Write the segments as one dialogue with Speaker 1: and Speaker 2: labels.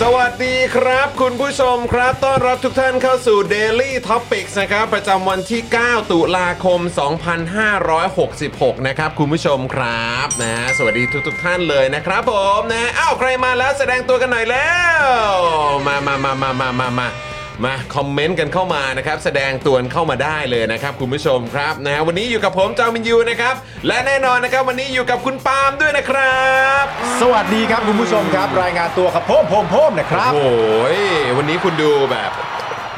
Speaker 1: สวัสดีครับ คุณผู้ชมครับ ต้อนรับทุกท่านเข้าสู่ Daily Topics นะครับ ประจำวันที่ 9 ตุลาคม 2566 นะครับ คุณผู้ชมครับนะฮะสวัสดีทุกๆทท่านเลยนะครับผมนะอ้าวใครมาแล้วแสดงตัวกันหน่อยแล้ว มามามามามามามามาคอมเมนต์กันเข้ามานะครับ แสดงตัวกันเข้ามาได้เลยนะครับคุณผู้ชมครับนะฮะวันนี้อยู่กับผมจามินยูนะครับและแน่นอนนะครับวันนี้อยู่กับคุณปาล์มด้วยนะครับ
Speaker 2: สวัสดีครับคุณผู้ชมครับ รายงานตัวครับโพมโพมโพมนะครับ
Speaker 1: โอ้โหยวันนี้คุณดูแบบ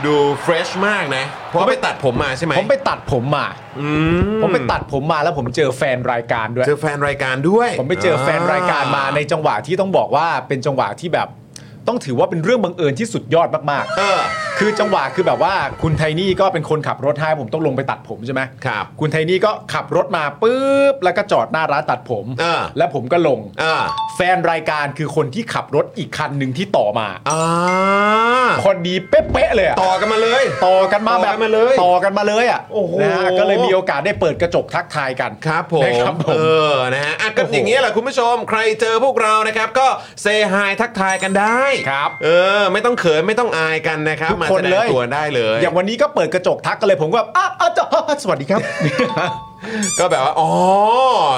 Speaker 1: ดูเฟรชมากนะ เพราะไปตัดผมมาใช่ไหม
Speaker 2: ผมไปตัดผมมา ผมไปตัดผมมาแล้วผมเจอแฟนรายการด้วย
Speaker 1: เจอแฟนรายการด้วย
Speaker 2: ผมไปเจอแฟนรายการมาในจังหวะที่ต้องบอกว่าเป็นจังหวะที่แบบ ต้องถือว่าเป็นเรื่องบังเอิญที่สุดยอดมาก
Speaker 1: เออ
Speaker 2: ๆ คือจังหวะคือแบบว่าคุณไทนี่ก็เป็นคนขับรถให้ผมต้องลงไปตัดผมใช่ไหม
Speaker 1: ครับ
Speaker 2: คุณไทนี่ก็ขับรถมาปุ๊บแล้วก็จอดหน้าร้านตัดผม
Speaker 1: เออ
Speaker 2: แล้วผมก็ลง
Speaker 1: อ่า
Speaker 2: แฟนรายการคือคนที่ขับรถอีกคันหนึ่งที่ต่อมา
Speaker 1: อ่า
Speaker 2: คนดีเป๊ะๆเลยอะ
Speaker 1: ต่อกันมาเลย
Speaker 2: ต่อกันมาแบบ
Speaker 1: ต่อกันมาเลย
Speaker 2: ต่อกันมาเลยอ่ะ
Speaker 1: โอ้โห
Speaker 2: นะฮะก็เลยมีโอกาสได้เปิดกระจกทักทายกัน
Speaker 1: ครับผม
Speaker 2: นะครัผ
Speaker 1: เอ
Speaker 2: ม
Speaker 1: อนะฮะอ่ะก็
Speaker 2: โอ้โห
Speaker 1: อย่างเงี้ยแหละคุณผู้ชมใครเจอพวกเรานะครับ ก็เซฮายทักทายกันได้
Speaker 2: ครับ
Speaker 1: เออ ไม่ต้องเขินไม่ต้องอายกันนะครับ
Speaker 2: ทุก
Speaker 1: มา
Speaker 2: คน
Speaker 1: แสด
Speaker 2: เล
Speaker 1: ง
Speaker 2: ย
Speaker 1: ตัวได้เลย
Speaker 2: อย่างวันนี้ก็เปิดกระจกทักกันเลยผมก็แบบอ้าวอ้าวเจ้าสวัสดีครับ
Speaker 1: ก็แบบว่า อ๋อ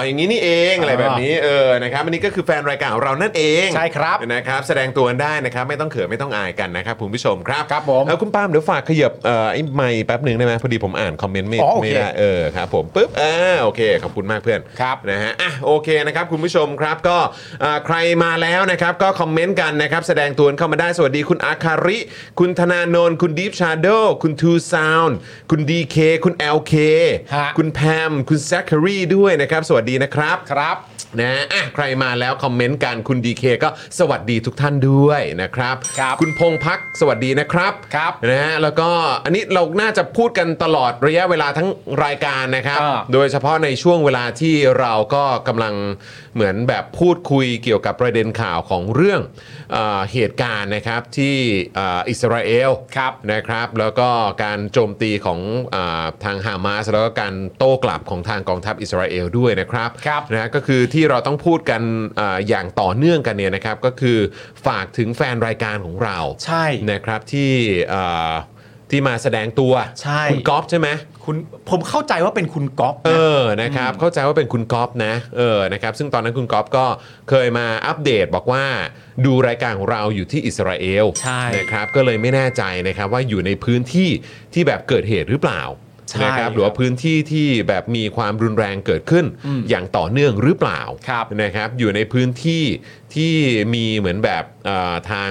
Speaker 1: อย่างนี้นี่เอง อะไรแบบนี้ เออ นะครับ อันนี้ก็คือแฟนรายการของเรานั่นเอง
Speaker 2: ใช่ครับ
Speaker 1: นะครับ แสดงตัวกันได้นะครับ ไม่ต้องเขินไม่ต้องอายกันนะครับคุณผู้ชมครับ
Speaker 2: ครับผม
Speaker 1: แล้วคุณปาล์มเดี๋ยวฝากขยับเอ่อไอ้ไมค์แป๊บหนึ่งได้ไหมพอดีผมอ่านคอมเมนต์ไม่
Speaker 2: อ๋อโอเค
Speaker 1: ไม่ได้ เออ ครับผม ปึ๊บอ่าโอเค ขอบคุณมากเพื่อน
Speaker 2: ครับ
Speaker 1: นะฮะ อ่ะ โอเคนะครับคุณผู้ชมครับ ก็เอ่อใครมาแล้วนะครับ ก็คอมเมนต์กันนะครับ แสดงตัวกันเข้ามาได้ สวัสดีคุณอาคาริ คุณธนาโนนคุณดีฟชาโดคุณทูซาวน์คุณดีเคคุณ LK
Speaker 2: ฮะ
Speaker 1: คุณ คุณแพมคุณแซคเคอรี่ด้วยนะครับ สวัสดีนะครับ
Speaker 2: ครับ
Speaker 1: นะอ่ะใครมาแล้วคอมเมนต์กันคุณดีเคก็สวัสดีทุกท่านด้วยนะครับ
Speaker 2: ครับ
Speaker 1: คุณพงพักสวัสดีนะครับ
Speaker 2: ครับ
Speaker 1: นะฮะแล้วก็อันนี้เราน่าจะพูดกันตลอดระยะเวลาทั้งรายการนะครับ
Speaker 2: อ่า
Speaker 1: โดยเฉพาะในช่วงเวลาที่เราก็กำลังเหมือนแบบพูดคุยเกี่ยวกับประเด็นข่าวของเรื่องเออเหตุการณ์นะครับที่เอ่ออิสราเอล
Speaker 2: ครับ
Speaker 1: นะครับแล้วก็การโจมตีของอาทางฮามาสแล้วก็การโต้กลับของทางกองทัพอิสราเอลด้วยนะครับ
Speaker 2: ครับ
Speaker 1: นะก็คือที่เราต้องพูดกันอาอย่างต่อเนื่องกันเนี่ยนะครับก็คือฝากถึงแฟนรายการของเรา
Speaker 2: ใช่
Speaker 1: นะครับที่อ่าที่มาแสดงตัว
Speaker 2: ใช่
Speaker 1: คุณก๊อฟใช่ไหม
Speaker 2: คุณผมเข้าใจว่าเป็นคุณก๊อฟ
Speaker 1: เอ
Speaker 2: นะ
Speaker 1: อ นะครับ เข้าใจว่าเป็นคุณก๊อฟนะ เออ นะครับ ซึ่งตอนนั้นคุณก๊อฟก็เคยมาอัปเดตบอกว่าดูรายการของเราอยู่ที่อิสราเอล
Speaker 2: ใช่
Speaker 1: นะครับ ก็เลยไม่แน่ใจนะครับว่าอยู่ในพื้นที่ที่แบบเกิดเหตุหรือเปล่า
Speaker 2: ใช่
Speaker 1: นะครับ หรือว่าพื้นที่ที่แบบมีความรุนแรงเกิดขึ้น
Speaker 2: อืม
Speaker 1: อย่างต่อเนื่องหรือเปล่า
Speaker 2: ครับ
Speaker 1: นะครับ อยู่ในพื้นที่ที่มีเหมือนแบบเอ่อทาง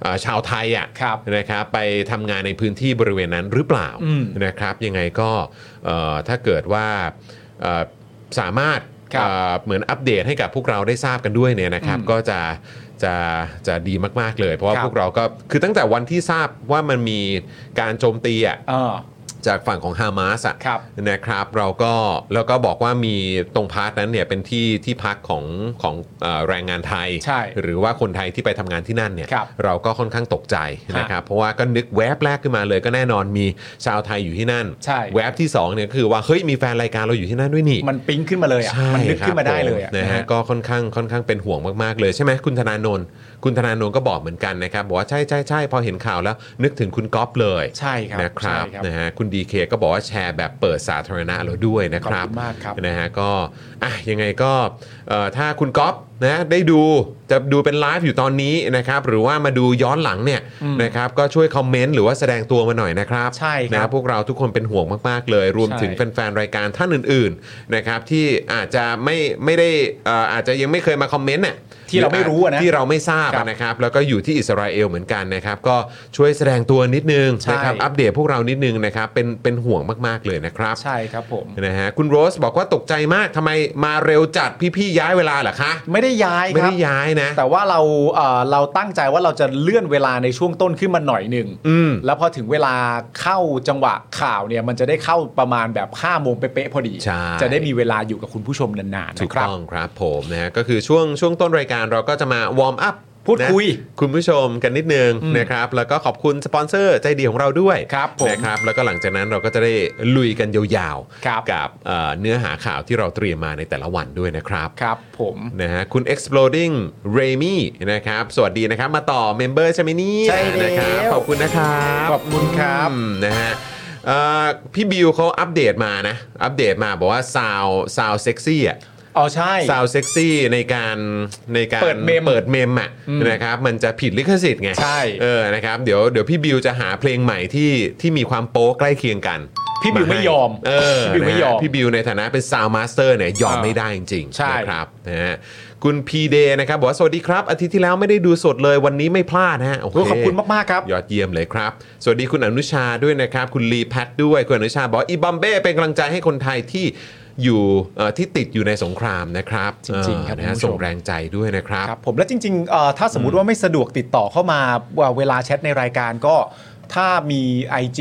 Speaker 1: เอ่อชาวไทยอ่ะ
Speaker 2: ครับ
Speaker 1: นะครับไปทำงานในพื้นที่บริเวณนั้นหรือเปล่า
Speaker 2: อืม
Speaker 1: นะครับ ยังไงก็เอ่อถ้าเกิดว่าเอ่อสามารถ
Speaker 2: ครับ
Speaker 1: เอ่อเหมือนอัปเดตให้กับพวกเราได้ทราบกันด้วยเนี่ยนะครับ
Speaker 2: อืม
Speaker 1: ก็จะจะจะดีมากๆเลย เพราะว่า
Speaker 2: ครับ
Speaker 1: พวกเราก็คือตั้งแต่วันที่ทราบว่ามันมีการโจมตีอ่ะ
Speaker 2: เออ
Speaker 1: จากฝั่งของฮามาสอะ
Speaker 2: ครับ
Speaker 1: นะครับเราก็แล้วก็บอกว่ามีตรงพาร์ทนั้นเนี่ยเป็นที่ที่พักของของเอ่อแรงงานไทย
Speaker 2: ใช่
Speaker 1: หรือว่าคนไทยที่ไปทำงานที่นั่นเนี่ย
Speaker 2: ครับ
Speaker 1: เราก็ค่อนข้างตกใจนะครับเพราะว่าก็นึกแวบแรกขึ้นมาเลยก็แน่นอนมีชาวไทยอยู่ที่นั่น
Speaker 2: ใช่
Speaker 1: แวบที่สองเนี่ยคือว่าเฮ้ยมีแฟนรายการเราอยู่ที่นั่นด้วยนี่
Speaker 2: มันปิ๊งขึ้นมาเลยอ่ะ
Speaker 1: ใช่
Speaker 2: มันนึกขึ้นมาได้
Speaker 1: ครับ
Speaker 2: เลยอ่ะ
Speaker 1: ผมนะฮะก็ค่อนข้างค่อนข้างเป็นห่วงมากๆเลยใช่ไหมคุณธนาโนนคุณธนาโนนก็บอกเหมือนกันนะครับบอกว่าใช่ใช่ใช่พอเห็นข่าวแล้ว นึกถึงคุณก๊อฟเลย
Speaker 2: ใช่ครับ
Speaker 1: นะครับ
Speaker 2: ใช่ครับ
Speaker 1: นะฮะคุณดีเคก็บอกว่าแชร์แบบเปิดสาธารณะเราด้วยนะครับ
Speaker 2: ขอบคุณมากครับ
Speaker 1: นะฮะก็อ่ะยังไงก็เอ่อถ้าคุณก๊อฟนะได้ดูจะดูเป็นไลฟ์อยู่ตอนนี้นะครับหรือว่ามาดูย้อนหลังเนี่ย
Speaker 2: อืม
Speaker 1: นะครับก็ช่วยคอมเมนต์หรือว่าแสดงตัวมาหน่อยนะครับ
Speaker 2: ใช่ครับ
Speaker 1: นะพวกเราทุกคนเป็นห่วงมากๆเลย รวมถึง
Speaker 2: ใช่
Speaker 1: แฟนๆรายการท่านอื่นๆนะครับที่อาจจะไม่ไม่ได้เอ่ออาจจะยังไม่เคยมาคอมเมนต์น่ะ
Speaker 2: ที่เราไม่รู้อะนะ
Speaker 1: ที่เราไม่ทราบ
Speaker 2: ครับ
Speaker 1: อะนะครับแล้วก็อยู่ที่อิสราเอลเหมือนกันนะครับ ก็ช่วยแสดงตัวนิดนึง
Speaker 2: ใช่
Speaker 1: นะครับอัปเดตพวกเรานิดนึงนะครับเป็นเป็นห่วงมากๆเลยนะครับ
Speaker 2: ใช่ครับผม
Speaker 1: นะฮะคุณโรสบอกว่าตกใจมากทำไมมาเร็วจัดพี่ๆย้ายเวลาเหรอคะ
Speaker 2: ไม่ได้ย้าย
Speaker 1: ไม่
Speaker 2: ครั
Speaker 1: ได้
Speaker 2: บ
Speaker 1: ย้ายนะ
Speaker 2: แต่ว่าเราเอ่อเราตั้งใจว่าเราจะเลื่อนเวลาในช่วงต้นขึ้นมาหน่อยหนึ่ง
Speaker 1: อืม
Speaker 2: แล้วพอถึงเวลาเข้าจังหวะข่าวเนี่ยมันจะได้เข้าประมาณแบบ5้าโมงเป๊ะๆพอดี
Speaker 1: ใช่
Speaker 2: จะได้มีเวลาอยู่กับคุณผู้ชมนานๆ
Speaker 1: ถูก
Speaker 2: นะครับ
Speaker 1: ต้องครับผมนะฮะก็คือช่วงช่วงต้นรายการเราก็จะมาวอร์มอัพ
Speaker 2: พูดคุย
Speaker 1: นะคุณผู้ชมกันนิดนึง
Speaker 2: อืม
Speaker 1: นะครับแล้วก็ขอบคุณสปอนเซอร์ใจดีของเราด้วย
Speaker 2: ครับผม
Speaker 1: นะครับแล้วก็หลังจากนั้นเราก็จะได้ลุยกันยาว
Speaker 2: ครับ
Speaker 1: กับเอ่อเนื้อหาข่าวที่เราเตรียมมาในแต่ละวันด้วยนะครับ
Speaker 2: ครับผม
Speaker 1: นะฮะคุณ exploding Remy นะครับสวัสดีนะครับมาต่อเมมเบอร์ใช่ไหมเนี่ย
Speaker 2: ใช่แล้ว
Speaker 1: นะครับขอบคุณนะครับ
Speaker 2: ขอบคุณครับ
Speaker 1: อืมนะฮะเอ่อพี่บิวเขาอัปเดตมานะ อัปเดตมาบอกว่าซาวซาวเซ็กซี่อ่ะ
Speaker 2: อ๋อใช่
Speaker 1: ซาวเซ็กซี่ในการในการ
Speaker 2: เปิดเมม
Speaker 1: เปิดเมมอ่ะ
Speaker 2: อืม
Speaker 1: นะครับมันจะผิดลิขสิทธิ์ไง
Speaker 2: ใช่
Speaker 1: เออนะครับเดี๋ยวเดี๋ยวพี่บิวจะหาเพลงใหม่ที่ที่มีความโป๊ใกล้เคียงกัน
Speaker 2: พี่บิ
Speaker 1: า
Speaker 2: ว
Speaker 1: ให้
Speaker 2: ไม่ยอม
Speaker 1: เออ
Speaker 2: พี่บิวไม่ยอ
Speaker 1: นะ
Speaker 2: ม
Speaker 1: ฮะพี่บิวในฐานะเป็นซาวมาสเตอร์เนี่ยยอม
Speaker 2: อ่า
Speaker 1: ไม่ได้จริงๆ
Speaker 2: ใช่
Speaker 1: นะครับนะฮะคุณพีเดนะครับบอกว่าสวัสดีครับ อาทิตย์ที่แล้วไม่ได้ดูสดเลยวันนี้ไม่พลาดนะฮะโอเค
Speaker 2: โอ้ขอบคุณมากๆครับ
Speaker 1: ยอดเยี่ยมเลยครับ สวัสดีคุณอนุชาด้วยนะครับ คุณลีแพทด้วย คุณอนุชาบอกว่าอีบอมเบ้เป็นกำลังใจให้คนไทยที่อยู่เอ่อที่ติดอยู่ในสงครามนะครับ
Speaker 2: จริงๆครับ
Speaker 1: เออนะฮะ
Speaker 2: คุณผู้ชม
Speaker 1: ส่งแรงใจด้วยนะครับ
Speaker 2: ครับผมและจริงๆเอ่อถ้าสมมติว่าไม่สะดวกติดต่อเข้ามาว่าเวลาแชทในรายการก็ถ้ามี IG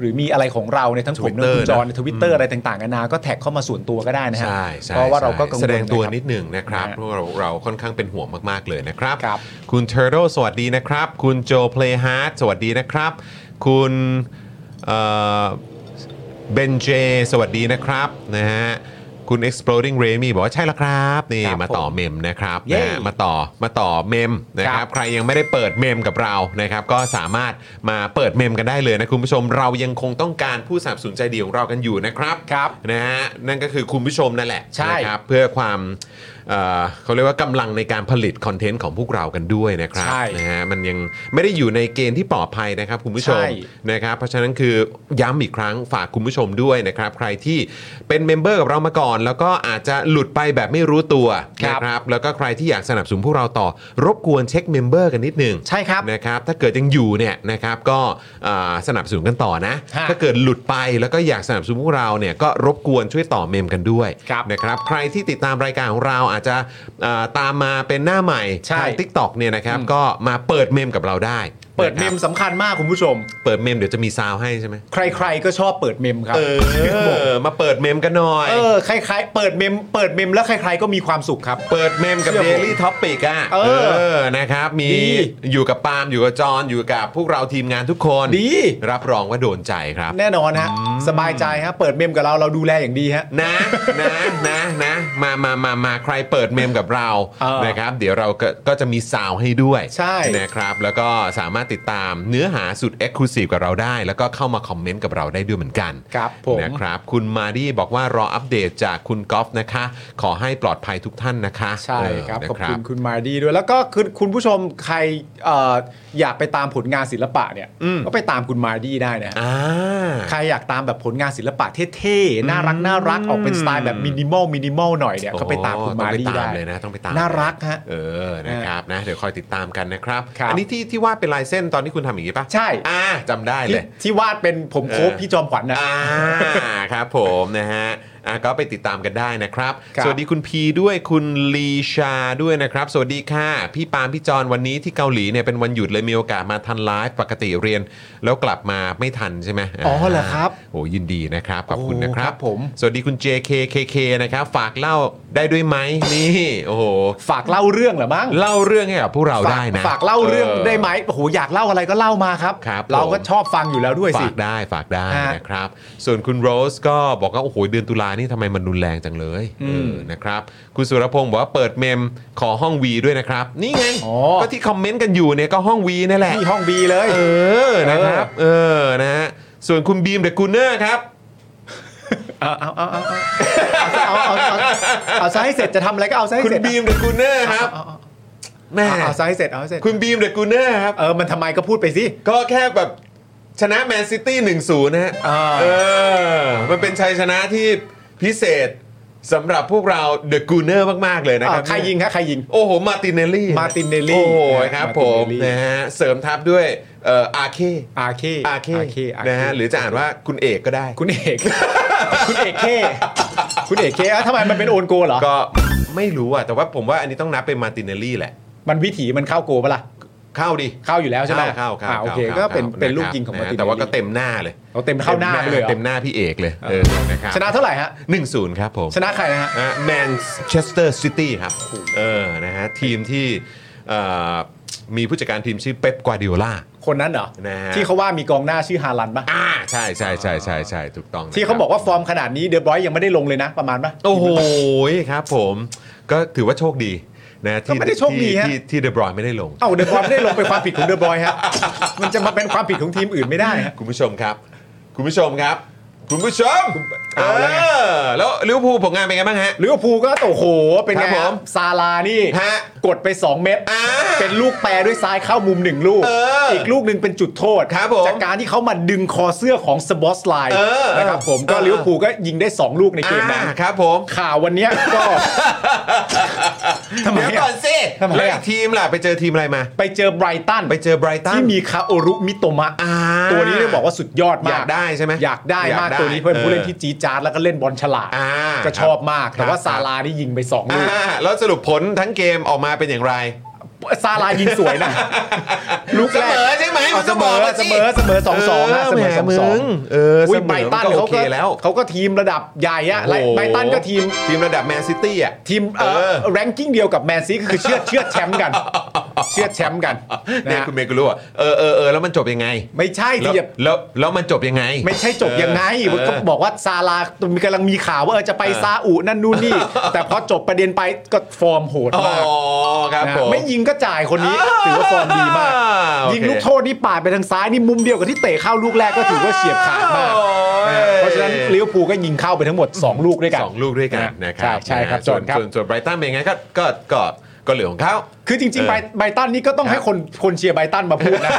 Speaker 2: หรือมีอะไรของเราในยทั้งผม
Speaker 1: Twitter
Speaker 2: ทั้งคุณจอห์นใน
Speaker 1: นะ
Speaker 2: ทวิตเตอร์อะไรต่างๆนานาก็แท็กเข้ามาส่วนตัวก็ได้นะฮะ
Speaker 1: ใช่ใช่
Speaker 2: เพราะว่าเราก็กังวล
Speaker 1: แสดงตัว
Speaker 2: ะครับ
Speaker 1: นิดหนึ่งนะครับ
Speaker 2: นะฮะ
Speaker 1: เพราะเราเราค่อนข้างเป็นห่วงมากๆเลยนะครับ
Speaker 2: ครับ
Speaker 1: คุณเทอร์โดสวัสดีนะครับ คุณโจเพลฮาร์ดสวัสดีนะครับ คุณเบนเจสวัสดีนะครับนะฮะคุณ exploding r a m y บอกว่าใช่แล้วครับ นี่
Speaker 2: ครับ
Speaker 1: มาต่อเมมนะครับ
Speaker 2: เย้
Speaker 1: นะฮะมาต่อมาต่อเมมนะค
Speaker 2: ครั
Speaker 1: รับบ ใครยังไม่ได้เปิดเมมกับเรานะครับ ก็สามารถมาเปิดเมมกันได้เลยนะคุณผู้ชมเรายังคงต้องการผู้สนับสนุนใจดีของเรากันอยู่นะครับ
Speaker 2: ครับ
Speaker 1: นะฮะนั่นก็คือคุณผู้ชมนั่นแหละ
Speaker 2: ใช่
Speaker 1: นะครับเพื่อความเอ่อเขาเรียกว่ากำลังในการผลิตคอนเทนต์ของพวกเรากันด้วยนะครับ
Speaker 2: ใช่
Speaker 1: นะฮะมันยังไม่ได้อยู่ในเกณฑ์ที่ปลอดภัยนะครับคุณผู้ชม
Speaker 2: ใช่
Speaker 1: นะครับเพราะฉะนั้นคือย้ำอีกครั้งฝากคุณผู้ชมด้วยนะครับใครที่เป็นเมมเบอร์กับเรามาก่อน แล้วก็อาจจะหลุดไปแบบไม่รู้ตัว
Speaker 2: ครั
Speaker 1: นะ
Speaker 2: บ
Speaker 1: ครับแล้วก็ใครที่อยากสนับสนุนพวกเราต่อรบกวนเช็คเมมเบอร์กันนิดนึง
Speaker 2: ใช่ครับ
Speaker 1: นะครับถ้าเกิดยังอยู่เนี่ยนะครับก็อ่าสนับสนุนกันต่อนะ
Speaker 2: ฮะ
Speaker 1: ถ้าเกิดหลุดไปแล้วก็อยากสนับสนุนพวกเราเนี่ยก็รบกวนช่วยต่อเมมกันด้วย
Speaker 2: ครับ
Speaker 1: นะครับใครที่ติดตามรายการของเราอาจจะอ่าตามมาเป็นหน้าใหม่
Speaker 2: ใช่
Speaker 1: ทาง t ิ k t o k เนี่ยนะครับก็มาเปิดเมมกับเราได้
Speaker 2: เปิดเม
Speaker 1: นะ
Speaker 2: ม
Speaker 1: ครับ
Speaker 2: สำคัญมากคุณผู้ชม
Speaker 1: เปิดเมมเดี๋ยวจะมีซาวให้ใช่ไหม
Speaker 2: ใครๆก็ชอบเปิดเมมครับ
Speaker 1: เออมาเปิดเมมกันหน่อย
Speaker 2: เออใครๆเปิดเมมเปิดเมมแล้วใครๆก็มีความสุขครับ
Speaker 1: เปิดเมมกับ
Speaker 2: เชื่อผม
Speaker 1: Daily Topic อ่ะ
Speaker 2: เออ
Speaker 1: นะครับ มี
Speaker 2: ดี
Speaker 1: อยู่กับปาล์มอยู่กับจอนอยู่กับพวกเราทีมงานทุกคน
Speaker 2: ดี
Speaker 1: รับรองว่าโดนใจครับ
Speaker 2: แน่นอนฮะสบายใจฮะเปิดเมมกับเราเราดูแลอย่างดีฮะ
Speaker 1: นะนะนะนะมามามามาใครเปิดเมมกับเรา
Speaker 2: เออ
Speaker 1: นะครับ เดี๋ยวเราก็ก็จะมีซาวให้ด้วย
Speaker 2: ใช่
Speaker 1: นะครับ แล้วก็สามารถติดตามเนื้อหาสุด e x c l u s i v e กับเราได้ แล้วก็เข้ามาคอมเมนต์กับเราได้ด้วยเหมือนกัน
Speaker 2: ครับผม
Speaker 1: นะครับ คุณมาดี้บอกว่ารออัปเดตจากคุณกอล์ฟนะคะ ขอให้ปลอดภัยทุกท่านนะคะ
Speaker 2: ใช่ครับ
Speaker 1: เนะ
Speaker 2: ขอบคุณคุณมาดีด้วย แล้วก็คือคุณผู้ชมใครเอ่ออยากไปตามผลงานศิลปะเนี่ย
Speaker 1: อืม
Speaker 2: ก็ไปตามคุณมาดีได้นะฮะ
Speaker 1: อ่า
Speaker 2: ใครอยากตามแบบผลงานศิลปะเท่ๆ น่ารักน่ารักออกเป็นสไตล์แบบมินิมอลมินิมอลหน่อยเนี่ยก็ไปตามคุณมาดี
Speaker 1: ต้องไป
Speaker 2: ได้
Speaker 1: ตามเลยนะต้องไปตาม
Speaker 2: น่ารักฮะ
Speaker 1: เออนะครับนะเดี๋ยวคอยติดตามกันนะครับ
Speaker 2: ครับ
Speaker 1: อันี้ที่ที่วาดเป็นลายเส้นตอนที่คุณทำอย่างนี้ปะ
Speaker 2: ใช่
Speaker 1: อ่าจำได้เล
Speaker 2: ที่
Speaker 1: ย
Speaker 2: ที่วาดเป็นผมโคบ
Speaker 1: เออ
Speaker 2: พี่จอมขวัญนะ
Speaker 1: อ่า ครับผมนะฮะ อ่ะก็ไปติดตามกันได้นะครับ
Speaker 2: ครับ
Speaker 1: สวัสดีคุณพีด้วยคุณลีชาด้วยนะครับ สวัสดีค่ะ พี่ปาล์มพี่จอนวันนี้ที่เกาหลีเนี่ยเป็นวันหยุดเลยมีโอกาสมาทันไลฟ์ปกติเรียน แล้วกลับมาไม่ทันใช่ไหม
Speaker 2: อ๋อเหรอครับ
Speaker 1: โอ้ยินดีนะครับขอบคุณ
Speaker 2: โอ้
Speaker 1: นะครับ
Speaker 2: ครับผม
Speaker 1: สวัสดีคุณ JKKK นะครับฝากเล่าได้ด้วยไหมนี่โอ้โห
Speaker 2: ฝากเล่าเรื่องเหรอมั้ง
Speaker 1: เล่าเรื่องให้กับพวกเราได้นะ
Speaker 2: ฝากเล่าเรื่องได้ไหม
Speaker 1: อ
Speaker 2: โอ้โหอยากเล่าอะไรก็เล่ามาครับ
Speaker 1: ครับ
Speaker 2: เราก็
Speaker 1: ผม
Speaker 2: ชอบฟังอยู่แล้วด้วย
Speaker 1: อ
Speaker 2: สิ
Speaker 1: ฝากได้ฝากได้
Speaker 2: ฮะ
Speaker 1: นะครับ ส่วนคุณโรสก็บอกว่าโอ้โหเดือนตุลานี่ทำไมมันรุนแรงจังเลย
Speaker 2: อื
Speaker 1: เอ
Speaker 2: ม
Speaker 1: อนะครับ คุณสุรพงศ์บอกว่าเปิดเมมขอห้องวีด้วยนะครับ นี่ไง
Speaker 2: อ๋อ
Speaker 1: ก็ที่คอมเมนต์กันอยู่เนี่ยก็ห้องวีนั่นแหละ
Speaker 2: นี่ห้องบีเลย
Speaker 1: เออนะครับเออนะฮะส่วนคุณบีมเดอะกูเนอร์ครับ
Speaker 2: เอาเอาเอาเอาเอาเอาเอาเอาซะให้เสร็จจะทำอะไรก็เอาซะให้
Speaker 1: คุณ
Speaker 2: เสร็จ
Speaker 1: บีมเดอะกูเนอร์ครับ
Speaker 2: เอาเอา
Speaker 1: แม่
Speaker 2: เอาเอาซะให้เสร็จเอาให้เสร็จ
Speaker 1: คุณบีมเดอะกูเนอร์ครับ
Speaker 2: เออมันทำไมก็พูดไปสิ
Speaker 1: ก็แค่แบบชนะแมนซิตี้หนึ่งศูนย์นะฮะ
Speaker 2: อ่า
Speaker 1: เออ มันเป็นชัยชนะที่พิเศษสำหรับพวกเราเดอะกูเนอร์มาก ๆ เลยนะค
Speaker 2: อ่า
Speaker 1: รับ
Speaker 2: ใครยิงฮะใครยิง
Speaker 1: โอ้โห มาตินเนลลี่
Speaker 2: Martinelli
Speaker 1: โอ้โห
Speaker 2: นะ
Speaker 1: ค
Speaker 2: ครั
Speaker 1: รับบ ผม
Speaker 2: มาตินเนลลี่
Speaker 1: นะฮะเสริมทัพด้วยเอ่ออาเค
Speaker 2: อาเค
Speaker 1: อาเค
Speaker 2: อาเคอาเค
Speaker 1: นะฮะหรือจะอ่านว่าคุณเอกก็ได้
Speaker 2: คุณเอก คุณเอกเค คุณเอกเคอ่ะทำไมมันเป็นโอนโกเหรอ
Speaker 1: ก็ไม่รู้อ่ะ แต่ว่าผมว่าอันนี้ต้องนับเป็นมาตินเนลลี่แหละ
Speaker 2: มันวิถีมันเข้าโกปะล่ะ
Speaker 1: เข้าดิ
Speaker 2: เข้าอยู่แล้วใช่ไหม
Speaker 1: เข้าเข้า
Speaker 2: อ่าโอเค
Speaker 1: ข้า
Speaker 2: ก็เป็น
Speaker 1: ข้า
Speaker 2: เป็นลูก
Speaker 1: ะครับ
Speaker 2: ยิงของมาร์ตินเนลลี่
Speaker 1: แต่ว่าก็เต็มหน้าเลย
Speaker 2: เอาเต็มเข้าหน้าไปเลยเหรอ
Speaker 1: เต็มหน้าพี่เอกเลยเออนะครับ
Speaker 2: ชนะเท่าไหร่ฮะ
Speaker 1: หนึ่งศูนย์ครับผม
Speaker 2: ชนะใครนะฮะ
Speaker 1: แมนเชสเตอร์ซิตี้ครับ เออ นะฮะ ทีมที่เอ่อมีผู้จัดการทีมชื่อเป๊ปกวาดิโอลา
Speaker 2: คนนั้นเหรอ
Speaker 1: นะฮะ
Speaker 2: ที่เขาว่ามีกองหน้าชื่อฮาลันด์ปะ
Speaker 1: อ่า ใช่ใช่ใช่ใช่ใช่ถูกต้องนะ
Speaker 2: ที่เขาบอกว่าฟอร์มขนาดนี้เดอบรอยยังไม่ได้ลงเลยนะ ประมาณปะ
Speaker 1: โอ้โหครับผม ก็ถือว่าโชคดีนะ
Speaker 2: ก็ไม่ได้โชคดีฮะ
Speaker 1: ที่ที่เดบรอยไม่ได้ลง
Speaker 2: เอ้าเดอบรอยไม่ได้ลงเป็นความผิดของเดอบรอยฮะ มันจะมาเป็นความผิดของทีมอื่นไม่ได้ฮะ
Speaker 1: คุณผู้ชมครับ คุณผู้ชมครับ คุณผู้ชม
Speaker 2: เอาแล้วไง
Speaker 1: เออแล้วลิเวอร์พูลผลงานเป็นไงบ้างฮะ
Speaker 2: ลิเวอร์พูลก็โอ้โห เป็น
Speaker 1: ค
Speaker 2: ไง
Speaker 1: รับผม
Speaker 2: ซาลานี่
Speaker 1: ฮะ
Speaker 2: กดไป 2 เม็ด
Speaker 1: อ่า
Speaker 2: เป็นลูกแปรด้วยซ้ายเข้ามุมหนึ่งลูก
Speaker 1: เอออี
Speaker 2: กลูกหนึ่งเป็นจุดโทษ
Speaker 1: ครับผม
Speaker 2: จากการที่เขามาดึงคอเสื้อของสบอสไลน์
Speaker 1: เออ
Speaker 2: นะครับผมก็
Speaker 1: เออ
Speaker 2: ลิเวอร์พูลก็ยิงได้ 2 ลูกในเกมนั้น
Speaker 1: อ่าครับผม
Speaker 2: ข่าววันเนี้ยก็ ทำไม
Speaker 1: เดี๋ยวก่อนสิ
Speaker 2: ทำไมอะ
Speaker 1: แล้วอีกทีมล่ะ ไปเจอทีมอะไรมา
Speaker 2: ไปเจอไบรตัน
Speaker 1: ไปเจอไบรตัน
Speaker 2: ที่มีคาโอรุมิโตมะ
Speaker 1: อ่า
Speaker 2: ตัวนี้เนี่ยบอกว่าสุดยอดมาก
Speaker 1: อยากได้ใช่ไหม
Speaker 2: อยากได้
Speaker 1: อยาก
Speaker 2: มาก
Speaker 1: ได้
Speaker 2: ตัวนี้เป็นผู้เล่น
Speaker 1: เออ
Speaker 2: ที่จีดจาร์ดแล้วก็เล่นบอลฉลาด
Speaker 1: อ่า
Speaker 2: ก็ชอบมาก
Speaker 1: ครั
Speaker 2: แต่
Speaker 1: บ
Speaker 2: ว่าซาลานี่ยิงไปสองลู
Speaker 1: อ่าก แล้วสรุปผลทั้งเกมออกมาเป็นอย่างไร
Speaker 2: ซาลายิงสวยนะ ลูกแรก
Speaker 1: เสมอใช่ไหม
Speaker 2: เาเสมอ
Speaker 1: มันก็บอกมาสิ
Speaker 2: เสมอเสมอสองสองนะเสมอสองสอ
Speaker 1: แหมมึ
Speaker 2: ง
Speaker 1: งเออเสมอ
Speaker 2: ไบรตัน
Speaker 1: ก็โอ
Speaker 2: เขา
Speaker 1: เค
Speaker 2: ก็
Speaker 1: แล้ว
Speaker 2: เขาก็ทีมระดับใหญ่อะ
Speaker 1: โอ้โห
Speaker 2: ไบรตันก็ทีม
Speaker 1: ทีมระดับแมนซิตี้อ่ะ
Speaker 2: ทีมเอ่อ
Speaker 1: เออ
Speaker 2: แรงกิ้งเดียวกับแมนซีก็คือเชือดเชือดแชมป์กัน เชือดแชมป์กัน
Speaker 1: เนี่ย
Speaker 2: นะฮะ
Speaker 1: คุณเมย์ก็รู้อ่ะเออเออเออแล้วมันจบยังไง
Speaker 2: ไม่ใช่
Speaker 1: แล้
Speaker 2: ที่
Speaker 1: ว
Speaker 2: จะ
Speaker 1: แล้วแล้วมันจบยังไง
Speaker 2: ไม่ใช่จบยังไง
Speaker 1: เออ
Speaker 2: เขาบอกว่าซาลาตัวมีกำลังมีข่าวว่าเออจะไปซาอุนั่นนู่นนี่ แต่พอจบประเด็นไปก็ฟอร์มโหด
Speaker 1: อ๋อ
Speaker 2: มาก
Speaker 1: ครับ
Speaker 2: นะ
Speaker 1: ผม
Speaker 2: ไม่ยิงก็จ่ายคนนี้ถือว่าฟอร์มดีมาก
Speaker 1: อ่าโอเค
Speaker 2: ยิงลูกโทษนี่ปาดไปทางซ้ายนี่มุมเดียวกับที่เตะเข้าลูกแรกก็ถือว่าเฉียบขาดมาก
Speaker 1: โอ้ย
Speaker 2: นะเพราะฉะนั้นลิเวอร์พูลก็ยิงเข้าไปทั้งหมด 2 ลูกด้วยกัน
Speaker 1: สองลูกด้วยกันนะครับ
Speaker 2: ใช่ใช่ครับ
Speaker 1: นะ
Speaker 2: จ
Speaker 1: ส่
Speaker 2: อ
Speaker 1: วน
Speaker 2: ครับ
Speaker 1: ส่วนส่วนไบรตันเป็นไงก็ก็ก็ก็เหลือของเขา
Speaker 2: คือจริง
Speaker 1: เออ
Speaker 2: ๆไบรไบรตันนี่ก็ต้อง
Speaker 1: ครับ
Speaker 2: ให้คนคนเชียร์ไบรตันมาพูด นะ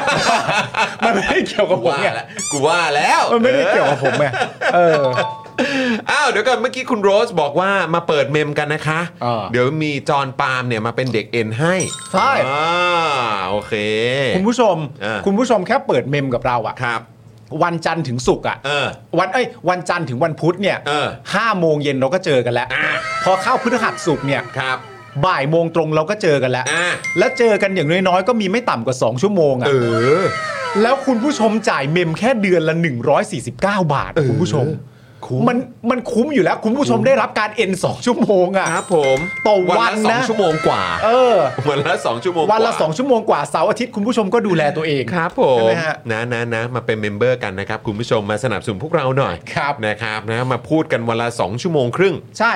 Speaker 2: มันไม่ได้เกี่ยวกับ
Speaker 1: กู
Speaker 2: ผม
Speaker 1: ว่า
Speaker 2: ไง
Speaker 1: แล้วกูว่าแล้ว
Speaker 2: มันไม่ได้เกี่ยวกับผมไงเออ
Speaker 1: อ้าวเดี๋ยวก่อนเมื่อกี้คุณโรสบอกว่ามาเปิดเมมกันนะคะ
Speaker 2: อ่า
Speaker 1: เดี๋ยวมีจอห์นปาล์มเนี่ยมาเป็นเด็กเอ็นให้
Speaker 2: ใช่
Speaker 1: อ่าโอเค
Speaker 2: คุณผู้ชม
Speaker 1: เออ
Speaker 2: คุณผู้ชมแค่เปิดเมมกับเราอะ
Speaker 1: ครับ
Speaker 2: วันจันทร์ถึงศุกร์อ่ะ
Speaker 1: เออ
Speaker 2: วันเอ้ยวันจันทร์ถึงวันพุธเนี่ย
Speaker 1: เออ
Speaker 2: ห้าโมงเย็นเราก็เจอกันแล้ว
Speaker 1: อ่ะ
Speaker 2: พอเข้าพฤหัสศุกร์เนี่ย
Speaker 1: ครับ
Speaker 2: บ่ายโมงตรงเราก็เจอกันแล้ว
Speaker 1: อ่ะ
Speaker 2: แล้วเจอกันอย่างน้อยๆก็มีไม่ต่ำกว่า 2 ชั่วโมงอ่ะ
Speaker 1: เออ
Speaker 2: แล้วคุณผู้ชมจ่ายเมมแค่เดือนละ 149 บาท
Speaker 1: เออ
Speaker 2: คุณผู้ชม
Speaker 1: คุ้ม
Speaker 2: มันมันคุ้มอยู่แล้ว คุณผู้ชมได้รับการเอ็นสองชั่วโมงอ่ะ
Speaker 1: ครับผม
Speaker 2: ต่อ
Speaker 1: วัน
Speaker 2: วัน
Speaker 1: ละส
Speaker 2: นะ
Speaker 1: องชั่วโมงกว่า
Speaker 2: เออ
Speaker 1: วันละสองชั่วโมง
Speaker 2: วันละ
Speaker 1: กา
Speaker 2: สองชั่วโมงกว่าเสาร์อาทิตย์คุณผู้ชมก็ดูแลตัวเอง
Speaker 1: ครับผ
Speaker 2: ใช่
Speaker 1: ม
Speaker 2: ไหมฮะ
Speaker 1: นะนะนะมาเป็นเมมเบอร์กันนะครับ คุณผู้ชมมาสนับสนุนพวกเราหน่อย
Speaker 2: ครับ
Speaker 1: นะครับนะมาพูดกันวันละ 2 ชั่วโมงครึ่ง
Speaker 2: ใช่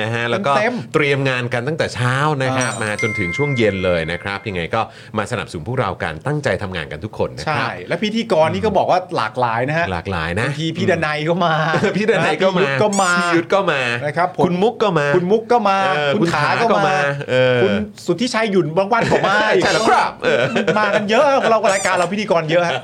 Speaker 1: นะฮะแล้วก็
Speaker 2: เต็ม
Speaker 1: เตรียมงานกันตั้งแต่เช้านะครับ
Speaker 2: อ่าม
Speaker 1: มาจนถึงช่วงเย็นเลยนะครับยังไงก็มาสนับสนุนพวกเรากันตั้งใจทำงานกันทุกคนนะค
Speaker 2: ใช่
Speaker 1: รับ
Speaker 2: และพิธีกรนี่ก็บอกว่าหลากหลายนะฮะ
Speaker 1: หลากหลายนะ
Speaker 2: บางทีพี่ดนัยก็มา
Speaker 1: พี่ดนัยก็มา
Speaker 2: พี่ยุทธก็มา
Speaker 1: พี่ยุทธก็มา
Speaker 2: นะครับผม
Speaker 1: คุณมุกก็มา
Speaker 2: คุณมุกก็มา
Speaker 1: เออ
Speaker 2: คุณขา
Speaker 1: คุณขา
Speaker 2: ก็
Speaker 1: ก็มา
Speaker 2: มา
Speaker 1: เออ
Speaker 2: คุณสุทธิชัยหยุ่นบางวันก็มา
Speaker 1: ใช่แล้วครับเออ
Speaker 2: มากันเยอะเรารายการเราพิธีกรเย อะฮะ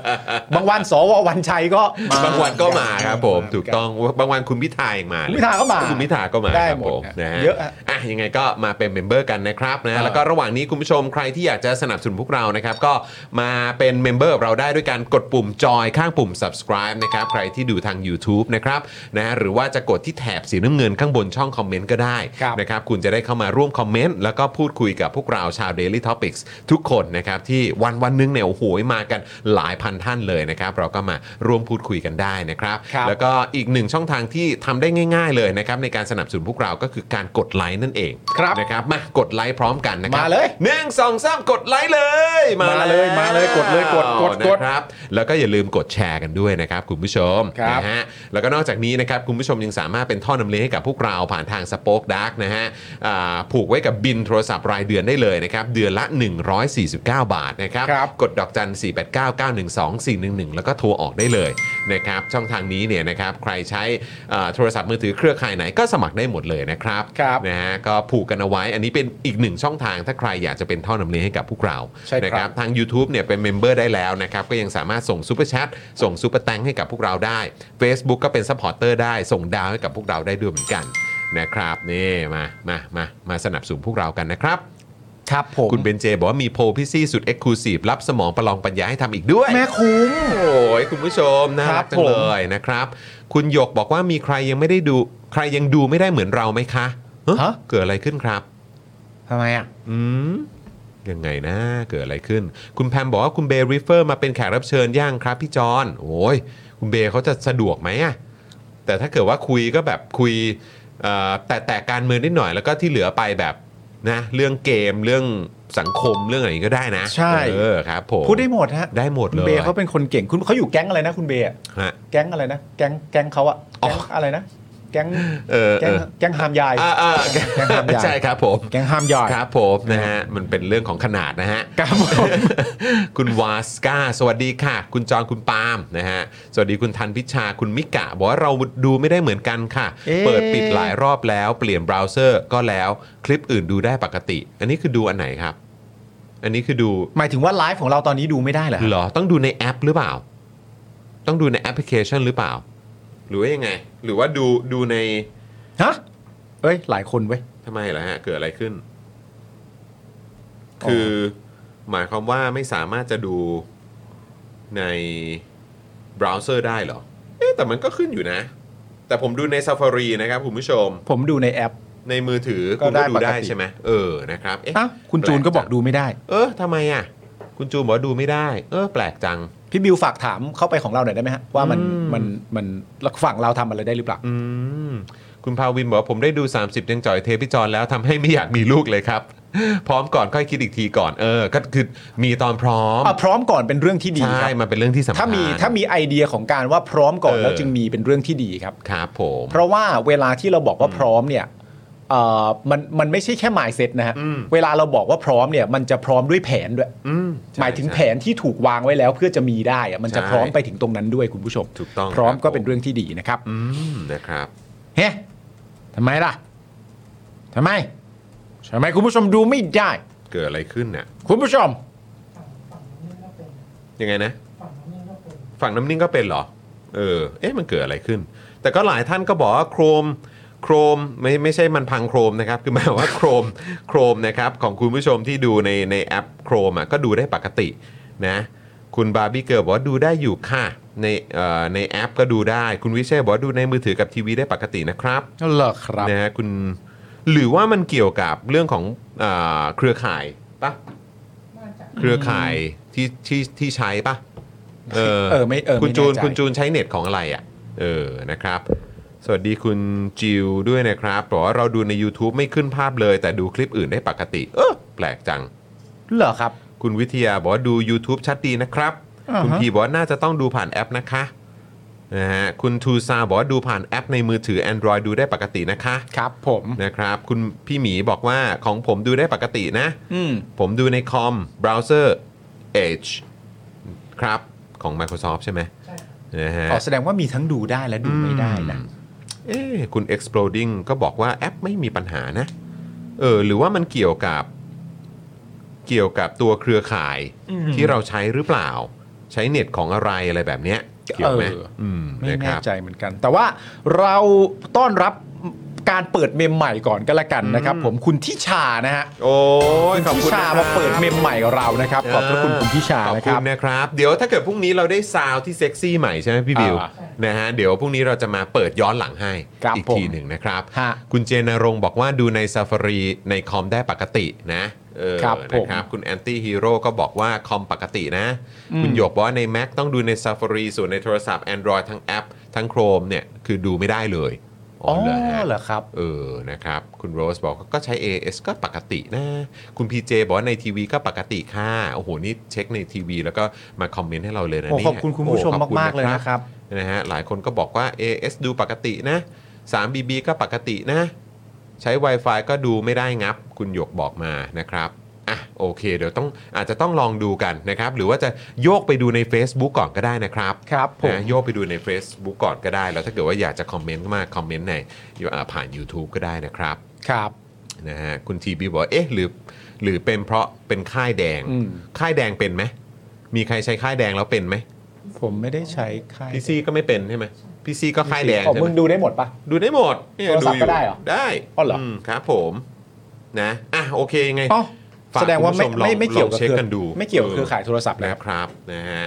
Speaker 2: บางวันสววันชัยก็ม
Speaker 1: บางวันก็มาครับผม ถูกต้องบางวันคุณพิธาเองมาเลย
Speaker 2: พิธาก็มา
Speaker 1: คุณพิธาก็มา
Speaker 2: ได้
Speaker 1: ครับ
Speaker 2: หม
Speaker 1: ผ
Speaker 2: ด
Speaker 1: มนะฮะ
Speaker 2: เยอะอะ
Speaker 1: อ่ะยังไงก็มาเป็นเมมเบอร์กันนะครับนะ
Speaker 2: เออ
Speaker 1: แล้วก็ระหว่างนี้คุณผู้ชมใครที่อยากจะสนับสนุนพวกเรานะครับ ก็มาเป็นเมมเบอร์เราได้ด้วยการกดปุ่มจอยข้างปุ่ม subscribe นะครับใครที่ดูทาง YouTube นะครับ นะฮะหรือว่าจะกดที่แถบสีน้ำเงินข้างบนช่องคอมเมนต์ก็ได้
Speaker 2: ครับ
Speaker 1: นะครับคุณจะได้เข้ามาร่วมคอมเมนต์แล้วก็พูดคุยกับพวกเราชาว Daily Topics ทุกคนนะครับที่วันวันๆนึงเนี่ยโอ้โหมากันหลายพันท่านเลยนะครับเราก็มาร่วมพูดคุยกันได้นะครับ
Speaker 2: ครับ
Speaker 1: แล้วก็อีกหนึ่งช่องทางที่ทำได้ง่าย ๆ เลยนะครับในการสนับสนุนพวกเราก็คือการกดไลค์นั่นเอง
Speaker 2: ครับ
Speaker 1: นะครับมากดไลค์พร้อมกันนะครับ
Speaker 2: มาเลย
Speaker 1: หนึ่งสองสามกดไลค์เลย
Speaker 2: มาเลยมาเลยกดเลยกดกดกด
Speaker 1: นะครับแล้วก็อย่าลืมกดแชร์กันด้วยนะครับคุณผู้ชม
Speaker 2: ครับ
Speaker 1: นะฮะแล้วก็นอกจากนี้นะครับคุณผู้ชมยังสามารถเป็นท่อนำเลี้ยงให้กับพวกเราผ่านทางสป็อคดักนะฮะอ่าผูกไว้กับบินโทรศัพท์รายเดือนได้เลยนะครับเดือนละ 149 บาทนะครับ
Speaker 2: ครับ
Speaker 1: กดดอกจัน 4 8 9 9 1 2 4 1 1 แล้วก็โทรออกได้เลยนะครับ ช่องทางนี้เนี่ยนะครับ ใครใช้เอ่อโทรศัพท์มือถือเครือข่ายไหนก็สมัครได้หมดเลยนะครับ
Speaker 2: ครับ
Speaker 1: นะฮะก็ผูกกันเอาไว้ อันนี้เป็นอีกหนึ่งช่องทางถ้าใครอยากจะเป็นท่อนำเลี้ยงให้กับพวกเรา
Speaker 2: ใช่ครับ
Speaker 1: นะทาง YouTube เนี่ยเป็นเมมเบอร์ได้แล้วนะครับ ก็ยังสามารถส่งซูเปอร์แชทส่งซูเปอร์แตงให้กับพวกเราได้ Facebook ก็เป็นซัพพอร์เตอร์ได้ ส่งดาวให้กับพวกเราได้ด้วยเหมือนกันนะครับนี่มามามามาสนับสนุนพวกเรากันนะครับ
Speaker 2: ครับผม
Speaker 1: คุณเบนเจบอกว่ามีโพลพี่ซี่สุดเอ็กซ์คลูซีฟรับสมองประลองปัญญาให้ทำอีกด้วย
Speaker 2: แม่คุ้ม
Speaker 1: โอ้ยคุณผู้ชมน่า
Speaker 2: ครั
Speaker 1: รับ กจังเลยนะครับ คุณหยกบอกว่ามีใครยังไม่ได้ดู ใครยังดูไม่ได้เหมือนเราไหมคะเอ้อ
Speaker 2: ฮะ
Speaker 1: เกิดอะไรขึ้นครับ
Speaker 2: ทำไมอ่ะ
Speaker 1: อืมยังไงนะ เกิดอะไรขึ้น คุณแพมบอกว่าคุณเบย์ริฟเฟอร์มาเป็นแขกรับเชิญย่างครับพี่จอนโอ้ยคุณเบย์เขาจะสะดวกไหมอะแต่ถ้าเกิดว่าคุยก็แบบคุยเอ่อแต่แต่การเมืองนิดหน่อยแล้วก็ที่เหลือไปแบบนะเรื่องเกมเรื่องสังคมเรื่องอะไรอย่างนี้ก็ได้นะ
Speaker 2: ใช่
Speaker 1: เออครับผม
Speaker 2: พูดได้หมดฮะ
Speaker 1: ได้หมดเลย
Speaker 2: คุณเบย์เขาเป็นคนเก่งคุณเขาอยู่แก๊งอะไรนะ คุณเบย์อะ
Speaker 1: ฮะ
Speaker 2: แก๊งอะไรนะ แก๊งแก๊งเขาอะ
Speaker 1: อ๋อ
Speaker 2: แก๊งอะไรนะ แก๊ง
Speaker 1: เออ
Speaker 2: แก๊
Speaker 1: เอง อ
Speaker 2: แก๊งหามยาย
Speaker 1: อ่าอ่า
Speaker 2: แกงหามใหญ่
Speaker 1: ใช่ครับผม
Speaker 2: แก๊งหามยาย
Speaker 1: ครับผมนะฮะมันเป็นเรื่องของขนาดนะฮะ
Speaker 2: ครับผม
Speaker 1: คุณวาสกาสวัสดีค่ะ คุณจองคุณปาล์มนะฮะสวัสดีคุณทันพิชาคุณมิกะบอกว่าเราดูไม่ได้เหมือนกันค่ะ
Speaker 2: เอ๊ะ
Speaker 1: เปิดปิดหลายรอบแล้วเปลี่ยนเบราว์เซอร์ก็แล้วคลิปอื่นดูได้ปกติ อันนี้คือดูอันไหนครับ อันนี้คือดู
Speaker 2: หมายถึงว่าไลฟ์ของเราตอนนี้ดูไม่ได้เหรอฮะ
Speaker 1: เหรอต้องดูในแอปหรือเปล่า ต้องดูในแอปพลิเคชันหรือเปล่า หรือว่ายังไง หรือว่าดูดูใน
Speaker 2: ฮะเอ้ยหลายคนเว้ย
Speaker 1: ทำไมเหรอฮะเกิดอะไรขึ้น
Speaker 2: อ๋อ
Speaker 1: คือ หมายความว่าไม่สามารถจะดูในเบราว์เซอร์ได้เหรอ เอ๊ะแต่มันก็ขึ้นอยู่นะ แต่ผมดูใน Safari นะครับคุณผู้ชม
Speaker 2: ผมดูในแอป
Speaker 1: ในมือถือ
Speaker 2: ก็
Speaker 1: คุณ
Speaker 2: ได้
Speaker 1: ก็ดูได้
Speaker 2: ปกติ
Speaker 1: ใช่ไหมเออนะครับเอ๊ะ
Speaker 2: อ้าวคุณจูนก็บอกดูไม่ได้
Speaker 1: เออทำไมอ่ะ คุณจูนบอกว่าดูไม่ได้ เออ แปลกจัง
Speaker 2: พี่บิวฝากถามเข้าไปของเราหน่อยได้ไหมฮะว่ามัน
Speaker 1: อืม
Speaker 2: มันมันฝั่งเราทำอะไรได้หรือเปล่า
Speaker 1: อืม คุณพาวินบอกว่าผมได้ดู 30 ยังจ่อยเทพิจอนแล้วทำให้ไม่อยากมีลูกเลยครับ พร้อมก่อนค่อยคิดอีกทีก่อนเออ ก็คือมีตอนพร้อม
Speaker 2: อ่ะพร้อมก่อนเป็นเรื่องที่ดีค
Speaker 1: ใช่
Speaker 2: รับ
Speaker 1: มันเป็นเรื่องที่สำคัญ
Speaker 2: ถ้ามีถ้ามีไอเดียของการว่าพร้อมก่อน
Speaker 1: เออ
Speaker 2: แล้วจึงมีเป็นเรื่องที่ดีครับ
Speaker 1: ครับผม
Speaker 2: เพราะว่าเวลาที่เราบอกว่าพร้อมเนี่ยเอ่อมันมันไม่ใช่แค่หมายเซตนะฮะ
Speaker 1: อืม
Speaker 2: เวลาเราบอกว่าพร้อมเนี่ยมันจะพร้อมด้วยแผนด้วย
Speaker 1: อืใช่
Speaker 2: หมายถึง
Speaker 1: ใช่
Speaker 2: แผนที่ถูกวางไว้แล้วเพื่อจะมีได้อะมันจะ
Speaker 1: ใช่
Speaker 2: พร้อมไปถึงตรงนั้นด้วยคุณผู้ชม
Speaker 1: ถูกต้อง
Speaker 2: พร้อม
Speaker 1: ครับ
Speaker 2: ก็
Speaker 1: ผม
Speaker 2: เป็นเรื่องที่ดีนะครับ
Speaker 1: อืมนะครับ
Speaker 2: เฮ้ทำไมล่ะทำไมทำไมคุณผู้ชมดูไม่ได้
Speaker 1: เกิดอะไรขึ้นน่ะ
Speaker 2: คุณผู้ชม
Speaker 1: ยังไงนะ ฝั่งน้ำนิ่งก็เป็นเหรอ เออ เอ๊ะมันเกิดอะไรขึ้น แต่ก็หลายท่านก็บอกว่าโครมโครมไม่ไม่ใช่มันพังโครมนะครับ คือหมายว่าโครมโครมนะครับของคุณผู้ชมที่ดูในในแอปโครมอ่ะก็ดูได้ปกตินะ คุณบาร์บี้เกิร์ลบอกว่าดูได้อยู่ค่ะในเอ่อในแอปก็ดูได้ คุณวิเชษบอกว่าดูในมือถือกับทีวีได้ปกตินะครับ
Speaker 2: เหรอครับ
Speaker 1: นะฮะคุณหรือว่ามันเกี่ยวกับเรื่องของอาเครือข่ายปะเครือข่ายที่ที่ที่ใช้ปะเออ
Speaker 2: เออไม่เออไม่
Speaker 1: คุณจูน
Speaker 2: แน่ใจ
Speaker 1: คุณจูนใช้เน็ตของอะไรอ่ะ เออนะครับ สวัสดีคุณจิวด้วยนะครับบอกว่าเราดูใน YouTube ไม่ขึ้นภาพเลย แต่ดูคลิปอื่นได้ปกติ เออแปลกจัง
Speaker 2: เหรอครับ
Speaker 1: คุณวิทยาบอกว่าดู YouTube ชัดดีนะครับ
Speaker 2: อ่าฮะ
Speaker 1: คุณพีบอกว่าน่าจะต้องดูผ่านแอปนะคะนะฮะคุณทูซาบอกว่าดูผ่านแอปในมือถือ Android ดูได้ปกตินะคะ
Speaker 2: ครับ ผม
Speaker 1: นะครับ คุณพี่หมีบอกว่าของผมดูได้ปกตินะ
Speaker 2: อืม
Speaker 1: ผมดูในคอมเบราว์เซอร์ Edge ครับ ของ Microsoft ใช่ไหมนะฮะ
Speaker 2: อ๋อแสดงว่ามีทั้งดูได้และดูไม่ได้นะ
Speaker 1: เอ๊ะคุณ exploding ก็บอกว่าแอปไม่มีปัญหานะ เออ หรือว่ามันเกี่ยวกับ เกี่ยวกับตัวเครือข่าย
Speaker 2: อืม
Speaker 1: ที่เราใช้หรือเปล่า ใช้เน็ตของอะไรอะไรแบบเนี้ยเกี่ยวไหม
Speaker 2: เออ
Speaker 1: อืม
Speaker 2: ไม่
Speaker 1: นะค
Speaker 2: แน่
Speaker 1: รับ
Speaker 2: ใจเหมือนกัน แต่ว่าเราต้อนรับ การเปิดเมมใหม่ก่อนก็แล้วกันนะครับ ผมคุณทิชานะฮะ
Speaker 1: โอ้ย
Speaker 2: คุณ
Speaker 1: ขอบ
Speaker 2: ทิ
Speaker 1: คุณ
Speaker 2: ชา
Speaker 1: นะ
Speaker 2: มาเปิดเมมใหม่กับเรานะครับขอบพระคุณคุณทิชา
Speaker 1: ขอบ
Speaker 2: นะค
Speaker 1: คุ
Speaker 2: รับ
Speaker 1: ณนะครับ เดี๋ยวถ้าเกิดพรุ่งนี้เราได้ซาวด์ที่เซ็กซี่ใหม่ใช่ไหมพี่บิว
Speaker 2: อ่า
Speaker 1: นะฮะเดี๋ยวพรุ่งนี้เราจะมาเปิดย้อนหลังให้
Speaker 2: ครับ
Speaker 1: อีก
Speaker 2: ผม
Speaker 1: ทีหนึ่งนะครับ
Speaker 2: ฮะ
Speaker 1: คุณเจนรงค์บอกว่าดูใน Safari ในคอมได้ปกตินะเออ
Speaker 2: ครับผม
Speaker 1: นะครับ คุณแอนตี้ฮีโร่ก็บอกว่าคอมปกตินะ
Speaker 2: อืม
Speaker 1: คุณหยกบอกว่าใน Mac ต้องดูใน Safari ส่วนในโทรศัพท์ Android ทั้งแอป ทั้ง Chrome เนี่ยคือดูไม่ได้เลย
Speaker 2: อ๋อ
Speaker 1: รฮะ
Speaker 2: เหรอครับ
Speaker 1: เออ นะครับ คุณโรสบอกว่าก็ใช้ AS ก็ปกตินะ คุณ PJ บอกว่าในทีวีก็ปกติค่ะ โอ้โห นี่เช็คในทีวีแล้วก็มาคอมเมนต์ให้เราเลยนะ
Speaker 2: โอ้
Speaker 1: เนี่ย
Speaker 2: ขอบคุณคุณผู้ชม
Speaker 1: โอ้ขอบคุณ
Speaker 2: มากๆเลยนะครับ
Speaker 1: นะฮะ หลายคนก็บอกว่า AS ดูปกตินะ 3BB ก็ปกตินะ ใช้ Wi-Fi ก็ดูไม่ได้งับ คุณหยกบอกมานะครับ อ่ะ โอเค เดี๋ยวต้องอาจจะต้องลองดูกันนะครับ หรือว่าจะโยกไปดูใน Facebook ก่อนก็ได้นะครับ
Speaker 2: ครับผม
Speaker 1: นะโยกไปดูใน Facebook ก่อนก็ได้ แล้วถ้าเกิดว่าอยากจะคอมเมนต์ก็มาคอมเมนต์ในอ่าผ่าน YouTube ก็ได้นะครับ
Speaker 2: ครับ
Speaker 1: นะฮะคุณทีบีบอกว่าเอ๊ะหรือหรือเป็นเพราะเป็นค่ายแดง
Speaker 2: อืม
Speaker 1: ค่ายแดงเป็นไหมมีใครใช้ค่ายแดงแล้วเป็นไหม
Speaker 2: ผมไม่ได้ใช้ค่าย
Speaker 1: พี่ซีก็ไม่เป็นใช่ไหมพี่ซีก็ค่ายแดง
Speaker 2: อ๋อ
Speaker 1: ใช่ไห
Speaker 2: มึ
Speaker 1: ม
Speaker 2: งดูได้หมดปะ
Speaker 1: ดูได้หมดเนี่ย
Speaker 2: โทรศัพท์
Speaker 1: ยู่
Speaker 2: ก็ได้เหรอ
Speaker 1: ได้
Speaker 2: อ๋อเหรออื
Speaker 1: มครับผมนะอ่ะโอเคไง
Speaker 2: อ๋อ
Speaker 1: ฝาก
Speaker 2: แสดงว่าไม่
Speaker 1: คุณผู้ชลอ
Speaker 2: ไม่ไม่เกี่ยว
Speaker 1: ล
Speaker 2: กับ
Speaker 1: องเช็ค
Speaker 2: เครือ
Speaker 1: กันดู
Speaker 2: ไม่เกี่ยวกับเครือข่ายโทรศัพท์แล้ว
Speaker 1: นะครับนะฮะ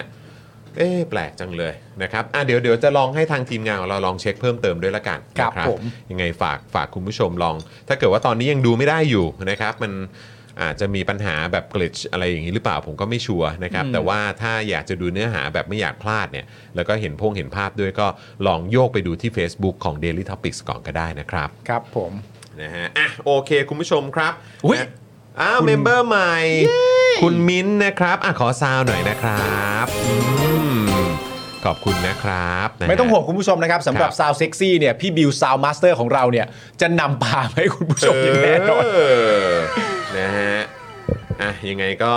Speaker 1: เอ๊ะแปลกจังเลยนะครับอ่ะเดี๋ยวเดี๋ยวจะลองให้ทางทีมงานของเราลองเช็คเพิ่มเติมด้วยละกัน
Speaker 2: ครับ
Speaker 1: นะ
Speaker 2: ผม
Speaker 1: ยังไงฝากฝากคุณผู้ชมลอง ถ้าเกิดว่าตอนนี้ยังดูไม่ได้อยู่นะครับมันอาจจะมีปัญหาแบบกลิชอะไรอย่างนี้หรือเปล่าผมก็ไม่ชัวร์นะครับแต่ว่าถ้าอยากจะดูเนื้อหาแบบไม่อยากพลาดเนี่ยแล้วก็เห็นพงเห็นภาพด้วยก็ลองโยกไปดูที่ Facebook ของ Daily Topics ก่อนก็ได้นะครับ
Speaker 2: ครับผม
Speaker 1: นะฮะ อ่ะ โอเค คุณผู้ชมครับ
Speaker 2: อุ๊ย
Speaker 1: นะอ้าว
Speaker 2: คุณ
Speaker 1: เมมเบอร์ใหม่ คุณมิ้นท์นะครับ อ่ะ ขอซาวหน่อยนะครับอืมขอบคุณนะครับนะฮะ
Speaker 2: ไม่ต้องห่วงคุณผู้ชมนะครับสำหรับ
Speaker 1: ครับ
Speaker 2: ซาวเซ็กซี่เนี่ยพี่บิวซาวมาสเตอร์ของเราเนี่ย จะนำพามาให้คุณผู้ชมอย่างแน่นอน
Speaker 1: เอนะฮะ อ่ะ ยังไงก็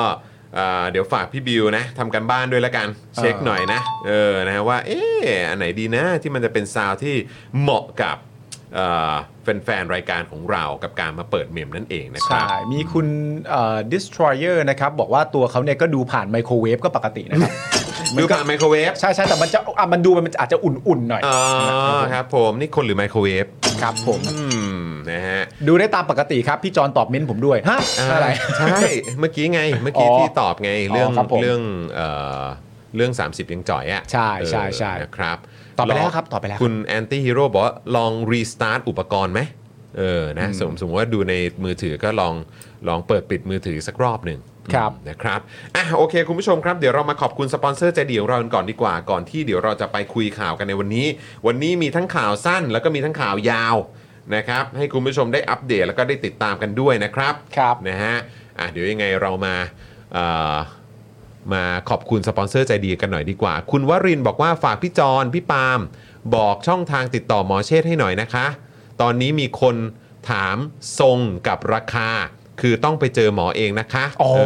Speaker 1: เอ่อเดี๋ยวฝากพี่บิวนะทำกันบ้านด้วยละกัน เช็คหน่อยนะ เออ นะฮะว่า เอ๊ะอันไหนดีนะที่มันจะเป็นซาวด์ที่เหมาะกับเอ่อแฟนๆ รายการของเรากับการมาเปิดเมมนั่นเองนะครั
Speaker 2: ใช่
Speaker 1: บ
Speaker 2: มีคุณเอ่อ destroyer นะครับ บอกว่าตัวเขาเนี่ยก็ดูผ่านไมโครเวฟก็ปกตินะครับ
Speaker 1: ดูผ่านไมโครเวฟ
Speaker 2: ใช่ใช่แต่มันจะอ่ะมันดูมันอาจจะอุ่นๆหน่อย
Speaker 1: อ๋อครับผมนี่คนหรือไมโครเวฟ
Speaker 2: ครับผม
Speaker 1: อืมนะฮะ
Speaker 2: ดูได้ตามปกติครับ พี่จอนตอบเม้นต์ผมด้วย ฮะ อะไร
Speaker 1: ใช่ เมื่อกี้ไงเมื่อกี้
Speaker 2: อ๋อ
Speaker 1: ที่ตอบไงเรื่อง
Speaker 2: อ๋อครับผม
Speaker 1: เรื่องเอ่อเรื่อง 30 ยังจ่อยอ่ะ
Speaker 2: ใช่ใช่ใช่
Speaker 1: เออนะครับ
Speaker 2: ตอบไปแล้วครับตอบไปแล้ว
Speaker 1: คุณแอนตี้ฮีโร่บอกว่าลองรีสตาร์ทอุปกรณ์ไหมเออนะสมสมมติว่าดูในมือถือก็ลองลองเปิดปิดมือถือสักรอบหนึ่ง
Speaker 2: ครับ
Speaker 1: นะครับอ่ะโอเค คุณผู้ชมครับเดี๋ยวเรามาขอบคุณสปอนเซอร์ใจดีของเรากันก่อนดีกว่าก่อนที่เดี๋ยวเราจะไปคุยข่าวกันในวันนี้ วันนี้มีทั้งข่าวสั้น แล้วก็มีทั้งข่าวยาวนะครับให้คุณผู้ชมได้อัปเดตแล้วก็ได้ติดตามกันด้วยนะครับ
Speaker 2: ครับ
Speaker 1: นะฮะอ่ะเดี๋ยวยังไงเรามาเอ่อมาขอบคุณสปอนเซอร์ใจดีกันหน่อยดีกว่า คุณวรินทร์บอกว่าฝากพี่จอนพี่ปาล์มบอกช่องทางติดต่อหมอเชษฐ์ให้หน่อยนะคะ ตอนนี้มีคนถามทรงกับราคา คือต้องไปเจอหมอเองนะคะ
Speaker 2: อ๋อ
Speaker 1: เอ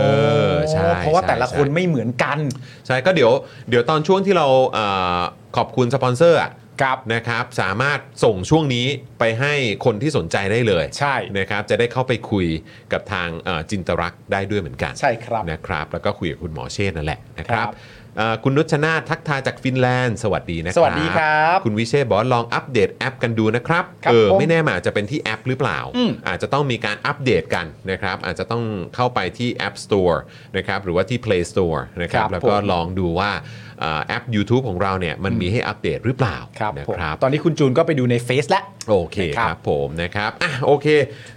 Speaker 1: อใช่
Speaker 2: เพราะว่าแต่ละ
Speaker 1: ใช่
Speaker 2: คน
Speaker 1: ใช่
Speaker 2: ไม่เหมือนกัน
Speaker 1: ใช่ก็เดี๋ยวเดี๋ยวตอนช่วงที่เราเออขอบคุณสปอนเซอร์อะ
Speaker 2: ครับ
Speaker 1: นะครับ สามารถส่งช่วงนี้ไปให้คนที่สนใจได้เลย
Speaker 2: ใช่
Speaker 1: นะครับ จะได้เข้าไปคุยกับทางเอ่อจินตรักษ์ได้ด้วยเหมือนกัน
Speaker 2: ใช่ครับ
Speaker 1: นะครับ แล้วก็คุยกับคุณหมอเชษฐ์นั่นแหละนะครับ
Speaker 2: ครับ
Speaker 1: เอ่อคุณนุชนาธทักทายจากฟินแลนด์ สวัสดีนะครั
Speaker 2: สวัสดีครับ
Speaker 1: คุณวิเชษฐ์บอกว่าลองอัปเดตแอปกันดูนะครับ
Speaker 2: ครับ
Speaker 1: เออ
Speaker 2: ผม
Speaker 1: ไม่แน่มันอาจจะเป็นที่แอปหรือเปล่า
Speaker 2: อืม
Speaker 1: อาจจะต้องมีการอัปเดตกันนะครับ อาจจะต้องเข้าไปที่ App Store นะครับหรือว่าที่ Play Store นะครับ
Speaker 2: ครับ
Speaker 1: แล้วก็
Speaker 2: ผม
Speaker 1: ลองดูว่าเอ่อแอป YouTube ของเราเนี่ยมันมีให้อัปเดตหรือเปล่า
Speaker 2: ครับ
Speaker 1: นะ
Speaker 2: ผม
Speaker 1: ครับ
Speaker 2: ตอนนี้คุณจูนก็ไปดูในเฟซแล้ว
Speaker 1: โอเค
Speaker 2: นะ
Speaker 1: ค
Speaker 2: ค
Speaker 1: รับ รับผมนะครับอ่ะโอเค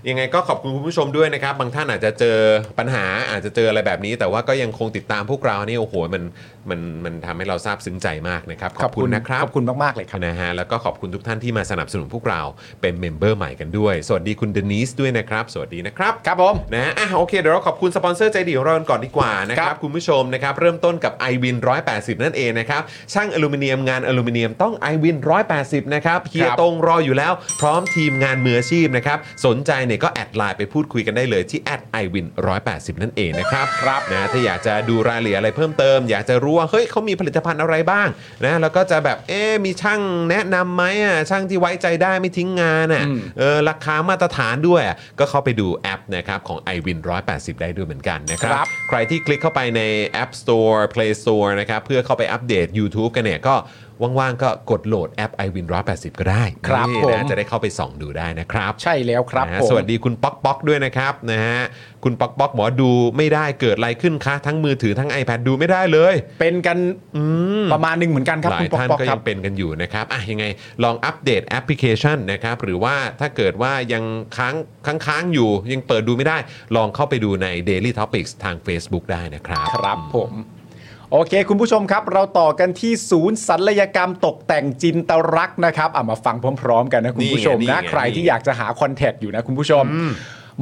Speaker 1: ยังไงก็ขอบคุณคุณผู้ชมด้วยนะครับ บางท่านอาจจะเจอปัญหาอาจจะเจออะไรแบบนี้ แต่ว่าก็ยังคงติดตามพวกเรานี่โอ้โหมันมันมันทำให้เราซาบซึ้งใจมากนะครับขอบคุณนะครับ
Speaker 2: ขอบคุณมากๆเลยครับ
Speaker 1: นะฮะแล้วก็ขอบคุณทุกท่านที่มาสนับสนุนพวกเราเป็นเมมเบอร์ใหม่กันด้วย สวัสดีคุณเดนิสด้วยนะครับ สวัสดีนะครับ
Speaker 2: ครับผม
Speaker 1: นะฮะอ่ะโอเคเดี๋ยวเราขอบคุณสปอนเซอร์ใจดีของเรากันก่อนดีกว่านะค
Speaker 2: ค
Speaker 1: รั
Speaker 2: รั
Speaker 1: บบ คุณผู้ชมนะครับเริ่มต้นกับ i w วิน180 นั่นเองนะครับช่างอลูมิเนียมงานอลูมิเนียมต้อง i w วิน180 นะครับเฮียตรงรออยู่แล้ว พร้อมทีมงานมืออาชีพนะครับสนใจเนี่ยก็แอดไลน์ไปพูดคุยกันได้เลยที่แอด i w วิน180 นั่นเองนะครับครับนะถ้าอยากจะดูรายละเอียดอะไรเพิ่มเติม อยากจะรู้ว่าเฮ้ยเขามีผลิตภัณฑ์อะไรบ้างนะแล้วก็จะแบบเอ๊ะมีช่างแนะนำไหมอ่ะช่างที่ไว้ใจได้ไม่ทิ้งงานอ่ะ
Speaker 2: อืม
Speaker 1: เออราคามาตรฐานด้วยอ่ะก็เข้าไปดูแอปนะครับของ iWin 180 ได้ด้วยเหมือนกันนะครับ
Speaker 2: ครับ
Speaker 1: ใครที่คลิกเข้าไปใน App Store Play Store นะครับเพื่อเข้าไปอัปเดต YouTube กันเนี่ยก็ ว่างๆ ก็กดโหลดแอป iWin 180 ก็ได้
Speaker 2: ครับ
Speaker 1: นี่
Speaker 2: ผม
Speaker 1: นะจะได้เข้าไปส่องดูได้นะครับ
Speaker 2: ใช่แล้วครับ
Speaker 1: นะฮะ
Speaker 2: ผม
Speaker 1: สวัสดีคุณป๊อกป๊อกด้วยนะครับนะฮะคุณป๊อกป๊อกหมอดูไม่ได้เกิดอะไรขึ้นคะทั้งมือถือทั้ง iPad ดูไม่ได้เลย
Speaker 2: เป็นกัน
Speaker 1: อืม
Speaker 2: ประมาณหนึ่งเหมือนกันครับ
Speaker 1: หลา
Speaker 2: คุ
Speaker 1: ย
Speaker 2: ณปอก
Speaker 1: ท่าน
Speaker 2: ปอก
Speaker 1: ก็
Speaker 2: ค
Speaker 1: ยั
Speaker 2: รับ
Speaker 1: งเป็นกันอยู่นะครับอ่ะยังไงลองอัปเดตแอปพลิเคชันนะครับ หรือว่าถ้าเกิดว่ายังค้างค้างค้างอยู่ ยังเปิดดูไม่ได้ ลองเข้าไปดูใน Daily Topics ทาง Facebook ได้นะครับ
Speaker 2: ครับผม โอเค คุณผู้ชมครับ เราต่อกันที่ศูนย์ศัลยกรรมตกแต่งจินตรักษณ์นะครับอ่ะมาฟังพร้อม ๆ กันนะคุณผู้ชม
Speaker 1: นี่ไงนี่
Speaker 2: นะ
Speaker 1: ไง
Speaker 2: ใครที่อยากจะหาคอนแทคอยู่นะคุณผู้ชม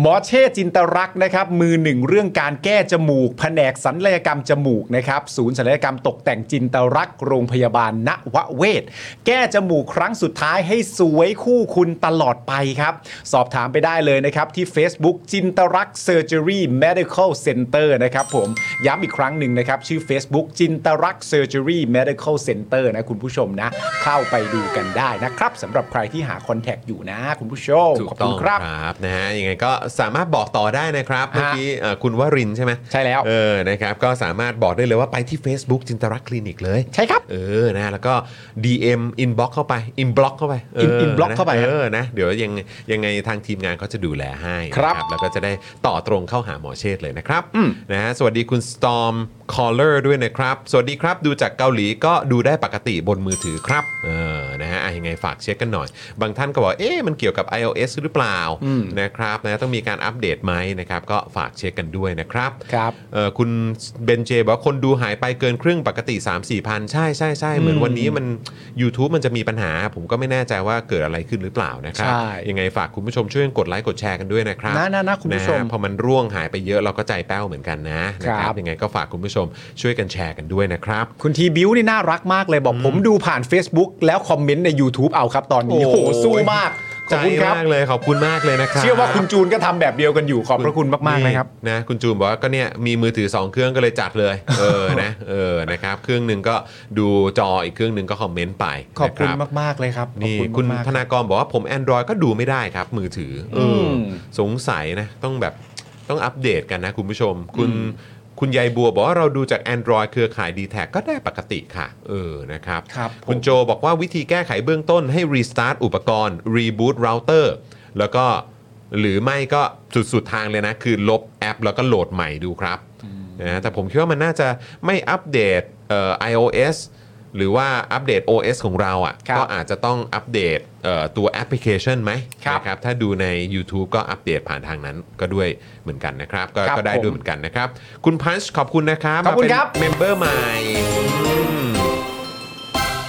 Speaker 2: หมอเช่จินตรักษณ์นะครับ มือหนึ่งเรื่องการแก้จมูก แผนกศัลยกรรมจมูกนะครับ ศูนย์ศัลยกรรมตกแต่งจินตรักษณ์โรงพยาบาลณวเวศแก้จมูกครั้งสุดท้ายให้สวยคู่คุณตลอดไปครับ สอบถามไปได้เลยนะครับ ที่ Facebook จินตรักเซอร์เจอรี่ medical center นะครับผมย้ำอีกครั้งหนึ่งนะครับ ชื่อ Facebook จินตรักเซอร์เจอรี่ medical center นะคุณผู้ชมนะ เข้าไปดูกันได้นะครับสำหรับใครที่หาคอนแทคอยู่นะคุณผู้ชม
Speaker 1: ถูก
Speaker 2: ขอบ
Speaker 1: ต้
Speaker 2: คุ
Speaker 1: อง
Speaker 2: ณ
Speaker 1: ค
Speaker 2: ค
Speaker 1: รั
Speaker 2: รั
Speaker 1: บบ นะฮะยังไงก็สามารถบอกต่อได้นะครับ เมื่อกี้เอ่อคุณวรินทร์ใช่ไหม
Speaker 2: ใช่แล้ว
Speaker 1: เออนะครับก็สามารถบอกได้เลยว่าไปที่ Facebook จินตรักษณ์คลินิกเลย
Speaker 2: ใช่ครับ
Speaker 1: เออนะแล้วก็ DM inbox เข้าไป inbox เข้าไปเ
Speaker 2: in- inbox
Speaker 1: ะ
Speaker 2: เข้าไปฮะ
Speaker 1: เออนะเดี๋ยวยังยังไงทางทีมงานเขาจะดูแลให้
Speaker 2: ครับ
Speaker 1: นะแล้วก็จะได้ต่อตรงเข้าหาหมอเชษฐ์เลยนะครับนะฮะสวัสดีคุณ Storm Caller ด้วยนะครับ สวัสดีครับดูจากเกาหลีก็ดูได้ปกติบนมือถือครับเออนะฮะอ่ะยังไงฝากเช็คกันหน่อย บางท่านก็บอกเอ๊ะมันเกี่ยวกับ iOS หรือเปล่านะครับนะต้องมีการอัปเดตไหมนะครับก็ฝากเช็คกันด้วยนะครับ
Speaker 2: ครับ
Speaker 1: เอ่อคุณเบนเจบอกว่าคนดูหายไปเกินครึ่งปกติ 3 4มสี่พันใช่ใช่ใช่เหมือนวันนี้มัน YouTube มันจะมีปัญหา ผมก็ไม่แน่ใจว่าเกิดอะไรขึ้นหรือเปล่านะครั
Speaker 2: ใช่
Speaker 1: ยังไงฝากคุณผู้ชมช่วยกดไลค์กดแชร์กันด้วยนะครับ
Speaker 2: นะนะนะคุณผู้ชม
Speaker 1: นะฮะพอมันร่วงหายไปเยอะเราก็ใจแป้วเหมือนกันนะนะค
Speaker 2: ครั
Speaker 1: รับบ ยังไงก็ฝากคุณผู้ชมช่วยกันแชร์กันด้วยนะครับ
Speaker 2: คุณทีบิวนี่น่ารักมากเลยบอกผมดูผ่าน Facebook แล้วคอมเมนต์ใน YouTube เอาครับตอนนี้
Speaker 1: โอ้
Speaker 2: โอ้
Speaker 1: โห
Speaker 2: โหสู้มากข
Speaker 1: ใจ
Speaker 2: อบคุณครับ
Speaker 1: มากเลยขอบคุณมากเลยนะครับ
Speaker 2: เชื่อว่าคุณจูนก็ทำแบบเดียวกันอยู่ขอบพระคุณมากๆนะครับ
Speaker 1: นะคุณจูนบอกว่าก็เนี่ยมีมือถือ 2 เครื่องก็เลยจัดเลย เออนะเออนะครับเครื่องหนึ่งก็ดูจออีกเครื่องหนึ่งก็คอมเมนต์ไป
Speaker 2: ขอบคุณ
Speaker 1: นะรับ
Speaker 2: มากๆเลยครับขอบ
Speaker 1: นี่
Speaker 2: คุณ
Speaker 1: คุณ
Speaker 2: มากๆ
Speaker 1: ธนากรบอกว่าผม Android ก็ดูไม่ได้ครับ มือถือเออ
Speaker 2: ม
Speaker 1: สงสัยนะต้องแบบต้องอัปเดตกันนะคุณผู้ชม คุณคุณยายบัวบอกว่าเราดูจาก Android เครือข่าย d t แทก็ได้ปกติค่ะ เออนะครับ
Speaker 2: ครับ
Speaker 1: คุณโจบอกว่าวิธีแก้ไขเบื้องต้นให้รีสตาร์ทอุปกรณ์รีบูตเราเตอร์แล้วก็หรือไม่ก็สุดสุดทางเลยนะ คือลบแอปแล้วก็โหลดใหม่ดูครับนะแต่ผมคิดว่ามันน่าจะไม่อัปเดตเอ่อ iOS หรือว่าอัปเดต OS ของเราอะ
Speaker 2: ค
Speaker 1: ะ
Speaker 2: รั่บ
Speaker 1: ก็อาจจะต้องอัปเดตเอ่อตัวแอปพลิเคชันไหม
Speaker 2: ครับ
Speaker 1: นะครับถ้าดูใน YouTube ก็อัปเดตผ่านทางนั้นก็ด้วยเหมือนกันนะครับ ก็
Speaker 2: ครับ
Speaker 1: ก็ได้ด้วย
Speaker 2: ผม
Speaker 1: เหมือนกันนะครับ คุณพันช์ขอบคุณนะครับ
Speaker 2: ขอบคุณ
Speaker 1: มาเป็น
Speaker 2: ครับ
Speaker 1: เมมเบอร์ใหม่อืม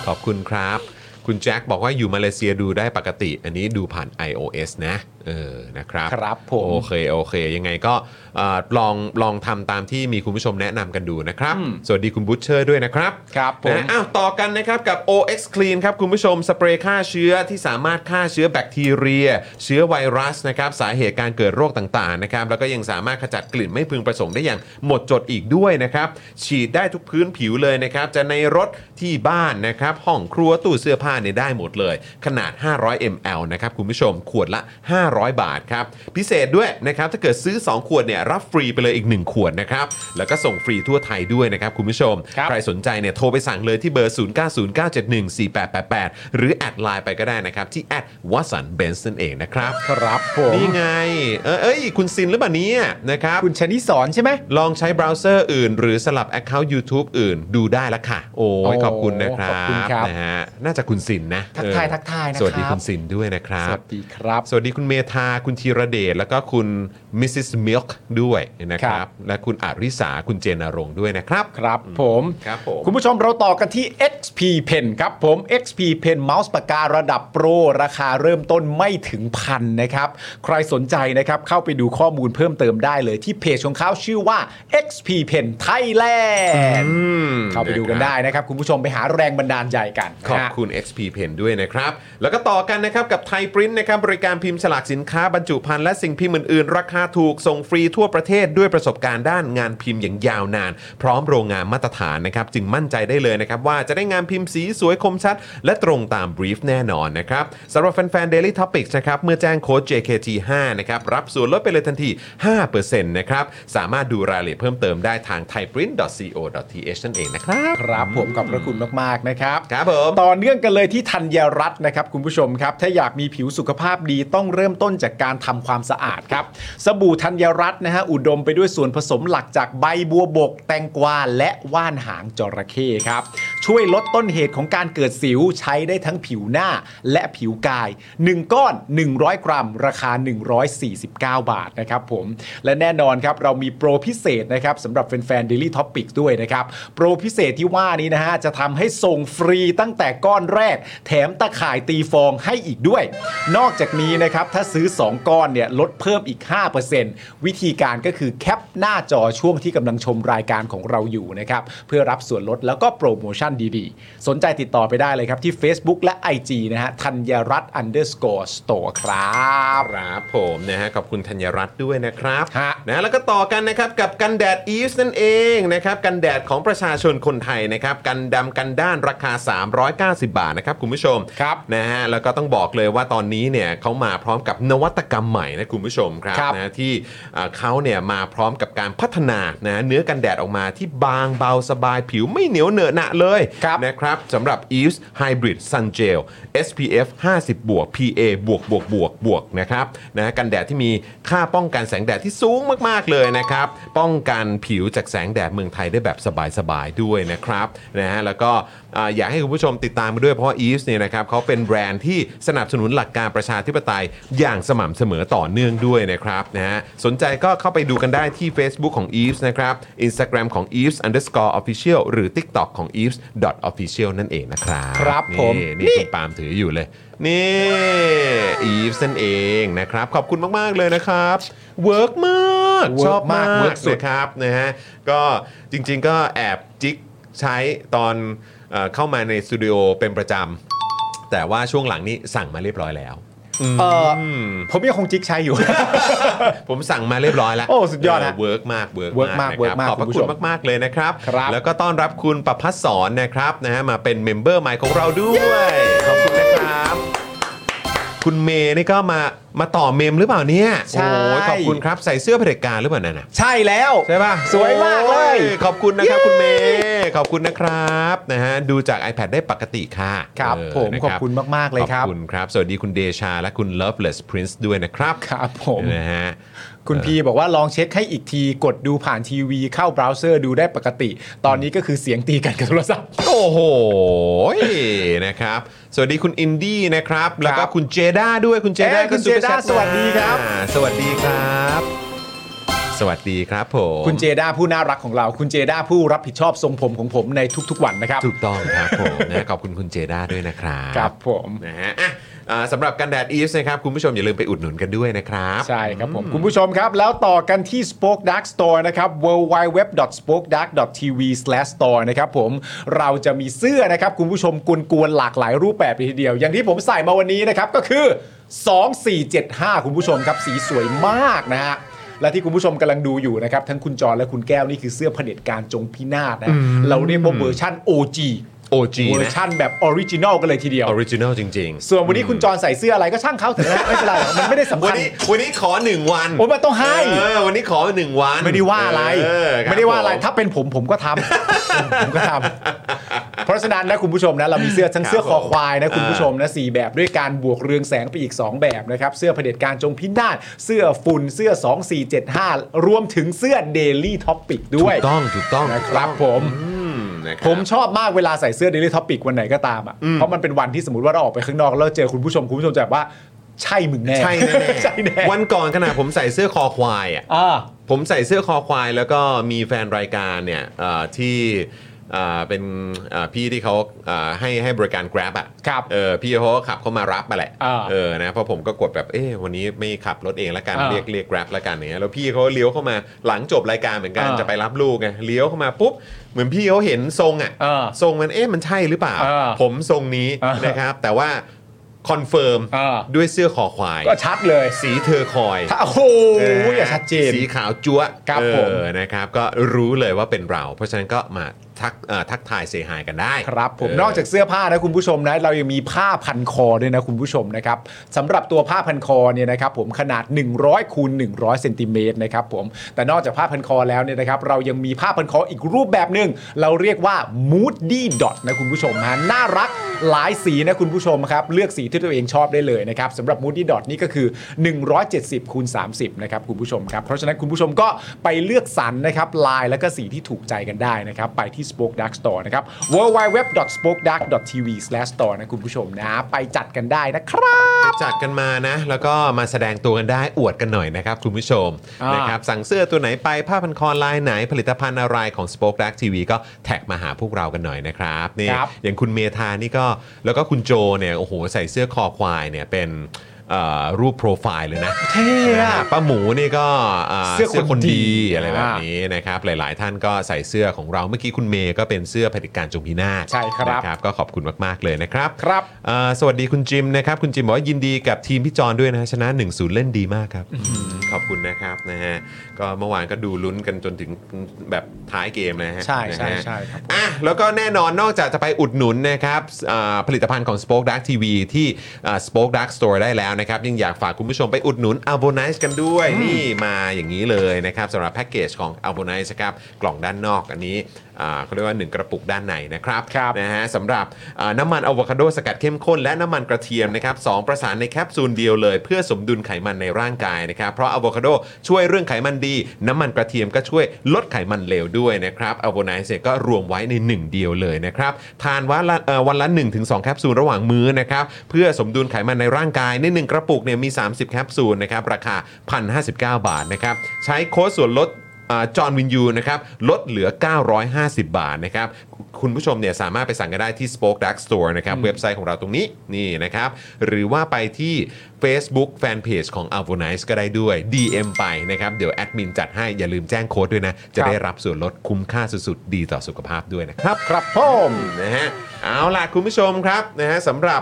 Speaker 1: ขอบคุณครับ คุณแจ็คบอกว่าอยู่มาเลเซียดูได้ปกติ อันนี้ดูผ่าน iOS นะ เออ นะครับ
Speaker 2: ครับผม
Speaker 1: โอเค โอเค ยังไงก็เอ่อลองลองทำตามที่มีคุณผู้ชมแนะนำกันดูนะครับ สวัสดีคุณบุชเชอร์ด้วยนะครับ
Speaker 2: ครับผม
Speaker 1: นะอ้าว ต่อกันนะครับ กับ OX Clean ครับ คุณผู้ชมสเปรย์ฆ่าเชื้อที่สามารถฆ่าเชื้อแบคทีเรีย เชื้อไวรัสนะครับ สาเหตุการเกิดโรคต่างๆนะครับ แล้วก็ยังสามารถขจัดกลิ่นไม่พึงประสงค์ได้อย่างหมดจดอีกด้วยนะครับ ฉีดได้ทุกพื้นผิวเลยนะครับ จะในรถที่บ้านนะครับ ห้องครัวตู้เสื้อผ้าเนี่ยได้หมดเลย ขนาด 500 ml นะครับคุณผู้ชมขวดละ 500 บาทครับ พิเศษด้วยนะครับ ถ้าเกิดซื้อ 2 ขวดเนี่ยรับฟรีไปเลยอีก 1 ขวดนะครับ แล้วก็ส่งฟรีทั่วไทยด้วยนะครับคุณผู้ชม
Speaker 2: ครับ
Speaker 1: ใครสนใจเนี่ยโทรไปสั่งเลยที่เบอร์ 0909714888 หรือแอดไลน์ไปก็ได้นะครับ ที่แอดวัสันเบนซ์นั่นเองนะครับ
Speaker 2: ครับผม
Speaker 1: นี่ไง เออเอ้ย คุณซินหรือเปล่าเนี่ยนะครับ
Speaker 2: คุณชนิสอนใช่ไหม
Speaker 1: ลองใช้เบราว์เซอร์อื่น หรือสลับ Account YouTube อื่น ดูได้ละค่ะ โอ้
Speaker 2: โอ้
Speaker 1: ยขอบคุณนะครั
Speaker 2: ขอบคุณครับ บ
Speaker 1: นะฮะน่าจะคุณสินนะ
Speaker 2: ทักทาย
Speaker 1: เออ
Speaker 2: ทักทายนะครับ
Speaker 1: สวัสดีคุณสินด้วยนะครับ
Speaker 2: สวัสดีครับ
Speaker 1: สวัสดีคุณเมธาคุณธีรเดชแล้วก็คุณมิสซิสมิลค์ด้วยนะค
Speaker 2: ครั
Speaker 1: รับ
Speaker 2: บ
Speaker 1: และคุณอาริสาคุณเจนรงค์ด้วยนะครับ
Speaker 2: ครับผม
Speaker 1: ครับผม
Speaker 2: คุณผู้ชมเราต่อกันที่ XP Pen ครับผม XP Pen เมาส์ปากการะดับโปร ราคาเริ่มต้นไม่ถึงพันนะครับ ใครสนใจนะครับ เข้าไปดูข้อมูลเพิ่มเติมได้เลยที่เพจของเขาชื่อว่า XP Pen Thailand
Speaker 1: อืม
Speaker 2: เข้าไปดูกันได้นะครับ คุณผู้ชมไปหาแรงบันดาลใจกัน
Speaker 1: ขอบ
Speaker 2: นะฮะ
Speaker 1: คุณ XP HP Pen ด้วยนะครับ แล้วก็ต่อกันนะครับกับไทยปริ้นนะครับบริการพิมพ์ฉลากสินค้าบรรจุภัณฑ์และสิ่งพิมพ์อื่นๆ ราคาถูกส่งฟรีทั่วประเทศด้วยประสบการณ์ด้านงานพิมพ์อย่างยาวนาน พร้อมโรงงานมาตรฐานนะครับจึงมั่นใจได้เลยนะครับว่าจะได้งานพิมพ์สีสวยคมชัด และตรงตามบรีฟแน่นอนนะครับสำหรับแฟนๆ Daily Topics นะครับเมื่อแจ้งโค้ด JKT5 นะครับรับส่วนลดไปเลยทันที 5%นะครับสามารถดูรายละเอียดเพิ่มเติมได้ทาง thaiprint.co.th นั่นเองนะครับ
Speaker 2: ครับผมขอบพระคุณมาก ๆ นะครับ
Speaker 1: ครับผม
Speaker 2: ต่อเนื่องกันเลยที่ธัญรัตน์นะครับคุณผู้ชมครับ ถ้าอยากมีผิวสุขภาพดีต้องเริ่มต้นจากการทำความสะอาดครับ สบู่ธัญรัตน์นะฮะอุดมไปด้วยส่วนผสมหลักจากใบบัวบก แตงกวาและว่านหางจระเข้ครับ ช่วยลดต้นเหตุของการเกิดสิวใช้ได้ทั้งผิวหน้าและผิวกาย 1 ก้อน 100 กรัม ราคา 149 บาทนะครับผม และแน่นอนครับเรามีโปรพิเศษนะครับสำหรับแฟนๆ Daily Topics ด้วยนะครับ โปรพิเศษที่ว่านี้นะฮะ จะทำให้ส่งฟรีตั้งแต่ก้อนแรก แถมตะข่ายตีฟองให้อีกด้วย นอกจากนี้นะครับ ถ้าซื้อ 2 ก้อนเนี่ยลดเพิ่มอีก 5%วิธีการก็คือแคปหน้าจอช่วงที่กำลังชมรายการของเราอยู่นะครับ เพื่อรับส่วนลดแล้วก็โปรโมชั่นดีๆ สนใจติดต่อไปได้เลยครับที่ Facebook และ IG นะฮะธัญรัตน์ underscore store ครับ
Speaker 1: ครับผมนะฮะขอบคุณธัญรัตน์ด้วยนะครับ
Speaker 2: ฮะ
Speaker 1: นะแล้วก็ต่อกันนะครับกับกันแดดอีฟนั่นเองนะครับกันแดดของประชาชนคนไทยนะครับกันดำกันด้านราคา 390 บาทนะครับคุณผู้ชม
Speaker 2: ครับ
Speaker 1: นะฮะแล้วก็ต้องบอกเลยว่าตอนนี้เนี่ยเขามาพร้อมกับนวัตกรรมใหม่นะคุณผู้ชมครับ
Speaker 2: ครับ
Speaker 1: นะที่อ่าเขาเนี่ยมาพร้อมกับการพัฒนานะเนื้อกันแดดออกมาที่บางเบาสบายผิวไม่เหนียวเหนอะหนะเลย
Speaker 2: ครับ
Speaker 1: นะ นะครับสำหรับ e v e s Hybrid Sun Gel SPF 50 บวก PA บวกบวกบวกบวกนะครับนะกันแดดที่มีค่าป้องกันแสงแดดที่สูงมากๆเลยนะครับ ป้องกันผิวจากแสงแดดเมืองไทยได้แบบสบายๆด้วยนะครับนะฮะแล้วก็อ่าอยากให้คุณผู้ชมติดตามมาด้วยเพราะ e v e s เนี่ยนะครับเขาเป็นแบรนด์ที่สนับสนุนหลักการประชาธิปไตยอย่างสม่ำเสมอต่อเนื่องด้วยนะครับนะฮะสนใจก็เข้าไปดูกันได้ที่ Facebook ของ e v e s นะครับ Instagram ของ e v e s underscore official หรือ TikTok ของ e v e s official นั่นเองนะครับ
Speaker 2: ครับผม
Speaker 1: นี่นี่คุณปาล์มถืออยู่เลย นี่ e v e s นั่นเองนะครับ ขอบคุณมาก ๆ เลยนะครับ เวิร์กมาก
Speaker 2: Work
Speaker 1: ชอบมาก
Speaker 2: มาก Work สุด
Speaker 1: นะครับนะฮะก็จริง ๆ ก็แอบจิกใช้ตอนเอ่อเข้ามาในสตูดิโอเป็นประจำแต่ว่าช่วงหลังนี้สั่งมาเรียบร้อยแล้ว
Speaker 2: เอออผมยังคงจิ๊กใช้อยู่
Speaker 1: ผมสั่งมาเรียบร้อยแล้ว
Speaker 2: โอ้สุดยอดฮะ
Speaker 1: เวิร์กมากเวิร์กมาม
Speaker 2: work าก
Speaker 1: นะ
Speaker 2: ก work
Speaker 1: ค
Speaker 2: มา
Speaker 1: รับ
Speaker 2: ก
Speaker 1: ขอบพระ
Speaker 2: คุณผู้
Speaker 1: คุ
Speaker 2: ช
Speaker 1: ณ
Speaker 2: ม
Speaker 1: มากๆเลยนะครับ
Speaker 2: ครับ
Speaker 1: แล้วก็ต้อนรับคุณประพัฒสอนนะครับนะฮะมาเป็นเมมเบอร์ใหม่ของเราด้วย ขอบคุณนะครับ คุณเมย์นี่ก็มามาต่อเมมหรือเปล่าเนี่ย
Speaker 2: ใช่
Speaker 1: โอ้ยขอบคุณครับใส่เสื้อเผด็จการหรือเปล่านั่นน่ะ
Speaker 2: ใช่แล้ว
Speaker 1: ใช่ป่ะ
Speaker 2: สวยมากเลย
Speaker 1: โอ้ขอบคุณนะครับคุณเมย์ขอบคุณนะครับนะฮะดูจาก iPad ได้ปกติค่ะ
Speaker 2: ครับผม
Speaker 1: เนะ
Speaker 2: ขอบคุณมาก ๆ เลยครั
Speaker 1: ข
Speaker 2: บ
Speaker 1: อบคุณครับ สวัสดีคุณเดชาและคุณ Loveless Prince ด้วยนะครับ
Speaker 2: ครับผม
Speaker 1: นะฮะ
Speaker 2: คุณพีบอกว่าลองเช็คให้อีกทีกดดูผ่านทีวีเข้าเบราว์เซอร์ดูได้ปกติ ตอนนี้ก็คือเสียงตีกันกับโทรศัพท์
Speaker 1: โอ้โหนะครับ สวัสดีคุณอินดี้นะครับ แล้วก็คุณเจด้าด้วยคุณเจด้า
Speaker 2: เอ้ยคุณ
Speaker 1: ก็ super
Speaker 2: เจด้า
Speaker 1: chat
Speaker 2: สวัสดีครับ
Speaker 1: อ่าสวัสดีครับ สวัสดีครับผม
Speaker 2: คุณเจด้าผู้น่ารักของเรา คุณเจด้าผู้รับผิดชอบทรงผมของผมในทุกๆวันนะครับ
Speaker 1: ถูกต้องครับผมนะขอบคุณคุณเจด้าด้วยนะครับ
Speaker 2: ครับผม
Speaker 1: นะฮะอ่ะอ่าสำหรับกันแดดอีฟนะครับ คุณผู้ชมอย่าลืมไปอุดหนุนกันด้วยนะครับ
Speaker 2: ใช่ครับผม คุณผู้ชมครับ แล้วต่อกันที่ Spoke Dark Store นะครับ w w w s p o k e d a r k t v s t o r e นะครับผมเราจะมีเสื้อนะครับ คุณผู้ชมกวนๆหลากหลายรูปแบบเลยทีเดียว อย่างที่ผมใส่มาวันนี้นะครับ ก็คือ 2475 คุณผู้ชมครับ สีสวยมากนะฮะ และที่คุณผู้ชมกำลังดูอยู่นะครับ ทั้งคุณจอและคุณแก้วนี่คือเสื้อเผด็จการจงพินาศนะเราเรียกว่าเวอร์ชั่น OG
Speaker 1: OG
Speaker 2: เวอร์ชั่นแบบออริจินอลกันเลยทีเดีย
Speaker 1: อ
Speaker 2: ว
Speaker 1: อริจินอลจริง
Speaker 2: ส่วนวันนี้คุณจอใส่เสื้ออะไรก็ช่างเขาเถอะนะไม่เป็นไรหรอกมันไม่ได้
Speaker 1: ๆ
Speaker 2: สำ
Speaker 1: วัน
Speaker 2: คัญ
Speaker 1: นี้วันนี้ขอหนึ่งวัน
Speaker 2: โอ้ยมันต้องให้
Speaker 1: เออวันนี้ขอหนึ่งวัน
Speaker 2: ไม่ได้ว่าอะไร
Speaker 1: เคบ
Speaker 2: ไม่ได้ว่าอะไร
Speaker 1: ผม
Speaker 2: ถ้าเป็นผมผมก็ทำ ผมก็ทำเพราะฉะนั้นนะคุณผู้ชมนะเรามีเสื้อทั้งเสื้อ
Speaker 1: ครับ
Speaker 2: ค
Speaker 1: ผม
Speaker 2: อควายนะคุณ
Speaker 1: อ่า
Speaker 2: ผู้ชมนะสี่แบบด้วยการบวกเรืองแสงไปอีก 2 แบบนะครับเสื้อเผด็จการจงพินาศเสื้อฝุ่นเสื้อ 2475 รวมถึงเสื้อ Daily Topic ด้วย
Speaker 1: ถูกต้องถูกต้อง
Speaker 2: นะครับผม
Speaker 1: อืมนะครับ
Speaker 2: ผมชอบมากเวลาใส่เสื้อ Daily Topic วันไหนก็ตามอ่ะเพราะมันเป็นวันที่สมมติว่าเราออกไปข้างนอกแล้วเจอคุณผู้ชมคุณผู้ชมจะแบบว่าใช่มึงแน่
Speaker 1: ใช่แน่
Speaker 2: ใช่แน่
Speaker 1: วันก่อนขนาดผมใส่เสื้อคอควายอ่ะ
Speaker 2: อ่า
Speaker 1: ผมใส่เสื้อคอควายแล้วก็มีแฟนรายการเนี่ยเอ่อที่ อ่าเป็นอ่าพี่ที่เขาอ่าให้ให้บริการ Grab อ่ะ
Speaker 2: ครับ
Speaker 1: เออพี่เขาก็ขับเข้ามารับมาแหละ
Speaker 2: อ่า
Speaker 1: เออนะเพราะผมก็กดแบบเอ๊ะวันนี้ไม่ขับรถเองละกัน
Speaker 2: อ่า
Speaker 1: เรียกเรียก Grab ละกันอย่างเนี้ยแล้วพี่เขาเลี้ยวเข้ามาหลังจบรายการเหมือนกัน
Speaker 2: อ่า
Speaker 1: จะไปรับลูกไงเลี้ยวเข้ามาปุ๊บเหมือนพี่เขาเห็นทรงอ่ะ
Speaker 2: อ่า
Speaker 1: ทรงมันเอ๊ะมันใช่หรือเปล่า
Speaker 2: อ่า
Speaker 1: ผมทรงนี้
Speaker 2: อ่าน
Speaker 1: นะครับ แต่ว่าคอนเฟิร์ม
Speaker 2: อ่า
Speaker 1: ด้วยเสื้อคอควาย
Speaker 2: ก็ชัดเลย
Speaker 1: สีเธอคอย
Speaker 2: ถ้าโอ้โหอย่าชัดเจน
Speaker 1: สีขาวจั๊ว
Speaker 2: ครับ
Speaker 1: เออ
Speaker 2: ผม
Speaker 1: นะครับ ก็รู้เลยว่าเป็นเรา เพราะฉะนั้นก็มาทักเอ่อทักทายเสียหายกันได้
Speaker 2: ครับผม
Speaker 1: เ
Speaker 2: นอกจากเสื้อผ้านะคุณผู้ชมนะเรายังมีผ้าพันคอด้วยนะคุณผู้ชมนะครับสำหรับตัวผ้าพันคอเนี่ยนะครับผมขนาด 100คูณ100เซนติเมตรนะครับผมแต่นอกจากผ้าพันคอแล้วเนี่ยนะครับเรายังมีผ้าพันคออีกรูปแบบหนึ่งเราเรียกว่า moody dot นะคุณผู้ชมฮะน่ารักหลายสีนะคุณผู้ชมครับเลือกสีที่ตัวเองชอบได้เลยนะครับสำหรับ moody dot นี่ก็คือ 170คูณ30นะครับคุณผู้ชมครับเพราะฉะนั้นคุณผู้ชมก็ไปเลือกสรรนะครับลายและก็สีที่ถูกใจกันได้นะครับไปที่ Spoke Dark Store นะครับ www.spokedark.tv/store นะคุณผู้ชมนะ ไปจัดกันได้นะครับ
Speaker 1: จัดกันมานะ แล้วก็มาแสดงตัวกันได้อวดกันหน่อยนะครับ คุณผู้ชม
Speaker 2: อ่าน
Speaker 1: นะครับสั่งเสื้อตัวไหนไปผ้าพันคอลายไหนผลิตภัณฑ์อะไรของ Spoke Dark TV ก็แท็กมาหาพวกเรากันหน่อยนะครับนี่
Speaker 2: ครับ
Speaker 1: อย่างคุณเมธานี่ก็แล้วก็คุณโจเนี่ยโอ้โหใส่เสื้อคอควายเนี่ยเป็นเอ่อรูปโปรไฟล์เลยนะ
Speaker 2: เท่อะ
Speaker 1: นะฮะป้าหมูนี่ก็อ่า
Speaker 2: เสื้อคนดี
Speaker 1: อะไรแบบนี้นะครับหลาย ๆ ท่านก็ใส่เสื้อของเราเมื่อกี้คุณเมย์ก็เป็นเสื้อเผด็จการจงพินาศ
Speaker 2: ใช่ครับ
Speaker 1: นะครับก็ขอบคุณมาก ๆ เลยนะครับ
Speaker 2: ครับ
Speaker 1: เอ่อสวัสดีคุณจิมนะครับ คุณจิมบอกว่ายินดีกับทีมพี่จอนด้วยนะฮะชนะ 1-0 เล่นดีมากครับ ขอบคุณนะครับนะฮะก็เมื่อวานก็ดูลุ้นกันจนถึงแบบท้ายเกมนะฮะ
Speaker 2: ใช่ใช่
Speaker 1: นะฮะ
Speaker 2: ใช่ครับ
Speaker 1: อ่ะแล้วก็แน่นอนนอกจากจะไปอุดหนุนนะครับอ่าผลิตภัณฑ์ของ Spoke Dark TV ที่อ่า Spoke Dark Store ได้แล้วนะครับ ยังอยากฝากคุณผู้ชมไปอุดหนุน a l b o n i z e กันด้วย นี่มาอย่างนี้เลยนะครับสำหรับแพ็กเกจของ a l b o n i z e ครับกล่องด้านนอกอันนี้อ่าเขาเรียกว่า 1 กระปุกด้านในนะครับ
Speaker 2: ครับ
Speaker 1: นะฮะสำหรับอ่าน้ำมันอะโวคาโดสกัดเข้มข้นและน้ำมันกระเทียมนะครับสองประสานในแคปซูลเดียวเลย เพื่อสมดุลไขมันในร่างกายนะครับเพราะอะโวคาโดช่วยเรื่องไขมันดี น้ำมันกระเทียมก็ช่วยลดไขมันเลวด้วยนะครับอะโวไนซ์เนี่ยก็รวมไว้ในหนึ่งเดียวเลยนะครับทานวันละเอ่อวันละ 1-2 แคปซูลระหว่างมื้อนะครับเพื่อสมดุลไขมันในร่างกายใน 1 กระปุกเนี่ยมี 30 แคปซูลนะครับราคา 1,059 บาทนะครับใช้โค้ดส่วนลด จอห์นวินยูนะครับลดเหลือ 950 บาทนะครับคุณผู้ชมเนี่ยสามารถไปสั่งกันได้ที่ Spoke Dark Store นะครับเว็บไซต์ของเราตรงนี้นี่นะครับหรือว่าไปที่ Facebook Fanpage ของ a v o n i c e ก็ได้ด้วย DM ไปนะครับเดี๋ยวแอดมินจัดให้อย่าลืมแจ้งโค้ดด้วยนะ จะ
Speaker 2: ครับ
Speaker 1: ได้รับส่วนลดคุ้มค่าสุดๆ ดีต่อสุขภาพด้วยนะครับ
Speaker 2: ครับผม
Speaker 1: นะฮะเอาล่ะคุณผู้ชมครับนะฮะสำหรับ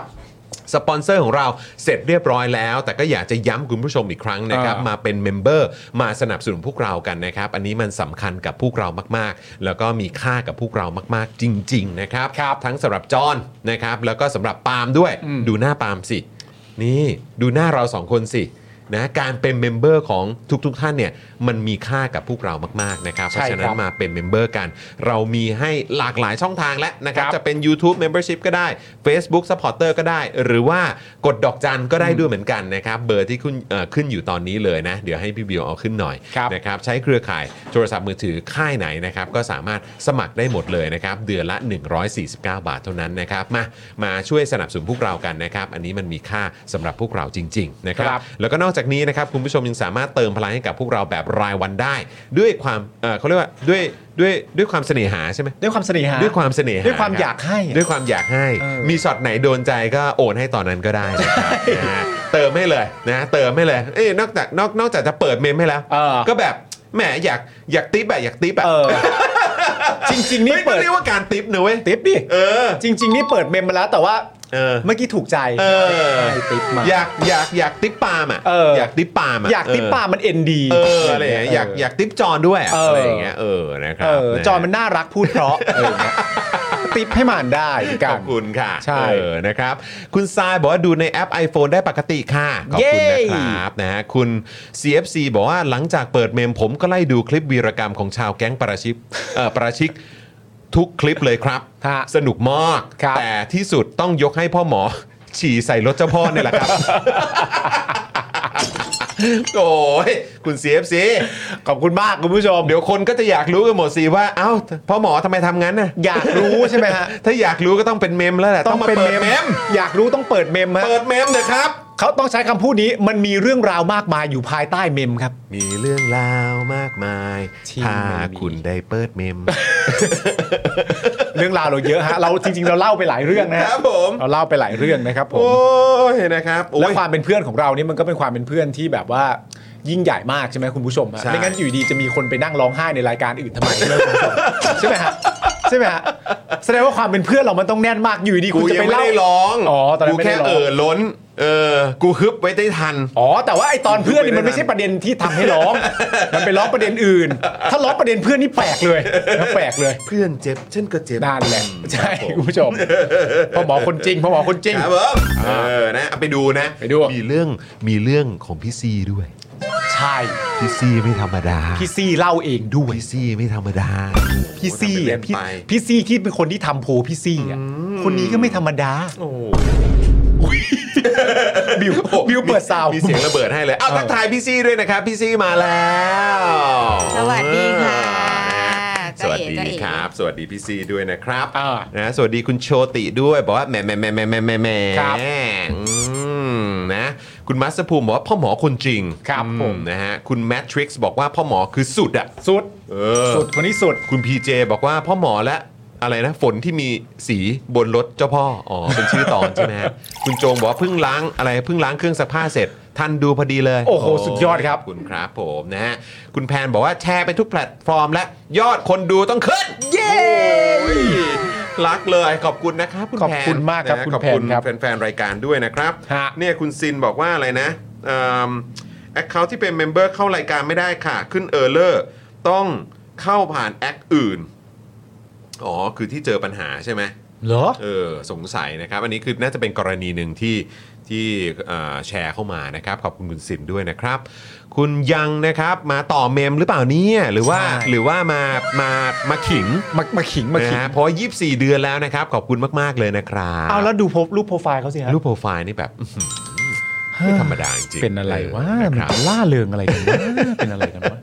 Speaker 1: สปอนเซอร์ของเราเสร็จเรียบร้อยแล้ว แต่ก็อยากจะย้ำคุณผู้ชมอีกครั้งนะครับ
Speaker 2: อ่าม
Speaker 1: มาเป็นเมมเบอร์มาสนับสนุนพวกเรากันนะครับ อันนี้มันสำคัญกับพวกเรามาก ๆ แล้วก็มีค่ากับพวกเรามาก ๆ จริง ๆ นะครับ
Speaker 2: ครับ
Speaker 1: ทั้งสำหรับจอนนะครับ แล้วก็สำหรับปาล์มด้วย
Speaker 2: อืม
Speaker 1: ดูหน้าปาล์มสิ นี่ดูหน้าเราสองคนสินะการเป็นเมมเบอร์ของทุกๆทท่านเนี่ยมันมีค่ากับพวกเรามาก ๆ นะครับเพ
Speaker 2: ใช่
Speaker 1: ราะ
Speaker 2: ครั
Speaker 1: ฉะ
Speaker 2: บ
Speaker 1: นั้นมาเป็นเมมเบอร์กัน เรามีให้หลากหลายช่องทางแล้วนะครับ
Speaker 2: ครับ
Speaker 1: จะเป็น YouTube Membership ก็ได้ Facebook Supporter ก็ได้ หรือว่ากดดอกจันก็ได้ด้วยเหมือนกันนะครับ เบอร์ที่ขึ้นเอ่อขึ้นอยู่ตอนนี้เลยนะ เดี๋ยวให้พี่บิวเอาขึ้นหน่อย
Speaker 2: ครับ
Speaker 1: นะครับใช้เครือข่ายโทรศัพท์มือถือค่ายไหนนะครับก็สามารถสมัครได้หมดเลยนะครับเดือนละ 149 บาทเท่านั้นนะครับมามาช่วยสนับสนุนพวกเรากันนะครับอันนี้มันมีค่าสำหรับพวกเราจริงๆนะ นะค
Speaker 2: ครั
Speaker 1: รับบ แล้วก็นอกจากนี้นะครับคุณผู้ชมยังสามารถเติมพลังให้กับพวกเราแบบรายวันได้ ด้วยความเอ่อเขาเรียกว่าด้วยด้วยด้วยความเสน่หาใช่ไหม
Speaker 2: ด้วยความเสน่หา
Speaker 1: ด้วยความเสน่หา
Speaker 2: ด้วยความ
Speaker 1: รับ
Speaker 2: อยากให้อะ
Speaker 1: ด้วยความอยากให้
Speaker 2: เออ
Speaker 1: มีช็อตไหนโดนใจก็โอนให้ตอนนั้นก็ได้นะครับนะฮะเติมให้เลยนะเติมให้เลยเอ้ยนอกจากนอกนอกจากจะเปิดเมมให้แล้ว
Speaker 2: เออ
Speaker 1: ก็แบบแหมอยากอยากติปแบบอยากติปแบบ
Speaker 2: เออ จริง ๆ นี่
Speaker 1: เฮ้ยมั
Speaker 2: เปิ
Speaker 1: น
Speaker 2: ด
Speaker 1: เรียกว่าการติปนะเว้ย
Speaker 2: ติปดิ
Speaker 1: เออ
Speaker 2: จริง ๆ นี่เปิดเมมมาแล้วแต่ว่า
Speaker 1: เออ
Speaker 2: เมื่อกี้ถูกใจ
Speaker 1: เออ
Speaker 2: ให้ติปมา
Speaker 1: อยากอยากอยากติปปาล์มอ่ะ
Speaker 2: เอออ
Speaker 1: ยากติปปาล์มอ่ะ
Speaker 2: อยากติป
Speaker 1: เ
Speaker 2: ป้ามันเอ็นดี
Speaker 1: เอออะไรอย่างเงี้ยอยากอยากติปจอนด้วยอะ
Speaker 2: เ
Speaker 1: อะไรอย่างเงี้ยเออนะครั
Speaker 2: เอบ อ
Speaker 1: นะ
Speaker 2: จอมันน่ารักพูด เพราะอะไรอย่างเงี้ยติปให้มันได้เหมือนกั
Speaker 1: ข
Speaker 2: น
Speaker 1: อบคุณค่ะ
Speaker 2: ใช่
Speaker 1: เออนะครับ คุณทรายบอกว่าดูในแอป iPhone ได้ปกติค่ะ ขอบคุณ
Speaker 2: เย้
Speaker 1: นะครับนะฮะคุณ CFC บอกว่าหลังจากเปิดเมมผมก็ไล่ดูคลิปวีรกรรมของชาวแก๊งประชิกเอ่อประชิกทุกคลิปเลย ครับ
Speaker 2: ฮะ
Speaker 1: สนุกมาก
Speaker 2: ครับ
Speaker 1: แต่ที่สุดต้องยกให้พ่อหมอ ฉี่ใส่รถเจ้าพ่อเนี่ยแหละครับ โอ้ยคุณ CFC
Speaker 2: ขอบคุณมากคุณผู้ชม
Speaker 1: เดี๋ยวคนก็จะอยากรู้กันหมดสิว่า เอ้าพ่อหมอทำไมทำงั้นน่ะ
Speaker 2: อยากรู้ใช่ไหมฮะ
Speaker 1: ถ้าอยากรู้ก็ต้องเป็นเมมแล้วแหละต้องมาเปิดเมม
Speaker 2: อยากรู้ต้องเปิดเมมฮะ
Speaker 1: เปิดเมมเถอะครับ
Speaker 2: เขาต้องใช้คำพูดนี้มันมีเรื่องราวมากมายอยู่ภายใต้เมมครับ
Speaker 1: มีเรื่องราวมากมาย
Speaker 2: ที่
Speaker 1: ถ้า
Speaker 2: ไม่มี
Speaker 1: คุณได้เปิดเมม
Speaker 2: เรื่องราวเราเยอะฮะเราจริงๆเราเล่าไปหลายเรื่องนะฮะ
Speaker 1: ครับผม
Speaker 2: เราเล่าไปหลายเรื่องนะครับผม
Speaker 1: โอ้ยนะครับโอ้
Speaker 2: และ
Speaker 1: ย
Speaker 2: ความเป็นเพื่อนของเรานี่มันก็เป็นความเป็นเพื่อนที่แบบว่ายิ่งใหญ่มากใช่ไหมคุณผู้ชมฮะ
Speaker 1: ใช่
Speaker 2: ไม่งั้นอยู่ดีจะมีคนไปนั่งร้องไห้ในรายการอื่นทำไมใช่ไหมคุณผู้ชม ใช่ไหมฮะใช่ไหมฮะแสดงว่าความเป็นเพื่อนเรามันต้องแน่นมากอยู่ดี
Speaker 1: กู
Speaker 2: คุณจะ
Speaker 1: ยัง
Speaker 2: ไป
Speaker 1: ไม่
Speaker 2: เล่า
Speaker 1: ได้ร้อง
Speaker 2: อ๋อตอนนั้น
Speaker 1: กู
Speaker 2: ไม่ได้
Speaker 1: แค่
Speaker 2: ร้อง
Speaker 1: เออล้น เออ กูฮึบไว้ได้ทัน
Speaker 2: อ๋อแต่ว่าไอตอนเพื่อนนี่มันไม่ใช่ประเด็นที่ทำให้ร้อง มันไปร้องประเด็นอื่น ถ้าร้องประเด็นเพื่อนนี่แปลกเลยนะแปลกเลย
Speaker 1: เพื่อนเจ็บฉันก็เจ็บ
Speaker 2: นั่นแหละใช่คุณผู้ชมพ่อหมอคนจริงพ่อหมอคนจริง
Speaker 1: ครับผมเออนะเอาไปดูนะ
Speaker 2: ไปดู
Speaker 1: มีเรื่องมีเรื่องของพี่ซีด้วย
Speaker 2: ใช่
Speaker 1: พี่ซีไม่ธรรมดา
Speaker 2: พี่ซี่เล่าเองด้วย
Speaker 1: พี่ซีไม่ธรรมดา
Speaker 2: พี่ซี่
Speaker 1: ทำเป็นเล่
Speaker 2: อ่ะ
Speaker 1: น
Speaker 2: พี่
Speaker 1: ไป
Speaker 2: พี่ซี่ที่เป็นคนที่ทำโพลพี่ซี่อ่ะคนนี้ก็ไม่ธรรมดา
Speaker 1: โอ้โห
Speaker 2: บิวบิวเปิดซาวด์
Speaker 1: มีเสียงระเบิดให้เลย เอา
Speaker 2: เออ
Speaker 1: ทักทายพี่ซี่ด้วยนะครับ พี่ซี่มาแล้ว
Speaker 3: สวัสดีค่ะ
Speaker 1: สวัสดี
Speaker 3: จ๊ะเอ๋
Speaker 1: ครับ สวัสดีพี่ซี่ด้วยนะครับ
Speaker 2: อ่า
Speaker 1: นะสวัสดีคุณโชติด้วยบอกว่าแหมแหมแหมแหมแหมแหมแหม
Speaker 2: ครับ
Speaker 1: อืมนะคุณมัสภูมิบอกว่าพ่อหมอคนจริง
Speaker 2: ครับผม
Speaker 1: อืนะฮะคุณแมทริกซ์บอกว่าพ่อหมอคือสุดอ่ะ
Speaker 2: สุด
Speaker 1: เออ
Speaker 2: สุดคนนี้สุด
Speaker 1: คุณพีเจบอกว่าพ่อหมอและอะไรนะฝนที่มีสีบนรถเจ้าพ่ออ๋อเป็นชื่อตอนใช่ไหมฮะคุณโจงบอกว่าเพิ่งล้างอะไรเพิ่งล้างเครื่องซักผ้าเสร็จท่านดูพอดีเลย
Speaker 2: โอ้โหสุดยอดครับ
Speaker 1: ขคุณครับผมนะฮะคุณแพนบอกว่าแชร์ไปทุกแพลตฟอร์มและยอดคนดูต้องขึ้น เย้รักเลยขอบคุณนะครับคุณแพน
Speaker 2: ขอบคุณมากครับ
Speaker 1: นะฮะ
Speaker 2: คุณ
Speaker 1: ขอบคุณ
Speaker 2: แพนครับ
Speaker 1: แฟนๆ รายการด้วยนะครับ
Speaker 2: ฮะ
Speaker 1: เนี่ยคุณซินบอกว่าอะไรนะแอคเคาท์ที่เป็นเมมเบอร์เข้ารายการไม่ได้ค่ะ ขึ้นเออร์เลอร์ต้องเข้าผ่านแอคอื่น อ๋อ คือที่เจอปัญหาใช่ไหม
Speaker 2: เหรอ
Speaker 1: เออสงสัยนะครับ อันนี้คือน่าจะเป็นกรณีหนึ่งที่ที่เอ่อแชร์เข้ามานะครับ ขอบคุณคุณสินด้วยนะครับ คุณยังนะครับมาต่อเมมหรือเปล่าเนี่ยหรือว่า
Speaker 2: ใช่
Speaker 1: หรือว่ามามามาขิง
Speaker 2: มามาขิงมา
Speaker 1: นะ
Speaker 2: ขิง
Speaker 1: ฮะเพราะว่า24 เดือนแล้วนะครับ ขอบคุณมาก ๆ เลยนะครับ
Speaker 2: เอาแล้วดูโพสรูปโปรไฟล์เขาสิฮะ
Speaker 1: รูปโปรไฟล์นี่แบบอื้อหือไม่ธรรมดาจริงๆ
Speaker 2: เป็นอะไรวะ
Speaker 1: เออ
Speaker 2: มั
Speaker 1: นะ
Speaker 2: น
Speaker 1: ครับ
Speaker 2: ล่าเริงอะไรกันวะ เป็นอะไรกันวะ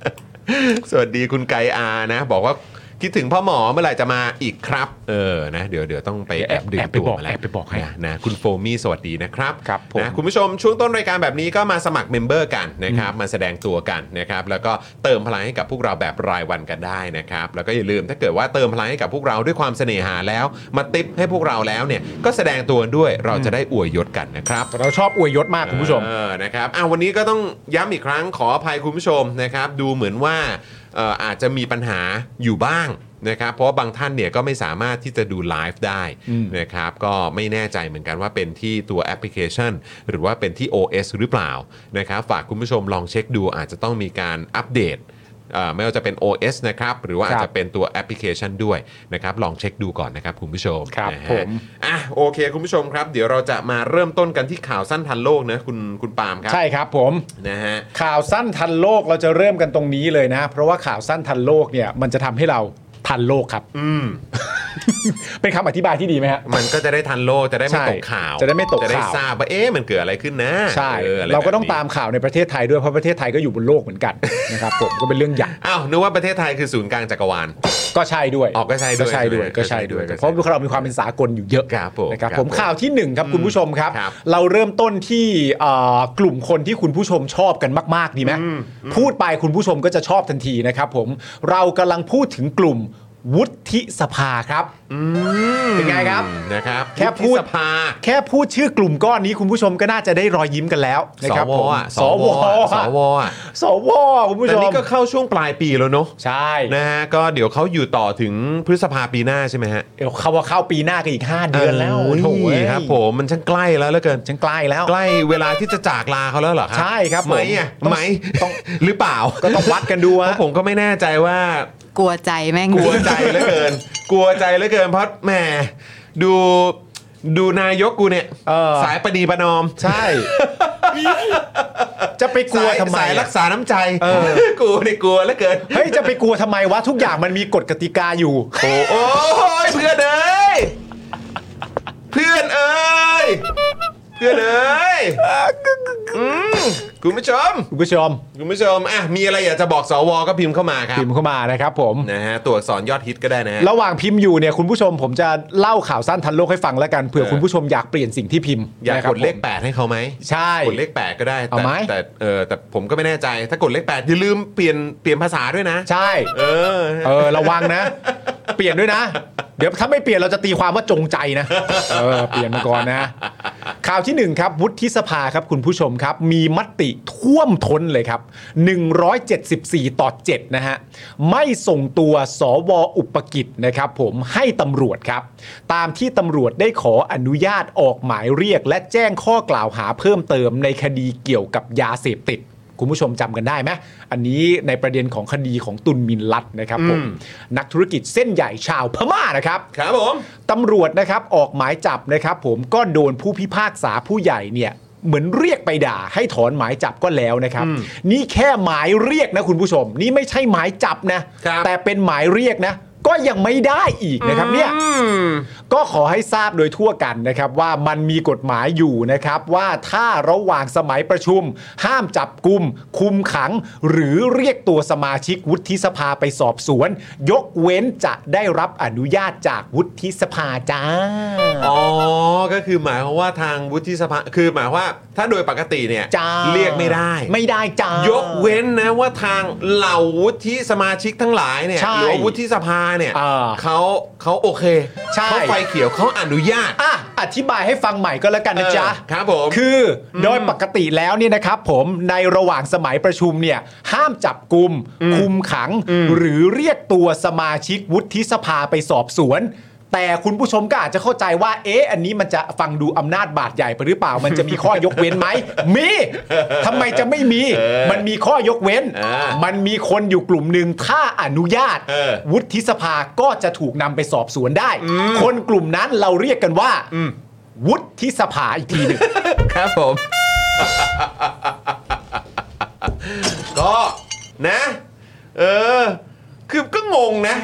Speaker 1: สวัสดีคุณไกอานะ บอกว่าคิดถึงพ่อหมอเมื่อไหร่จะมาอีกครับ เออนะ เดี๋ยวเดี๋ยวต้องไปแอบดึง
Speaker 2: แอบไป
Speaker 1: ตัว
Speaker 2: บอก
Speaker 1: มาแล้ว
Speaker 2: แอบไปบอกให้
Speaker 1: นะนะคุณโฟมี่สวัสดีนะครับ
Speaker 2: ครับผม
Speaker 1: นะคุณผู้ชมช่วงต้นรายการแบบนี้ก็มาสมัครเมมเบอร์กันนะครับ มาแสดงตัวกันนะครับ แล้วก็เติมพลังให้กับพวกเราแบบรายวันกันได้นะครับ แล้วก็อย่าลืมถ้าเกิดว่าเติมพลังให้กับพวกเราด้วยความเสน่หาแล้ว มาติปให้พวกเราแล้วเนี่ยก็แสดงตัวด้วยเราจะได้อวยยศกันนะครับ
Speaker 2: เราชอบอวยยศมากคุณผู้ชม
Speaker 1: เออ นะครับอ่ะวันนี้ก็ต้องย้ำอีกครั้งขออภัยคุณผู้ชมนะครับ ดูเหมือนว่าเอ่ออาจจะมีปัญหาอยู่บ้างนะครับ เพราะว่าบางท่านเนี่ยก็ไม่สามารถที่จะดูไลฟ์ได้
Speaker 2: อืม
Speaker 1: นะครับ ก็ไม่แน่ใจเหมือนกันว่าเป็นที่ตัวแอปพลิเคชัน หรือว่าเป็นที่ OS หรือเปล่านะครับ ฝากคุณผู้ชมลองเช็คดูอาจจะต้องมีการอัปเดตเอ่อไม่ว่าจะเป็น OS นะครับ หรือว่าอาจจะเป็นตัวแอปพลิเคชันด้วยนะครับ ลองเช็คดูก่อนนะครับคุณผู้ชม
Speaker 2: ครับ
Speaker 1: นะฮะ
Speaker 2: ผม
Speaker 1: อ่ะโอเค คุณผู้ชมครับ เดี๋ยวเราจะมาเริ่มต้นกันที่ข่าวสั้นทันโลกนะคุณคุณปาล์มครั
Speaker 2: ใช่ครับผม
Speaker 1: นะฮะ
Speaker 2: ข่าวสั้นทันโลกเราจะเริ่มกันตรงนี้เลยนะ เพราะว่าข่าวสั้นทันโลกเนี่ยมันจะทำให้เราทันโล กครับ
Speaker 1: อืม
Speaker 2: เป็นคำอธิบายที่ดีไหมฮะ
Speaker 1: มันก็จะได้ทันโลกจะได้ไม่
Speaker 2: ใช่
Speaker 1: ตกข่าว
Speaker 2: จะได้ไม่ตก
Speaker 1: จะได้
Speaker 2: ข่าว
Speaker 1: ทราบว่าเอ๊ะมันเกิดอะไรขึ้นนะ
Speaker 2: ใช่
Speaker 1: ออะไ
Speaker 2: เราก็ต้อง
Speaker 1: แบบนี้
Speaker 2: ตามข่าวในประเทศไทยด้วยเพราะประเทศไทยก็อยู่บนโลกเหมือนกัน นะครับผมก็เป็นเรื่องใหญ่
Speaker 1: อ้าวนึกว่าประเทศไทยคือศูนย์กลางจักรวาล
Speaker 2: ก็ใช่ด้วย
Speaker 1: อ๋อก็ใช่ด้วย
Speaker 2: ก็ใช่ด้วยก็ใช่ด้วย
Speaker 1: ก็ใช่ด้วย
Speaker 2: เพราะเรามีความเป็นสากลอยู่เยอะ
Speaker 1: ครับผม
Speaker 2: นะครับ
Speaker 1: ครับ
Speaker 2: ผ
Speaker 1: ผม ม
Speaker 2: ข่าวที่หนึ่งครับคุณผู้ชมครับ
Speaker 1: ครับ
Speaker 2: เราเริ่มต้นที่เอ่อกลุ่มคนที่คุณผู้ชมชอบกันมาก ๆ ดีไหมพูดไปคุณผู้ชมก็จะชอบทันทีนะครับผมเรากำลังพูดถึงกลุ่มวุฒิสภาครับ เป็นไงครับ
Speaker 1: นะครับ
Speaker 2: แค่พูด
Speaker 1: วุฒิสภา
Speaker 2: แค่พูดชื่อกลุ่มก้อนนี้คุณผู้ชมก็น่าจะได้รอยยิ้มกันแล้วนะ
Speaker 1: ส
Speaker 2: ครับ
Speaker 1: ว
Speaker 2: ผม
Speaker 1: อ่ะ
Speaker 2: สว
Speaker 1: สวอ่ะ
Speaker 2: สวคุณผู้
Speaker 1: แต่
Speaker 2: ชม
Speaker 1: นี่ก็เข้าช่วงปลายปีแล้วเนอะ
Speaker 2: ใช่
Speaker 1: นะฮะก็เดี๋ยวเขาอยู่ต่อถึงพฤษภาปีหน้าใช่ไหมฮะ
Speaker 2: เดี๋ยวเขาว่าเข้าปีหน้ากันอีก 5 เดือนแล้ว
Speaker 1: โอ้ย
Speaker 2: โถ่เอ้ย
Speaker 1: ครับผมมันช่างใกล้แล้วเหลือเกิน
Speaker 2: ฉันใกล้แล้ว
Speaker 1: ใกล้เวลาที่จะจากลาเขาแล้วเหรอครับ
Speaker 2: ใช่ครับผม
Speaker 1: ไหมอ่ะ
Speaker 2: ต้อง
Speaker 1: ไหม
Speaker 2: ต้อง
Speaker 1: หรือเปล่า
Speaker 2: ก็ต้องวัดกันดู
Speaker 1: เพ
Speaker 2: ฮะ
Speaker 1: ราะผมก็ไม่แน่ใจว่า
Speaker 3: กลัวใจแม่ง
Speaker 1: กลัวใจเหลือเกิ น กลัวใจเหลือเกินเพราะแหมดูดูนายกกูเนี่ย
Speaker 2: เออ
Speaker 1: สายประนีประนอม
Speaker 2: ใช่ จะไปกลัว
Speaker 1: สาย
Speaker 2: ทำไม
Speaker 1: สายรั
Speaker 2: อะ
Speaker 1: กษาน้ำใจ
Speaker 2: เออ
Speaker 1: กูเนี่ยกลัวเหลือเกิน
Speaker 2: เฮ้ยจะไปกลัวทำไมวะทุกอย่างมันมีกฎกติกาอยู่
Speaker 1: โอ้โอ้ยเพื่อนเอ้ยเพื่อนเอ้ยเ พื่อนเอ้ ยอืมคุณผู้ชม
Speaker 2: คุณผู้ชม
Speaker 1: คุณผู้ชมอ่ะมีอะไรอยากจะบอกสวก็พิมพ์เข้ามาครับ
Speaker 2: พิมพ์เข้ามานะครับผม
Speaker 1: นะฮะตัวอักษรยอดฮิตก็ได้นะฮะ
Speaker 2: ระหว่างพิมพ์อยู่เนี่ยคุณผู้ชมผมจะเล่าข่าวสั้นทันโลกให้ฟังแล้วกันเผื่อ
Speaker 1: เออ
Speaker 2: คุณผู้ชมอยากเปลี่ยนสิ่งที่พิมพ์
Speaker 1: อยาก
Speaker 2: นะครับ
Speaker 1: กดเลข
Speaker 2: ผม
Speaker 1: 8 ให้เขาไหม
Speaker 2: ใช่
Speaker 1: กดเลข 8 ก็ได้แต่
Speaker 2: เอาไหม
Speaker 1: แต่เออแต่ผมก็ไม่แน่ใจ ถ้ากดเลข 8 อย่าลืมเปลี่ยนเปลี่ยนภาษาด้วยนะ
Speaker 2: ใช่
Speaker 1: เออ
Speaker 2: เออระวังนะ เปลี่ยนด้วยนะ เดี๋ยวถ้าไม่เปลี่ยนเราจะตีความว่าจงใจนะเออเปลี่ยนมาก่อนนะ ข่าวที่หนึ่งครับ วุฒิสภาครับคุณผู้ชมครับ มีมติท่วมท้นเลยครับ 174 ต่อ 7 นะฮะ ไม่ส่งตัวสวอุปกิจนะครับ ผมให้ตำรวจครับ ตามที่ตำรวจได้ขออนุญาตออกหมายเรียก และแจ้งข้อกล่าวหาเพิ่มเติมในคดีเกี่ยวกับยาเสพติด คุณผู้ชมจำกันได้ไหมอันนี้ในประเด็นของคดีของตุนมินลัดนะครับผม
Speaker 1: อืม
Speaker 2: นักธุรกิจเส้นใหญ่ชาวพม่านะครับ
Speaker 1: ครับผม
Speaker 2: ตำรวจนะครับออกหมายจับนะครับผมก็โดนผู้พิพากษาผู้ใหญ่เนี่ยเหมือนเรียกไปด่า ให้ถอนหมายจับก็แล้วนะครับ นี่แค่หมายเรียกนะคุณผู้ชม นี่ไม่ใช่หมายจับนะ
Speaker 1: ครับ
Speaker 2: แต่เป็นหมายเรียกนะ ก็ยังไม่ได้อีกนะครับเนี่ย
Speaker 1: อืม
Speaker 2: ก็ขอให้ทราบโดยทั่วกันนะครับ ว่ามันมีกฎหมายอยู่นะครับ ว่าถ้าระหว่างสมัยประชุม ห้ามจับกลุ่มคุมขัง หรือเรียกตัวสมาชิกวุฒิสภาไปสอบสวน ยกเว้นจะได้รับอนุญาตจากวุฒิสภาจ้า
Speaker 1: อ๋อ ก็คือหมายความว่าทางวุฒิสภา คือหมายว่าถ้าโดยปกติเนี่ย
Speaker 2: จ้า
Speaker 1: เรียกไม่ได้
Speaker 2: ไม่ได้จ้า
Speaker 1: ย
Speaker 2: ย
Speaker 1: กเว้นนะว่าทางเหล่าวุฒิสมาชิกทั้งหลายเนี่ยห
Speaker 2: ใช่
Speaker 1: รือว่าวุฒิสภาเนี่ย
Speaker 2: อ่า
Speaker 1: เขาเขาโอเค
Speaker 2: ใช่
Speaker 1: เขาไฟเขียวเขาอนุญาต
Speaker 2: อ่ะอธิบายให้ฟังใหม่ก็แล้วกันนะจ๊ะ
Speaker 1: เออครับผม
Speaker 2: คือโดยปกติแล้วเนี่ยนะครับผมในระหว่างสมัยประชุมเนี่ยห้ามจับกลุ่มคุมขัง หรือเรียกตัวสมาชิกวุฒิสภาไปสอบสวน แต่คุณผู้ชมก็อาจจะเข้าใจว่า เอ๊ะ อันนี้มันจะฟังดูอำนาจบาดใหญ่ไปหรือเปล่า มันจะมีข้อยกเว้น ไหม มีทำไมจะไม่มี มันมีข้อยกเว้น
Speaker 1: อ่า
Speaker 2: มันมีคนอยู่กลุ่มหนึ่งถ้าอนุญาต
Speaker 1: เออ
Speaker 2: วุฒิสภาก็จะถูกนำไปสอบสวนได้ คนกลุ่มนั้นเราเรียกกันว่า วุฒิสภาอีกทีหนึ่ง
Speaker 1: ครับผม ก็นะ เออ คือก็งงนะ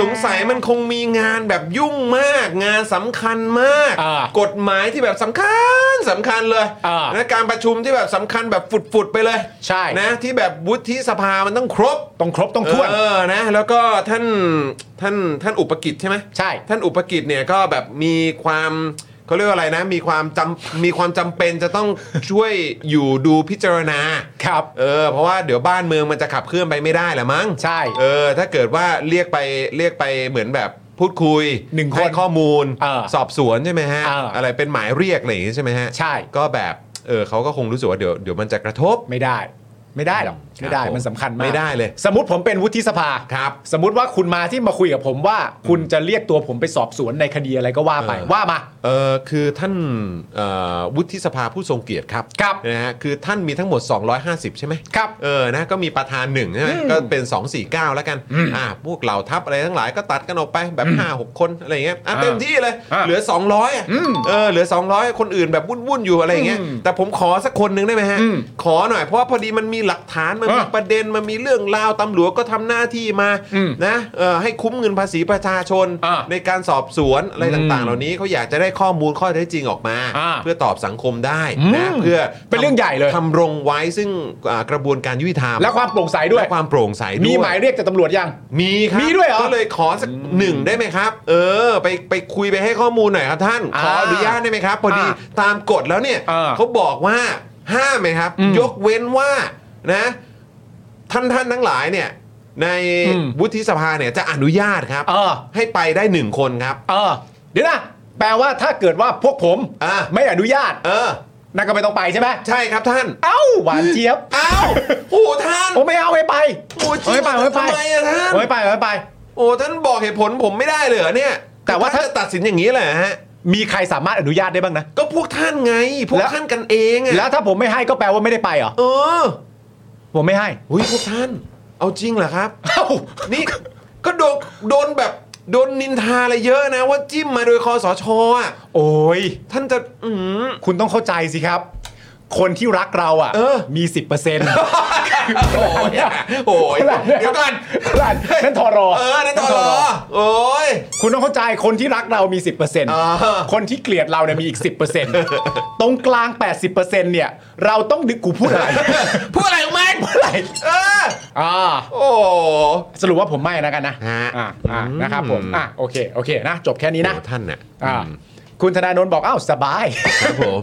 Speaker 1: สงสัยมันคงมีงานแบบยุ่งมาก งานสำคัญมาก
Speaker 2: อ่าก
Speaker 1: ฎหมายที่แบบสำคัญสำคัญเลย
Speaker 2: อ่า
Speaker 1: นะการประชุมที่แบบสำคัญแบบฝุดๆไปเลย
Speaker 2: ใช่
Speaker 1: นะ ที่แบบวุฒิสภามันต้องครบ
Speaker 2: ต้องครบต้องถ้วน
Speaker 1: เออ นะ แล้วก็ท่านท่านท่านอุปกิจใช่ไหม
Speaker 2: ใช่
Speaker 1: ท่านอุปกิจเนี่ยก็แบบมีความเขาเรียกว่าอะไรนะ มีความจำมีความจำเป็นจะต้องช่วยอยู่ดูพิจารณา
Speaker 2: ครับ
Speaker 1: เออ เพราะว่าเดี๋ยวบ้านเมืองมันจะขับเคลื่อนไปไม่ได้แหละมั้ง
Speaker 2: ใช่
Speaker 1: เออ ถ้าเกิดว่าเรียกไปเรียกไปเหมือนแบบพูดคุย
Speaker 2: หนึ่งคน
Speaker 1: ให้ข้อมูล
Speaker 2: เออ
Speaker 1: สอบสวนใช่ไหมฮะ
Speaker 2: เอออ
Speaker 1: ไรเป็นหมายเรียกอะไรอย่างงี้ใช่ไหมฮะ
Speaker 2: ใช่
Speaker 1: ก็แบบเออเขาก็คงรู้สึกว่าเดี๋ยวเดี๋ยวมันจะกระทบ
Speaker 2: ไม่ได้ ไม่ได้หรอกไม่ได้
Speaker 1: ครับ
Speaker 2: มันสำคัญมาก
Speaker 1: ไม่ได้เลย
Speaker 2: สมมติผมเป็นวุฒิสภา
Speaker 1: ครับ
Speaker 2: สมมติว่าคุณมาที่มาคุยกับผมว่า คุณจะเรียกตัวผมไปสอบสวนในคดีอะไรก็ว่าไป
Speaker 1: เออ
Speaker 2: ว่ามา
Speaker 1: เออคือท่านเอ่อวุฒิสภาผู้ทรงเกียรติครับ
Speaker 2: ครับ
Speaker 1: นะฮะคือท่านมีทั้งหมด 250 ใช่ไหม
Speaker 2: ครับ
Speaker 1: เออนะก็มีประธานหนึ่งใช่ไหมก็เป็น 249 แล้วกันอ่าพวกเหล่าทัพอะไรทั้งหลายก็ตัดกันออกไปแบบ 5 6 คนอะไรอย่างเงี้ยอ่ะ
Speaker 2: อ่า
Speaker 1: เต็มที่เลย
Speaker 2: อ่า
Speaker 1: เหลือ 200อ่ะเออเหลือ 200 คนอื่นแบบวุ่นๆอยู่อะไรอย่างเงี้ย
Speaker 2: อืม
Speaker 1: แต่ผมขอสักคนหนึ่งได้ไหมฮะ
Speaker 2: อืม
Speaker 1: ขอหน่อยเพราะว่าพอดีมันมีหลักฐานมันมี
Speaker 2: อ่า
Speaker 1: ประเด็นมันมีเรื่องราวตำรวจก็ทำหน้าที่มา
Speaker 2: อืม
Speaker 1: นะเออให้คุ้มเงินภาษีประชาชน
Speaker 2: อ่า
Speaker 1: ในการสอบสวนอะไรต่างๆ เหล่านี้ นี้เขาอยากจะได้ข้อมูลข้อเท็จจริงออกมา
Speaker 2: อ่า
Speaker 1: เพื่อตอบสังคมได้
Speaker 2: อืม
Speaker 1: นะเพื่อ
Speaker 2: เป็นเรื่องใหญ่เลย
Speaker 1: ทำรงไว้ซึ่งอ่ากระบวนการยุติธรรม
Speaker 2: และความโปร่งใสด้วย
Speaker 1: และความโปร่งใสด้วย
Speaker 2: มีหมายเรียกจากตำรวจยัง
Speaker 1: มีครับ
Speaker 2: มีด้วยเหรอ
Speaker 1: ก็เลยขอสักหนึ่งได้ไหมครับ เออ ไปไปคุยไปให้ข้อมูลหน่อยครับท่าน
Speaker 2: อ่า
Speaker 1: ขออนุญาตได้ไหมครับพอดี
Speaker 2: อ่
Speaker 1: ตามกฎแล้วเนี่ย
Speaker 2: เออ
Speaker 1: เขาบอกว่าห้ามไหมครับ
Speaker 2: อืม
Speaker 1: ยกเว้นว่านะ ท่านท่านทั้งหลายเนี่ย ใน
Speaker 2: อืม
Speaker 1: วุฒิสภาเนี่ยจะอนุญาตครับ
Speaker 2: เออ
Speaker 1: ให้ไปได้หนึ่งคนครับ
Speaker 2: เออเดี๋ยวนะแปลว่าถ้าเกิดว่าพวกผม
Speaker 1: อ่ะ
Speaker 2: ไม่อนุญาต
Speaker 1: เออ
Speaker 2: นั่นก็ไม่ต้องไปใช่ไหม
Speaker 1: ใช่ครับท่าน
Speaker 2: เอ้าหวานเจี๊ยบ
Speaker 1: อ้าวโอ้ท่าน
Speaker 2: โอ้ไม่เอาไม่ไป
Speaker 1: โอ้จริง
Speaker 2: ไม่ไปไม่ไป
Speaker 1: ทำไมอะท่าน
Speaker 2: ไม่ไปไม่ไป
Speaker 1: โอ้ท่านบอกเหตุผลผมไม่ได้เลยเหรอเนี่ย
Speaker 2: แต่ว่า
Speaker 1: คือท่าน
Speaker 2: ถ้า
Speaker 1: จะตัดสินอย่างนี้แหละฮะ
Speaker 2: มีใครสามารถอนุญาตได้บ้างนะ
Speaker 1: ก็พวกท่านไง พวก
Speaker 2: แล้ว
Speaker 1: ท่านกันเองอะ
Speaker 2: แล้วถ้าผมไม่ให้ก็แปลว่าไม่ได้ไปเหรอ
Speaker 1: เออ
Speaker 2: ผมไม่ให้
Speaker 1: หุ้ยพวกท่าน เอาจริงเหรอครับ
Speaker 2: เอ้า
Speaker 1: นี่ก็โดนโดนแบบโดนนินทาอะไรเยอะนะว่าจิ้มมาโดยคอสชอ่ะ
Speaker 2: โอ้ย
Speaker 1: ท่านจะ อืม
Speaker 2: คุณต้องเข้าใจสิครับ คนที่รักเราอ่ะ
Speaker 1: เออ
Speaker 2: มี 10%เปอร์เซ็นต์
Speaker 1: โอ้ยโอ้ย
Speaker 2: ขนาดนั้น
Speaker 1: เดี๋ยวก่อน
Speaker 2: ขนาดนั้นทร
Speaker 1: เออนั่นตอรอโอ้ย
Speaker 2: คุณต้องเข้าใจคนที่รักเรามี 10%คนที่เกลียดเราเนี่ยมีอีก 10%ตรงกลาง 80%เนี่ย เราต้องดึกกูพูดอะไร
Speaker 1: พูดอะไรของมัน
Speaker 2: พูดอะไร
Speaker 1: เออ
Speaker 2: อ่า
Speaker 1: โอ้โห
Speaker 2: สรุปว่าผมไม่แล้วกันนะ
Speaker 1: ฮะ
Speaker 2: อ่าอ่า
Speaker 1: อืม
Speaker 2: นะครับผมอ่ะโอเคโอเคนะจบแค่นี้นะ
Speaker 1: ท่านน่ะ
Speaker 2: อ่าคุณธนาโนนบอกอ้าวสบาย
Speaker 1: ครับผม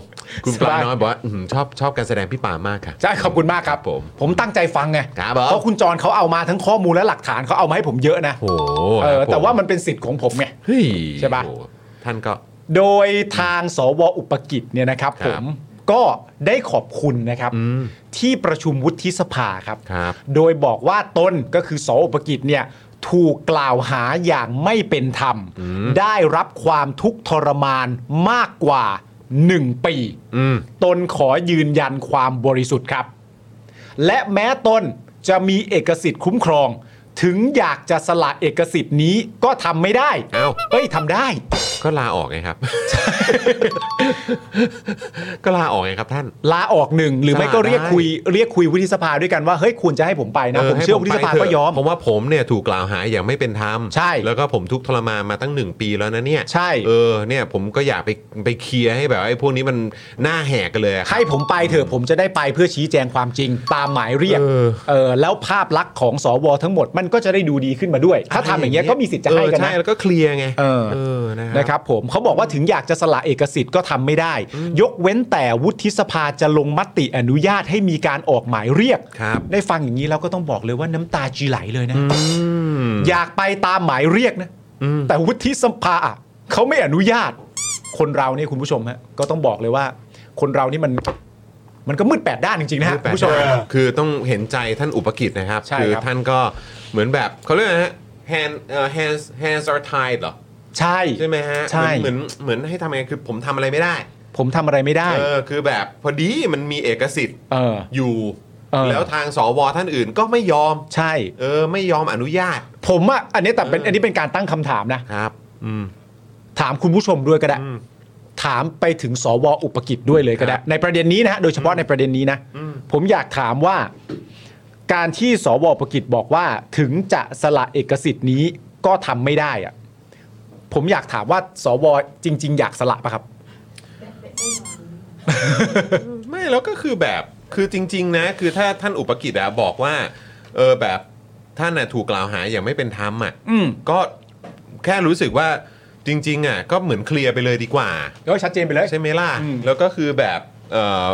Speaker 1: คุณป
Speaker 2: ส
Speaker 1: ลา
Speaker 2: บาย
Speaker 1: น้อยบอกว่าอื้อหือชอบชอบการแสดงพี่ปามากค่ะ
Speaker 2: ใช่ขอบคุณมากครับ
Speaker 1: ครับผม
Speaker 2: ผมตั้งใจฟังไง
Speaker 1: ครับผม
Speaker 2: เพราะคุณจรเขาเอามาทั้งข้อมูลและหลักฐานเขาเอามาให้ผมเยอะนะ
Speaker 1: โอ้โห
Speaker 2: เออ
Speaker 1: ครับผ
Speaker 2: แต่ว่ามันเป็นสิทธิ์ของผมไง
Speaker 1: เฮ้ย
Speaker 2: ใช่ปะ
Speaker 1: โอ้โหท่านก็
Speaker 2: โดยทางสวอุปกิจเนี่ยนะครับ
Speaker 1: ครั
Speaker 2: ผ
Speaker 1: บ
Speaker 2: มก็ได้ขอบคุณนะครับที่ประชุมวุฒิสภาครับ
Speaker 1: ครับ
Speaker 2: โดยบอกว่าตนก็คือสวอุปกิจเนี่ยถูกกล่าวหาอย่างไม่เป็นธรรม ได้รับความทุกข์ทรมานมากกว่า 1 ปี
Speaker 1: อืม
Speaker 2: ตนขอยืนยันความบริสุทธิ์ครับ และแม้ตนจะมีเอกสิทธิ์คุ้มครอง ถึงอยากจะสละเอกสิทธิ์นี้ก็ทำไม่ได้
Speaker 1: เอ้า
Speaker 2: เอ้ยทำได้
Speaker 1: ก็ลาออกไงครับ ก็ลาออกไงครับท่าน
Speaker 2: ลาออกหนึ่งหรือไม่
Speaker 1: ใช่
Speaker 2: ก็เรียก
Speaker 1: ได้
Speaker 2: คุยเรียกคุยวุฒิสภาด้วยกันว่าเฮ้ยควรจะให้ผมไปนะผมเชื่อวุฒิสภาก็ยอม
Speaker 1: เพราะว่าผมเนี่ยถูกกล่าวหาอย่างไม่เป็นธรรม
Speaker 2: ใช่
Speaker 1: แล้วก็ผมทุกข์ทรมานมาตั้งหนึ่งปีแล้วนะเนี่ย
Speaker 2: ใช่
Speaker 1: เออเนี่ยผมก็อยากไปไปเคลียร์ให้แบบไอ้พวกนี้มันหน้าแหกกันเลยอะครับ
Speaker 2: ให้ผมไปเถอะผมจะได้ไปเพื่อชี้แจงความจริง ตามหมายเรียก
Speaker 1: เออ
Speaker 2: เออแล้วภาพลักษณ์ของสวทั้งหมดมันก็จะได้ดูดีขึ้นมาด้วย ถ้าทำอย่างเงี้ยก็มีสิทธิ์จะให้กัน
Speaker 1: เออ
Speaker 2: นะ
Speaker 1: ใช่แล้วก็เคลียร์ไง
Speaker 2: เออ
Speaker 1: นะ
Speaker 2: นะครับ ครับผมเขาบอกว่าถึงอยากจะสละเอกสิทธิ์ก็ทำไม่ได้ ยกเว้นแต่วุฒิสภาจะลงมติอนุญาตให้มีการออกหมายเรียก
Speaker 1: ครับ
Speaker 2: ได้ฟังอย่างนี้เราก็ต้องบอกเลยว่าน้ำตาจีไหลเลยนะ อยากไปตามหมายเรียกนะ แต่วุฒิสภาอ่ะเขาไม่อนุญาต คนเราเนี่ยคุณผู้ชมฮะก็ต้องบอกเลยว่า คนเรานี่มันมันก็มืดแปดด้านจริงๆนะฮะ
Speaker 1: แปลก
Speaker 2: คุณผู้ชม
Speaker 1: นะครับคือต้องเห็นใจท่านอุปกิจนะครับ
Speaker 2: ใช่
Speaker 1: คือ
Speaker 2: ครับ
Speaker 1: ท่านก็เหมือนแบบเขาเรียกอะไรนะฮะ hand เอ่อ hands hands are tied เหรอ
Speaker 2: ใช่
Speaker 1: ใช่ไหมฮะ
Speaker 2: ใช่
Speaker 1: เหมือนเหมือนเหมือนให้ทำยังไงคือผมทำอะไรไม่ได้
Speaker 2: ผมทำอะไรไม่ได้
Speaker 1: เออคือแบบพอดีมันมีเอกสิทธิ์
Speaker 2: เออ
Speaker 1: อยู่
Speaker 2: เออ
Speaker 1: แล้วทางสวท่านอื่นก็ไม่ยอม
Speaker 2: ใช่
Speaker 1: เออไม่ยอมอนุญาต
Speaker 2: ผมอ่ะอันนี้แต่เป็นอันนี้เป็นการตั้งคำถามนะ
Speaker 1: ครับ อืม
Speaker 2: ถามคุณผู้ชมด้วยก็ได้
Speaker 1: อืม
Speaker 2: ถามไปถึงสวอุปกิจด้วยเลยก็ได้
Speaker 1: ครับ
Speaker 2: ในประเด็นนี้นะฮะโดยเฉพาะในประเด็นนี้นะ
Speaker 1: อืม
Speaker 2: ผมอยากถามว่า การที่สวอุปกิจบอกว่าถึงจะสละเอกสิทธิ์นี้ก็ทำไม่ได้อะผมอยากถามว่า สวจริง ๆ อยากสละปะครับ
Speaker 1: ไม่แล้วก็คือแบบคือจริง ๆ นะ คือถ้าท่านอุปกิจอะบอกว่า เออแบบท่านน่ะถูกกล่าวหาอย่างไม่เป็นธรรมอะ
Speaker 2: อืม
Speaker 1: ก็แค่รู้สึกว่าจริง ๆอะก็เหมือนเคลียร์ไปเลยดีกว่า
Speaker 2: ก็ชัดเจนไปเลย
Speaker 1: ใช่ไหมล่ะ
Speaker 2: อืม
Speaker 1: แล้วก็คือแบบเอ่อ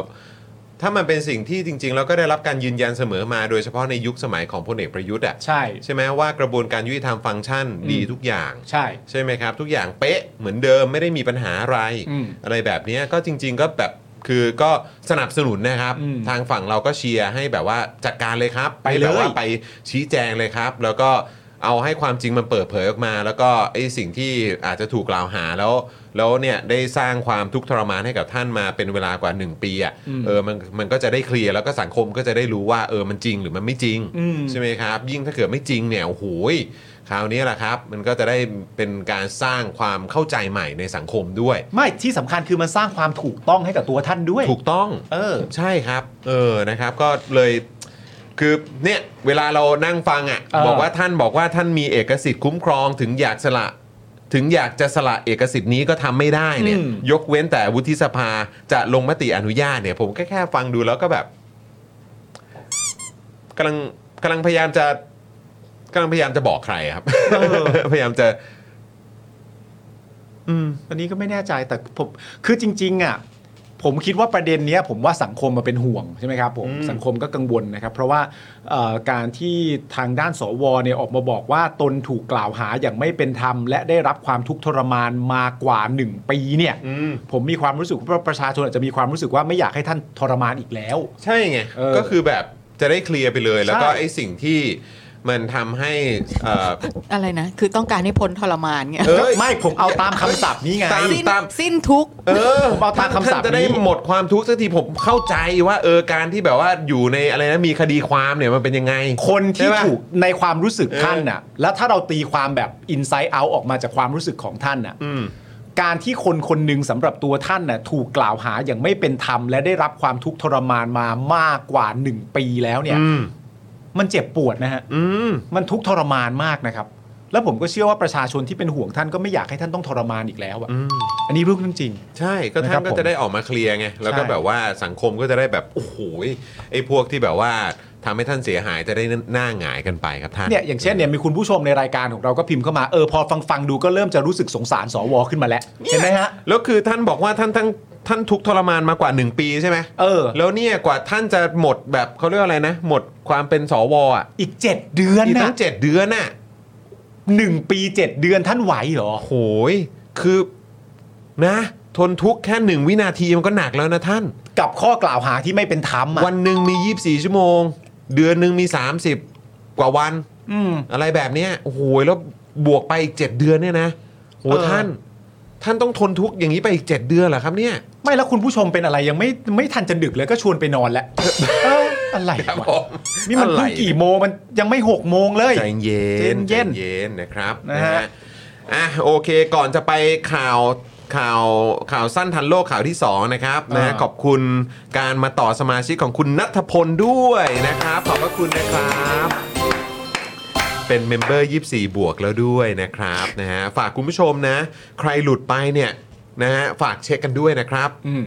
Speaker 1: ถ้ามันเป็นสิ่งที่จริง ๆ แล้วก็ได้รับการยืนยันเสมอมา โดยเฉพาะในยุคสมัยของพลเอกประยุทธ์อะ
Speaker 2: ใช่
Speaker 1: ใช่ไหมว่ากระบวนการยุติธรรมฟังก์ชันดีทุกอย่าง
Speaker 2: ใช่
Speaker 1: ใช่ไหมครับ ทุกอย่างเป๊ะเหมือนเดิมไม่ได้มีปัญหาอะไร
Speaker 2: อืม
Speaker 1: อะไรแบบเนี้ยก็จริง ๆ ก็แบบคือก็สนับสนุนนะครับ
Speaker 2: อืม
Speaker 1: ทางฝั่งเราก็เชียร์ให้แบบว่าจัดการเลยครับ
Speaker 2: ไปเล
Speaker 1: ให้
Speaker 2: ย
Speaker 1: แบบว่าไปชี้แจงเลยครับ แล้วก็เอาให้ความจริงมันเปิดเผยออกมา แล้วก็ไอ้สิ่งที่อาจจะถูกกล่าวหาแล้ว แล้วเนี่ยได้สร้างความทุกข์ทรมานให้กับท่านมาเป็นเวลากว่า 1 ปีอ่ะ
Speaker 2: อืม
Speaker 1: เออมันมันก็จะได้เคลียร์แล้วก็สังคมก็จะได้รู้ว่าเออมันจริงหรือมันไม่จริง
Speaker 2: อืม
Speaker 1: ใช่ไหมครับ ยิ่งถ้าเกิดไม่จริงเนี่ยโอ้โห คราวนี้แหละครับ มันก็จะได้เป็นการสร้างความเข้าใจใหม่ในสังคมด้วย
Speaker 2: ไม่ที่สำคัญคือมันสร้างความถูกต้องให้กับตัวท่านด้วย
Speaker 1: ถูกต้อง
Speaker 2: เออ
Speaker 1: ใช่ครับ เออนะครับ ก็เลยคือเนี่ยเวลาเรานั่งฟังอ่ะ
Speaker 2: เออ
Speaker 1: บอกว่าท่านบอกว่าท่านมีเอกสิทธิ์คุ้มครองถึงอยากสละ ถึงอยากจะสละเอกสิทธิ์นี้ก็ทำไม่ได้เนี่ย ยกเว้นแต่วุฒิสภาจะลงมติอนุญาตเนี่ย ผมก็แค่ฟังดูแล้วก็แบบกำลังกำลังพยายามจะกำลังพยายามจะบอกใครอะครับ พยายามจะ
Speaker 2: อันนี้ก็ไม่แน่ใจแต่ผมคือจริง ๆอ่ะผมคิดว่าประเด็นเนี้ยผมว่าสังคมมาเป็นห่วงใช่ไหมครับผมสังคมก็กังวลนะครับ เพราะว่าเอ่อการที่ทางด้านสวเนี่ยออกมาบอกว่าตนถูกกล่าวหาอย่างไม่เป็นธรรม และได้รับความทุกข์ทรมานมากว่า 1 ปีเนี่ย
Speaker 1: อืม
Speaker 2: ผมมีความรู้สึกว่าประชาชนอาจจะมีความรู้สึกว่าไม่อยากให้ท่านทรมานอีกแล้ว
Speaker 1: ใช่ไง
Speaker 2: เออ
Speaker 1: ก็คือแบบจะได้เคลียร์ไปเลย แล้วก็
Speaker 2: ใช่
Speaker 1: ไอ้สิ่งที่มันทำให้เอ่อ
Speaker 3: อะไรนะ คือต้องการให้พ้นทรมานเงี้ย
Speaker 1: เออ ย
Speaker 2: ไม่ผมเอาตามคำศัพท์นี้ไง
Speaker 1: ตาม
Speaker 3: สิ้นสิ้นทุกข์
Speaker 1: เออ
Speaker 2: ผมเอาตาม
Speaker 1: ท่น
Speaker 2: คำศัพท์
Speaker 1: ท่นจะได้
Speaker 2: นี้
Speaker 1: หมดความทุกข์สักทีผมเข้าใจว่าเออการที่แบบว่าอยู่ในอะไรนะมีคดีความเนี่ยมันเป็นยังไง
Speaker 2: คนที่
Speaker 1: ใช่ปะ
Speaker 2: ถูกในความรู้สึก
Speaker 1: เออ
Speaker 2: ท่านน่ะ แล้วถ้าเราตีความแบบ inside out ออกมาจากความรู้สึกของท่านน่ะ
Speaker 1: อืม
Speaker 2: การที่คนคนหนึ่งสำหรับตัวท่านน่ะถูกกล่าวหาอย่างไม่เป็นธรรม และได้รับความทุกข์ทรมานมามากกว่า 1 ปีแล้วเนี่ย
Speaker 1: อืม
Speaker 2: มันเจ็บปวดนะฮะ
Speaker 1: อืม
Speaker 2: มันทุกข์ทรมานมากนะครับ แล้วผมก็เชื่อว่าประชาชนที่เป็นห่วงท่านก็ไม่อยากให้ท่านต้องทรมานอีกแล้วอะอันนี้เรื่องจริง
Speaker 1: ใช่ก็
Speaker 2: นะครั
Speaker 1: ท่า
Speaker 2: บ
Speaker 1: นก็จะได้ออกมาเคลียร์ไงแล้วก็
Speaker 2: ใช่
Speaker 1: แบบว่าสังคมก็จะได้แบบโอ้โหยไอ้พวกที่แบบว่าทำให้ท่านเสียหายจะได้หน้าหงายกันไปครับท่าน
Speaker 2: เนี่ยอย่างเช่นเนี่ยมีคุณผู้ชมในรายการของเราก็พิมพ์เข้ามาเออพอฟังฟังๆดูก็เริ่มจะรู้สึกสงสารสวขึ้นมาแล้วเห็นไหมฮะ
Speaker 1: แล้วคือท่านบอกว่าท่านทั้งท่านทุกข์ทรมานมากว่า 1 ปีใช่ไหม
Speaker 2: เออ
Speaker 1: แล้วเนี่ยกว่าท่านจะหมดแบบเขาเรียกว่าอะไรนะ หมดความเป็นสวอ่ะ
Speaker 2: อีก 7 เดือน
Speaker 1: อีก
Speaker 2: นะ
Speaker 1: ตั้งเจ็ดเดือนน่ะ
Speaker 2: หนึ่งปี 7 เดือนท่านไหวเหรอ
Speaker 1: โอ้โหยคือนะ ทนทุกข์แค่หนึ่งวินาทีมันก็หนักแล้วนะท่าน
Speaker 2: กับข้อกล่าวหาที่ไม่เป็นธรรมอะ
Speaker 1: วันหนึ่งมี 24 ชั่วโมง เดือนหนึ่งมี 30 กว่าวัน
Speaker 2: อืม
Speaker 1: อะไรแบบเนี้ยโอ้โหแล้วบวกไปอีกเจ็ดเดือนเนี่ยนะโห
Speaker 2: เออ
Speaker 1: ท่าน ท่านต้องทนทุกข์อย่างนี้ไปอีกเจ็ดเดือนเหรอครับเนี่ย
Speaker 2: ไม่แล้วคุณผู้ชมเป็นอะไรยังไม่ไม่ทันจะดึกเลยก็ชวนไปนอนแล้วเอออะไรวะนี่มันเพิ่งกี่โมงมันยังไม่หกโมงเลย
Speaker 1: ใจเย็น
Speaker 2: ใจเย็น
Speaker 1: ใจเย็นนะครับ
Speaker 2: นะฮะ
Speaker 1: อ่ะโอเคก่อนจะไปข่าวข่าวข่าวสั้นทันโลกข่าวที่ 2 นะครับนะขอบคุณการมาต่อสมาชิกของคุณนัทพลด้วยนะครับ ขอบพระคุณนะครับ เป็นเมมเบอร์ 24 บวกแล้วด้วยนะครับนะฮะฝากคุณผู้ชมนะ ใครหลุดไปเนี่ยนะฮะฝากเช็คกันด้วยนะครับ
Speaker 2: อืม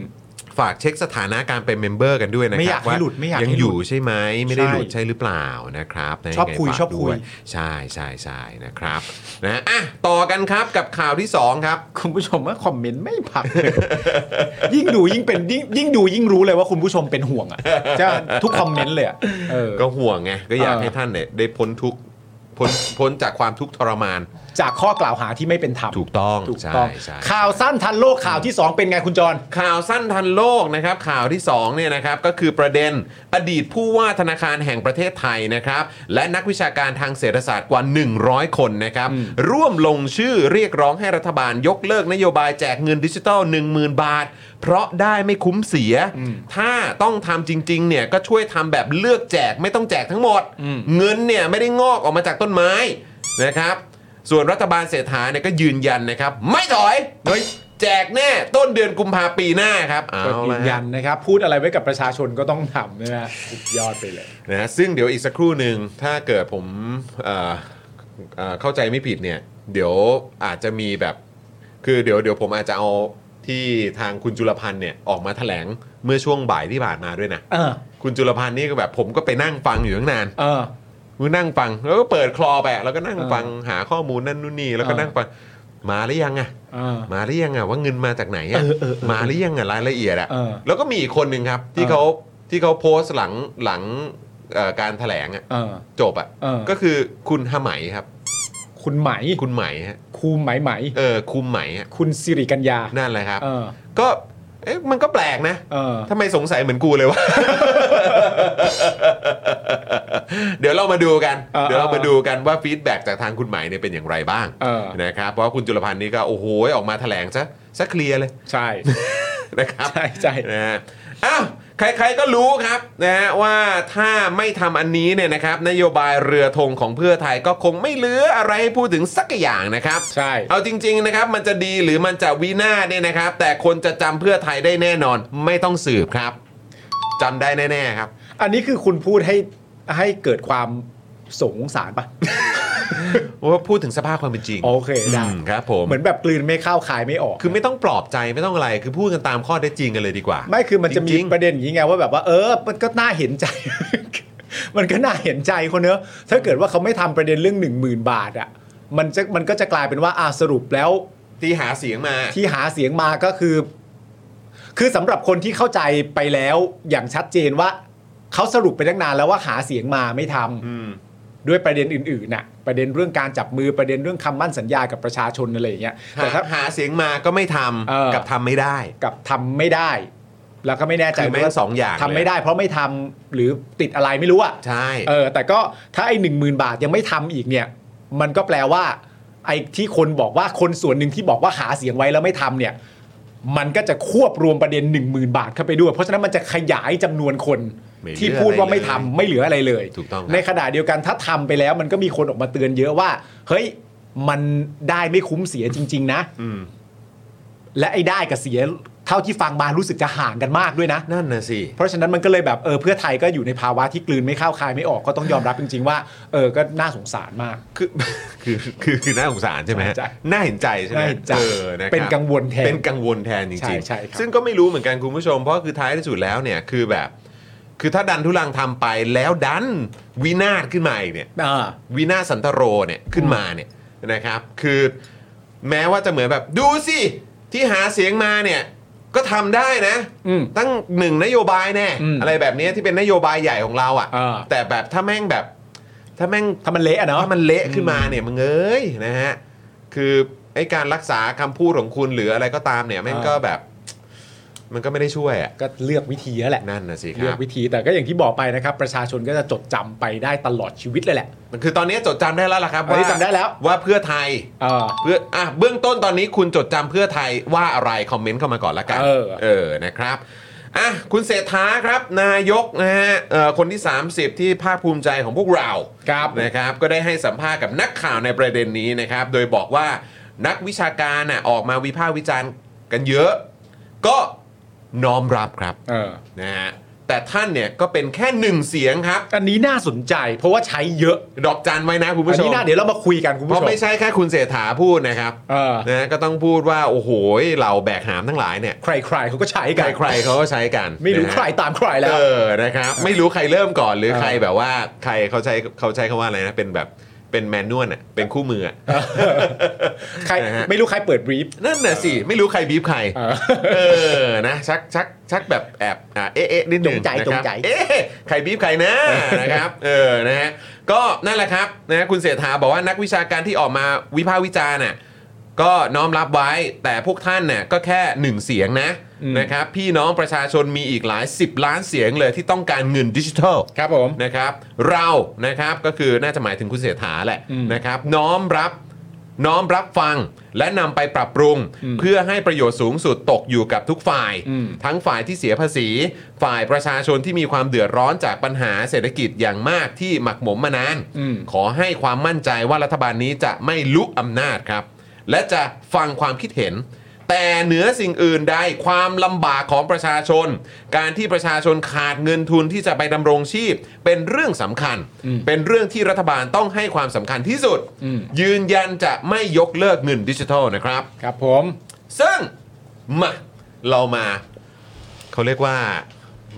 Speaker 1: ฝากเช็คสถานะการเป็นเมมเบอร์กันด้วยนะ
Speaker 2: ไม่
Speaker 1: ค
Speaker 2: อ
Speaker 1: รั
Speaker 2: ยา
Speaker 1: บ
Speaker 2: กให้หลุดไม่อยากให้
Speaker 1: ยังอยู่ใช่ไหมไม่ได้
Speaker 2: ใช่
Speaker 1: หลุดใช่หรือเปล่านะครับนะ
Speaker 2: ชอบ
Speaker 1: งไง
Speaker 2: คุย
Speaker 1: ฝาก
Speaker 2: ชอบคุ
Speaker 1: ด้
Speaker 2: ย
Speaker 1: วยใช่ใช่ใช่นะครับนะอ่ะต่อกันครับกับข่าวที่ 2 ครับ
Speaker 2: คุณผู้ชมว่าคอมเมนต์ไม่พักเลยยิ่งดูยิ่งเป็นยิ่งยิ่งดูยิ่งรู้เลยว่าคุณผู้ชมเป็นห่วงอ่ะจะทุกคอมเมนต์เลยอะเออ
Speaker 1: ก็ห่วงไงก็อยาก
Speaker 2: เออ
Speaker 1: ให้ท่านเนี่ยได้พ้นทุกข์พ้นพ้นจากความทุกข์ทรมาน
Speaker 2: จากข้อกล่าวหาที่ไม่เป็นธรรม
Speaker 1: ถูกต้อง
Speaker 2: ถูก
Speaker 1: ใช่
Speaker 2: ต้อง
Speaker 1: ใช่
Speaker 2: ข่าวสั้นทันโลกข่าวที่สองเป็นไงคุณจร
Speaker 1: ข่าวสั้นทันโลกนะครับข่าวที่2เนี่ยนะครับก็คือประเด็นอดีตผู้ว่าธนาคารแห่งประเทศไทยนะครับและนักวิชาการทางเศรษฐศาสตร์กว่า 100 คนนะครับร่วมลงชื่อเรียกร้องให้รัฐบาลยกเลิกนโยบายแจกเงินดิจิทัล 10,000 บาท เพราะได้ไม่คุ้มเสีย ถ้าต้องทำจริงๆเนี่ยก็ช่วยทำแบบเลือกแจกไม่ต้องแจกทั้งหมด เงินเนี่ยไม่ได้งอกออกมาจากต้นไม้นะครับ ส่วนรัฐบาลเศรษฐาเนี่ยก็ยืนยันนะครับ ไม่ถอยเฮ้ยแจกแน่ต้นเดือนกุมภาปีหน้าครับเอา
Speaker 2: ก็ยื
Speaker 1: ละ
Speaker 2: นยันนะครับ พูดอะไรไว้กับประชาชนก็ต้องทำนะฮะสุดยอดไปเลย
Speaker 1: นะซึ่งเดี๋ยวอีกสักครู่หนึ่งถ้าเกิดผมเอ่อเอ่อเข้าใจไม่ผิดเนี่ย เดี๋ยวอาจจะมีแบบ คือเดี๋ยวเดี๋ยวผมอาจจะเอาที่ทางคุณจุลพันธ์เนี่ยออกมาแถลงเมื่อช่วงบ่ายที่ผ่านมาด้วยนะ
Speaker 2: เออ
Speaker 1: คุณจุลพันธ์นี่ก็แบบผมก็ไปนั่งฟังอยู่ตั้งนาน
Speaker 2: เออ
Speaker 1: กูนั่งฟังแล้วก็เปิดคลอไปแล้วก็นั่ง
Speaker 2: เออ
Speaker 1: ฟังหาข้อมูลนั่นนู่นนี่แล้วก็
Speaker 2: เออ
Speaker 1: นั่งฟังมาหรือยังอะ
Speaker 2: เออ
Speaker 1: มาหรือยังอะว่าเงินมาจากไหนอะ
Speaker 2: เออเออเออ
Speaker 1: มาหรือยังอะรายละเอียดอะ
Speaker 2: เออ
Speaker 1: แล้วก็มีอีกคนหนึ่งครับ ที่
Speaker 2: เออ
Speaker 1: เขาที่เขาโพสต์หลังหลังเอ่อการแถลงอะ
Speaker 2: เออ
Speaker 1: จบอะ
Speaker 2: เออ
Speaker 1: ก็คือคุณหไหมครับ
Speaker 2: คุณไหม
Speaker 1: คุณไหมฮะ
Speaker 2: ครูไหมไหม
Speaker 1: เออคุมไหมฮะ
Speaker 2: คุณสิริกัญญา
Speaker 1: นั่นแหละครับ
Speaker 2: เออ
Speaker 1: ก็เอ๊ะมันก็แปลกนะ
Speaker 2: เออ
Speaker 1: ทำไมสงสัยเหมือนกูเลยวะ เดี๋ยวเรามาดูกัน
Speaker 2: เออ
Speaker 1: เดี๋ยวเรามาดูกันว่าฟีดแบ็กจากทางคุณไหมายเนี่ยเป็นอย่างไรบ้าง
Speaker 2: เออ
Speaker 1: นะครับ เพราะว่าคุณจุลพันธ์นี่ก็โอ้โหออกมาแถลงซะซะเคลียร์เลย
Speaker 2: ใช่
Speaker 1: นะครับ
Speaker 2: ใช่ใช่
Speaker 1: นะฮะอ้าวใครๆก็รู้ครับนะฮะว่าถ้าไม่ทำอันนี้เนี่ยนะครับ นโยบายเรือธงของเพื่อไทยก็คงไม่เหลืออะไรให้พูดถึงสักอย่างนะครับ
Speaker 2: ใช่
Speaker 1: เอาจริงๆนะครับมันจะดีหรือมันจะวินาศเนี่ยนะครับ แต่คนจะจำเพื่อไทยได้แน่นอน ไม่ต้องสืบครับจำได้แน่ๆครับ
Speaker 2: อันนี้คือคุณพูดให้ให้เกิดความสงสารปะ
Speaker 1: ว่าพูดถึงสภาพความเป็นจริง
Speaker 2: โอเคได้
Speaker 1: มครับผม
Speaker 2: เหมือนแบบกลืนไม่เข้าคายไม่ออก
Speaker 1: คือไม่ต้องปลอบใจไม่ต้องอะไร คือพูดกันตามข้อเท็จจริงกันเลยดีกว่า
Speaker 2: ไม่คือมันจะมี
Speaker 1: ริงๆ
Speaker 2: ประเด็นอย่างนี้ไงว่าแบบว่า เออ มันก็น่าเห็นใจ มันก็น่าเห็นใจคนเนอะถ้าเกิดว่าเขาไม่ทำประเด็นเรื่องหนึ่งหมื่นบาทอ่ะมันจะมันก็จะกลายเป็นว่าอ่าสรุปแล้ว
Speaker 1: ที่หาเสียงมา
Speaker 2: ที่หาเสียงมาก็คือ คือสำหรับคนที่เข้าใจไปแล้วอย่างชัดเจนว่า เขาสรุปไปตั้งนานแล้วว่าหาเสียงมาไม่ทำด้วยประเด็นอื่นๆน่ะ ประเด็นเรื่องการจับมือประเด็นเรื่องคำมั่นสัญญากับประชาชนอะไรอย่างเงี้ยแต่
Speaker 1: หา
Speaker 2: ถ้า
Speaker 1: หาเสียงมาก็ไม่ทำ
Speaker 2: เออ
Speaker 1: กับทำไม่ได้
Speaker 2: กับทำไม่ได้ แล้วก็ไม่แน่ใจ
Speaker 1: คือแม่ง
Speaker 2: ว่า
Speaker 1: สองอย่าง
Speaker 2: ทำไม่
Speaker 1: เลย
Speaker 2: ได้ เพราะไม่ทำหรือติดอะไรไม่รู้อ่ะ
Speaker 1: ใช่
Speaker 2: เออแต่ก็ถ้าไอ้หนึ่งหมื่นบาทยังไม่ทำอีกเนี่ย มันก็แปลว่า ไอ้ที่คนบอกว่าคนส่วนหนึ่งที่บอกว่าหาเสียงไว้แล้วไม่ทำเนี่ย มันก็จะควบรวมประเด็น 1 0,000 บาทเข้าไปด้วย เพราะฉะนั้นมันจะขยายจำนวนคน
Speaker 1: ไม่เหลือ
Speaker 2: ที่พูดว่าไม่ทำไม่เหลืออะไรเลย
Speaker 1: ถูกต้องครับ
Speaker 2: ในขณะเดียวกันถ้าทำไปแล้วมันก็มีคนออกมาเตือนเยอะว่า เฮ้ยมันได้ไม่คุ้มเสียจริง ๆ นะ
Speaker 1: อืม
Speaker 2: และไอ้ได้กับเสีย เท่าที่ฟังมารู้สึกจะห่างกันมากด้วยนะ
Speaker 1: นั่นน่ะสิ
Speaker 2: เพราะฉะนั้นมันก็เลยแบบเออเพื่อไทยก็อยู่ในภาวะที่กลืนไม่เข้าคายไม่ออกก็ต้องยอมรับจริงๆว่าเออก็น่าสงสารมาก
Speaker 1: คือ คือคือคือน่าสงสารใช่ไหมฮะ
Speaker 2: ใช่
Speaker 1: น่าเห็นใจใช่ไหม
Speaker 2: น่าเห็นใจ
Speaker 1: ออนะครับ
Speaker 2: เป็นกังวลแทน
Speaker 1: เป็นกังวลแทนจ
Speaker 2: ใช่
Speaker 1: ริง
Speaker 2: ใช่ครับ
Speaker 1: ซึ่งก็ไม่รู้เหมือนกันคุณผู้ชม เพราะคือท้ายที่สุดแล้วเนี่ยคือแบบ คือถ้าดันทุลังทำไปแล้วดันวินาศขึ้นมาอีกเนี่ย
Speaker 2: า
Speaker 1: วินาศสันตโรเนี่ยขึ้นมาเนี่ยนะครับ คือแม้ว่าจะเหมือนแบบดูสิที่หาเสียงมาเนี่ยก็ทำได้นะ
Speaker 2: อืม
Speaker 1: ตั้งหนึ่งนโยบายแน่
Speaker 2: อืม
Speaker 1: อะไรแบบเนี้ยที่เป็นนโยบายใหญ่ของเรา
Speaker 2: เออ
Speaker 1: อะ่ะแต่แบบถ้าแม่งแบบ ถ้าแม่ง
Speaker 2: ถ้ามันเละอะเนาะ
Speaker 1: ถ้ามันเละขึ้นมาเนี่ยมึงเอ้ยนะฮะคือไอ้การรักษาคำพูดของคุณหรืออะไรก็ตามเนี่ยแม่ง
Speaker 2: อ่า
Speaker 1: ก็แบบ มันก็ไม่ได้ช่วยอะ
Speaker 2: ก็เลือกวิธีแล้วแหละ
Speaker 1: นั่นนะสิค
Speaker 2: เลือ
Speaker 1: รั
Speaker 2: ก
Speaker 1: บ
Speaker 2: วิธีแต่ก็อย่างที่บอกไปนะครับ ประชาชนก็จะจดจำไปได้ตลอดชีวิตเลยแหละ
Speaker 1: มันคือตอนนี้จดจำได้แล้วล่ะครับ
Speaker 2: ตอนนี้จำได้แล้ว
Speaker 1: ว่าเพื่อไทย
Speaker 2: เออ
Speaker 1: เพื่ออ่ะเบื้องต้นตอนนี้คุณจดจำเพื่อไทยว่าอะไร คอมเมนต์เข้ามาก่อนละกัน
Speaker 2: เออ
Speaker 1: นะครับอ่ะคุณเศรษฐาครับนายกนะฮะเอ่อคนที่ 30 ที่ภาคภูมิใจของพวกเรา
Speaker 2: ครับ
Speaker 1: นะครับก็ได้ให้สัมภาษณ์กับนักข่าวในประเด็นนี้นะครับ โดยบอกว่านักวิชาการน่ะออกมาวิพากษ์วิจารณ์กันเยอะ ก็น้อมรับครับ
Speaker 2: เออ
Speaker 1: นะฮะแต่ท่านเนี่ยก็เป็นแค่หนึ่งเสียงครับ
Speaker 2: อันนี้น่าสนใจ เพราะว่าใช้เยอะ
Speaker 1: ดอกจันไว้นะคุณผู้
Speaker 2: อัน
Speaker 1: ช
Speaker 2: นี้
Speaker 1: ม
Speaker 2: น่าเดี๋ยวเรามาคุยกันคุณ
Speaker 1: เพ
Speaker 2: ผู้
Speaker 1: ราะ
Speaker 2: ชม
Speaker 1: ไม่ใช่แค่คุณเศรษฐาพูดนะครับ
Speaker 2: เออ
Speaker 1: นะก็ต้องพูดว่า โอ้โหเหล่าแบกหามทั้งหลายเนี่ย
Speaker 2: ใครๆเขาก็ใช้กัน
Speaker 1: ใครๆเขาก็ใช้กัน
Speaker 2: ไม่รู้
Speaker 1: นะฮะ
Speaker 2: ใครตามใครแล้ว
Speaker 1: เออนะครับ ไม่รู้ใครเริ่มก่อนหรือ
Speaker 2: เออ
Speaker 1: ใครแบบว่าใครเขาใช้เขาใช้คำว่าอะไรนะเป็นแบบเป็นแมนนวลอ่ะเป็นคู่มืออะ
Speaker 2: ใคร
Speaker 1: นะฮะ
Speaker 2: ไม่รู้ใครเปิดบรีฟ
Speaker 1: นั่นน่ะสิไม่รู้ใครบีบใคร
Speaker 2: เออ
Speaker 1: เออนะชักชักชักแบบแอบอ่ะเอ๊ะเอ๊ะนิดหนึ่ง
Speaker 2: จงใจ
Speaker 1: นะครับ
Speaker 2: จงใจ
Speaker 1: เอ๊ะใครบีบใครนะนะครับเออนะฮะก็นั่นแหละครับนะคุณเสถาบอกว่านักวิชาการที่ออกมาวิพากษ์วิจารณ์น่ะก็น้อมรับไว้แต่พวกท่านน่ะก็แค่หนึ่งเสียงนะนะครับพี่น้องประชาชนมีอีกหลาย 10 ล้านเสียงเลยที่ต้องการเงินดิจิทัล
Speaker 2: ครับผม
Speaker 1: นะครับเรานะครับก็คือน่าจะหมายถึงคุณเสถาแหละ
Speaker 2: อืม
Speaker 1: นะครับน้อมรับน้อมรับฟังและนำไปปรับปรุง
Speaker 2: อืม
Speaker 1: เพื่อให้ประโยชน์สูงสุดตกอยู่กับทุกฝ่าย
Speaker 2: อืม
Speaker 1: ทั้งฝ่ายที่เสียภาษี ฝ่ายประชาชนที่มีความเดือดร้อนจากปัญหาเศรษฐกิจอย่างมากที่หมักหมมมานาน
Speaker 2: อืม
Speaker 1: ขอให้ความมั่นใจว่ารัฐบาลนี้จะไม่ลุกอำนาจครับ และจะฟังความคิดเห็น แต่เหนือสิ่งอื่นใดความลำบากของประชาชน การที่ประชาชนขาดเงินทุนที่จะไปดำรงชีพ เป็นเรื่องสำคัญ
Speaker 2: อืม
Speaker 1: เป็นเรื่องที่รัฐบาลต้องให้ความสำคัญที่สุด
Speaker 2: อืม
Speaker 1: ยืนยันจะไม่ยกเลิกเงินดิจิทัลนะครับ
Speaker 2: ครับผม
Speaker 1: ซึ่งมาเรามา เขาเรียกว่า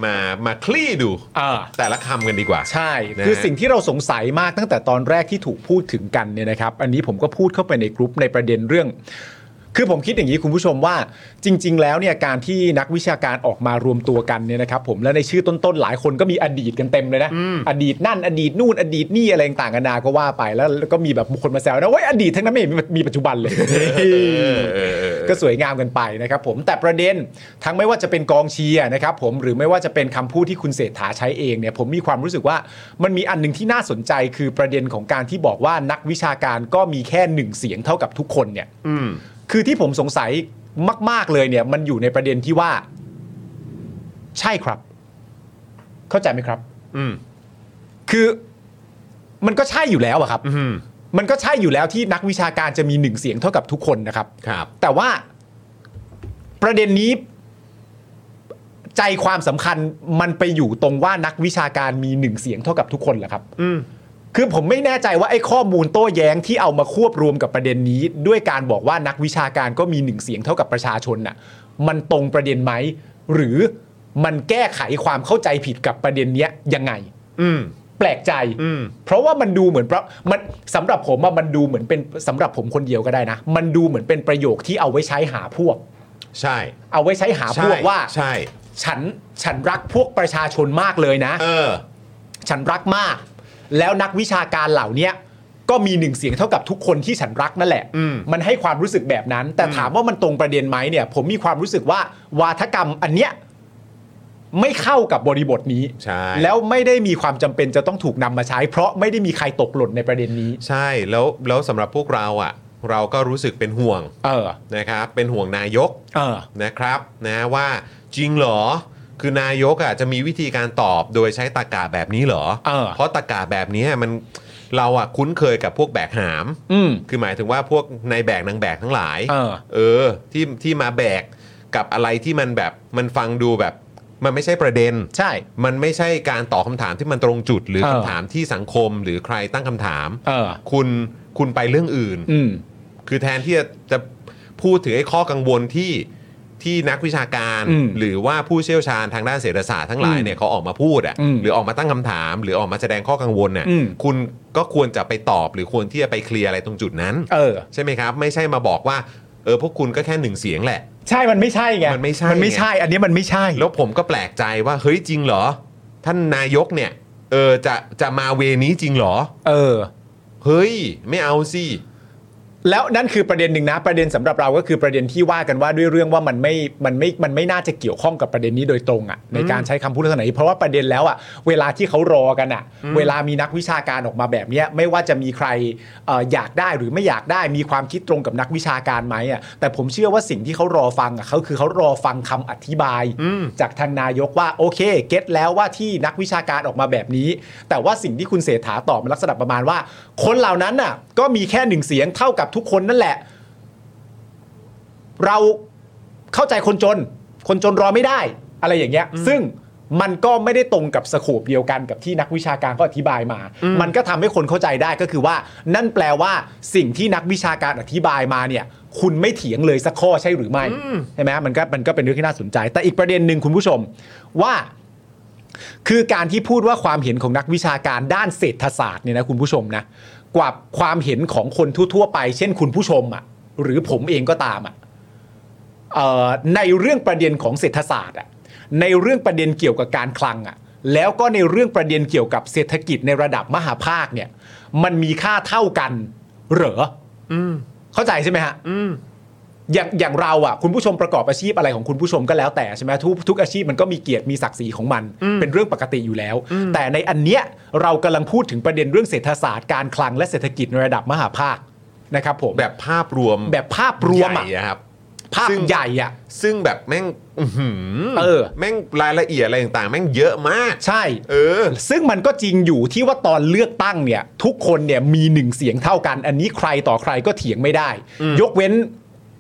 Speaker 1: มามาคลี่ดู
Speaker 2: อ่า
Speaker 1: แต่ละคำกันดีกว่า
Speaker 2: ใช่
Speaker 1: นะฮะ
Speaker 2: คือสิ่งที่เราสงสัยมากตั้งแต่ตอนแรกที่ถูกพูดถึงกันเนี่ยนะครับ อันนี้ผมก็พูดเข้าไปในกรุ๊ปในประเด็นเรื่อง คือผมคิดอย่างนี้คุณผู้ชมว่าจริง ๆ แล้วเนี่ยการที่นักวิชาการออกมารวมตัวกันเนี่ยนะครับผมและในชื่อต้นๆหลายคนก็มีอดีตกันเต็มเลยนะ อดีตนั่นอดีตนู่นอดีตนี่อะไรต่างกันานาก็ว่าไปแล้วแล้วก็มีแบบคนมาแซวนะเว้ยอดีตทั้งนั้นไม่เห็นมีปัจจุบันเลย ก็สวยงามกันไปนะครับผมแต่ประเด็นทั้งไม่ว่าจะเป็นกองเชียร์นะครับผมหรือไม่ว่าจะเป็นคำพูดที่คุณเศรษฐาใช้เองเนี่ยผมมีความรู้สึกว่ามันมีอันหนึ่งที่น่าสนใจคือประเด็นของการที่บอกว่านักวิชาการก็มีแค่หนึ่งเสียงเท่ากับทุกคนเนี่ยคือที่ผมสงสัยมาก ๆเลยเนี่ยมันอยู่ในประเด็นที่ว่า ใช่ครับ เข้าใจไหมครับ
Speaker 1: อืม
Speaker 2: คือมันก็ใช่อยู่แล้วอะครับ
Speaker 1: อืม
Speaker 2: มันก็ใช่อยู่แล้วที่นักวิชาการจะมีหนึ่งเสียงเท่ากับทุกคนนะครับ
Speaker 1: ครับ
Speaker 2: แต่ว่าประเด็นนี้ใจความสำคัญมันไปอยู่ตรงว่านักวิชาการมีหนึ่งเสียงเท่ากับทุกคนเหรอครับ
Speaker 1: อืม
Speaker 2: คือผมไม่แน่ใจว่าไอ้ข้อมูลโต้แย้งที่เอามาควบรวมกับประเด็นนี้ ด้วยการบอกว่านักวิชาการก็มีหนึ่งเสียงเท่ากับประชาชนน่ะ มันตรงประเด็นไหมหรือมันแก้ไขความเข้าใจผิดกับประเด็นเนี้ยยังไง
Speaker 1: อืม
Speaker 2: แปลกใจ
Speaker 1: อืม
Speaker 2: เพราะว่ามันดูเหมือนประมันสำหรับผมอะมันดูเหมือนเป็นสำหรับผมคนเดียวก็ได้นะ มันดูเหมือนเป็นประโยคที่เอาไว้ใช้หาพวก
Speaker 1: ใช่
Speaker 2: เอาไว้ใช้หาพวกว่า
Speaker 1: ใช่
Speaker 2: ฉันฉันรักพวกประชาชนมากเลยนะ
Speaker 1: เออ
Speaker 2: ฉันรักมาก แล้วนักวิชาการเหล่าเนี้ยก็มีหนึ่งเสียงเท่ากับทุกคนที่ฉันรักนั่นแหละ
Speaker 1: อืม
Speaker 2: นให้ความรู้สึกแบบนั้น แต่ถามว่ามันตรงประเด็นไหมเนี่ย ผมมีความรู้สึกว่าวาทกรรมอันเนี้ยไม่เข้ากับบริบทนี้
Speaker 1: ใช่
Speaker 2: แล้วไม่ได้มีความจำเป็นจะต้องถูกนำมาใช้ เพราะไม่ได้มีใครตกหล่นในประเด็นนี้
Speaker 1: ใช่แล้วแล้วสำหรับพวกเราอ่ะ เราก็รู้สึกเป็นห่วง
Speaker 2: เออ
Speaker 1: นะครับ เป็นห่วงนายก
Speaker 2: เออ
Speaker 1: นะครับนะว่าจริงเหรอ คือนายกอ่ะจะมีวิธีการตอบโดยใช้ตะกาแบบนี้เหรอ
Speaker 2: เออ
Speaker 1: ราะตะกาแบบนี้มันเราอ่ะคุ้นเคยกับพวกแบกหาม
Speaker 2: อืม
Speaker 1: คือหมายถึงว่าพวกนายแบกนางแบกทั้งหลาย
Speaker 2: เออ
Speaker 1: อที่ที่มาแบก กับอะไรที่มันแบบมันฟังดูแบบมันไม่ใช่ประเด็น
Speaker 2: ใช่
Speaker 1: มันไม่ใช่การตอบคำถามที่มันตรงจุด หรือ
Speaker 2: เออ
Speaker 1: คำถามที่สังคมหรือใครตั้งคำถาม
Speaker 2: เออ
Speaker 1: คุณคุณไปเรื่องอื่น
Speaker 2: อืม
Speaker 1: คือแทนที่จะจะพูดถึงไอ้ข้อกังวลที่ที่นักวิชาการ
Speaker 2: อืม
Speaker 1: หรือว่าผู้เชี่ยวชาญทางด้านเศรษฐศาสตร์ทั้งหลาย
Speaker 2: อืม
Speaker 1: เนี่ยเขาออกมาพูดอ่ะ
Speaker 2: อืม
Speaker 1: หรือออกมาตั้งคำถาม หรือออกมาแสดงข้อกังวลเนี่ย
Speaker 2: อืม
Speaker 1: คุณก็ควรจะไปตอบ หรือควรที่จะไปเคลียร์อะไรตรงจุดนั้น
Speaker 2: เออ
Speaker 1: ใช่ไหมครับ ไม่ใช่มาบอกว่าเออพวกคุณก็แค่หนึ่งเสียงแหละ
Speaker 2: ใช่มันไม่ใช่ไง
Speaker 1: มันไม่ใช่
Speaker 2: มันไม่ใช่ อันนี้มันไม่ใช่
Speaker 1: แล้วผมก็แปลกใจว่าเฮ้ยจริงเหรอ ท่านนายกเนี่ยเออจะจะมาเวนี้จริงเหรอ
Speaker 2: เออ
Speaker 1: เฮ้ย ไม่เอาสิ
Speaker 2: แล้วนั่นคือประเด็นหนึ่งนะ ประเด็นสำหรับเราก็คือประเด็นที่ว่ากันว่าด้วยเรื่องว่ามันไม่มันไม่มันไม่น่าจะเกี่ยวข้องกับประเด็นนี้โดยตรงอะ่ะในการใช้คำพูดลักษณะนี้เพราะว่าประเด็นแล้วอะ่ะเวลาที่เขารอกันอะ่ะ เวลามีนักวิชาการออกมาแบบเนี้ยไม่ว่าจะมีใครเอออยากได้หรือไม่อยากได้มีความคิดตรงกับนักวิชาการไหมอะ่ะแต่ผมเชื่อว่าสิ่งที่เขารอฟังอะ่ะเขาคือเขารอฟังคำอธิบาย จากทางนายกว่าโอเคเก็ตแล้วว่าที่นักวิชาการออกมาแบบนี้ แต่ว่าสิ่งที่คุณเศรษฐาตอบมันลักษณะประมาณว่า คนเหล่านั้นน่ะ ก็มีแค่หนึ่งเสียงเท่ากับทุกคนนั่นแหละ เราเข้าใจคนจน คนจนรอไม่ได้ อะไรอย่างเงี้ย ซึ่งมันก็ไม่ได้ตรงกับสโคปเดียวกันกับที่นักวิชาการก็อธิบายมา มันก็ทำให้คนเข้าใจได้ก็คือว่า นั่นแปลว่าสิ่งที่นักวิชาการอธิบายมาเนี่ย คุณไม่เถียงเลยสักข้อใช่หรือไม่ใช่ไหมมันก็มันก็เป็นเรื่องที่น่าสนใจ แต่อีกประเด็นหนึ่งคุณผู้ชมว่า คือการที่พูดว่าความเห็นของนักวิชาการด้านเศรษฐศาสตร์เนี่ยนะคุณผู้ชมนะกว่าความเห็นของคนทั่วๆไป เช่นคุณผู้ชมอ่ะหรือผมเองก็ตามอ่ะเอ่อในเรื่องประเด็นของเศรษฐศาสตร์อ่ะในเรื่องประเด็นเกี่ยวกับการคลังอ่ะแล้วก็ในเรื่องประเด็นเกี่ยวกับเศรษฐกิจในระดับมหาภาคเนี่ย มันมีค่าเท่ากันเหรอเข้าใจใช่ไหมฮะ อย่างอย่างเราอ่ะคุณผู้ชมประกอบอาชีพอะไรของคุณผู้ชมก็แล้วแต่ใช่ไหมทุกทุกอาชีพมันก็มีเกียรติมีศักดิ์ศรีของมัน เป็นเรื่องปกติอยู่แล้ว แต่ในอันเนี้ยเรากำลังพูดถึงประเด็นเรื่องเศรษฐศาสตร์การคลังและเศรษฐกิจในระดับมหาภาคนะครับผม
Speaker 1: แบบภาพรวม
Speaker 2: แบบภาพรวม
Speaker 1: ให
Speaker 2: อ่ะ
Speaker 1: ญ่อะครับ
Speaker 2: ภาพ
Speaker 1: ซึ่ง
Speaker 2: ใหญ่อ่ะ
Speaker 1: ซึ่งแบบแม่งอื้อหื
Speaker 2: เออ
Speaker 1: แม่งรายละเอียดอะไรต่างๆ แม่งเยอะมาก
Speaker 2: ใช่
Speaker 1: เออ
Speaker 2: ซึ่งมันก็จริงอยู่ที่ว่าตอนเลือกตั้งเนี่ย ทุกคนเนี่ยมีหนึ่งเสียงเท่ากัน อันนี้ใครต่อใครก็เถียงไม่ได้ ยกเว้น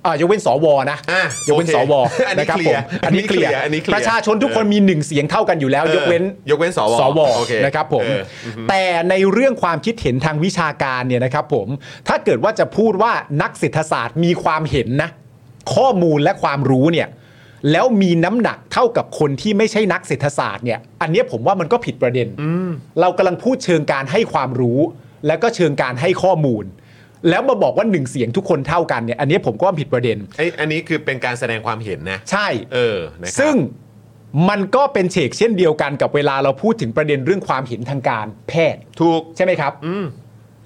Speaker 2: เอ่อยกเว้นสวนะ
Speaker 1: อ่ะ
Speaker 2: ยกเว้น
Speaker 1: โอเค
Speaker 2: สว
Speaker 1: อันนี้
Speaker 2: นะครับ
Speaker 1: เคลี
Speaker 2: ผ
Speaker 1: ยร์
Speaker 2: มอันนี้เคลียร์
Speaker 1: อันนี้เคลียร์
Speaker 2: ประชาชนทุกคน
Speaker 1: เออ
Speaker 2: มีหนึ่งเสียงเท่ากันอยู่แล้ว
Speaker 1: เออย
Speaker 2: กเว้น
Speaker 1: ยกเว้นสว
Speaker 2: สว
Speaker 1: โอเค
Speaker 2: นะครับผม
Speaker 1: เออ
Speaker 2: แต่ในเรื่องความคิดเห็นทางวิชาการเนี่ยนะครับผมถ้าเกิดว่าจะพูดว่านักเศรษฐศาสตร์มีความเห็นนะ ข้อมูลและความรู้เนี่ย แล้วมีน้ำหนักเท่ากับคนที่ไม่ใช่นักเศรษฐศาสตร์เนี่ย อันเนี้ยผมว่ามันก็ผิดประเด็น เรากำลังพูดเชิงการให้ความรู้ และก็เชิงการให้ข้อมูล แล้วมาบอกว่าหนึ่งเสียงทุกคนเท่ากันเนี่ย อันเนี้ยผมก็ว่าผิดประเด็น
Speaker 1: ไออันนี้คือเป็นการแสดงความเห็นนะ
Speaker 2: ใช่
Speaker 1: เออนะครับ
Speaker 2: ซึ่งมันก็เป็นเฉกเช่นเดียวกันกับเวลาเราพูดถึงประเด็นเรื่องความเห็นทางการแพทย์
Speaker 1: ถูก
Speaker 2: ใช่ไหมครับ
Speaker 1: อืม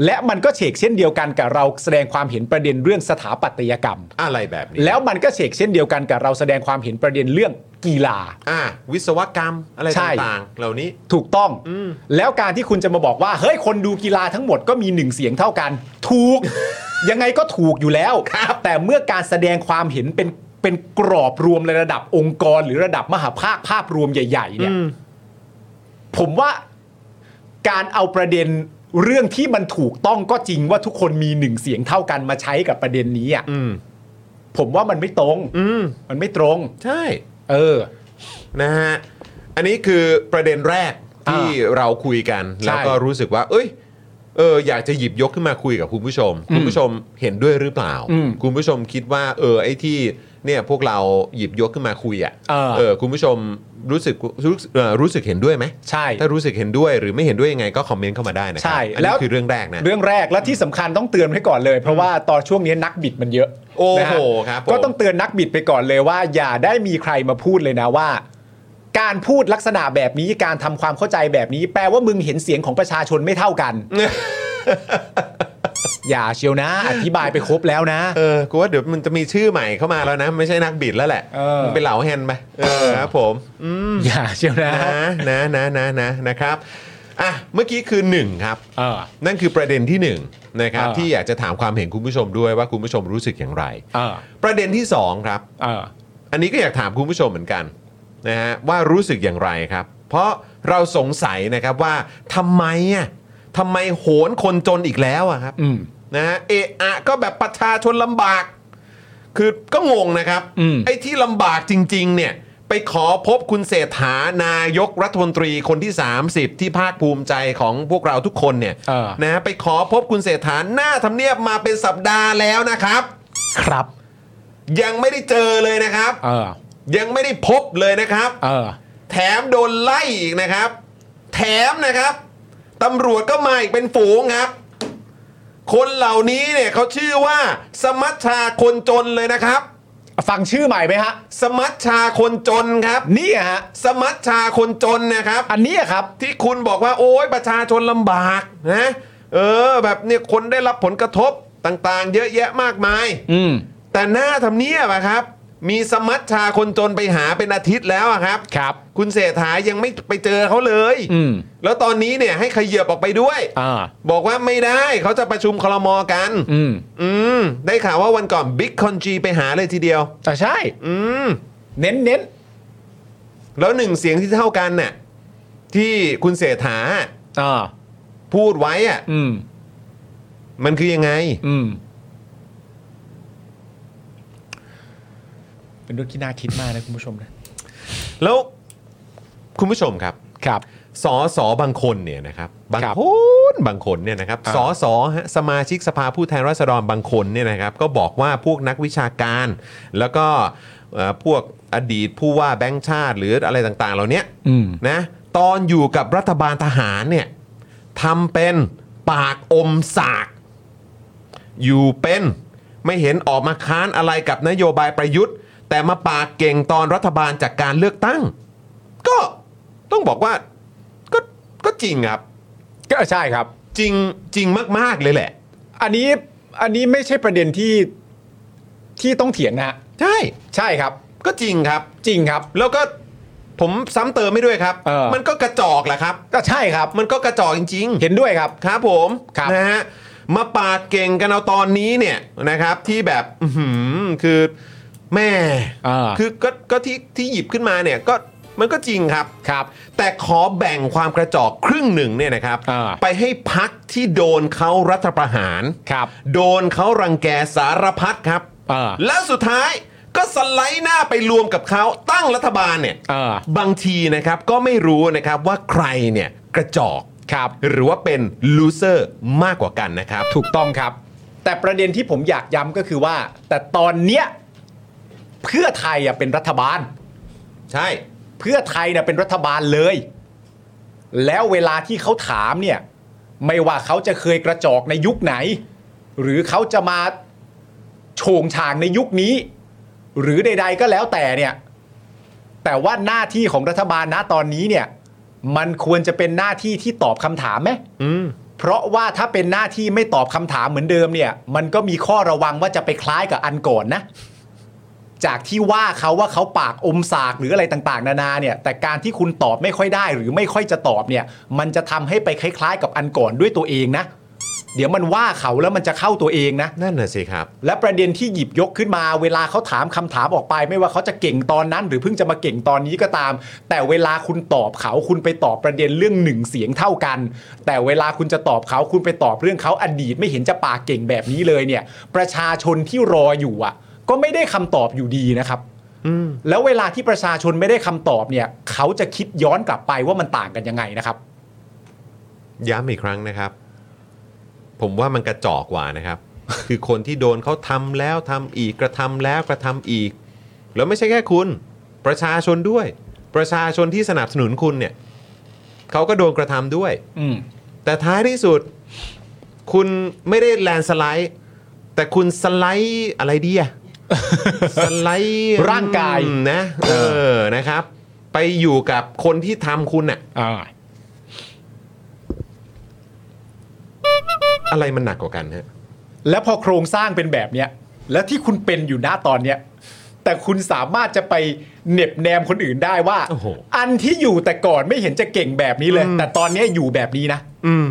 Speaker 2: และมันก็เฉกเช่นเดียวกันกับเราแสดงความเห็นประเด็นเรื่องสถาปัตยกรรม
Speaker 1: อะไรแบบนี้
Speaker 2: แล้วมันก็เฉกเช่นเดียวกันกับเราแสดงความเห็นประเด็นเรื่องกีฬา
Speaker 1: อ่ะวิศวกรรมอะไร
Speaker 2: ใช่
Speaker 1: ต่างๆ เหล่านี้
Speaker 2: ถูกต้อง
Speaker 1: อืม
Speaker 2: แล้วการที่คุณจะมาบอกว่า เฮ้ย คนดูกีฬาทั้งหมดก็มีหนึ่งเสียงเท่ากัน ถู ก ยังไงก็ถูกอยู่แล้ว แต่เมื่อการแสดงความเห็นเป็นเป็นกรอบรวมในระดับองค์กร หรือระดับมหาภาคภาพรวมใหญ่ ๆ เนี่ย ผมว่าการเอาประเด็นเรื่องที่มันถูกต้องก็จริงว่าทุกคนมีหนึ่งเสียงเท่ากันมาใช้กับประเด็นนี้อ่ะ
Speaker 1: อืม
Speaker 2: ผมว่ามันไม่ตรง
Speaker 1: อืม
Speaker 2: มันไม่ตรง
Speaker 1: ใช่
Speaker 2: เออ
Speaker 1: นะฮะ อันนี้คือประเด็นแรกที่เราคุยกัน
Speaker 2: ใช่
Speaker 1: แล้วก็รู้สึกว่า เอ้ยเอออยากจะหยิบยกขึ้นมาคุยกับคุณผู้ชม คุณผู้ชมเห็นด้วยหรือเปล่า
Speaker 2: อืม
Speaker 1: คุณผู้ชมคิดว่า เออไอ้ที่เนี่ยพวกเราหยิบยกขึ้นมาคุยอ่ะ
Speaker 2: เออ
Speaker 1: คุณผู้ชมรู้สึกรู้สึกเอ่อรู้สึกเห็นด้วยไหม
Speaker 2: ใช่
Speaker 1: ถ้ารู้สึกเห็นด้วยหรือไม่เห็นด้วยยังไงก็คอมเมนต์เข้ามาได้นะครั
Speaker 2: ใช่
Speaker 1: อัน
Speaker 2: แล้
Speaker 1: นี้
Speaker 2: ว
Speaker 1: คือเรื่องแรกนะ
Speaker 2: เรื่องแรกและที่สำคัญต้องเตือนไว้ก่อนเลย เพราะว่าตอนช่วงนี้นักบิดมันเยอะ
Speaker 1: โอ้โห
Speaker 2: นะฮะ
Speaker 1: ครับผม
Speaker 2: ก็ต้องเตือนนักบิดไปก่อนเลยว่า อย่าได้มีใครมาพูดเลยนะว่า การพูดลักษณะแบบนี้การทำความเข้าใจแบบนี้ แปลว่ามึงเห็นเสียงของประชาชนไม่เท่ากัน อย่าเชียวนะ อธิบายไปครบแล้วนะ
Speaker 1: เออกูว่าเดี๋ยวมันจะมีชื่อใหม่เข้ามาแล้วนะ ไม่ใช่นักบิดแล้วแหละ
Speaker 2: เออ
Speaker 1: มึงเป็นเหลาแฮนด์ไปเออครับผมอืม
Speaker 2: อย่าเชียวนะ
Speaker 1: นะนะนะนะนะนะครับอ่ะเมื่อกี้คือ 1 ครับ
Speaker 2: เออ
Speaker 1: นั่นคือประเด็นที่ 1 นะครับ
Speaker 2: อ่า
Speaker 1: ที่อยากจะถามความเห็นคุณผู้ชมด้วยว่าคุณผู้ชมรู้สึกอย่างไร
Speaker 2: เออ
Speaker 1: ประเด็นที่ 2 ครับ
Speaker 2: เออ
Speaker 1: อันนี้ก็อยากถามคุณผู้ชมเหมือนกันนะฮะว่ารู้สึกอย่างไรครับ เพราะเราสงสัยนะครับว่าทำไมอ่ะทำไมโหนคนจนอีกแล้วอะครับ
Speaker 2: อืม
Speaker 1: นะฮะเอะอะก็แบบประชาชนลำบาก คือก็งงนะครับ
Speaker 2: อืม
Speaker 1: ไอ้ที่ลำบากจริง ๆ เนี่ย ไปขอพบคุณเศรษฐานายกรัฐมนตรีคนที่ 30 ที่ภาคภูมิใจของพวกเราทุกคนเนี่ย
Speaker 2: เออ
Speaker 1: นะฮะไปขอพบคุณเศรษฐาหน้าทำเนียบมาเป็นสัปดาห์แล้วนะครับ
Speaker 2: ครับ
Speaker 1: ยังไม่ได้เจอเลยนะครับ
Speaker 2: เออ
Speaker 1: ยังไม่ได้พบเลยนะครับ
Speaker 2: เออ
Speaker 1: แถมโดนไล่อีกนะครับ แถมนะครับตำรวจก็มาอีกเป็นฝูงครับ คนเหล่านี้เนี่ยเขาชื่อว่า สมัชชาคนจนเลยนะครับ
Speaker 2: ฟังชื่อใหม่ไหมฮะ
Speaker 1: สมัชชาคนจนครับ
Speaker 2: นี่ฮะ
Speaker 1: สมัชชาคนจนนะครับ
Speaker 2: อันนี้ครับ
Speaker 1: ที่คุณบอกว่าโอ้ยประชาชนลำบากนะเออ แบบเนี่ยคนได้รับผลกระทบต่างๆ เยอะแยะมากมาย
Speaker 2: อืม
Speaker 1: แต่หน้าทำเนียบอะครับ มีสมัชชาคนจนไปหาเป็นอาทิตย์แล้วอะครับ
Speaker 2: ครับ
Speaker 1: คุณเศรษฐายังไม่ไปเจอเขาเลย
Speaker 2: อืม
Speaker 1: แล้วตอนนี้เนี่ยให้ขยับออกไปด้วย
Speaker 2: อ่า
Speaker 1: บอกว่าไม่ได้เขาจะประชุมคลรมอกัน
Speaker 2: อืม
Speaker 1: อืม ได้ข่าวว่าวันก่อนบิ๊กคอนจีไปหาเลยทีเดียว
Speaker 2: แต่ใช่
Speaker 1: อืม
Speaker 2: เน้นเน้น
Speaker 1: แล้วหนึ่งเสียงที่เท่ากันน่ะที่คุณเศรษฐา
Speaker 2: อ่า
Speaker 1: พูดไว้อะ
Speaker 2: อืม
Speaker 1: มันคือยังไง
Speaker 2: อืม เป็นเรื่องที่น่าคิดมากนะคุณผู้ชมนะ
Speaker 1: แล้วคุณผู้ชมครับ
Speaker 2: ครับ
Speaker 1: สอสอบางคนเนี่ยนะครับบาง
Speaker 2: ครับ
Speaker 1: คนบางคนเนี่ยนะครับ
Speaker 2: อ่า
Speaker 1: สอสอฮะสมาชิกสภาผู้แทนราษฎรบางคนเนี่ยนะครับ ก็บอกว่าพวกนักวิชาการ แล้วก็เอ่อพวกอดีตผู้ว่าแบงค์ชาติ หรืออะไรต่างๆ เหล่าเนี้ย
Speaker 2: อืม
Speaker 1: นะตอนอยู่กับรัฐบาลทหารเนี่ยทำเป็นปากอมสาก อยู่เป็นไม่เห็นออกมาค้านอะไรกับนโยบายประยุทธ์ แต่มาปากเก่งตอนรัฐบาลจากการเลือกตั้ง ก็ต้องบอกว่าก็ก็จริงครับ
Speaker 2: ก็ใช่ครับ
Speaker 1: จริงจริงมาก ๆ เลยแหละ
Speaker 2: อันนี้ อันนี้ไม่ใช่ประเด็นที่ ที่ต้องเถียงนะฮะ
Speaker 1: ใช่
Speaker 2: ใช่ครับ
Speaker 1: ก็จริงครับ
Speaker 2: จริงครับ
Speaker 1: แล้วก็ผมซ้ำเติมไม่ด้วยครับ
Speaker 2: เออ
Speaker 1: มันก็กระจอกแหละครับ
Speaker 2: ก็ใช่ครับ
Speaker 1: มันก็กระจอกจริง ๆ
Speaker 2: เห็นด้วยครับ
Speaker 1: ครับผม
Speaker 2: ครับ
Speaker 1: นะฮะมาปากเก่งกันเอาตอนนี้เนี่ยนะครับที่แบบอื้อหือคือแม่
Speaker 2: อ่า
Speaker 1: คือก็ก็ที่ที่หยิบขึ้นมาเนี่ยก็มันก็จริงครับ
Speaker 2: ครับ
Speaker 1: แต่ขอแบ่งความกระจอกครึ่งหนึ่งเนี่ยนะครับ
Speaker 2: อ่า
Speaker 1: ไปให้พักที่โดนเขารัฐประหาร
Speaker 2: ครับ
Speaker 1: โดนเขารังแกสารพัดครับ
Speaker 2: อ่า
Speaker 1: แล้วสุดท้ายก็สไลด์หน้าไปรวมกับเขาตั้งรัฐบาลเนี่ย
Speaker 2: อ่า
Speaker 1: บางทีนะครับก็ไม่รู้นะครับว่าใครเนี่ยกระจอก
Speaker 2: ครับ
Speaker 1: หรือว่าเป็นลูเซอร์มากกว่ากันนะครับ
Speaker 2: ถูกต้องครับ แต่ประเด็นที่ผมอยากย้ำก็คือว่า แต่ตอนเนี้ยเพื่อไทยอะเป็นรัฐบาล
Speaker 1: ใช่
Speaker 2: เพื่อไทยเนี่ยเป็นรัฐบาลเลย แล้วเวลาที่เขาถามเนี่ย ไม่ว่าเขาจะเคยกระจอกในยุคไหน หรือเขาจะมาโฉงฉางในยุคนี้ หรือใด ๆ ก็แล้วแต่เนี่ย แต่ว่าหน้าที่ของรัฐบาลนะตอนนี้เนี่ย มันควรจะเป็นหน้าที่ที่ตอบคำถามไหม
Speaker 1: อืม
Speaker 2: เพราะว่าถ้าเป็นหน้าที่ไม่ตอบคำถามเหมือนเดิมเนี่ย มันก็มีข้อระวังว่าจะไปคล้ายกับอันก่อนนะ จากที่ว่าเขาว่าเขาปากอมสากหรืออะไรต่างๆ นานาเนี่ย แต่การที่คุณตอบไม่ค่อยได้หรือไม่ค่อยจะตอบเนี่ย มันจะทำให้ไปคล้าย ๆ กับอันก่อนด้วยตัวเองนะ เดี๋ยวมันว่าเขาแล้วมันจะเข้าตัวเองนะ
Speaker 1: นั่นน่ะสิครับ
Speaker 2: และประเด็นที่หยิบยกขึ้นมา เวลาเขาถามคำถามออกไป ไม่ว่าเขาจะเก่งตอนนั้น หรือเพิ่งจะมาเก่งตอนนี้ก็ตาม แต่เวลาคุณตอบเขาคุณไปตอบประเด็นเรื่องหนึ่งเสียงเท่ากัน แต่เวลาคุณจะตอบเขาคุณไปตอบเรื่องเขาอดีตไม่เห็นจะปากเก่งแบบนี้เลยเนี่ย ประชาชนที่รออยู่อ่ะ ก็ไม่ได้คำตอบอยู่ดีนะครับ
Speaker 1: อืม
Speaker 2: แล้วเวลาที่ประชาชนไม่ได้คำตอบเนี่ยเขาจะคิดย้อนกลับไปว่ามันต่างกันยังไงนะครับ
Speaker 1: ย้ำอีกครั้งนะครับ ผมว่ามันกระจอกกว่านะครับ คือคนที่โดนเขาทำแล้วทำอีกกระทำแล้วกระทำอีก แล้วไม่ใช่แค่คุณ ประชาชนด้วย ประชาชนที่สนับสนุนคุณเนี่ยเขาก็โดนกระทำด้วย
Speaker 2: อืม
Speaker 1: แต่ท้ายที่สุด คุณไม่ได้แลนด์สไลด์ แต่คุณสไลด์อะไรดีอะ สไลด์
Speaker 2: ร่างกาย
Speaker 1: นะเออนะครับ ไปอยู่กับคนที่ทำคุณอะ
Speaker 2: อ่า
Speaker 1: อะไรมันหนักกว่ากันฮะ
Speaker 2: แล้วพอโครงสร้างเป็นแบบเนี้ยและที่คุณเป็นอยู่หน้าตอนเนี้ยแต่คุณสามารถจะไปเหน็บแนมคนอื่นได้ว่า
Speaker 1: โอ้โห
Speaker 2: นที่อยู่แต่ก่อนไม่เห็นจะเก่งแบบนี้เลย แต่ตอนเนี้ยอยู่แบบนี้นะ
Speaker 1: อืม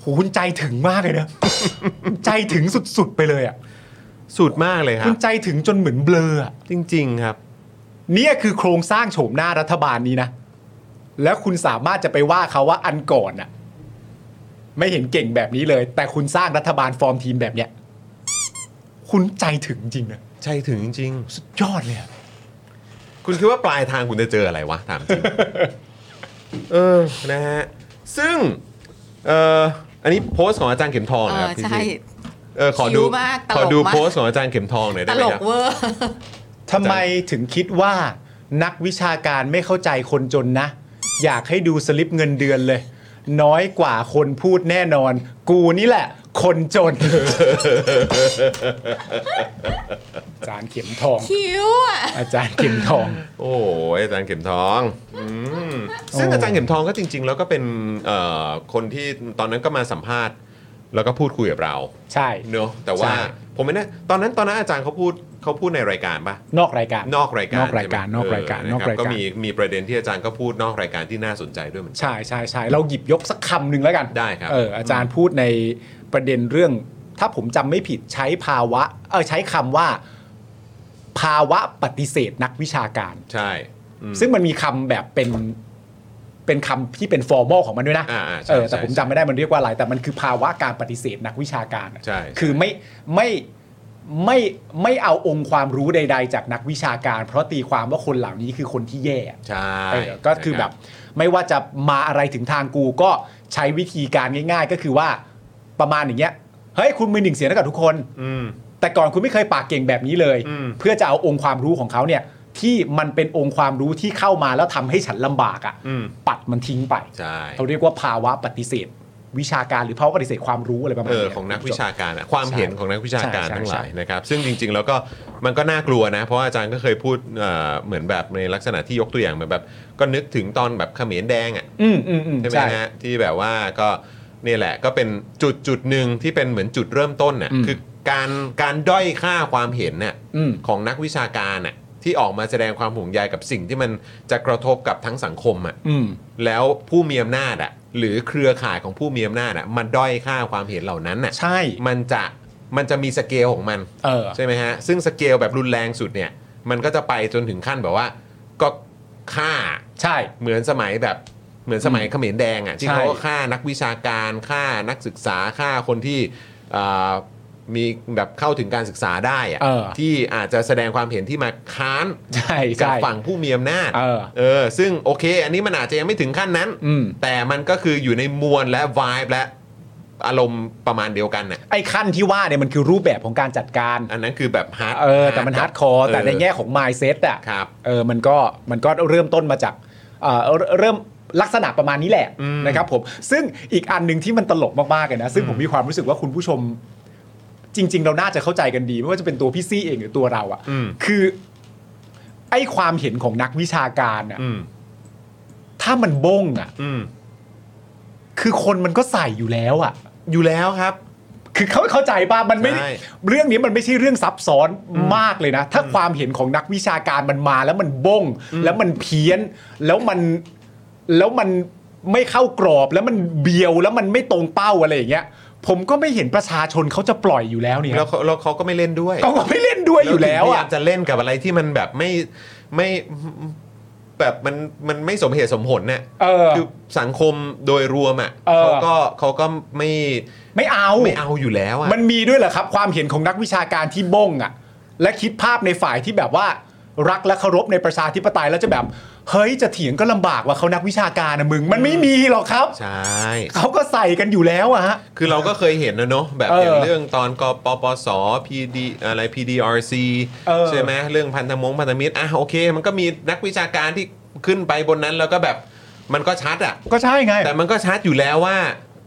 Speaker 2: โหคุณใจถึงมากเลยนะ ใจถึงสุดๆไปเลยอ่ะ
Speaker 1: สุดมากเลยค
Speaker 2: คุ
Speaker 1: รับ
Speaker 2: ณใจถึงจนเหมือนเบลออะ
Speaker 1: จริง ๆ ครับ
Speaker 2: เนี่ยคือโครงสร้างโฉมหน้ารัฐบาลนี้นะ แล้วคุณสามารถจะไปว่าเขาว่าอันก่อนน่ะ ไม่เห็นเก่งแบบนี้เลย แต่คุณสร้างรัฐบาลฟอร์มทีมแบบเนี้ย คุณใจถึงจริงนะ
Speaker 1: ใช่ถึงจริง
Speaker 2: สุดยอดเลยอะ
Speaker 1: ๆ คุณคิดว่าปลายทางคุณจะเจออะไรวะ ถามจริง เออ นะฮะ ซึ่ง เอ่อ อันนี้โพสต์ของอาจารย์เข็มทอง
Speaker 3: เอ
Speaker 1: นะครั
Speaker 3: อบ
Speaker 1: พี่
Speaker 3: ใช่
Speaker 1: เออขอดู
Speaker 3: ชิลมากตลกมาก
Speaker 1: ขอดูโพสต์ของอาจารย์เข็มทองหน่อย
Speaker 3: ต
Speaker 1: ได้ไหม
Speaker 3: ล
Speaker 1: ค
Speaker 3: ก
Speaker 1: รับ
Speaker 3: เวอร์
Speaker 2: ทำไมถึงคิดว่านักวิชาการไม่เข้าใจคนจนนะ อยากให้ดูสลิปเงินเดือนเลย น้อยกว่าคนพูดแน่นอน กูนี่แหละ คนจน อาจารย์เข็มทอง
Speaker 3: คิ้วอ่ะ
Speaker 2: อาจารย์เข็มทอง
Speaker 1: โอ้ยอาจารย์เข็มทองอืมซึ่งอาจารย์เข็มทองก็จริง ๆ แล้วก็เป็นเอ่อคนที่ตอนนั้นก็มาสัมภาษณ์ แล้วก็พูดคุยกับเรา
Speaker 2: ใช่
Speaker 1: เนอะแต่ว่า
Speaker 2: ใช่
Speaker 1: ผมไม่แน่ตอนนั้นตอนนั้นอาจารย์เขาพูดเขาพูดในรายการปะ
Speaker 2: นอกรายการ
Speaker 1: นอกรายการ
Speaker 2: นอกรายการ
Speaker 1: ใช่ไหม
Speaker 2: นอกรายการ
Speaker 1: เะคน
Speaker 2: อกรายการ
Speaker 1: ก็มีมีประเด็นที่อาจารย์ก็พูดนอกรายการที่น่าสนใจด้วยเหมือนกัน
Speaker 2: ใช่ใช่ใช่เราหยิบยกสักคำหนึ่งแล้วกัน
Speaker 1: ได้ครับ
Speaker 2: เอออาจารย์พูดในประเด็นเรื่อง ถ้าผมจำไม่ผิดใช้ภาวะ เออใช้คำว่า ภาวะปฏิเสธนักวิชาการ
Speaker 1: ใช่อืม
Speaker 2: ซึ่งมันมีคำแบบเป็นเป็นคำที่เป็นฟอร์มอลของมันด้วยนะ
Speaker 1: อ่าอ่าใช่
Speaker 2: เออแต่
Speaker 1: ใช่
Speaker 2: ผมจำไม่ได้มันเรียกว่าอะไร แต่มันคือภาวะการปฏิเสธนักวิชาการอะ
Speaker 1: ใช่ใช่
Speaker 2: คือไม่ไม่ไม่ไม่เอาองค์ความรู้ใด ๆ จากนักวิชาการ เพราะตีความว่าคนเหล่านี้คือคนที่แย่อะ
Speaker 1: ใช่
Speaker 2: เออก็คือแบบไม่ว่าจะมาอะไรถึงทางกูก็ใช้วิธีการง่าย ๆ ก็คือว่าประมาณอย่างเงี้ยเฮ้ยคุณมือหนึ่งเสียงให้กับทุกคน
Speaker 1: อืม
Speaker 2: แต่ก่อนคุณไม่เคยปากเก่งแบบนี้เลย
Speaker 1: อืม
Speaker 2: เพื่อจะเอาองค์ความรู้ของเขาเนี่ยที่มันเป็นองค์ความรู้ที่เข้ามาแล้วทำให้ฉันลำบากอะ
Speaker 1: อืม่
Speaker 2: ะ ปัดมันทิ้งไป
Speaker 1: ใช่
Speaker 2: เขาเรียกว่าภาวะปฏิเสธ วิชาการหรือภาวะปฏิเสธความรู้อะไรประมาณ
Speaker 1: เออ
Speaker 2: เนี้ย
Speaker 1: ของนักวิชาการอะความเห็นของนักวิชาการ
Speaker 2: ใช่ใช่
Speaker 1: ทั้งหลาย
Speaker 2: ใช่
Speaker 1: นะครับซึ่งจริง ๆ แล้วก็มันก็น่ากลัวนะ เพราะว่าอาจารย์ก็เคยพูดเอ่อเหมือนแบบในลักษณะที่ยกตัวอย่างเหมือนแบบ ก็นึกถึงตอนแบบเขมรแดงอ่ะ
Speaker 2: อืมอืมอืม
Speaker 1: ใช่ไหม
Speaker 2: ใช่
Speaker 1: ฮะที่แบบว่าก็เนี่ยแหละก็เป็นจุดจุดหนึ่งที่เป็นเหมือนจุดเริ่มต้นน่ะ
Speaker 2: อืม
Speaker 1: คือการการด้อยค่าความเห็นน่ะ
Speaker 2: อืม
Speaker 1: ของนักวิชาการน่ะที่ออกมาแสดงความห่วงใยกับสิ่งที่มันจะกระทบกับทั้งสังคมอ่ะ
Speaker 2: อืม
Speaker 1: แล้วผู้มีอำนาจอ่ะหรือเครือข่ายของผู้มีอำนาจอ่ะมันด้อยค่าความเห็นเหล่านั้นน่ะ
Speaker 2: ใช่
Speaker 1: มันจะมันจะมีสเกลของมัน
Speaker 2: เออ
Speaker 1: ใช่ไหมฮะ ซึ่งสเกลแบบรุนแรงสุดเนี่ยมันก็จะไปจนถึงขั้นแบบว่าก็ฆ่า
Speaker 2: ใช่
Speaker 1: เหมือนสมัยแบบเหมือนสมัยเขมรแดงอ่ะที่
Speaker 2: ใช่
Speaker 1: เขาก็ฆ่านักวิชาการฆ่านักศึกษาฆ่าคนที่อ่ามีแบบเข้าถึงการศึกษาได้อ่ะ
Speaker 2: เออ
Speaker 1: ที่อาจจะแสดงความเห็นที่มาค้าน
Speaker 2: ใช่
Speaker 1: กับ
Speaker 2: ใช่
Speaker 1: ฝั่งผู้มีอำนาจ
Speaker 2: เออ
Speaker 1: เออซึ่งโอเค อันนี้มันอาจจะยังไม่ถึงขั้นนั้น
Speaker 2: อืม
Speaker 1: แต่มันก็คืออยู่ในมวลและวายและอารมณ์ประมาณเดียวกันน่ะ
Speaker 2: ไอ้ขั้นที่ว่าเนี่ยมันคือรูปแบบของการจัดการ
Speaker 1: อันนั้นคือแบบฮาร์ด
Speaker 2: เออแต่มันฮาร์ดคอร์แต่ในแง่ของ mindset อ่ะ
Speaker 1: ครับ
Speaker 2: เออมันก็มันก็เริ่มต้นมาจากเอ่อเริ่มลักษณะประมาณนี้แหละ
Speaker 1: อืม
Speaker 2: นะครับผมซึ่งอีกอันหนึ่งที่มันตลกมากๆเลยนะ ซึ่งผมมีความรู้สึกว่าคุณผู้ชม จริง ๆ เราน่าจะเข้าใจกันดี ไม่ว่าจะเป็นตัวพี่ซี่เองหรือตัวเราอ่ะ
Speaker 1: อืม
Speaker 2: คือ ไอ้ความเห็นของนักวิชาการอ่ะ
Speaker 1: อืม
Speaker 2: ถ้ามันบงอ่ะ
Speaker 1: อืม
Speaker 2: คือคนมันก็ใส่อยู่แล้วอ่ะ
Speaker 1: อยู่แล้วครับ
Speaker 2: คือเขาเข้าใจป่ะมันไม่ได้
Speaker 1: ใช่
Speaker 2: เรื่องนี้มันไม่ใช่เรื่องซับซ้อนมากเลยนะ ถ้าความเห็นของนักวิชาการมันมาแล้วมันบง แล้วมันเพี้ยน แล้วมันแล้วมันไม่เข้ากรอบแล้วมันเบียวแล้วมันไม่ตรงเป้าอะไรอย่างเงี้ย ผมก็ไม่เห็นประชาชนเขาจะปล่อยอยู่แล้วเนี่ย
Speaker 1: แล้วเขาแล้วเขาก็ไม่เล่นด้วย
Speaker 2: เขาก็ไม่เล่นด้วยอยู่แล้ว
Speaker 1: พยา
Speaker 2: อ่ะ
Speaker 1: ยามจะเล่นกับอะไรที่มันแบบไม่ไม่แบบมันมันไม่สมเหตุสมผลเนี่ย
Speaker 2: เออ
Speaker 1: คือสังคมโดยรวมอ่ะ
Speaker 2: เออ
Speaker 1: เขาก็เขาก็ไม่
Speaker 2: ไม่เอา
Speaker 1: ไม่เอาอยู่แล้วอ่ะ
Speaker 2: มันมีด้วยเหรอครับ ความเห็นของนักวิชาการที่บงอ่ะ และคิดภาพในฝ่ายที่แบบว่า รักและเคารพในประชาธิปไตยแล้วจะแบบ เฮ้ยจะเถียงก็ลำบากว่าเขานักวิชาการนะมึง มันไม่มีหรอกครับ
Speaker 1: ใช่
Speaker 2: เขาก็ใส่กันอยู่แล้วอะฮะ
Speaker 1: คือเราก็เคยเห็นนะเนอะแบบ
Speaker 2: เออ
Speaker 1: อย่างเรื่องตอนกปปส PD อะไร PDRC
Speaker 2: เออ
Speaker 1: ใช่ไหมเรื่องพันธมงพันธมิตรอ่ะโอเค มันก็มีนักวิชาการที่ขึ้นไปบนนั้นแล้วก็แบบมันก็ชัดอ่ะ
Speaker 2: ก็ใช่ไง
Speaker 1: แต่มันก็ชัดอยู่แล้วว่า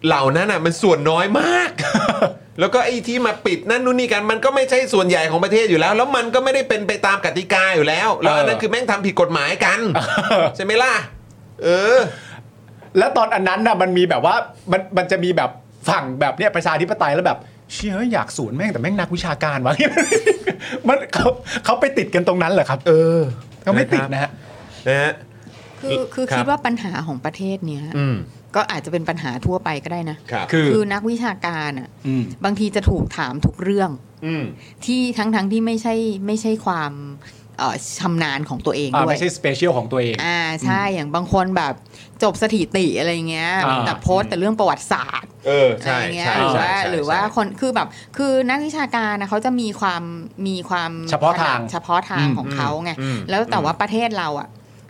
Speaker 1: เหล่านั้นอ่ะมันส่วนน้อยมาก แล้วก็ไอ้ที่มาปิดนั่นนู่นนี่กันมันก็ไม่ใช่ส่วนใหญ่ของประเทศอยู่แล้ว แล้วมันก็ไม่ได้เป็นไปตามกติกาอยู่แล้ว แล้วอันนั้น
Speaker 2: เออ
Speaker 1: คือแม่งทำผิดกฎหมาย กัน ใช่ไหมล่ะ เออ
Speaker 2: แล้วตอนอันนั้นน่ะมันมีแบบว่ามันมันจะมีแบบฝั่งแบบเนี้ยประชาธิปไตยแล้วแบบ เชี่ยอยากสวนแม่งแต่แม่งนักวิชาการวะ มันเขาเขาไปติดกันตรงนั้นเหรอครับ เออเขาไม่ติดนะฮะ
Speaker 1: นะฮะ
Speaker 3: คือคือ
Speaker 1: ครับ
Speaker 3: คิดว่าปัญหาของประเทศเนี้ย
Speaker 1: อืม
Speaker 3: ก็อาจจะเป็นปัญหาทั่วไปก็ได้นะครับ
Speaker 2: คือ
Speaker 3: คือนักวิชาการอ่ะ
Speaker 2: อืม
Speaker 3: บางทีจะถูกถามทุกเรื่อง
Speaker 1: อืม
Speaker 3: ที่ทั้งทั้งๆที่ไม่ใช่ไม่ใช่ความ เอ่อชำนาญของตัวเอง
Speaker 2: อ่า
Speaker 3: ด้วย
Speaker 2: ไม่ใช่สเปเชียลของตัวเอง
Speaker 3: อ่าใช่อย่างบางคนแบบจบสถิติอะไรเงี้ย
Speaker 2: อ่า
Speaker 3: แต่โพสต์แต่เรื่องประวัติศาสตร์
Speaker 1: เออ
Speaker 3: อะไร
Speaker 1: ใช่
Speaker 3: เงี้ย
Speaker 1: ใช่
Speaker 3: หรือ
Speaker 1: ใช่
Speaker 3: ว่า
Speaker 1: ใช่
Speaker 3: หรือว่า
Speaker 1: ใช่
Speaker 3: คนคือแบบคือนักวิชาการนะเขาจะมีความมีความ
Speaker 2: เฉพาะทาง
Speaker 3: ถนัดเฉพาะทาง
Speaker 2: อืม
Speaker 3: ของเขาไง
Speaker 1: อืม
Speaker 3: แล้วแต่ว่าประเทศเราอ่ะ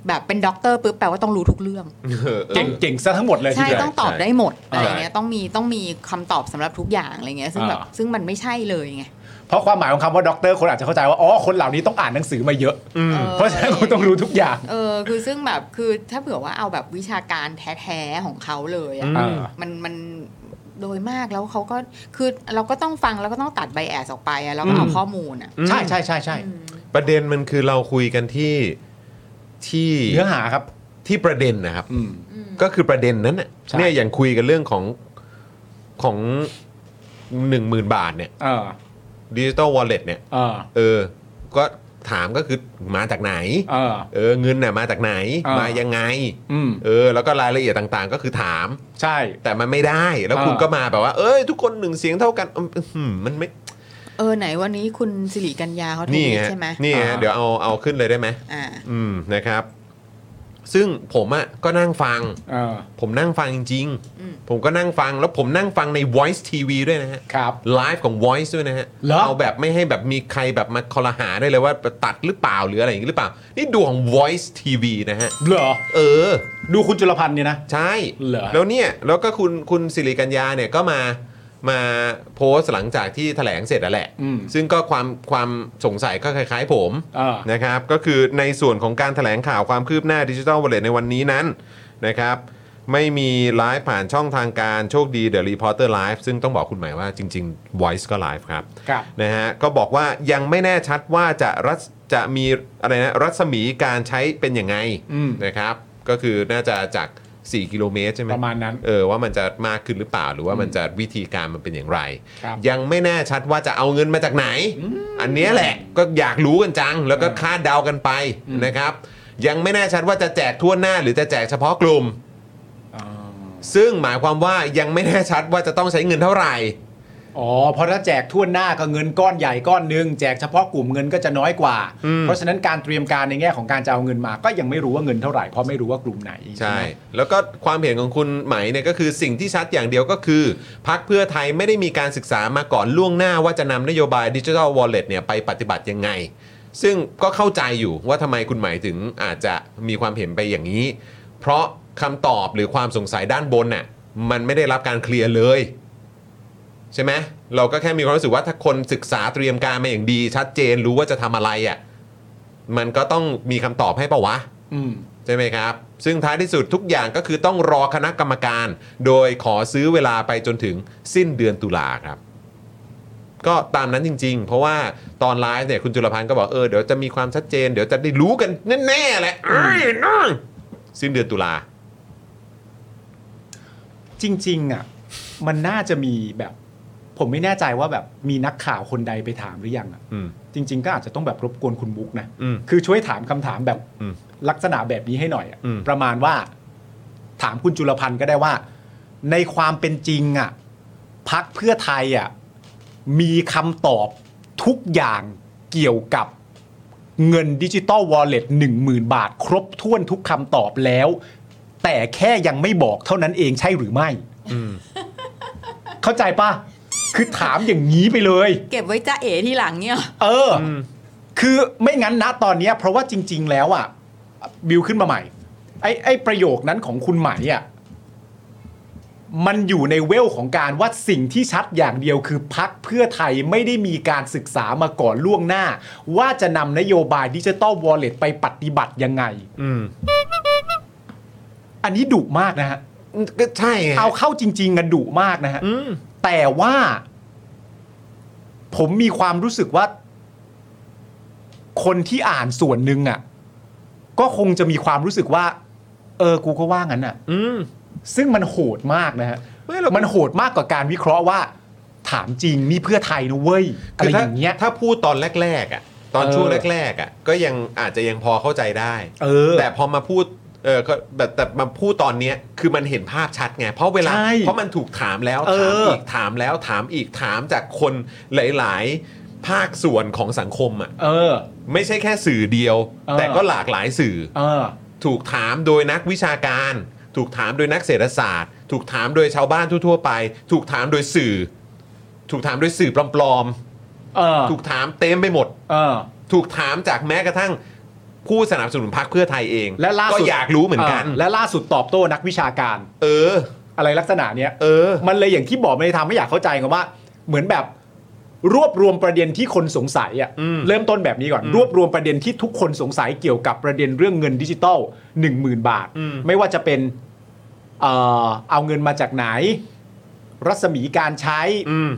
Speaker 3: แบบเป็นด็อกเตอร์ปุ๊บแปลว่าต้องรู้ทุกเรื่อง
Speaker 1: เออเออ
Speaker 2: เก่งเก่งซะทั้งหมดเลยที
Speaker 3: ใช่
Speaker 2: เดียว
Speaker 3: ต้องตอบได้หมด
Speaker 2: ใช่
Speaker 3: อะไรเงี้ยต้องมีต้องมีคำตอบสำหรับทุกอย่างอะไรเงี้ยซึ่งแบบ
Speaker 2: อ่า
Speaker 3: ซึ่งมันไม่ใช่เลยไง
Speaker 2: เพราะความหมายของคำว่าด็อกเตอร์คนอาจจะเข้าใจว่าอ๋อคนเหล่านี้ต้องอ่านหนังสือมาเยอะ
Speaker 3: ออ
Speaker 2: เพราะฉะนั้นคุณต้องรู้ทุกอย่าง
Speaker 3: เออคือซึ่งแบบคือถ้าเผื่อว่าเอาแบบวิชาการแท้ๆของเขาเลยอะ
Speaker 1: อืม
Speaker 3: มันมันโดยมากแล้วเขาก็คือเราก็ต้องฟังแล้วก็ต้องตัดไบแอสออกไปอะแล้วก็เอา
Speaker 2: อืม
Speaker 3: ข้อมูลอะ
Speaker 2: ใช่ใช่ใช่ใช่
Speaker 3: อืม
Speaker 1: ประเด็นมันคือเราคุยกันที่ที่
Speaker 2: เนื้อหาครับ
Speaker 1: ที่ประเด็นนะครับ
Speaker 2: อืม
Speaker 1: ก็คือประเด็นนั้นน่ะ
Speaker 2: ใช่
Speaker 1: เนี่ยอย่างคุยกันเรื่องของของหนึ่งหมื่นบาทเนี่ย
Speaker 2: เออ
Speaker 1: ดิจิตอลวอลเล็ตเนี่ย
Speaker 2: เออ
Speaker 1: เออ ก็ถามก็คือมาจากไหน
Speaker 2: เออ
Speaker 1: เออเงินน่ะมาจากไหน
Speaker 2: อ่าม
Speaker 1: มายังไง
Speaker 2: อืม
Speaker 1: เออ แล้วก็รายละเอียดต่างๆ ก็คือถาม
Speaker 2: ใช่
Speaker 1: แต่มันไม่ได้ แล้วคุณ
Speaker 2: อ่า
Speaker 1: ก็มาแบบว่า เอ้ย ทุกคนหนึ่งเสียงเท่ากันอืมอืมมันไม่
Speaker 3: เออไหนวันนี้คุณสิริกัญญาเขาท
Speaker 1: นี่
Speaker 3: วีต
Speaker 1: ไง
Speaker 3: ใช่ไหม
Speaker 1: นี่ไง
Speaker 2: อ่า
Speaker 1: เดี๋ยวเอาเอาขึ้นเลยได้ไหม
Speaker 3: อ่า
Speaker 1: อืม นะครับ ซึ่งผมอะก็นั่งฟัง
Speaker 2: เออ
Speaker 1: ผมนั่งฟังจริง
Speaker 3: อืม
Speaker 1: ๆ ผมก็นั่งฟัง แล้วผมนั่งฟังใน Voice TV ด้วยนะฮะ
Speaker 2: ครับ
Speaker 1: ไลฟ์ของ Voice ด้วยนะฮะ
Speaker 2: เหรอ
Speaker 1: เอาแบบไม่ให้แบบมีใครแบบมาคอลหาได้เลยว่าตัดหรือเปล่าหรืออะไรอย่างนี้หรือเปล่า นี่ดูของ Voice TV นะฮะ
Speaker 2: เหรอ
Speaker 1: เออ
Speaker 2: ดูคุณจุลพันธ์เนี่ยนะ
Speaker 1: ใช่
Speaker 2: เหรอ
Speaker 1: แล้วเนี่ย แล้วก็คุณคุณสิริกัญญาเนี่ยก็มามาโพสต์หลังจากที่แถลงเสร็จแล้วแหละ
Speaker 2: อืม
Speaker 1: ซึ่งก็ความความสงสัยก็คล้ายๆผม
Speaker 2: เออ
Speaker 1: นะครับ ก็คือในส่วนของการถแถลงข่าวความคืบหน้าดิจิ t a ลวอลเล็ตในวันนี้นั้นนะครับ ไม่มีไลฟ์ผ่านช่องทางการโชคดีเดอะรีพอร์เตอร์ไลฟ์ซึ่งต้องบอกคุณหมายว่าจริง ๆ Voice ก็ไลฟ์ครับ
Speaker 2: ครับ
Speaker 1: นะฮะก็บอกว่ายังไม่แน่ชัดว่าจะรัศจะมีอะไรนะรัศมีการใช้เป็นยังไง
Speaker 2: อืม
Speaker 1: นะครับก็คือน่าจะจาก 4 กิโลเมตรใช่ไหม
Speaker 2: ประมาณนั้น
Speaker 1: เออว่ามันจะมากขึ้นหรือเปล่า หรือว่ามันจะวิธีการมันเป็นอย่างไร
Speaker 2: ครับ
Speaker 1: ยังไม่แน่ชัดว่าจะเอาเงินมาจากไหน อันเนี้ยแหละก็อยากรู้กันจัง แล้วก็คาดเดากันไปนะครับ ยังไม่แน่ชัดว่าจะแจกทั่วหน้า หรือจะแจกเฉพาะกลุ่ม
Speaker 2: อ๋อ
Speaker 1: ซึ่งหมายความว่ายังไม่แน่ชัดว่าจะต้องใช้เงินเท่าไหร่
Speaker 2: อ๋อเพราะถ้าแจกทั่วหน้าก็เงินก้อนใหญ่ก้อนหนึง แจกเฉพาะกลุ่มเงินก็จะน้อยกว่า
Speaker 1: อืม
Speaker 2: เพราะฉะนั้นการเตรียมการในแง่ของการจะเอาเงินมา ก็ยังไม่รู้ว่าเงินเท่าไหร่เพราะไม่รู้ว่ากลุ่มไหน
Speaker 1: ใช่
Speaker 2: ไหม
Speaker 1: แล้วก็ความเห็นของคุณไหมเนี่ยก็คือสิ่งที่ชัดอย่างเดียวก็คือ พักเพื่อไทยไม่ได้มีการศึกษามาก่อนล่วงหน้าว่าจะนำนโยบายดิจิทัลวอลเล็ตเนี่ยไปปฏิบัติยังไง ซึ่งก็เข้าใจอยู่ว่าทำไมคุณไหมายถึงอาจจะมีความเห็นไปอย่างนี้ เพราะคำตอบหรือความสงสัยด้านบนน่ะมันไม่ได้รับการเคลียร์เลย ใช่ไหมเราก็แค่มีความรู้สึกว่าถ้าคนศึกษาเตรียมการมาอย่างดี ชัดเจนรู้ว่าจะทำอะไรอ่ะมันก็ต้องมีคำตอบให้ปะวะ
Speaker 2: อืม
Speaker 1: ใช่ไหมครับ ซึ่งท้ายที่สุดทุกอย่างก็คือต้องรอคณะกรรมการ โดยขอซื้อเวลาไปจนถึงสิ้นเดือนตุลาครับ ก็ตามนั้นจริงๆ เพราะว่าตอนไลฟ์เนี่ยคุณจุลพันธ์ก็บอกเออเดี๋ยวจะมีความชัดเจน เดี๋ยวจะได้รู้กันแน่ๆแหละเอ้ยน้องสิ้นเดือนตุลา
Speaker 2: จริงๆอ่ะมันน่าจะมีแบบ ผมไม่แน่ใจว่าแบบมีนักข่าวคนใดไปถามหรือยังอ่ะ
Speaker 1: อืม
Speaker 2: จริง ๆ ก็อาจจะต้องแบบรบกวนคุณมุกนะ
Speaker 1: อืม
Speaker 2: คือช่วยถามคำถามแบบ
Speaker 1: อืม
Speaker 2: ลักษณะแบบนี้ให้หน่อยอะ
Speaker 1: อืม
Speaker 2: ประมาณว่า ถามคุณจุลพันธ์ก็ได้ว่า ในความเป็นจริงอ่ะพักเพื่อไทยอ่ะมีคำตอบทุกอย่างเกี่ยวกับเงินดิจิตอลวอลเล็ตหนึ่งหมื่นบาท ครบถ้วนทุกคำตอบแล้ว แต่แค่ยังไม่บอกเท่านั้นเองใช่หรือไม่
Speaker 1: อืม
Speaker 2: เข้าใจปะคือถามอย่างนี้ไปเลย
Speaker 3: เก็บไว้จ้าเอ๋ที่หลังเนี่ย
Speaker 2: เอออ คือไม่งั้นนะตอนเนี้ยเพราะว่าจริง ๆ แล้วอ่ะบิวขึ้นมาใหม่ ไอ้ไอ้ประโยคนั้นของคุณไหมอ่ะมันอยู่ในเวลของการว่าสิ่งที่ชัดอย่างเดียวคือพักเพื่อไทยไม่ได้มีการศึกษามาก่อนล่วงหน้า ว่าจะนำนโยบายดิจิตอลวอลเล็ตไปปฏิบัติยังไง
Speaker 1: อืม
Speaker 2: อันนี้ดุมากนะฮะ
Speaker 1: ก็ใช่ไง
Speaker 2: เอาเข้าจริงๆกันดุมากนะฮะ
Speaker 1: อืม
Speaker 2: แต่ว่า ผมมีความรู้สึกว่า คนที่อ่านส่วนหนึ่งอะ่ะ ก็คงจะมีความรู้สึกว่า เออ กูก็ว่างั้นอะ่ะ
Speaker 1: อืม
Speaker 2: ซึ่งมันโหดมากนะฮะ
Speaker 1: ไม่หรอก
Speaker 2: มันโหดมากกว่าการวิเคราะห์ว่า ถามจริงนี่เพื่อไทยนะเว้ยอะไรอย่างเงี้ย
Speaker 1: ถ้ถ้าพูดตอนแรกๆอ่ะตอน
Speaker 2: เออ
Speaker 1: ช่วงแรกๆอ่ะก็ยังอาจจะยังพอเข้าใจได้
Speaker 2: เออ
Speaker 1: แต่พอมาพูด เออก็แต่แต่มาพูดตอนเนี้ยคือมันเห็นภาพชัดไง เพราะเวลา
Speaker 2: ใช่
Speaker 1: เพราะมันถูกถามแล้ว
Speaker 2: เอ
Speaker 1: ถาม
Speaker 2: อ
Speaker 1: อีก ถามแล้ว ถามอีก ถามจากคนหลาย ๆ ภาคส่วนของสังคมอ่ะ
Speaker 2: เออ
Speaker 1: ไม่ใช่แค่สื่อเดียว
Speaker 2: เออ
Speaker 1: แต่ก็หลากหลายสื่อ
Speaker 2: เออ
Speaker 1: ถูกถามโดยนักวิชาการ ถูกถามโดยนักเศรษฐศาสตร์ ถูกถามโดยชาวบ้านทั่วๆไป ถูกถามโดยสื่อ ถูกถามโดยสื่อปลอม
Speaker 2: เออ
Speaker 1: ๆ ถูกถามเต็มไปหมด
Speaker 2: เออ
Speaker 1: ถูกถามจากแม้กระทั่งผู้สนับสนุนพรรคเพื่อไทยเอง
Speaker 2: และล่า
Speaker 1: ก็
Speaker 2: สุด
Speaker 1: อยากรู้เหมือนกัน
Speaker 2: และล่าสุดตอบโต้นักวิชาการ
Speaker 1: เออ
Speaker 2: อะไรลักษณะเนี้ย
Speaker 1: เออ
Speaker 2: มันเลยอย่างที่บอกไม่ได้ทำให้อยากเข้าใจกันว่า เหมือนแบบรวบรวมประเด็นที่คนสงสัยอ่ะ
Speaker 1: อืม
Speaker 2: เริ่มต้นแบบนี้ก่อน รวบรวมประเด็นที่ทุกคนสงสัยเกี่ยวกับประเด็นเรื่องเงินดิจิตอล1 0,000 บาท
Speaker 1: อืม
Speaker 2: ไม่ว่าจะเป็นเอ่อเอาเงินมาจากไหน รัศมีการใช้
Speaker 1: อืม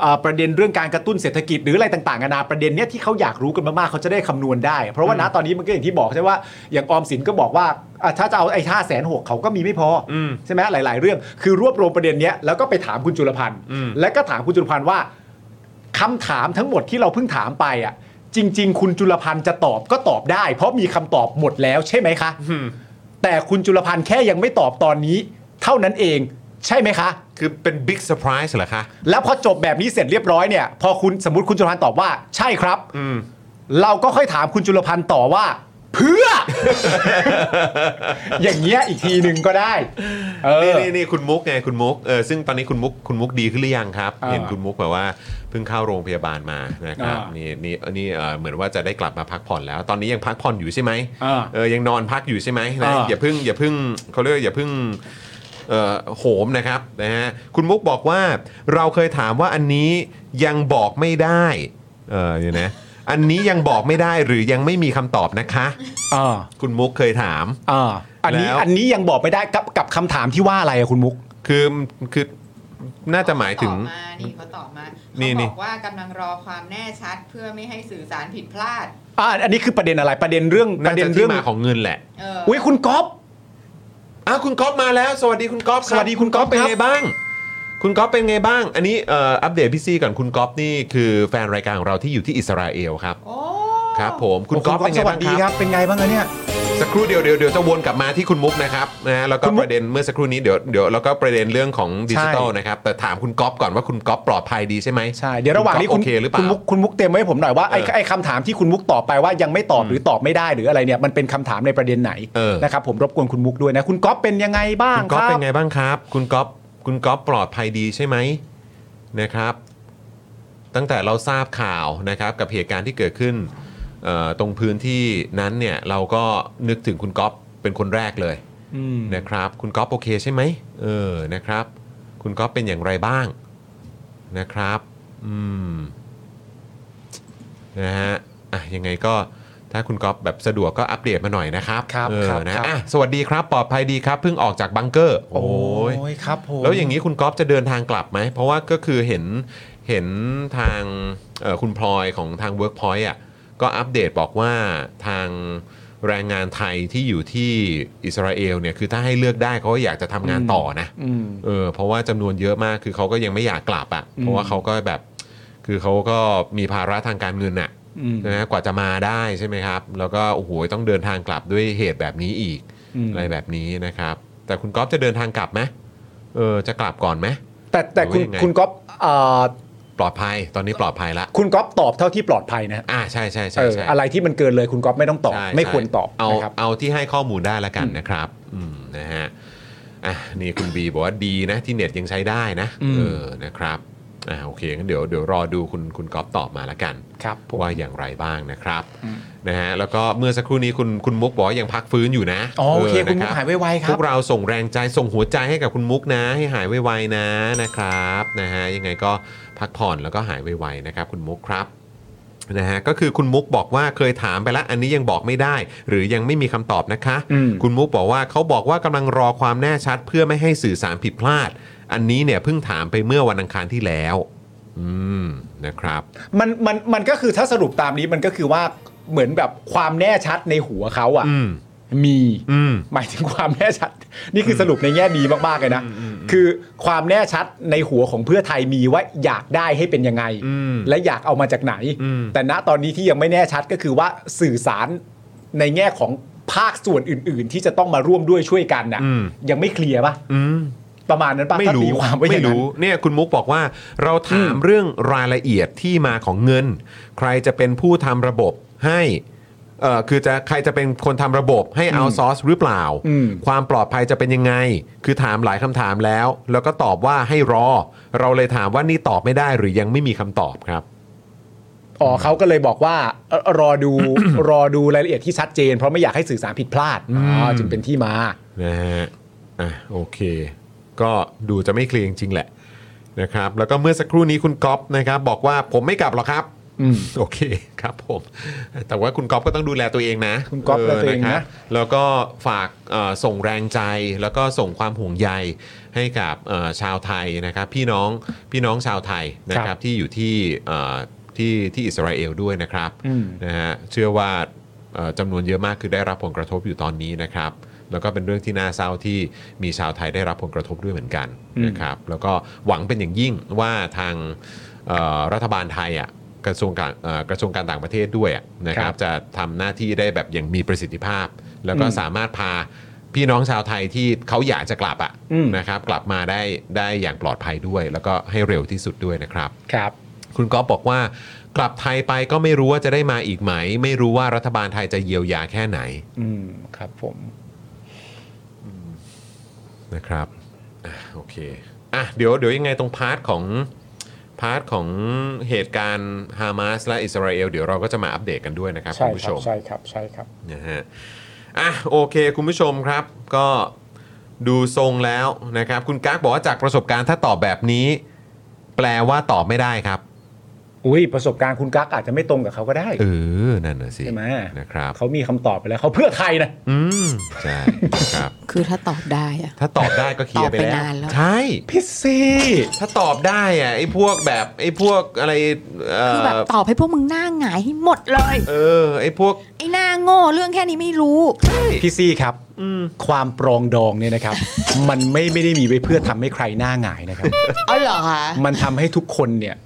Speaker 2: เอ่อประเด็นเรื่องการกระตุ้นเศรษฐกิจหรืออะไรต่างๆนานาประเด็นเนี้ยที่เขาอยากรู้กันมากๆเขาจะได้คำนวณได้ เพราะว่าณตอนนี้มันก็อย่างที่บอกใช่ว่าอย่างออมสินก็บอกว่าอ่ะถ้าจะเอาไอ้ห้าแสนหกเขาก็มีไม่พออ
Speaker 1: ม
Speaker 2: ใช่ไหมหลาย ๆ เรื่อง คือรวบรวมประเด็นเนี้ยแล้วก็ไปถามคุณจุลพันธ์
Speaker 1: อืม
Speaker 2: และก็ถามคุณจุลพันธ์ว่าคำถามทั้งหมดที่เราเพิ่งถามไปอ่ะจริง ๆ คุณจุลพันธ์จะตอบก็ตอบได้ เพราะมีคำตอบหมดแล้วใช่ไหมคะ
Speaker 1: อืม
Speaker 2: แต่คุณจุลพันธ์แค่ยังไม่ตอบตอนนี้ เท่านั้นเองใช่ไหมคะ
Speaker 1: คือเป็นบิ๊กเซอร์ไพรส์เหรอคะ
Speaker 2: แล้วพอจบแบบนี้เสร็จเรียบร้อยเนี่ยพอคุณสมมติคุณจุลพันธ์ตอบว่า ใช่ครับ
Speaker 1: อืม
Speaker 2: เราก็ค่อยถามคุณจุลพันธ์ต่อว่า เพื่อ อย่างเงี้ยอีกทีหนึ่งก็ได้ เออ
Speaker 1: นี่นี่นี่คุณมุกไงคุณมุกเออซึ่งตอนนี้คุณมุกคุณมุกดีขึ้นหรือยังครับ
Speaker 2: อ่า
Speaker 1: เห็นคุณมุกแบบว่าเพิ่งเข้าโรงพยาบาลมานะครับ
Speaker 2: อ่านี่
Speaker 1: นี่นี่นี่เอ่อเหมือนว่าจะได้กลับมาพักผ่อนแล้ว ตอนนี้ยังพักผ่อนอยู่ใช่ไหม
Speaker 2: อ่า
Speaker 1: เออยังนอนพักอยู่ใช่ไหมนะ
Speaker 2: อ่า
Speaker 1: อย่าเพิ่งอย่าเพิ่งเขาเรียกว่าอย่าเพิ่งเอ่อโหมนะครับนะฮะคุณมุกบอกว่าเราเคยถามว่าอันนี้ยังบอกไม่ได้เออเนี่ยวนะอันนี้ยังบอกไม่ได้หรือยังไม่มีคำตอบนะคะ
Speaker 2: อ่า
Speaker 1: คุณมุกเคยถาม
Speaker 2: อ่าอันนี้
Speaker 1: แล้ว
Speaker 2: อันนี้ยังบอกไม่ได้กับกับคำถามที่ว่าอะไรอะคุณมุก
Speaker 1: คือคือน่าจะหมายถึง
Speaker 3: เขตอบมานี่เขาตอบมา
Speaker 1: นี่
Speaker 3: เขา
Speaker 1: นี่
Speaker 3: บอกว่ากำลังรอความแน่ชัดเพื่อไม่ให้สื่อสารผิดพลาด
Speaker 2: อ่าอันนี้คือประเด็นอะไรประเด็นเรื่องป
Speaker 1: น่า
Speaker 2: ระเด็
Speaker 1: จะ
Speaker 2: น
Speaker 1: ที่
Speaker 2: เรื่อง
Speaker 1: มาของเงินแหละ
Speaker 3: เออ
Speaker 2: อุ้ยคุณก๊อฟ
Speaker 1: อ้าวคุณก๊อฟมาแล้ว สวัสดีคุณก๊อฟรับ
Speaker 2: สวัสดีคุณก๊อฟ
Speaker 1: เป็น
Speaker 2: ครับ
Speaker 1: ไงบ้าง คุณก๊อฟเป็นไงบ้าง อันนี้เอ่ออัปเดตพี่ซีก่อนคุณก๊อฟนี่คือแฟนรายการของเราที่อยู่ที่อิสราเอลครับ
Speaker 3: โอ้
Speaker 1: ครับผมคุณก๊อฟเป็นไง
Speaker 2: สวั
Speaker 1: บ้า
Speaker 2: ส
Speaker 1: ง
Speaker 2: ดี
Speaker 1: ค
Speaker 2: ครับ รับ เป็นไงบ้างอะเนี่ย
Speaker 1: สักครู่เดียวเดี๋ยวเดี๋ยวจะวนกลับมาที่คุณมุกนะครับนะฮะแล้วก็
Speaker 2: คุณมุ
Speaker 1: ป
Speaker 2: ก
Speaker 1: ระเด็นเมื่อสักครู่นี้เดี๋ยวเดี๋ยวแล้วก็ประเด็นเรื่องของดิจิตอล
Speaker 2: ใช่
Speaker 1: นะครับแต่ถามคุณก๊อฟก่อนว่าคุณก๊อฟปลอดภัยดีใช่ไหม
Speaker 2: ใช่เดี๋ยวระหว่างนี้
Speaker 1: คุ
Speaker 2: คุณ
Speaker 1: ก๊อฟโอ
Speaker 2: ณ
Speaker 1: เคหรือเป
Speaker 2: คุณ
Speaker 1: ล่า
Speaker 2: มุกคุณมุกเตรียมไว้ให้ผมหน่อยว่าไอ้
Speaker 1: เออ
Speaker 2: ไอ้คำถามที่คุณมุกตอบไปว่ายังไม่ตอบหรือตอบไม่ได้หรืออะไรเนี่ยมันเป็นคำถามในประเด็นไหน
Speaker 1: เออ
Speaker 2: นะครับผมรบกวนคุณมุกด้วยนะคุณก๊อฟเป็นยังไงบ้าง
Speaker 1: คุณ
Speaker 2: ค
Speaker 1: ก๊อฟ
Speaker 2: รับ
Speaker 1: เป็นไงบ้างครับ คุณก๊อฟคุณก๊อฟปลอดภัยดีใช่ไหมนะครับ ตั้งแต่เราทราบข่าวนะครับ กับเหตุการณ์ที่เกิดขึ้นเอ่อตรงพื้นที่นั้นเนี่ยเราก็นึกถึงคุณก๊อฟเป็นคนแรกเลย
Speaker 2: อืม
Speaker 1: นะครับ คุณก๊อฟโอเคใช่ไหมเออนะครับ คุณก๊อฟเป็นอย่างไรบ้างนะครับอืมนะฮะอ่ะยังไงก็ถ้าคุณก๊อฟแบบสะดวกก็อัปเดตมาหน่อยนะครับ
Speaker 2: ครับ
Speaker 1: เอ
Speaker 2: ค
Speaker 1: อ
Speaker 2: รับ
Speaker 1: นะครับ อ่ะสวัสดีครับปลอดภัยดีครับเพิ่งออกจากบังเกอร์ โอ้ย
Speaker 2: ยครับผม
Speaker 1: แล้วอย่างนี้คุณก๊อฟจะเดินทางกลับไหม เพราะว่าก็คือเห็นเห็นทางเอ่อคุณพลอยของทาง Workpoint อ่ะก็อัปเดตบอกว่าทางแรงงานไทยที่อยู่ที่อิสราเอลเนี่ยคือถ้าให้เลือกได้เขาก็อยากจะทำงานต่อนะ
Speaker 2: อืม
Speaker 1: เออเพราะว่าจำนวนเยอะมากคือเขาก็ยังไม่อยากกลับอ่ะเพราะว่าเขาก็แบบคือเขาก็มีภาระทางการเงินอ่ะ
Speaker 2: อืม
Speaker 1: นะฮะกว่าจะมาได้ใช่ไหมครับ แล้วก็โอ้โหต้องเดินทางกลับด้วยเหตุแบบนี้อีก
Speaker 2: อืม
Speaker 1: อะไรแบบนี้นะครับ แต่คุณก๊อฟจะเดินทางกลับไหมเออจะกลับก่อนไหม
Speaker 2: แต่แต่คุ
Speaker 1: หรื
Speaker 2: ณ
Speaker 1: อยังไง
Speaker 2: คุณก๊อฟเอ่อ
Speaker 1: ปลอดภัยตอนนี้ปลอดภัยละ
Speaker 2: คุณก๊อฟตอบเท่าที่ปลอดภัยนะฮะ
Speaker 1: อ่าใช่ใช่
Speaker 2: เอ
Speaker 1: ใช่
Speaker 2: อ
Speaker 1: ใช่
Speaker 2: อะไรที่มันเกินเลยคุณก๊อฟไม่ต้องตอบ
Speaker 1: ใช่
Speaker 2: ไม่ควรตอบ
Speaker 1: เอา
Speaker 2: นะครับ
Speaker 1: เอาที่ให้ข้อมูลได้ละกันนะครับอืมนะฮะอ่ะนี่คุณบีบอกว่าดีนะที่เน็ตยังใช้ได้นะ
Speaker 2: อืม
Speaker 1: เออนะครับอ่าโอเคงั้นเดี๋ยวเดี๋ยวรอดูคุณคุณก๊อฟตอบมาละกัน
Speaker 2: ครับผม
Speaker 1: ว่าอย่างไรบ้างนะครับ
Speaker 2: อืม
Speaker 1: นะฮะแล้วก็เมื่อสักครู่นี้คุณคุณมุกบอกว่ายังพักฟื้นอยู่นะ
Speaker 2: อ๋อโอเคคุณมุ
Speaker 1: นะ
Speaker 2: ก
Speaker 1: รับ
Speaker 2: หายไวๆค
Speaker 1: พ
Speaker 2: รั
Speaker 1: ว
Speaker 2: บ
Speaker 1: กเราส่งแรงใจส่งหัวใจให้กับคุณมุกนะ ให้หายไวๆนะนะครับนะฮะยังไงก็พักผ่อนแล้วก็หายไวๆนะครับ คุณมุกครับนะฮะก็คือคุณมุกบอกว่าเคยถามไปแล้ว อันนี้ยังบอกไม่ได้ หรือยังไม่มีคำตอบนะคะ
Speaker 2: อืม
Speaker 1: คุณมุกบอกว่าเขาบอกว่ากำลังรอความแน่ชัด เพื่อไม่ให้สื่อสารผิดพลาด อันนี้เนี่ยเพิ่งถามไปเมื่อวันอังคารที่แล้ว อืมนะครับ
Speaker 2: มันมันมันก็คือถ้าสรุปตามนี้มันก็คือว่าเหมือนแบบความแน่ชัดในหัวเขาอ่ะ
Speaker 1: อืม
Speaker 2: มี
Speaker 1: อืม
Speaker 2: หมายถึงความแน่ชัด นี่คือสรุปในแง่ดีมากๆเลยนะ คือความแน่ชัดในหัวของเพื่อไทยมีว่าอยากได้ให้เป็นยังไง
Speaker 1: อืม
Speaker 2: และอยากเอามาจากไหน
Speaker 1: อืม
Speaker 2: แต่ณตอนนี้ที่ยังไม่แน่ชัดก็คือว่าสื่อสารในแง่ของภาคส่วนอื่น ๆ ที่จะต้องมาร่วมด้วยช่วยกันน่ะ
Speaker 1: อืม
Speaker 2: ยังไม่เคลียร์ปะ
Speaker 1: อืม
Speaker 2: ประมาณนั้นปะ
Speaker 1: ไม่
Speaker 2: ถ้า
Speaker 1: รู้
Speaker 2: ตีความว่าอ
Speaker 1: ไม่
Speaker 2: ย่างนั้น
Speaker 1: รู้เนี่ยคุณมุกบอกว่าเราถามเรื่องรายละเอียดที่มาของเงิน ใครจะเป็นผู้ทำระบบให้เอ่อคือจะใครจะเป็นคนทำระบบให้เอาซอร์สหรือเปล่า
Speaker 2: อืม
Speaker 1: ความปลอดภัยจะเป็นยังไง คือถามหลายคำถามแล้ว แล้วก็ตอบว่าให้รอ เราเลยถามว่านี่ตอบไม่ได้หรือยังไม่มีคำตอบครับ
Speaker 2: อ๋อเขาก็เลยบอกว่าเอ่อรอดู รอดูรายละเอียดที่ชัดเจน เพราะไม่อยากให้สื่อสารผิดพลาดอ๋อจึงเป็นที่มา
Speaker 1: นะฮะ อ่ะโอเค ก็ดูจะไม่เคลียร์จริงๆแหละนะครับ แล้วก็เมื่อสักครู่นี้คุณก๊อฟนะครับบอกว่าผมไม่กลับหรอกครับ
Speaker 2: อืม
Speaker 1: โอเคครับผม แต่ว่าคุณก๊อฟก็ต้องดูแลตัวเองนะ
Speaker 2: คุณก๊อฟดูแลตัวเองนะ
Speaker 1: ครับแล้วก็ฝากเอ่อส่งแรงใจแล้วก็ส่งความห่วงใยให้กับเอ่อชาวไทยนะครับ พี่น้องพี่น้องชาวไทยนะครับที่อยู่ที่เอ่อที่ที่อิสราเอลด้วยนะครับ
Speaker 2: อืม
Speaker 1: นะฮะเชื่อว่า เอ่อจำนวนเยอะมากคือได้รับผลกระทบอยู่ตอนนี้นะครับ แล้วก็เป็นเรื่องที่น่าเศร้าที่มีชาวไทยได้รับผลกระทบด้วยเหมือนกันนะครับ แล้วก็หวังเป็นอย่างยิ่งว่าทางเอ่อรัฐบาลไทยอ่ะกระทรวงการเอ่อกระทรวงการต่างประเทศด้วยอะนะครั
Speaker 2: ครับ บ
Speaker 1: จะทำหน้าที่ได้แบบอย่างมีประสิทธิภาพ แล้วก็สามารถพาพี่น้องชาวไทยที่เขาอยากจะกลับอ่ะนะครับ กลับมาได้ได้อย่างปลอดภัยด้วย แล้วก็ให้เร็วที่สุดด้วยนะครับ
Speaker 2: ครับ
Speaker 1: คุณก๊อฟบอกว่ากลับไทยไปก็ไม่รู้ว่าจะได้มาอีกไหม ไม่รู้ว่ารัฐบาลไทยจะเยียวยาแค่ไหน
Speaker 2: อืมครับผม
Speaker 1: นะครับอ่ะโอเคอ่ะเดี๋ยวเดี๋ยวยังไงตรงพาร์ทของพาร์ทของเหตุการณ์ฮามาสและอิสราเอลเดี๋ยวเราก็จะมาอัปเดตกันด้วยนะครับคุณผู้ชม
Speaker 2: ใช่ครับใช่ครับ
Speaker 1: นะฮะ อ่ะโอเค คุณผู้ชมครับ ก็ดูทรงแล้วนะครับ คุณกั๊กบอกว่าจากประสบการณ์ถ้าตอบแบบนี้ แปลว่าตอบไม่ได้ครับ
Speaker 2: อุ้ยประสบการณ์คุณกั๊กอาจจะไม่ตรงกับเขาก็ได้
Speaker 1: เออ นั่นน่ะสิ
Speaker 2: ใช่ไหม
Speaker 1: นะครับ
Speaker 2: เขามีคำตอบไปแล้วเขาเพื่อใครนะ
Speaker 1: อืม ใช่ครับ
Speaker 3: คือถ้าตอบได้อะ
Speaker 1: ถ้าตอบได้ก็เคลียร์ไป
Speaker 3: ตอบไป
Speaker 1: แล้ว
Speaker 3: นานแล้ว
Speaker 1: ใช่
Speaker 2: พี่ซี
Speaker 1: ถ้าตอบได้อะไอ้พวกแบบไอ้พวกอะไรเอ่
Speaker 3: คือ
Speaker 1: อ
Speaker 3: แบบตอบให้พวกมึงหน้าหงายให้หมดเลย
Speaker 1: เออไอ้พวก
Speaker 3: ไอ้หน้าโง่เรื่องแค่นี้ไม่รู้
Speaker 2: พี่ซีครับความปรองดองเนี่ยนะครับ มันไม่ไม่ได้มีไว้เพื่อทำให้ใครหน้าหงายนะครับ
Speaker 3: อ๋อเหรอคะ
Speaker 2: มันทำให้ทุกคนเนี่ย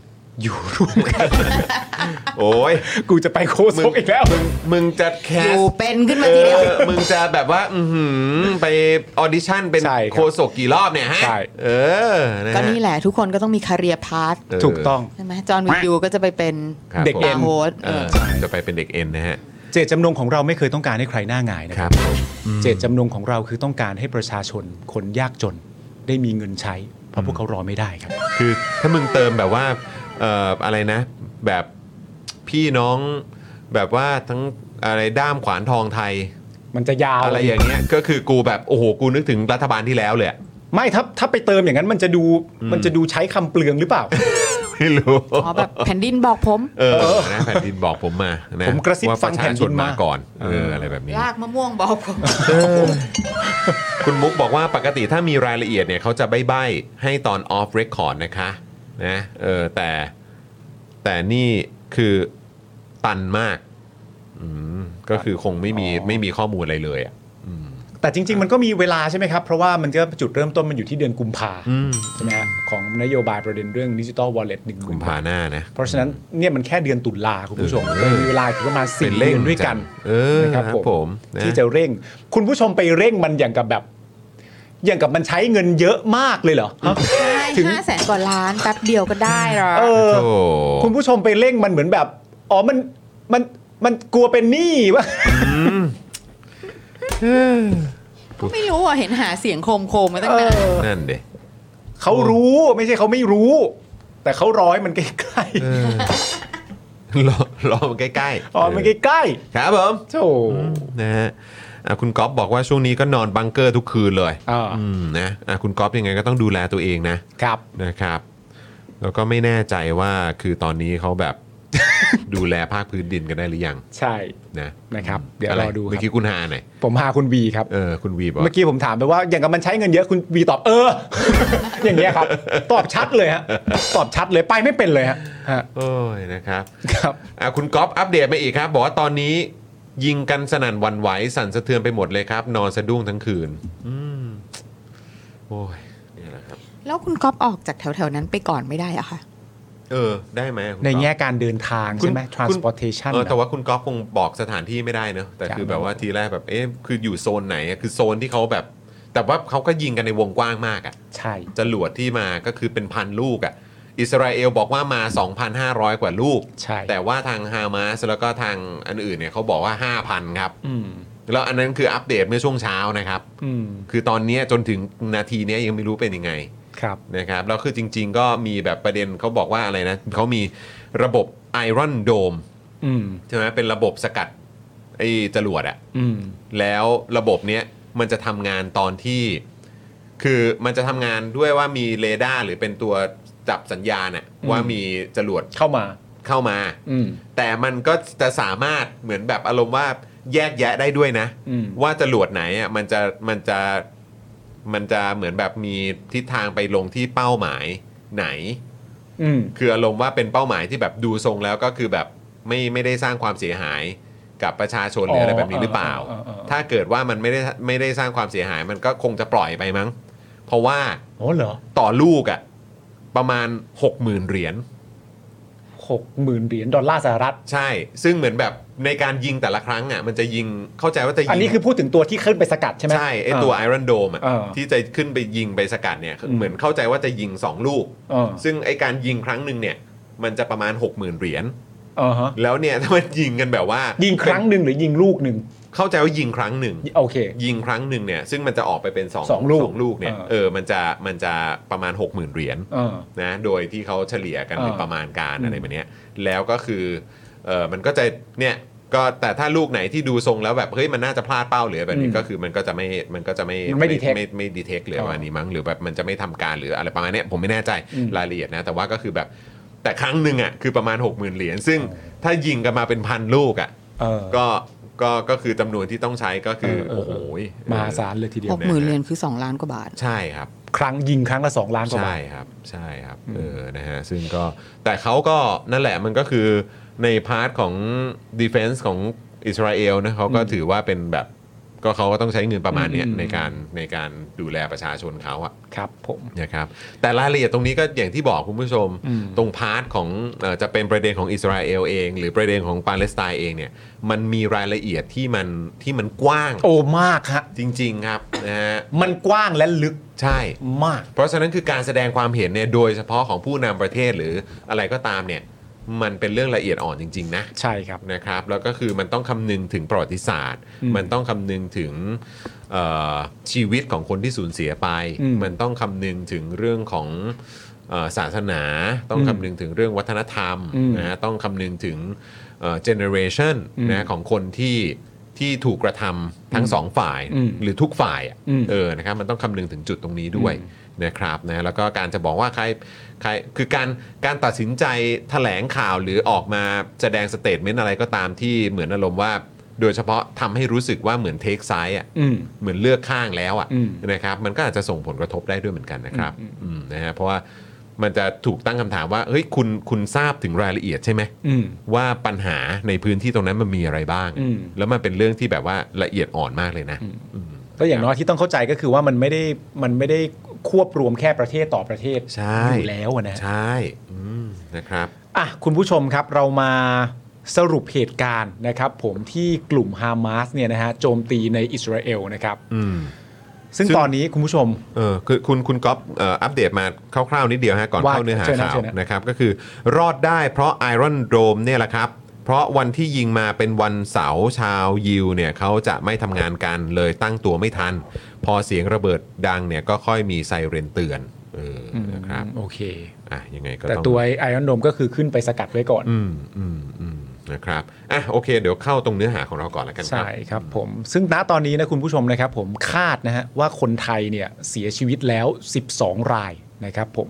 Speaker 2: อยู่ร่วมกัน
Speaker 1: โอ้ย
Speaker 2: กูจะไปโคศกอีกแล้ว
Speaker 1: มึงจะแค
Speaker 3: อ
Speaker 1: ส
Speaker 3: ยู่เป็นขึ้นมา
Speaker 1: เอ
Speaker 3: ทีเดียว
Speaker 1: อมึงจะแบบว่า อือหือไปออดิชั่นเป็น
Speaker 2: ใช่ครับ
Speaker 1: โคศกกี่รอบเนี่ยฮะ
Speaker 2: ใช่
Speaker 1: เออนะฮะ
Speaker 3: ก็นี่แหละทุกคนก็ต้องมีคาเรียพาร์ท
Speaker 1: เอ
Speaker 2: ถูกต้อง
Speaker 3: ใช่ไหมจอห์นวินยูก็จะไปเป็น
Speaker 1: ครับ
Speaker 2: เด็กเอ็น
Speaker 1: ผม
Speaker 3: โฮสต์
Speaker 1: เออ
Speaker 3: เออ
Speaker 1: จะไปเป็นเด็กเอ็นนะฮะ
Speaker 2: เจตจำนงของเราไม่เคยต้องการให้ใครหน้าหงายนะ
Speaker 1: ค
Speaker 2: ค
Speaker 1: รั
Speaker 2: รั
Speaker 1: บบ ผม
Speaker 2: เจตจำนงของเราคือต้องการให้ประชาชนคนยากจน ได้มีเงินใช้เพราะพวกเขารอไม่ได้ครับ
Speaker 1: คือถ้ามึงเติมแบบว่าเอ่ออะไรนะ แบบพี่น้องแบบว่าทั้งอะไรด้ามขวานทองไทย
Speaker 2: มันจะยาว
Speaker 1: อะไรอย่างเงี้ยก็คือกูแบบโอ้โหกูนึกถึงรัฐบาลที่แล้วเลยอะ
Speaker 2: ไม่ถ้าถ้าไปเติมอย่างนั้นมันจะดูมันจะดูใช้คำเปลืองหรือเปล่า
Speaker 1: ไม่รู้
Speaker 3: อ๋อแบบแผ่นดินบอกผม
Speaker 1: เออนะแผ่นดินบอกผมมานะ
Speaker 2: ผมกระซิบ
Speaker 1: ว่า
Speaker 2: ฟั
Speaker 1: ป
Speaker 2: ง
Speaker 1: ระ
Speaker 2: แผ่
Speaker 1: ชาน ช
Speaker 2: ดิ
Speaker 1: น
Speaker 2: น
Speaker 1: มา
Speaker 2: มา
Speaker 1: ก่อนเอออะไรแบบนี้
Speaker 3: ลากมะม่วงบอกผม
Speaker 1: คุณมุกบอกว่าปกติถ้ามีรายละเอียดเนี่ยเขาจะใบ้ใบ้ให้ตอนออฟเรคคอร์ดนะคะนะเออแต่แต่นี่คือตันมากอืมก็คือคงไม่มีไม่มีข้อมูลอะไรเลยอ่ะ
Speaker 2: แต่จริง ๆ มันก็มีเวลาใช่ไหมครับ เพราะว่ามันก็จุดเริ่มต้นมันอยู่ที่เดือนกุมภา
Speaker 1: อืม
Speaker 2: ใช่ไหมฮะของนโยบายประเด็นเรื่องดิจิ t a ลวอลเล็ตหนึ่ง
Speaker 1: กุมภาหน้านะ
Speaker 2: เพราะฉะนั้นเนี่ยมันแค่เดือนตุลาคุณผู้ชม
Speaker 1: เออ
Speaker 2: มีเวลาอีกประมาณ
Speaker 1: ป็
Speaker 2: สี่เดือนด้วยกัน
Speaker 1: เออ
Speaker 2: นะครับ
Speaker 1: ผมน
Speaker 2: ที่จะเร่ง คุณผู้ชมไปเร่งมันอย่างกับแบบ อย่างกับมันใช้เงินเยอะมากเลยเหรอฮะ
Speaker 3: ใช่
Speaker 2: ถึง
Speaker 3: ห้าแสนกว่าล้านแป๊บเดียวก็ได้หรอ
Speaker 2: เออ
Speaker 1: โถ่
Speaker 2: คุณผู้ชมไปเร่งมันเหมือนแบบ อ๋อ มัน มัน มันกลัวเป็นหนี้วะ
Speaker 3: ไม่รู้อ่ะ เห็นหาเสียงโคมโคมๆมาตั้งนาน
Speaker 1: นั่นเด็
Speaker 2: เขารู้ ไม่ใช่เขาไม่รู้ แต่เขาร้อยมันใกล้
Speaker 1: เออรอรอมันใกล้
Speaker 2: ๆอ๋อ มันใกล้
Speaker 1: ครับผม
Speaker 2: ๆโธ่
Speaker 1: นะฮะอ่ะคุณก๊อฟบอกว่าช่วงนี้ก็นอนบังเกอร์ทุกคืนเลย
Speaker 2: อ่า
Speaker 1: อืมนะอ่ะคุณก๊อฟยังไงก็ต้องดูแลตัวเองนะครับ นะครับ แล้วก็ไม่แน่ใจว่าคือตอนนี้เขาแบบ ดูแลภาคพื้นดินกันได้หรือยัง
Speaker 2: ใช่
Speaker 1: นะ
Speaker 2: นะครับเดี๋ยว
Speaker 1: ะไ
Speaker 2: รอดูครับ
Speaker 1: เมื่อกี้คุณฮาหน่อย
Speaker 2: ผมหาคุณวีครับ
Speaker 1: เออคุณวีบอก
Speaker 2: เมื่อกี้ผมถามไปว่า อย่างกับมันใช้เงินเยอะ คุณวีตอบ เอ อ อย่างเงี้ยครับ ตอบชัดเลยฮะ ตอบชัดเลย ไปไม่เป็นเลยฮะฮะ
Speaker 1: โอ้ยนะครับ
Speaker 2: ครับ
Speaker 1: อ่ะคุณก๊อฟอัปเดตมาอีกครับ บอกว่าตอนนี้ ยิงกันสนั่นหวันไหวสั่นสะเทือนไปหมดเลยครับ นอนสะดุ้งทั้งคืน อืมโอ้ยนี่แหละครับ
Speaker 3: แล้วคุณก๊อฟออกจากแถวๆ นั้นไปก่อนไม่ได้อะค่ะ
Speaker 1: เออ ได้ไหมคุณ
Speaker 2: ใน
Speaker 1: ก๊อฟ
Speaker 2: แง่การเดินทางใช่ไหม
Speaker 1: คุณ
Speaker 2: transportation
Speaker 1: เออแต่
Speaker 2: อะ
Speaker 1: ว่าคุณก๊อฟคงบอกสถานที่ไม่ได้เนอะแต่
Speaker 2: ครับ
Speaker 1: คือแบบว่าทีแรกแบบเอ๊ะคืออยู่โซนไหนอะคือโซนที่เขาแบบ แต่ว่าเขาก็ยิงกันในวงกว้างมากอะ
Speaker 2: ใช่
Speaker 1: จรวดที่มาก็คือเป็นพันลูกอะ่ะ อิสราเอลบอกว่ามา 2,500 กว่าลูก
Speaker 2: ใช่
Speaker 1: แต่ว่าทางฮามาสแล้วก็ทางอันอื่นเนี่ยเขาบอกว่า 5,000 ครับ
Speaker 2: อืม
Speaker 1: แล้วอันนั้นคืออัปเดตเมื่อช่วงเช้านะครับ
Speaker 2: อืม
Speaker 1: คือตอนเนี้ยจนถึงนาทีเนี้ยยังไม่รู้เป็นยังไง
Speaker 2: ครับ
Speaker 1: นะครับ แล้วคือจริง ๆ ก็มีแบบประเด็นเขาบอกว่าอะไรนะเขามีระบบไอรอนโดม
Speaker 2: อืม
Speaker 1: ใช่ไหมเป็นระบบสกัดไอ้จรวดอะ
Speaker 2: อืม
Speaker 1: แล้วระบบเนี้ยมันจะทำงานตอนที่ คือมันจะทำงานด้วยว่ามีเรดาร์หรือเป็นตัวจับสัญญาณน่ะว่ามีจรวด
Speaker 2: เข้ามา
Speaker 1: เข้ามา
Speaker 2: อืม
Speaker 1: แต่มันก็จะสามารถเหมือนแบบอารมณ์ว่าแยกแยะได้ด้วยนะ
Speaker 2: อืม
Speaker 1: ว่าจรวดไหนอ่ะมันจะมันจะมันจะเหมือนแบบมีทิศทางไปลงที่เป้าหมายไหน
Speaker 2: อืม
Speaker 1: คืออารมณ์ว่าเป็นเป้าหมายที่แบบดูทรงแล้วก็คือแบบไม่ไม่ได้สร้างความเสียหายกับประชาชนหรืออะไรแบบนี้หรือเปล่า
Speaker 2: อ๋ออ๋ออ๋ออ๋อ
Speaker 1: ถ้าเกิดว่ามันไม่ได้ไม่ได้สร้างความเสียหาย มันก็คงจะปล่อยไปมั้ง เพราะว่า
Speaker 2: โอ้เหรอ
Speaker 1: ต่อลูกอะประมาณ 60,000 เหรียญ
Speaker 2: หกหมื่นเหรียญดอลลาร์สหรัฐ
Speaker 1: ใช่ ซึ่งเหมือนแบบในการยิงแต่ละครั้งอะมันจะยิงเข้าใจว่าจะยิง
Speaker 2: อันนี้คือพูดถึงตัวที่ขึ้นไปสกัดใช่ไหม
Speaker 1: ใช่ไอตัวไอรอนโดมอะ
Speaker 2: เออ
Speaker 1: ที่จะขึ้นไปยิงไปสกัดเนี่ย
Speaker 2: อืม
Speaker 1: เหมือนเข้าใจว่าจะยิงสองลูก
Speaker 2: อ่า
Speaker 1: ซึ่งไอการยิงครั้งหนึ่งเนี่ยมันจะประมาณ 60,000 เหรียญ
Speaker 2: อ่าฮะ
Speaker 1: แล้วเนี่ย ถ้ามันยิงกันแบบว่า
Speaker 2: ยิงครั้งหนึ่งหรือยิงลูกหนึ่ง
Speaker 1: เข้าใจว่ายิงครั้งหนึ่ง
Speaker 2: โอเค
Speaker 1: ยิงครั้งหนึ่งเนี่ยซึ่งมันจะออกไปเป็น2
Speaker 2: สองลูก
Speaker 1: เนี่ย
Speaker 2: อ่า
Speaker 1: เออมันจะมันจะประมาณ 60,000 เหรียญ
Speaker 2: อ่า
Speaker 1: นะโดยที่เขาเฉลี่ยกัน
Speaker 2: อ่า
Speaker 1: เป็นประมาณการ
Speaker 2: อืม
Speaker 1: อะไรแบบเนี้ยแล้วก็คือเออมันก็จะเนี่ยก็แต่ถ้าลูกไหนที่ดูทรงแล้วแบบเฮ้ยมันน่าจะพลาดเป้าหรือแบบนี้ก็คือมันก็จะไม่มันก็จะไม่
Speaker 2: มันไม่ detect
Speaker 1: ไม่ไม่ดีเทคหรือประมาณนี้มั้งหรือแบบมันจะไม่ทำการหรืออะไรประมาณเนี้ยผมไม่แน่ใจ
Speaker 2: อืม
Speaker 1: รายละเอียดนะแต่ว่าก็คือแบบแต่ครั้งหนึ่งอ่ะคือประมาณ 60,000 เหรียญซึ่งถ้ายิงกันมาเป็นพันลูกอ่ะ
Speaker 2: เออ
Speaker 1: ก็ก็ก็คือจำนวนที่ต้องใช้ก็คือ
Speaker 2: เออเออ
Speaker 1: โอ้โหย
Speaker 2: มหาศาลเลยทีเดีย
Speaker 3: ห
Speaker 2: ว
Speaker 3: กหมื่นเหรียญคือสองล้านกว่าบาท
Speaker 1: ใช่ครับ
Speaker 2: ครั้งยิงครั้งละสองล้านกว่า
Speaker 1: ใช่
Speaker 2: บาท
Speaker 1: ครับใช่ครับเออนะฮะซึ่งก็แต่เขาก็นั่นแหละมันก็คือในพาร์ทของ defense ของอิสราเอลนะเขาก็ถือว่าเป็นแบบก็เขาก็ต้องใช้เงินประมาณเนี้ย
Speaker 2: อืม
Speaker 1: ในการในการดูแลประชาชนเขาอะ
Speaker 2: ครับผม
Speaker 1: นะครับแต่รายละเอียดตรงนี้ก็อย่างที่บอกคุณผู้ชม
Speaker 2: อืม
Speaker 1: ตรงพาร์ทของเอ่อจะเป็นประเด็นของอิสราเอลเอง หรือประเด็นของปาเลสไตน์เองเนี่ยมันมีรายละเอียดที่มันที่มันกว้าง
Speaker 2: โอ้มากฮะ
Speaker 1: จริง ๆ ครับ นะฮะ
Speaker 2: มันกว้างและลึก
Speaker 1: ใช่
Speaker 2: มาก
Speaker 1: เพราะฉะนั้นคือการแสดงความเห็นเนี่ยโดยเฉพาะของผู้นำประเทศหรืออะไรก็ตามเนี่ยมันเป็นเรื่องละเอียดอ่อนจริง ๆ นะ
Speaker 2: ใช่ครับ
Speaker 1: นะครับ แล้วก็คือมันต้องคำนึงถึงประวัติศาสตร์
Speaker 2: อืม
Speaker 1: มันต้องคำนึงถึงเอ่อชีวิตของคนที่สูญเสียไป
Speaker 2: อืม
Speaker 1: มันต้องคำนึงถึงเรื่องของเอ่อศาสนา ต้อง
Speaker 2: อืม
Speaker 1: คำนึงถึงเรื่องวัฒนธรรม
Speaker 2: อืม
Speaker 1: นะต้องคำนึงถึงเจเนอเรชัน
Speaker 2: อืม
Speaker 1: นะของคนที่ที่ถูกกระทำทั้งสองฝ่าย
Speaker 2: อืม
Speaker 1: หรือทุกฝ่ายอะ
Speaker 2: อืม
Speaker 1: เออนะครับมันต้องคำนึงถึงจุดตรงนี้ด้วย นะครับนะแล้วก็การจะบอกว่าใครใครคือการการตัดสินใจแถลงข่าวหรือออกมาแสดงสเตทเมนต์อะไรก็ตามที่เหมือนอารมณ์ว่า โดยเฉพาะทำให้รู้สึกว่าเหมือนเทคไซด์อ่ะ
Speaker 2: อืม
Speaker 1: เหมือนเลือกข้างแล้วอ่ะ
Speaker 2: อืม
Speaker 1: นะครับมันก็อาจจะส่งผลกระทบได้ด้วยเหมือนกันนะครับอืมนะฮะเพราะว่ามันจะถูกตั้งคำถามว่าเฮ้ยคุณคุณทราบถึงรายละเอียดใช่ไหม
Speaker 2: อืม
Speaker 1: ว่าปัญหาในพื้นที่ตรงนั้นมันมีอะไรบ้าง
Speaker 2: อืม
Speaker 1: แล้วมันเป็นเรื่องที่แบบว่าละเอียดอ่อนมากเลยนะอืม
Speaker 2: ก็อย่างน้อยที่ต้องเข้าใจก็คือว่ามันไม่ได้มันไม่ได้ควบรวมแค่ประเทศต่อประเทศ
Speaker 1: ใช่
Speaker 2: อยู่แล้วอะนะฮะ
Speaker 1: ใช่อืมนะครับ
Speaker 2: อ่ะคุณผู้ชมครับเรามาสรุปเหตุการณ์นะครับ ผมที่กลุ่มฮามาสเนี่ยนะฮะโจมตีในอิสราเอลนะครับ
Speaker 1: อืม
Speaker 2: ซึ่ง
Speaker 1: ซึ่ง
Speaker 2: ตอนนี้คุณผู้ชม
Speaker 1: เออคือคุณคุณก๊อฟเอ่ออัปเดตมาคร่าวๆ นิดเดียวฮะก่อน
Speaker 2: ว่า
Speaker 1: เข้าเนื้อหา
Speaker 2: เชิญนะ
Speaker 1: ข่าว
Speaker 2: เชิญนะ
Speaker 1: นะครับก็คือรอดได้เพราะ Iron Dome เนี่ยแหละครับ เพราะวันที่ยิงมาเป็นวันเสาร์ชาวยิวเนี่ยเขาจะไม่ทำงานกันเลยตั้งตัวไม่ทัน พอเสียงระเบิดดังเนี่ยก็ค่อยมีไซเรนเตือนเออนะครับ
Speaker 2: โอเค
Speaker 1: อ่ะยังไงก็
Speaker 2: แต่
Speaker 1: ต้อง
Speaker 2: ตัวไอออนโดมก็คือขึ้นไปสกัดไว้ก่อน
Speaker 1: อืมอืมอืมนะครับอ่ะโอเค เดี๋ยวเข้าตรงเนื้อหาของเราก่อนแล้วกันครั
Speaker 2: ใช่
Speaker 1: บ
Speaker 2: ครับผมซึ่งณตอนนี้นะคุณผู้ชมนะครับผมคาดนะฮะว่าคนไทยเนี่ยเสียชีวิตแล้ว 12 รายนะครับผม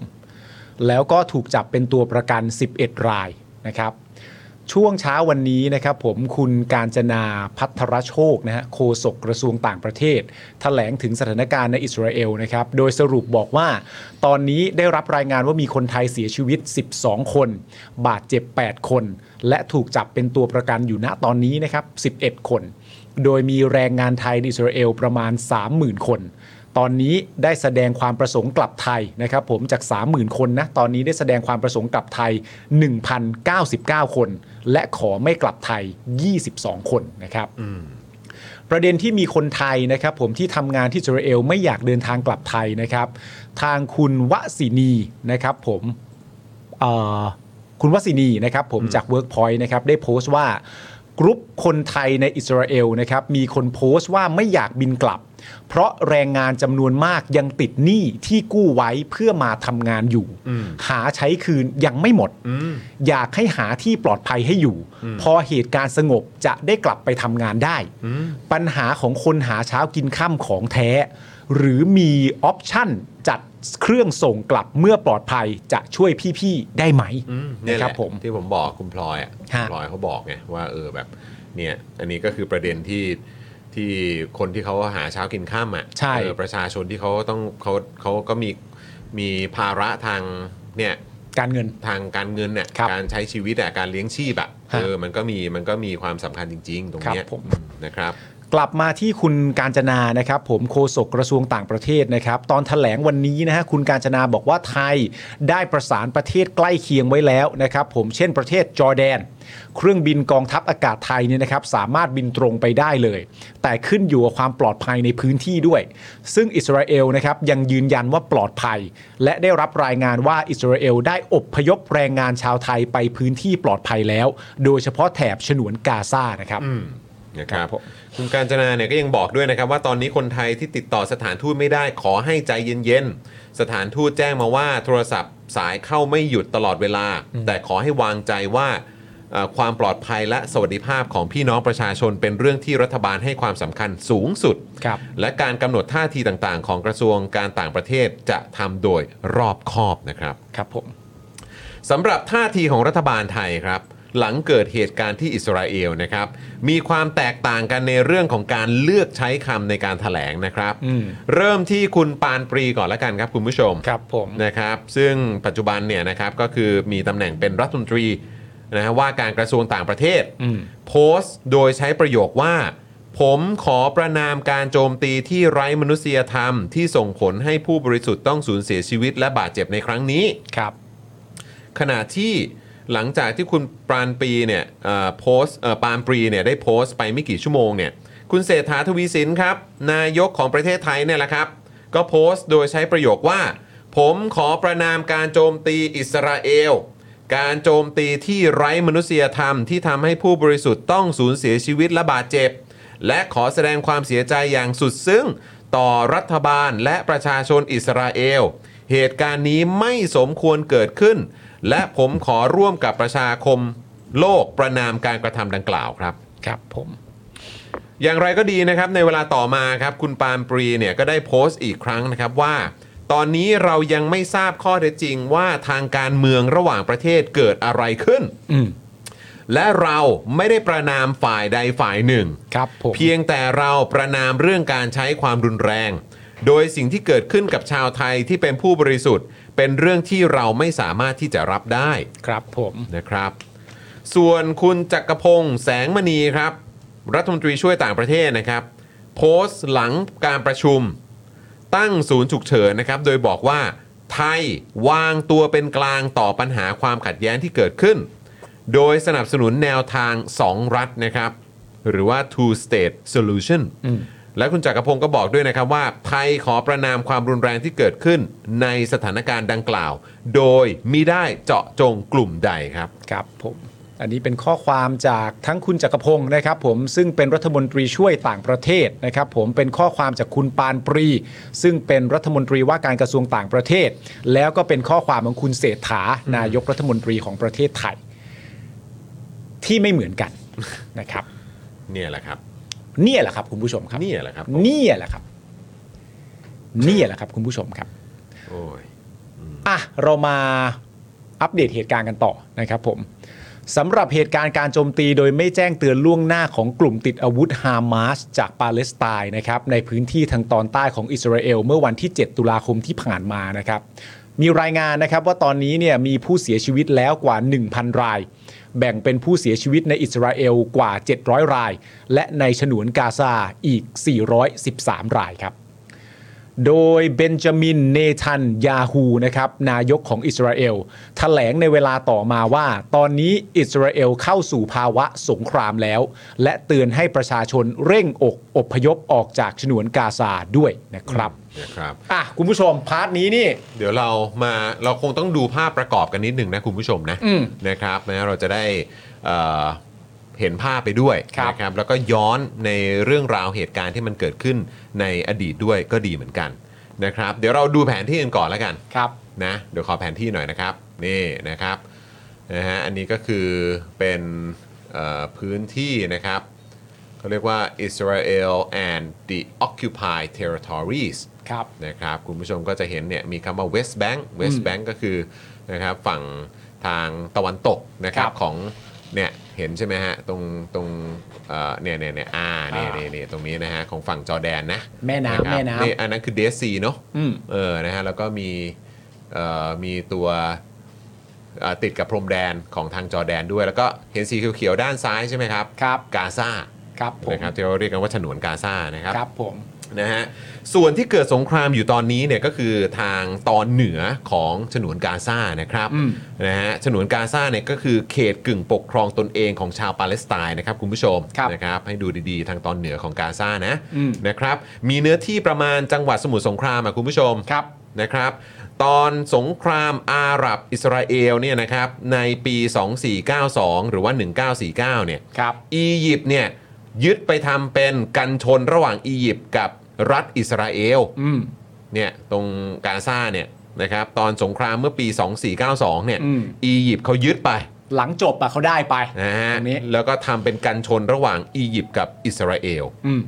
Speaker 2: แล้วก็ถูกจับเป็นตัวประกัน 11 รายนะครับ ช่วงเช้าวันนี้นะครับผมคุณการจนาพัทรโชคนะฮะโฆษกกระทรวงต่างประเทศ แถลงถึงสถานการณ์ในอิสราเอลนะครับ โดยสรุปบอกว่า ตอนนี้ได้รับรายงานว่ามีคนไทยเสียชีวิต 12 คน บาดเจ็บ 8 คน และถูกจับเป็นตัวประกันอยู่ณตอนนี้นะครับ 11 คน โดยมีแรงงานไทยในอิสราเอลประมาณ 30,000 คน ตอนนี้ได้แสดงความประสงค์กลับไทยนะครับผมจาก 30,000 คนนะ ตอนนี้ได้แสดงความประสงค์กลับไทย 1,099 คน และขอไม่กลับไทย 22 คนนะครับ ประเด็นที่มีคนไทยนะครับ ผมที่ทำงานที่อิสราเอลไม่อยากเดินทางกลับไทยนะครับ ทางคุณวสินีนะครับผม เอ่อคุณวสินีนะครับผมจาก Workpoint นะครับได้โพสต์ว่ากรุ๊ปคนไทยในอิสราเอลนะครับมีคนโพสต์ว่าไม่อยากบินกลับ เพราะแรงงานจำนวนมากยังติดหนี้ที่กู้ไว้เพื่อมาทำงานอยู่ หาใช้คืนยังไม่หมด อยากให้หาที่ปลอดภัยให้อยู่ พอเหตุการณ์สงบจะได้กลับไปทำงานได้ ปัญหาของคนหาเช้ากินข้ามของแท้ หรือมีออปชั่นจัดเครื่องส่งกลับเมื่อปลอดภัยจะช่วยพี่ ๆ ได้ไหม
Speaker 1: เนี่ย
Speaker 2: นะ
Speaker 1: แห
Speaker 2: ค
Speaker 1: ละ
Speaker 2: รับผม
Speaker 1: ที่ผมบอกคุณพลอยอ่ะ
Speaker 2: ฮะ
Speaker 1: คุณพลอยเขาบอกไงว่าเออแบบเนี่ยอันนี้ก็คือประเด็นที่ที่คนที่เขาหาเช้ากินข้ามอ่ะ
Speaker 2: ใช่
Speaker 1: เออประชาชนที่เขาต้องเขาเขาก็มีมีภาระทางเนี่ย
Speaker 2: การเงิน
Speaker 1: ทางการเงินเนี่ย
Speaker 2: ครับ
Speaker 1: การใช้ชีวิตอ่ะการเลี้ยงชีพอ่ะเอ
Speaker 2: ฮะ
Speaker 1: อมันก็มีมันก็มีความสำคัญจริง ๆ ตรงเนี้ย
Speaker 2: ครับผม
Speaker 1: นะครับ
Speaker 2: กลับมาที่คุณกาญจนานะครับ ผมโฆษกกระทรวงต่างประเทศนะครับ ตอนถแถลงวันนี้นะฮะคุณกาญจนาบอกว่าไทยได้ประสานประเทศใกล้เคียงไว้แล้วนะครับ ผมเช่นประเทศจอร์แดน เครื่องบินกองทัพอากาศไทยเนี่ยนะครับ สามารถบินตรงไปได้เลย แต่ขึ้นอยู่กับความปลอดภัยในพื้นที่ด้วย ซึ่งอิสราเอลนะครับยังยืนยันว่าปลอดภัย และได้รับรายงานว่าอิสราเอลได้อบพยพแรงงานชาวไทยไปพื้นที่ปลอดภัยแล้ว โดยเฉพาะแถบฉนวนกาซานะครับ
Speaker 1: นะครับ
Speaker 2: ครับผม
Speaker 1: คุณการจนาเนี่ยก็ยังบอกด้วยนะครับ ว่าตอนนี้คนไทยที่ติดต่อสถานทูตไม่ได้ขอให้ใจเย็นๆ สถานทูตแจ้งมาว่าโทรศัพท์สายเข้าไม่หยุดตลอดเวลา แต่ขอให้วางใจว่าเอ่อความปลอดภัยและสวัสดิภาพของพี่น้องประชาชนเป็นเรื่องที่รัฐบาลให้ความสำคัญสูงสุด
Speaker 2: ครับ
Speaker 1: และการกำหนดท่าทีต่างๆ ของกระทรวงการต่างประเทศจะทำโดยรอบคอบนะครับ
Speaker 2: ครับผม
Speaker 1: สำหรับท่าทีของรัฐบาลไทยครับ หลังเกิดเหตุการณ์ที่อิสราเอลนะครับ มีความแตกต่างกันในเรื่องของการเลือกใช้คำในการถแถลงนะครับ
Speaker 2: อืม
Speaker 1: เริ่มที่คุณปานปรีก่อนละกันครับคุณผู้ชม
Speaker 2: ครับผม
Speaker 1: นะครับซึ่งปัจจุบันเนี่ยนะครับก็คือมีตำแหน่งเป็นรัฐมนตรีนะฮะว่าการกระทรวงต่างประเทศ
Speaker 2: อืม
Speaker 1: โพสต์โดยใช้ประโยคว่า ผมขอประนามการโจมตีที่ไร้มนุษยธรรม ที่ส่งผลให้ผู้บริสุทธิ์ต้องสูญเสียชีวิตและบาดเจ็บในครั้งนี้
Speaker 2: ครับ
Speaker 1: ขณะที่หลังจากที่คุณปรานปรีเนี่ยเอ่อโพสต์เอ่อปรานปรีเนี่ยได้โพสต์ไปไม่กี่ชั่วโมงเนี่ยคุณเศรษฐาทวีสินครับ นายกของประเทศไทยเนี่ยแหละครับ ก็โพสต์โดยใช้ประโยคว่า ผมขอประนามการโจมตีอิสราเอล การโจมตีที่ไร้มนุษยธรรมที่ทำให้ผู้บริสุทธิ์ต้องสูญเสียชีวิตและบาดเจ็บ และขอแสดงความเสียใจอย่างสุดซึ้ง ต่อรัฐบาลและประชาชนอิสราเอล เหตุการณ์นี้ไม่สมควรเกิดขึ้น และผมขอร่วมกับประชาคมโลกประนามการกระทำดังกล่าวครับ
Speaker 2: ครับผม
Speaker 1: อย่างไรก็ดีนะครับในเวลาต่อมาครับคุณปานปรีเนี่ยก็ได้โพสต์อีกครั้งนะครับว่า ตอนนี้เรายังไม่ทราบข้อเท็จจริงว่าทางการเมืองระหว่างประเทศเกิดอะไรขึ้น
Speaker 2: อืม
Speaker 1: และเราไม่ได้ประนามฝ่ายใดฝ่ายหนึ่ง
Speaker 2: ครับผม
Speaker 1: เพียงแต่เราประนามเรื่องการใช้ความรุนแรง โดยสิ่งที่เกิดขึ้นกับชาวไทยที่เป็นผู้บริสุทธิ์ เป็นเรื่องที่เราไม่สามารถที่จะรับได้
Speaker 2: ครับผม
Speaker 1: นะครับ ส่วนคุณจักรพงษ์แสงมณีครับ รัฐมนตรีช่วยต่างประเทศนะครับ โพสต์หลังการประชุม ตั้งศูนย์ฉุกเฉินนะครับ โดยบอกว่า ไทยวางตัวเป็นกลางต่อปัญหาความขัดแย้งที่เกิดขึ้น โดยสนับสนุนแนวทาง 2 รัฐนะครับ หรือว่า two state solution และคุณจักรพงศ์ก็บอกด้วยนะครับว่า ไทยขอประนามความรุนแรงที่เกิดขึ้นในสถานการณ์ดังกล่าว โดยมิได้เจาะจงกลุ่มใดครับ
Speaker 2: ครับผม อันนี้เป็นข้อความจากทั้งคุณจักรพงศ์นะครับผมซึ่งเป็นรัฐมนตรีช่วยต่างประเทศนะครับผมเป็นข้อความจากคุณปานปรี ซึ่งเป็นรัฐมนตรีว่าการกระทรวงต่างประเทศ แล้วก็เป็นข้อความของคุณเศรษฐานายกรัฐมนตรีของประเทศไทย ที่ไม่เหมือนกัน นะครับ
Speaker 1: เนี่ยแหละครับ
Speaker 2: เนี่ยแหละครับคุณผู้ชมครับ
Speaker 1: เนี่ยแหละครับ
Speaker 2: เนี่ยแหละครับ เนี่ยแหละครับ คุณผู้ชมครับ
Speaker 1: โอ้ย
Speaker 2: อ่ะเรามาอัปเดตเหตุการณ์กันต่อนะครับผมสำหรับเหตุการณ์การโจมตีโดยไม่แจ้งเตือนล่วงหน้าของกลุ่มติดอาวุธฮามาสจากปาเลสไตน์นะครับในพื้นที่ทางตอนใต้ของอิสราเอลเมื่อวันที่ 7 ตุลาคมที่ผ่านมานะครับ มีรายงานนะครับว่าตอนนี้เนี่ยมีผู้เสียชีวิตแล้วกว่า 1,000 ราย แบ่งเป็นผู้เสียชีวิตในอิสราเอลกว่า 700 ราย และในฉนวนกาซาอีก 413 รายครับ โดยเบนจามินเนทันยาฮูนะครับนายกของอิสราเอลแถลงในเวลาต่อมาว่า ตอนนี้อิสราเอลเข้าสู่ภาวะสงครามแล้ว และเตือนให้ประชาชนเร่งอกอพยพออกจากฉนวนกาซาด้วยนะครับ
Speaker 1: นะครับ
Speaker 2: อ่ะคุณผู้ชมพาร์ทนี้นี่
Speaker 1: เดี๋ยวเรามาเราคงต้องดูภาพประกอบกันนิดหนึ่งนะคุณผู้ชมนะ
Speaker 2: อืม
Speaker 1: นะครับนะเราจะได้เอ่อเห็นภาพไปด้วย
Speaker 2: ครับ
Speaker 1: นะครับแล้วก็ย้อนในเรื่องราวเหตุการณ์ที่มันเกิดขึ้นในอดีตด้วยก็ดีเหมือนกันนะครับ เดี๋ยวเราดูแผนที่กันก่อนแล้วกัน
Speaker 2: ครับ
Speaker 1: นะเดี๋ยวขอแผนที่หน่อยนะครับนี่นะครับนะฮะอันนี้ก็คือเป็นเอ่อพื้นที่นะครับเขาเรียกว่า Israel and the occupied territories
Speaker 2: ครับ
Speaker 1: นะครับคุณผู้ชมก็จะเห็นเนี่ยมีคำว่า West Bank West Bank ก็คือนะครับฝั่งทางตะวันตกนะครับ
Speaker 2: ครับ
Speaker 1: ของเนี่ยเห็นใช่ไหมฮะตรงตรงเอ่อเนี่ยเนี่ยเนี่ยอ่าเนี่ยเนี่ยเนี่ยตรงนี้นะฮะของฝั่งจอร์แดนนะ
Speaker 2: แม่
Speaker 1: ะ
Speaker 2: น้ำ
Speaker 1: ครับ
Speaker 2: แม่น้ำ
Speaker 1: อันนั้นคือเดซีเนาะ
Speaker 2: อืม
Speaker 1: เออนะฮะแล้วก็มีเอ่อมีตัวเอ่อติดกับพรมแดนของทางจอร์แดนด้วย แล้วก็เห็นสีเขียวๆด้านซ้ายใช่ไหมครับ
Speaker 2: ครับ
Speaker 1: กาซา
Speaker 2: ครับผม
Speaker 1: นะครับที่เราเรียกกันว่าฉนวนกาซานะครับ
Speaker 2: ครับผม
Speaker 1: นะฮะส่วนที่เกิดสงครามอยู่ตอนนี้เนี่ยก็คือทางตอนเหนือของฉนวนกาซานะครับนะฮะฉนวนกาซาเนี่ยก็คือเขตกึ่งปกครองตนเองของชาวปาเลสไตน์นะครับคุณผู้ชม
Speaker 2: ครับ
Speaker 1: นะครับให้ดูดีๆ ทางตอนเหนือของกาซานะ
Speaker 2: อืม
Speaker 1: นะครับมีเนื้อที่ประมาณจังหวัดสมุทรสงครามอ่ะคุณผู้ชม
Speaker 2: ครับ
Speaker 1: นะครับตอนสงครามอาหรับอิสราเอลเนี่ยนะครับในปี 2492 หรือว่า 1949 เนี่ย
Speaker 2: ครับ
Speaker 1: อียิปต์เนี่ยยึดไปทำเป็นกันชนระหว่างอียิปต์กับรัฐอิสราเอล
Speaker 2: อืม
Speaker 1: เนี่ยตรงกาซาเนี่ยนะครับตอนสงครามเมื่อปี 2492 เนี่ย
Speaker 2: อืม
Speaker 1: อียิปต์เขายึดไป
Speaker 2: หลังจบอะเขาได้ไป
Speaker 1: นะฮะ
Speaker 2: ตรงนี้
Speaker 1: แล้วก็ทำเป็นกันชนระหว่างอียิปต์กับอิสราเอล
Speaker 2: อืม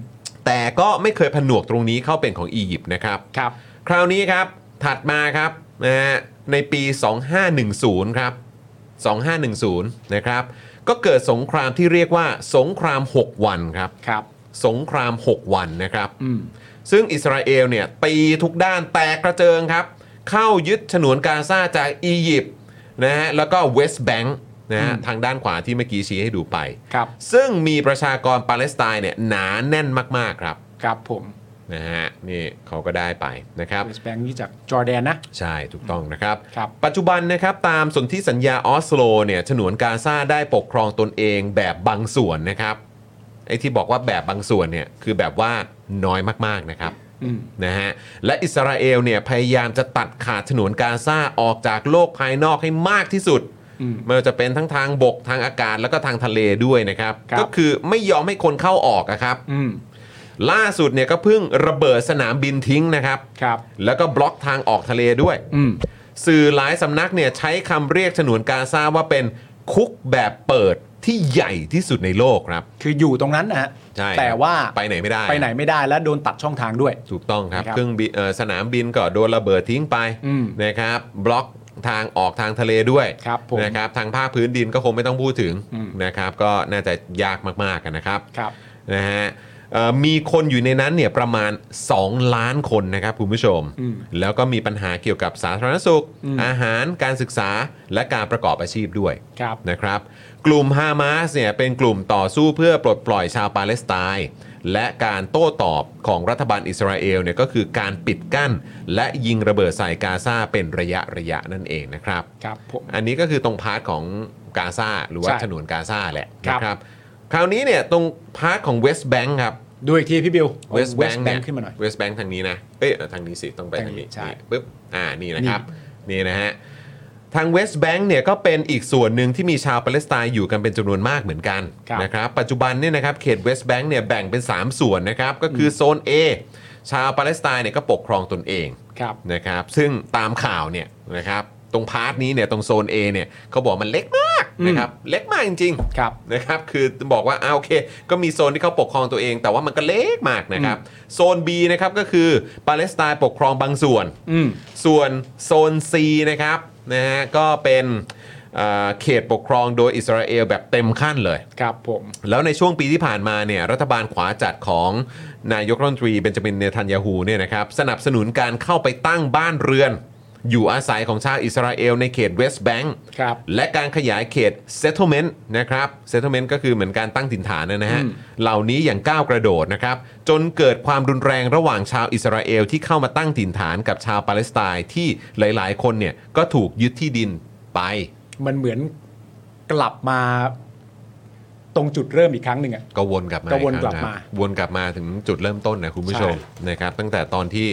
Speaker 1: แต่ก็ไม่เคยผนวกตรงนี้เข้าเป็นของอียิปต์นะครับ
Speaker 2: ครับ
Speaker 1: คราวนี้ครับ ถัดมาครับนะฮะในปี 2510 ครับ 2510 นะครับ ก็เกิดสงครามที่เรียกว่าสงคราม 6 วันครับ
Speaker 2: ครับ
Speaker 1: สงคราม 6 วันนะครับ
Speaker 2: อืม
Speaker 1: ซึ่งอิสราเอลเนี่ยตีทุกด้านแตกกระเจิงครับ เข้ายึดฉนวนกาซาจากอียิปต์นะฮะแล้วก็เวสต์แบงค์นะฮะ
Speaker 2: อืม
Speaker 1: ทางด้านขวาที่เมื่อกี้ชี้ให้ดูไป
Speaker 2: ครับ
Speaker 1: ซึ่งมีประชากรปาเลสไตน์เนี่ยหนาแน่นมากๆครับ
Speaker 2: ครับผม
Speaker 1: นะฮะนี่เขาก็ได้ไปนะครับ
Speaker 2: เวสแบงค์นี่จากจอร์แดนนะ
Speaker 1: ใช่ถูกต้องนะครับ
Speaker 2: ครับ
Speaker 1: ปัจจุบันนะครับตามสนธิสัญญาออสโลเนี่ยฉนวนกาซาได้ปกครองตนเองแบบบางส่วนนะครับไอ้ที่บอกว่าแบบบางส่วนเนี่ยคือแบบว่าน้อยมากๆนะครับ
Speaker 2: อืม
Speaker 1: นะฮะและอิสราเอลเนี่ยพยายามจะตัดขาดฉนวนกาซาออกจากโลกภายนอกให้มากที่สุด
Speaker 2: อืม
Speaker 1: ไม่ว่าจะเป็นทั้งทางบกทางอากาศแล้วก็ทางทะเลด้วยนะครับ
Speaker 2: ครับ
Speaker 1: ก็คือไม่ยอมให้คนเข้าออกอะครับ
Speaker 2: อืม
Speaker 1: ล่าสุดเนี่ยก็เพิ่งระเบิดสนามบินทิ้งนะครับ
Speaker 2: ครับ
Speaker 1: แล้วก็บล็อกทางออกทะเลด้วย
Speaker 2: อืม
Speaker 1: สื่อหลายสำนักเนี่ยใช้คำเรียกฉนวนกาซาว่าเป็นคุกแบบเปิดที่ใหญ่ที่สุดในโลกครับ
Speaker 2: คืออยู่ตรงนั้นนะฮะ
Speaker 1: ใช่
Speaker 2: แต่ว่า
Speaker 1: ไปไหนไม่ได้
Speaker 2: ไปไหนไม่ได้และโดนตัดช่องทางด้วย
Speaker 1: ถูกต้องครับ
Speaker 2: นะครับ
Speaker 1: เครื่องบินเอ่อสนามบินก็โดนระเบิดทิ้งไป
Speaker 2: อืม
Speaker 1: นะครับบล็อกทางออกทางทะเลด้วย
Speaker 2: ครับผม
Speaker 1: นะครับทางภาคพื้นดินก็คงไม่ต้องพูดถึง
Speaker 2: อืม
Speaker 1: นะครับก็น่าจะยากมากๆกันนะครับ
Speaker 2: ครับ
Speaker 1: นะฮะเอ่อมีคนอยู่ในนั้นเนี่ยประมาณ 2 ล้านคนนะครับคุณผู้ชม
Speaker 2: อืม
Speaker 1: แล้วก็มีปัญหาเกี่ยวกับสาธารณสุข
Speaker 2: อืม
Speaker 1: อาหารการศึกษาและการประกอบอาชีพด้วย
Speaker 2: ครับ
Speaker 1: นะครับ กลุ่มฮามาสเนี่ยเป็นกลุ่มต่อสู้เพื่อปลดปล่อยชาวปาเลสไตน์และการโต้ตอบของรัฐบาลอิสราเอลเนี่ยก็คือการปิดกั้น และยิงระเบิดใส่กาซาเป็นระยะระยะนั่นเองนะครับ
Speaker 2: ครับผม
Speaker 1: อันนี้ก็คือตรงพาร์ทของกาซาหรือว่า
Speaker 2: ใช่
Speaker 1: ฉนวนกาซาแหละ
Speaker 2: ครับ
Speaker 1: นะครับ คราวนี้เนี่ยตรงพาร์ทของเวสต์แบงค์ครับ
Speaker 2: ดูอีกทีพี่บิว
Speaker 1: เวสต์แบงค์
Speaker 2: เว
Speaker 1: เนี่ย
Speaker 2: ขึ้นมาหน่อย
Speaker 1: เวสต์แบงค์ทางนี้นะเอ้ยเออทางนี้สิต้องไปทางนี้
Speaker 2: ใช่
Speaker 1: นี่ปึ๊บอ่านี่นะครับนี่นะฮะทางเวสต์แบงค์เนี่ยก็เป็นอีกส่วนหนึ่งที่มีชาวปาเลสไตน์อยู่กันเป็นจำนวนมากเหมือนกัน
Speaker 2: ครับ
Speaker 1: นะครับปัจจุบันเนี่ยนะครับเขตเวสต์แบงค์เนี่ยแบ่งเป็น 3 ส่วนนะครับก็คืออโซน A ชาวปาเลสไตน์เนี่ยก็ปกครองตนเอง
Speaker 2: ครับ
Speaker 1: นะครับซึ่งตามข่าวเนี่ยนะครับตรงพาร์ทนี้เนี่ยตรงโซน A เนี่ยเขาบอกมันเล็กมาก
Speaker 2: อืม
Speaker 1: นะครับเล็กมากจริง
Speaker 2: ครับ
Speaker 1: ๆนะครับคือบอกว่าอ่าโอเค ก็มีโซนที่เขาปกครองตัวเอง แต่ว่ามันก็เล็กมากนะครับโซน B นะครับก็คือปาเลสไตน์ปกครองบางส่วน
Speaker 2: อืม
Speaker 1: ส่วนโซน C นะครับนะฮะก็เป็นเอ่อเขตปกครองโดยอิสราเอลแบบเต็มขั้นเลย
Speaker 2: ครับผม
Speaker 1: แล้วในช่วงปีที่ผ่านมาเนี่ยรัฐบาลขวาจัดของนายกรัฐมนตรีเบนจามินเนทันยาฮูเนี่ยนะครับสนับสนุนการเข้าไปตั้งบ้านเรือน อยู่อาศัยของชาวอิสราเอลในเขตเวสต์แบงก์
Speaker 2: ครับ
Speaker 1: และการขยายเขต settlement นะครับ settlement ก็คือเหมือนการตั้งถิ่นฐานนะนะฮะ
Speaker 2: อืม
Speaker 1: เหล่านี้อย่างก้าวกระโดดนะครับ จนเกิดความรุนแรงระหว่างชาวอิสราเอลที่เข้ามาตั้งถิ่นฐานกับชาวปาเลสไตน์ที่หลายๆ คนเนี่ยก็ถูกยึดที่ดินไป
Speaker 2: มันเหมือนกลับมาตรงจุดเริ่มอีกครั้งหนึ่งอะ
Speaker 1: ก็วนกลับมา
Speaker 2: ก็วน
Speaker 1: อีครั้ง
Speaker 2: กลับ
Speaker 1: ะ
Speaker 2: มา
Speaker 1: ครับวนกลับมาถึงจุดเริ่มต้นนะคุณผู้ชมนะครับ ตั้งแต่ตอนที่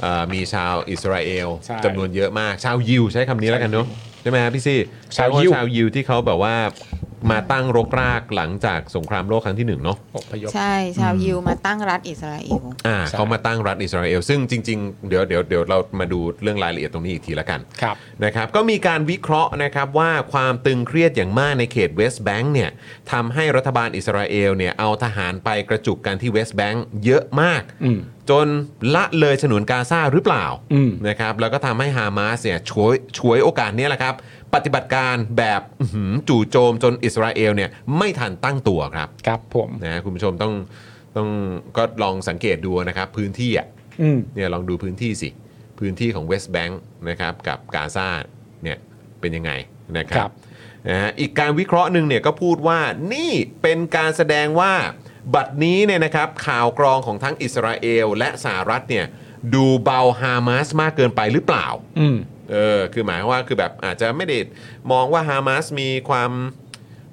Speaker 1: เอ่อมีชาวอิสราเอล
Speaker 2: ใช่
Speaker 1: จำนวนเยอะมาก ชาวยิวใช้คำนี้แล้วกันเนาะใช่ไหมฮะพี่ซี่
Speaker 2: ชาวยิว
Speaker 1: ใคำชาวยิวที่เขาแบบว่ามาตั้งรกรากหลังจากสงครามโลกครั้งที่หนึ่งเนาะ
Speaker 2: อพยพ
Speaker 3: ใช่ชาวยิวมาตั้งรัฐอิสราเอล
Speaker 1: อ่า
Speaker 2: ใช่
Speaker 1: เขามาตั้งรัฐอิสราเอล ซึ่งจริงๆ เดี๋ยวเดี๋ยวเดี๋ยวเรามาดูเรื่องรายละเอียดตรงนี้อีกทีละกัน
Speaker 2: ครับ
Speaker 1: นะครับก็มีการวิเคราะห์นะครับว่าความตึงเครียดอย่างมากในเขตเวสต์แบงก์เนี่ยทำให้รัฐบาลอิสราเอลเนี่ยเอาทหารไปกระจุกกันที่เวสต์แบงก์เยอะมาก
Speaker 2: อืม
Speaker 1: จนละเลยฉนวนกาซาหรือเปล่า
Speaker 2: อืม
Speaker 1: นะครับแล้วก็ทำให้ฮามาสเนี่ยช่วยช่วยโอกาสเนี้แหละครับ ปฏิบัติการแบบอื้อหือจู่โจมจนอิสราเอลเนี่ยไม่ทันตั้งตัวครับ
Speaker 2: ครับผม
Speaker 1: นะคุณผู้ชมต้องต้องก็ลองสังเกตดูนะครับ พื้นที่อ่ะ
Speaker 2: อืม
Speaker 1: เนี่ยลองดูพื้นที่สิ พื้นที่ของเวสต์แบงค์นะครับกับกาซาเนี่ยเป็นยังไงนะค
Speaker 2: ค
Speaker 1: รั
Speaker 2: รั
Speaker 1: บบ นะฮะอีกการวิเคราะห์หนึ่งเนี่ยก็พูดว่านี่เป็นการแสดงว่าบัดนี้เนี่ยนะครับข่าวกรองของทั้งอิสราเอลและสหรัฐเนี่ยดูเบาฮามาสมากเกินไปหรือเปล่า
Speaker 2: อืม
Speaker 1: เออคือหมายความว่าคือแบบอาจจะไม่ได้มองว่าฮามาสมีความ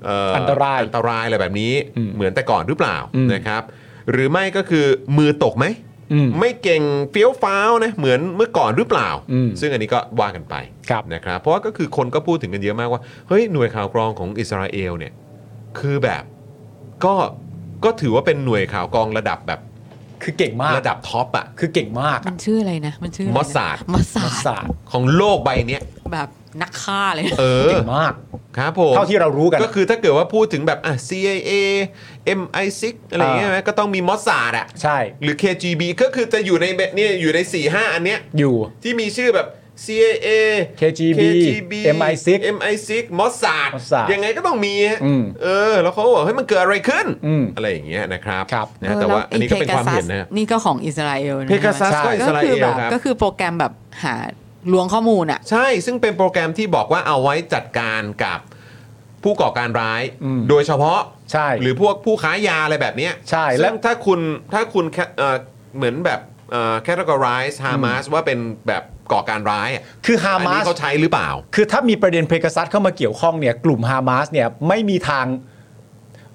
Speaker 1: เ
Speaker 2: นตราย
Speaker 1: อันตรายอะไรแบบนี้
Speaker 2: อืม
Speaker 1: เหมือนแต่ก่อนหรือเปล่า
Speaker 2: อืม
Speaker 1: นะครับ หรือไม่ก็คือมือตกไหม
Speaker 2: อืม
Speaker 1: ไม่เก่งเฟี้ยวฟ้าวนะเหมือนเมื่อก่อนหรือเปล่า
Speaker 2: อืม
Speaker 1: ซึ่งอันนี้ก็ว่ากันไป
Speaker 2: ครับ
Speaker 1: นะครับ เพราะว่าก็คือคนก็พูดถึงกันเยอะมากว่าเฮ้ยหน่วยข่าวกรองของอิสราเอลเนี่ยคือแบบก็ก็ถือว่าเป็นหน่วยข่าวกรองระดับแบบ
Speaker 2: คือเก่งมาก
Speaker 1: ระดับท็อปอะ
Speaker 2: คือเก่งมาก
Speaker 3: มั
Speaker 2: อะ
Speaker 3: นชื่ออะไรนะ มันชื่อ
Speaker 1: มอสซาด
Speaker 3: มอสซา
Speaker 2: นัก
Speaker 3: ด
Speaker 2: ศาสตร์
Speaker 1: ของโลกใบเนี้ย
Speaker 3: แบบนักฆ่าเลยนะ
Speaker 1: เออ
Speaker 2: เก่งมาก
Speaker 1: ครับผม
Speaker 2: เท่าที่เรารู้กัน
Speaker 1: ก็คือถ้าเกิดว่าพูดถึงแบบอ่ะ CIA MI6 อะไรอย่างเงี้ย
Speaker 2: อ่า
Speaker 1: ไหมก็ต้องมีมอสซาดอ่ะ
Speaker 2: ใช่
Speaker 1: หรือ KGB ก็คือจะอยู่ในแบบเนี่ยอยู่ใน 4 5 อันเนี้ย
Speaker 2: อยู่
Speaker 1: ที่มีชื่อแบบ CIA
Speaker 2: KGB MI6
Speaker 1: MI6 มอสซาด
Speaker 2: Mossad
Speaker 1: ยังไงก็ต้องมีฮะ
Speaker 2: อืม
Speaker 1: เออ แล้วเขาก็บอกเฮ้ยมันเกิดอะไรขึ้น
Speaker 2: อืม
Speaker 1: อะไรอย่างเงี้ยนะครับ
Speaker 2: ครับ
Speaker 1: นะฮะแต่ว่าอันนี้ก็เป็นความเห็นนะ
Speaker 3: นี่ก็ของอิสราเอลนะ
Speaker 1: เพกาซัส
Speaker 3: ใช่ไหม
Speaker 1: ก็อิสราเอล
Speaker 3: คืแบบ
Speaker 1: ครับ
Speaker 3: ก็คือโปรแกรมแบบหาลวงข้อมูลอะ
Speaker 1: ใช่ ซึ่งเป็นโปรแกรมที่บอกว่าเอาไว้จัดการกับผู้ก่อการร้าย
Speaker 2: อืม
Speaker 1: โดยเฉพาะ
Speaker 2: ใช่
Speaker 1: หรือพวกผู้ค้ายาอะไรแบบเนี้ย
Speaker 2: ใช่แล้
Speaker 1: แล้ว วถ้าคุณถ้าคุณแค่เอ่อเหมือนแบบแคตตากรายฮามาสว่าเป็นแบบก่อการร้ายอะ
Speaker 2: คือฮา
Speaker 1: อัน
Speaker 2: มา
Speaker 1: นี้
Speaker 2: ส
Speaker 1: เขาใช้หรือเปล่า
Speaker 2: คือถ้ามีประเด็นเพกาซัสเข้ามาเกี่ยวข้องเนี่ยกลุ่มฮามาสเนี่ยไม่มีทาง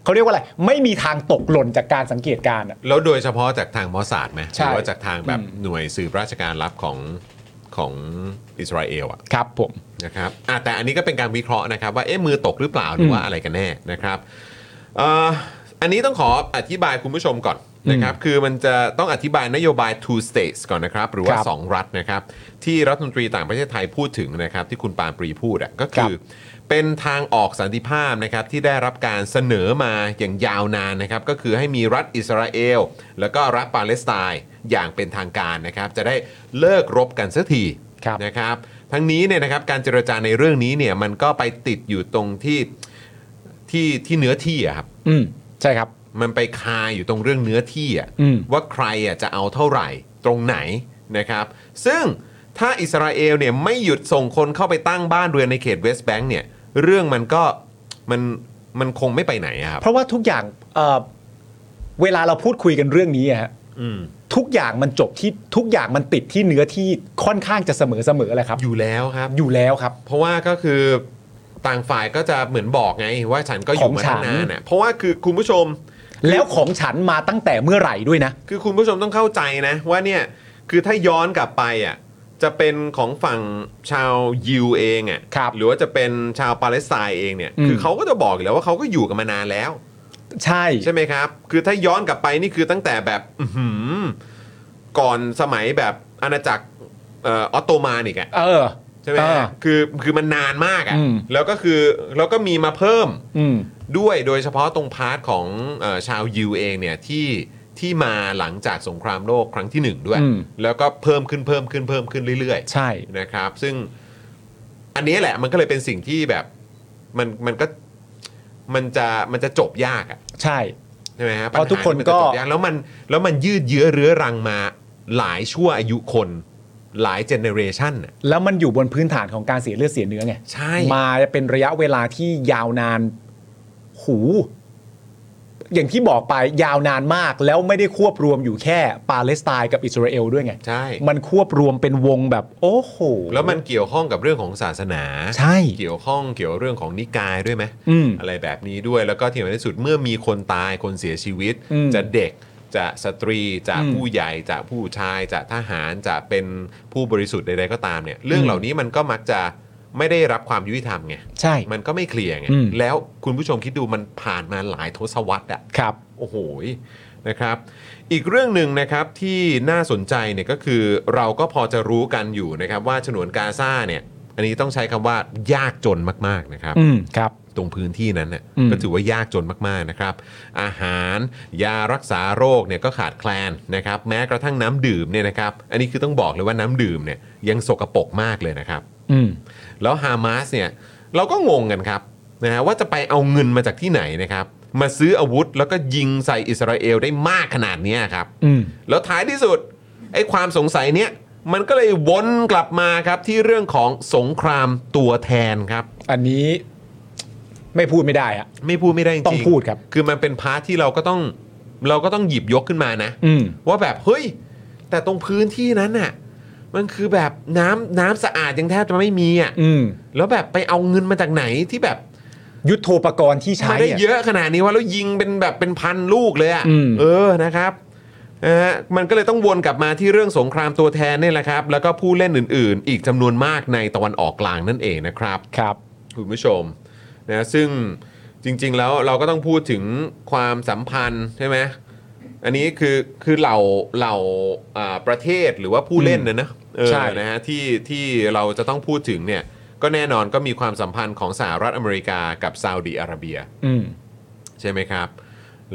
Speaker 2: เขาเรียกว่าอะไร ไม่มีทางตกหล่นจากการสังเกตการณ์อะ
Speaker 1: แล้วโดยเฉพาะจากทางมอสซาดไหมห
Speaker 2: ใช่
Speaker 1: รือว่าจากทางแบบ
Speaker 2: อืม
Speaker 1: หน่วยสืบราชการลับของของอิสราเอลอะ
Speaker 2: ครับผม
Speaker 1: นะครับอ่ะแต่อันนี้ก็เป็นการวิเคราะห์นะครับ ว่าเอ๊ะมือตกหรือเปล่าหรือว่าอะไรกันแน่นะครับเอ่ออันนี้ต้องขออธิบายคุณผู้ชมก่อนนะครับ คือมันจะต้องอธิบายนโยบาย two states ก่อนนะครับ หรือว่า
Speaker 2: ครับ
Speaker 1: สองรัฐนะครับที่รัฐมนตรีต่างประเทศไทยพูดถึงนะครับที่คุณปาล์มปรีพูดอะก็คือ เป็นทางออกสันติภาพนะครับที่ได้รับการเสนอมาอย่างยาวนานนะครับก็คือให้มีรัฐอิสราเอล แล้วก็รัฐปาเลสไตน์อย่างเป็นทางการนะครับจะได้เลิกรบกันสักที
Speaker 2: ครับ
Speaker 1: นะครับทั้งนี้เนี่ยนะครับการเจรจาในเรื่องนี้เนี่ยมันก็ไปติดอยู่ตรงที่ที่ที่เนื้อที่อะครับ
Speaker 2: อืมใช่ครับ
Speaker 1: มันไปคาอยู่ตรงเรื่องเนื้อที่อะ
Speaker 2: อืม
Speaker 1: ว่าใครอ่ะจะเอาเท่าไหร่ตรงไหนนะครับ ซึ่งถ้าอิสราเอลเนี่ยไม่หยุดส่งคนเข้าไปตั้งบ้านเรือนในเขตเวสต์แบงก์เนี่ยเรื่องมันก็มันมันคงไม่ไปไหนอะครับ
Speaker 2: เพราะว่าทุกอย่างเอ่อเวลาเราพูดคุยกันเรื่องนี้อะฮะ
Speaker 1: อืม
Speaker 2: ทุกอย่างมันจบที่ทุกอย่างมันติดที่เนื้อที่ค่อนข้างจะเสมอเสมอแหละครับ
Speaker 1: อยู่แล้วครับ
Speaker 2: อยู่แล้วครับ
Speaker 1: เพราะว่าก็คือต่างฝ่ายก็จะเหมือนบอกไงว่าฉันก็อยู่มา
Speaker 2: ของ
Speaker 1: ตั้
Speaker 2: ฉัน
Speaker 1: งนานน่ะเพราะว่าคือคุณผู้ชม
Speaker 2: แล้วของฉันมาตั้งแต่เมื่อไหร่ด้วยนะ
Speaker 1: คือคุณผู้ชมต้องเข้าใจนะว่าเนี่ยคือถ้าย้อนกลับไปอ่ะจะเป็นของฝั่งชาวยิวเองอ่ะ
Speaker 2: ครับ
Speaker 1: หรือว่าจะเป็นชาวปาเลสไตน์เองเนี่ย
Speaker 2: อืม
Speaker 1: คือเขาก็จะบอกอยู่แล้วว่าเขาก็อยู่กันมานานแล้ว
Speaker 2: ใช่
Speaker 1: ใช่ไหมครับ คือถ้าย้อนกลับไปนี่คือตั้งแต่แบบอื้อหือก่อนสมัยแบบอาณาจักรเออออตโตมันอีกอะ
Speaker 2: เออ
Speaker 1: ใช่ไหม
Speaker 2: อ่า
Speaker 1: ฮะคือคือมันนานมากอะ
Speaker 2: อืม
Speaker 1: แล้วก็คือแล้วก็มีมาเพิ่ม
Speaker 2: อืม
Speaker 1: ด้วยโดยเฉพาะตรงพาร์ทของเออชาวยิวเองเนี่ยที่ที่มาหลังจากสงครามโลกครั้งที่หนึ่งด้วย
Speaker 2: อืม
Speaker 1: แล้วก็เพิ่มขึ้นเพิ่มขึ้นเพิ่มขึ้นเรื่อยๆ
Speaker 2: ใช่
Speaker 1: นะครับซึ่งอันนี้แหละมันก็เลยเป็นสิ่งที่แบบมันมันก็มันจะมันจะจบยากอะ
Speaker 2: ใช่
Speaker 1: ใช่ไหมฮะ
Speaker 2: เพราะทุกคน
Speaker 1: ปัญหมัจ
Speaker 2: ก็
Speaker 1: จบยากแล้วมันแล้วมันยืดเยื้อเรื้อรังมาหลายชั่วอายุคน หลายเจเนเรชันน่ะ
Speaker 2: แล้วมันอยู่บนพื้นฐานของการเสียเลือดเสียเนื้อไง
Speaker 1: ใช่
Speaker 2: มาเป็นระยะเวลาที่ยาวนาน หู อย่างที่บอกไปยาวนานมาก แล้วไม่ได้ควบรวมอยู่แค่ปาเลสไตน์กับอิสราเอลด้วยไง
Speaker 1: ใช่
Speaker 2: มันควบรวมเป็นวงแบบ โอ้โห
Speaker 1: แล้วมันเกี่ยวข้องกับเรื่องของศาสนา
Speaker 2: ใช่
Speaker 1: เกี่ยวข้องเกี่ยวเรื่องของนิกายด้วยไหม
Speaker 2: อืม
Speaker 1: อะไรแบบนี้ด้วยแล้วก็ที่สำคัญที่สุดเมื่อมีคนตายคนเสียชีวิต
Speaker 2: อืม
Speaker 1: จะเด็กจะสตรีจะ
Speaker 2: อืม
Speaker 1: ผู้ใหญ่จะผู้ชายจะทหารจะเป็นผู้บริสุทธิ์ใดๆก็ตามเนี่ย เรื่องเหล่านี้มันก็มักจะไม่ได้รับความยุติธรรมไง
Speaker 2: ใช่
Speaker 1: มันก็ไม่เคลียร์ไง
Speaker 2: อืม
Speaker 1: แล้วคุณผู้ชมคิดดูมันผ่านมาหลายทศวรรษอะ
Speaker 2: ครับ
Speaker 1: โอ้โหยนะครับ อีกเรื่องหนึ่งนะครับที่น่าสนใจเนี่ยก็คือเราก็พอจะรู้กันอยู่นะครับว่าฉนวนกาซาเนี่ย อันนี้ต้องใช้คำว่ายากจนมาก ๆ นะครับ
Speaker 2: อืมครับ
Speaker 1: ตรงพื้นที่นั้นเนี่ย
Speaker 2: อืม
Speaker 1: ก็ถือว่ายากจนมาก ๆ นะครับ อาหารยารักษาโรคเนี่ยก็ขาดแคลนนะครับแม้กระทั่งน้ำดื่มเนี่ยนะครับ อันนี้คือต้องบอกเลยว่าน้ำดื่มเนี่ยยังสกปรกมากเลยนะครับ
Speaker 2: อืม
Speaker 1: แล้วฮามาสเนี่ยเราก็งงกันครับนะฮะว่าจะไปเอาเงินมาจากที่ไหนนะครับ มาซื้ออาวุธแล้วก็ยิงใส่อิสราเอลได้มากขนาดเนี้ยครับ
Speaker 2: อืม
Speaker 1: แล้วท้ายที่สุดไอ้ความสงสัยเนี้ยมันก็เลยวนกลับมาครับที่เรื่องของสงครามตัวแทนครับ
Speaker 2: อันนี้ไม่พูดไม่ได้อะ
Speaker 1: ไม่พูดไม่ได้จริงๆ
Speaker 2: ต้องพูดครับ
Speaker 1: คือมันเป็นพาร์ทที่เราก็ต้องเราก็ต้องหยิบยกขึ้นมานะ
Speaker 2: อืม
Speaker 1: ว่าแบบเฮ้ย แต่ตรงพื้นที่นั้นน่ะมันคือแบบน้ำน้ำสะอาดยังแทบจะไม่มีอ่ะ
Speaker 2: อืม
Speaker 1: แล้วแบบไปเอาเงินมาจากไหนที่แบบ
Speaker 2: ยุทโธปกรณ์ที่ใช้
Speaker 1: มาได้
Speaker 2: ะ
Speaker 1: เยอะขนาดนี้ว่าแล้วยิงเป็นแบบเป็นพันลูกเลยอะ่ะ
Speaker 2: อืม
Speaker 1: เออนะครับนะฮะมันก็เลยต้องวนกลับมาที่เรื่องสงครามตัวแทนเนี่ยแหละครับ แล้วก็ผู้เล่นอื่น ๆ อีกจำนวนมากในตะวันออกกลางนั่นเองนะครับ
Speaker 2: ครับ
Speaker 1: คุณผู้ชมนะซึ่งจริง ๆ แล้วเราก็ต้องพูดถึงความสัมพันธ์ใช่ไหมอันนี้คือคือเหล่าเหล่าอ่าประเทศหรือว่าผู้เล่นนะนะเออ
Speaker 2: ใช่
Speaker 1: นะฮะที่ที่เราจะต้องพูดถึงเนี่ยก็แน่นอนก็มีความสัมพันธ์ของสหรัฐอเมริกากับซาอุดีอาระเบีย
Speaker 2: อืม
Speaker 1: ใช่ไหมครับ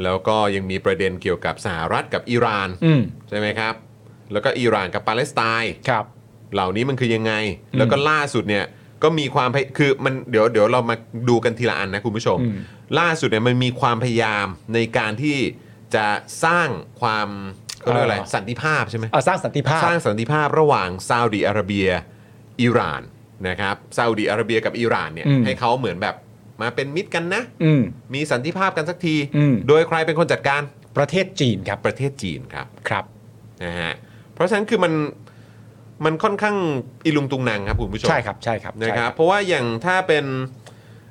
Speaker 1: แล้วก็ยังมีประเด็นเกี่ยวกับสหรัฐกับอิหร่าน
Speaker 2: อืม
Speaker 1: ใช่ไหมครับ แล้วก็อิหร่านกับปาเลสไตน์
Speaker 2: ครับ
Speaker 1: เหล่านี้มันคือยังไง แล้วก็ล่าสุดเนี่ยก็มีความพยคือมันเดี๋ยวเดี๋ยวเรามาดูกันทีละอันนะคุณผู้ชม
Speaker 2: อืม
Speaker 1: ล่าสุดเนี่ยมันมีความพยายามในการที่จะสร้างความเขาเรียกอะไรสันติภาพใช่ไหม
Speaker 2: เอาสร้างสันติภาพ
Speaker 1: สร้างสันติภาพระหว่างซาอุดีอาระเบียอิหร่านนะครับซาอุดีอาระเบียกับอิหร่านเนี่ย
Speaker 2: อืม
Speaker 1: ให้เขาเหมือนแบบมาเป็นมิตรกันนะ
Speaker 2: อืม
Speaker 1: มีสันติภาพกันสักที
Speaker 2: อืม
Speaker 1: โดยใครเป็นคนจัดการ
Speaker 2: ประเทศจีนครับ
Speaker 1: ประเทศจีนครับ
Speaker 2: ครับ
Speaker 1: นะฮะ เพราะฉะนั้นคือมันมันค่อนข้างอิลุงตุงนังครับคุณผู้ชม
Speaker 2: ใช่ครับ ใช่ครับ
Speaker 1: นะ
Speaker 2: ใช่
Speaker 1: ครับ เพราะว่าอย่างถ้าเป็น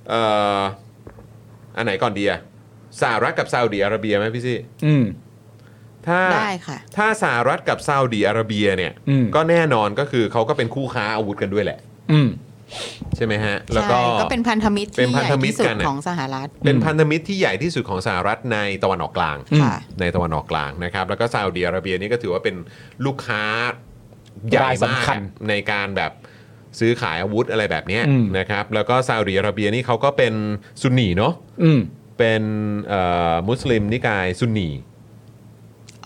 Speaker 1: เอ่ออันไหนก่อนดีอะสหรัฐกับซาอุดีอาระเบียไหมพี่ซี่
Speaker 2: อืม
Speaker 1: ถ้า
Speaker 3: ได้ค่ะ
Speaker 1: ถ้าสหรัฐกับซาอุดีอาระเบียเนี่ย
Speaker 2: อืม
Speaker 1: ก็แน่นอนก็คือเขาก็เป็นคู่ค้าอาวุธกันด้วยแหละ
Speaker 2: อืม
Speaker 1: ใช่ไหมฮะ แล้วก็
Speaker 3: ใช่ก็เป็นพันธมิตร
Speaker 1: เป็
Speaker 3: ที่
Speaker 1: น
Speaker 3: ให
Speaker 1: พัน
Speaker 3: ญ่
Speaker 1: ธมิตร
Speaker 3: ที่สุ
Speaker 1: กั
Speaker 3: ด
Speaker 1: นน่ะ
Speaker 3: ของสหรัฐ
Speaker 1: เป็นพันธมิตรที่ใหญ่ที่สุดของสหรัฐในตะวันออกกลาง
Speaker 3: ค่ะ
Speaker 1: ในตะวันออกกลางนะครับ แล้วก็ซาอุดีอาระเบียนี่ก็ถือว่าเป็นลูกค้าใหญ่
Speaker 2: ราย
Speaker 1: มาก
Speaker 2: สำคัญ
Speaker 1: ในการแบบซื้อขายอาวุธอะไรแบบเนี้ย
Speaker 2: อืม
Speaker 1: นะครับ แล้วก็ซาอุดีอาระเบียนี่เขาก็เป็นซุนนีเนาะ
Speaker 2: อืม
Speaker 1: เป็นเอ่อมุสลิมนิกายซุนนี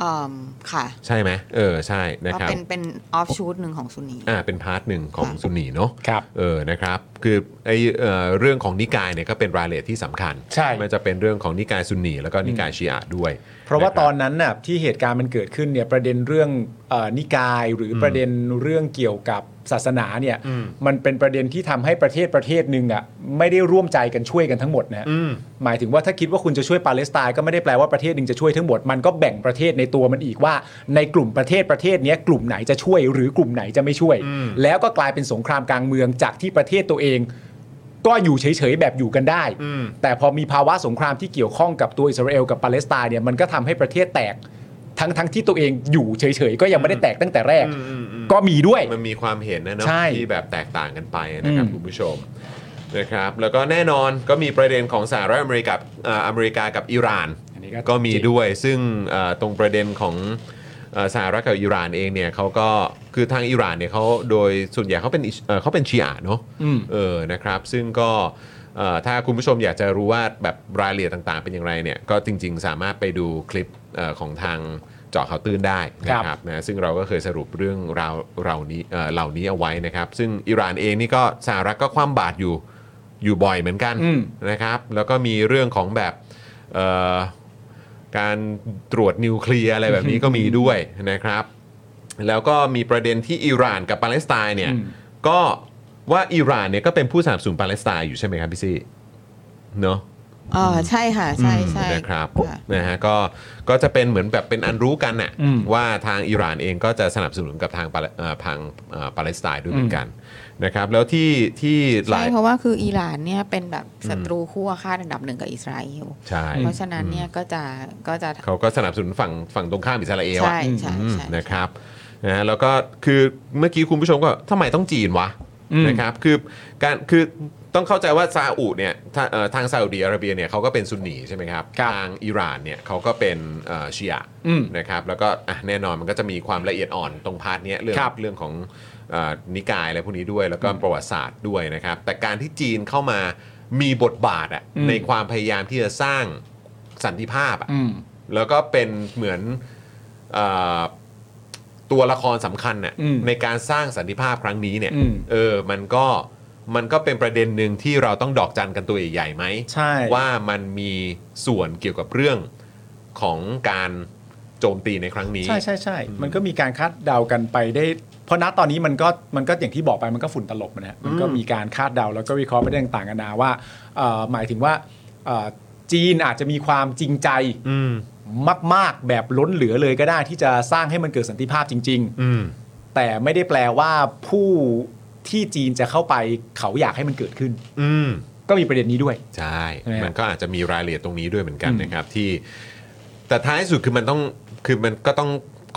Speaker 3: อืมค่ะ
Speaker 1: ใช่ไหมเออใช่นะ
Speaker 3: ก็
Speaker 1: ครับ
Speaker 3: เป็นเป็นออฟชูตหนึ่งของซุนนี
Speaker 1: อ่าเป็นพาร์ทหนึ่งของ
Speaker 3: ค่ะ
Speaker 1: ซุนนีเนาะ
Speaker 2: ครับ
Speaker 1: เออนะครับคือไอเอ่อเรื่องของนิกายเนี่ยก็เป็นรายละเอียดที่สำคัญ
Speaker 2: ใช่
Speaker 1: มันจะเป็นเรื่องของนิกายซุนนีแล้วก็นิกายชีอะห์ด้วย
Speaker 2: เพราะว่า
Speaker 1: คบ
Speaker 2: ตอนนั้นน่ะที่เหตุการณ์มันเกิดขึ้นเนี่ยประเด็นเรื่องเออนิกายหรืออประเด็นเรื่องเกี่ยวกับศาสนาเนี่ย
Speaker 1: อืม
Speaker 2: มันเป็นประเด็นที่ทำให้ประเทศประเทศหนึ่งอ่ะไม่ได้ร่วมใจกันช่วยกันทั้งหมดนะฮะ
Speaker 1: อืม
Speaker 2: หมายถึงว่าถ้าคิดว่าคุณจะช่วยปาเลสไตน์ก็ไม่ได้แปลว่าประเทศหนึ่งจะช่วยทั้งหมด มันก็แบ่งประเทศในตัวมันอีกว่า ในกลุ่มประเทศประเทศเนี้ยกลุ่มไหนจะช่วยหรือกลุ่มไหนจะไม่ช่วย
Speaker 1: อืม
Speaker 2: แล้วก็กลายเป็นสงครามกลางเมืองจากที่ประเทศตัวเอง ก็อยู่เฉยๆแบบอยู่กันได้
Speaker 1: อืม
Speaker 2: แต่พอมีภาวะสงครามที่เกี่ยวข้องกับตัวอิสราเอลกับปาเลสไตน์เนี่ยมันก็ทำให้ประเทศแตกทั้งทั้งที่ตัวเองอยู่เฉยๆ ก็ยังไม่ได้แตกตั้งแต่แรก
Speaker 1: อืมอืมอืม
Speaker 2: ก็มีด้วย
Speaker 1: มันมีความเห็นนะเนาะ
Speaker 2: ใช่
Speaker 1: ที่แบบแตกต่างกันไปนะครับ
Speaker 2: อืม
Speaker 1: คุณผู้ชมนะครับแล้วก็แน่นอนก็มีประเด็นของสหรัฐอเมริกาเอ่ออเมริกากับอิหร่าน
Speaker 2: อันนี้
Speaker 1: ก็มีด้วยซึ่งเอ่อตรงประเด็นของเอ่อสหรัฐกับอิหร่านเองเนี่ยเขาก็คือทางอิหร่านเนี่ยเขาโดยส่วนใหญ่เขาเป็นอิสเอ่อเขาเป็นชีอะห์เนาะ
Speaker 2: อืม
Speaker 1: เออ นะครับ ซึ่งก็เอ่อถ้าคุณผู้ชมอยากจะรู้ว่าแบบรายละเอียดต่างๆ เป็นอย่างไรเนี่ย ก็จริงๆ สามารถไปดูคลิปเอ่อของทางเจาะข่าวตื้นได้นะค
Speaker 2: ครั
Speaker 1: รับบ นะ ซึ่งเราก็เคยสรุปเรื่องราวเรานี้เอ่อเหล่านี้เอาไว้นะครับ ซึ่งอิหร่านเองนี่ก็สหรัฐก็คว่ำบาตรอยู่ อยู่บ่อยเหมือนกัน
Speaker 2: อืม
Speaker 1: นะครับ แล้วก็มีเรื่องของแบบเอ่อการตรวจนิวเคลียร์อะไรแบบนี้ก็มีด้วยนะครับ แล้วก็มีประเด็นที่อิหร่านกับปาเลสไตน์เนี่ย
Speaker 2: อืม
Speaker 1: ก็ว่าอิหร่านเนี่ยก็เป็นผู้สนับสนุนปาเลสไตน์อยู่ใช่ไหมครับพี่ซี่เนาะ
Speaker 3: เออใช่ค่ะ ใช่
Speaker 1: อืม
Speaker 3: ใช่
Speaker 1: นะครับ
Speaker 3: ค่ะ
Speaker 1: นะฮะก็ก็จะเป็นเหมือนแบบเป็นอันรู้กันน่ะ
Speaker 2: อืม
Speaker 1: ว่าทางอิหร่านเองก็จะสนับสนุนกับทางปาเลเอ่อทางเอ่อปาเลสไตน์ด้วยเหมือนกันนะครับแล้วที่ที่หลา
Speaker 3: ใช่
Speaker 1: ย
Speaker 3: เพราะว่าคืออิหร่านเนี่ยเป็นแบบศัตรูคู่อาฆาตอันดับหนึ่งกับอิสราเอล
Speaker 1: ใช่
Speaker 3: เพราะฉะนั้นเนี่ยก็จะก็จะ
Speaker 1: เขาก็สนับสนุนฝั่งฝั่งตรงข้ามอิสราเอลอะ
Speaker 3: ใช่ใช่
Speaker 1: อืม
Speaker 3: ใช่
Speaker 1: นะครับนะฮะแล้วก็คือเมื่อกี้คุณผู้ชมก็ทำไมต้องจีนวะ
Speaker 2: อืม
Speaker 1: นะครับคือการคือต้องเข้าใจว่าซาอุเนี่ยทาเอ่อทางซาอุดีอาระเบียเนี่ยเขาก็เป็นซุนนีใช่ไหมครับทางอิหร่านเนี่ยเขาก็เป็นเอ่อชียะ
Speaker 2: อืม
Speaker 1: นะครับแล้วก็อ่ะแน่นอนมันก็จะมีความละเอียดอ่อนตรงพาร์ทเนี้ยเรื่อง
Speaker 2: ครับ
Speaker 1: เรื่องของเออนิกายอะไรพวกนี้ด้วย แล้วก็ประวัติศาสตร์ด้วยนะครับ แต่การที่จีนเข้ามามีบทบาทอะ
Speaker 2: อืม
Speaker 1: ในความพยายามที่จะสร้างสันติภาพอะ
Speaker 2: อืม
Speaker 1: แล้วก็เป็นเหมือนเออตัวละครสำคัญน่ะ
Speaker 2: อืม
Speaker 1: ในการสร้างสันติภาพครั้งนี้เนี่ย
Speaker 2: อืม
Speaker 1: เออมันก็มันก็เป็นประเด็นหนึ่งที่เราต้องดอกจันกันตัวใหญ่ๆไหม
Speaker 2: ใช่
Speaker 1: ว่ามันมีส่วนเกี่ยวกับเรื่องของการโจมตีในครั้งนี้
Speaker 2: ใช่ใช่ใช่มันก็มีการคาดเดากันไปได้ เพราะณตอนนี้มันก็มันก็อย่างที่บอกไปมันก็ฝุ่นตลบนะฮะมันก็มีการคาดเดาแล้วก็วิเคราะห์ไปได้ต่างๆกันานาว่าเอ่อหมายถึงว่าเอ่อจีนอาจจะมีความจริงใจ
Speaker 1: อืม
Speaker 2: มาก ๆ แบบล้นเหลือเลยก็ได้ที่จะสร้างให้มันเกิดสันติภาพจริง
Speaker 1: อืม
Speaker 2: ๆ แต่ไม่ได้แปลว่าผู้ที่จีนจะเข้าไปเขาอยากให้มันเกิดขึ้น
Speaker 1: อืม
Speaker 2: ก็มีประเด็นนี้ด้วย
Speaker 1: ใช่
Speaker 2: ใช่ไหม
Speaker 1: มันก็อาจจะมีรายละเอียดตรงนี้ด้วยเหมือนกัน
Speaker 2: อืม
Speaker 1: นะครับที่ แต่ท้ายสุดคือมันต้องคือมันก็ต้อง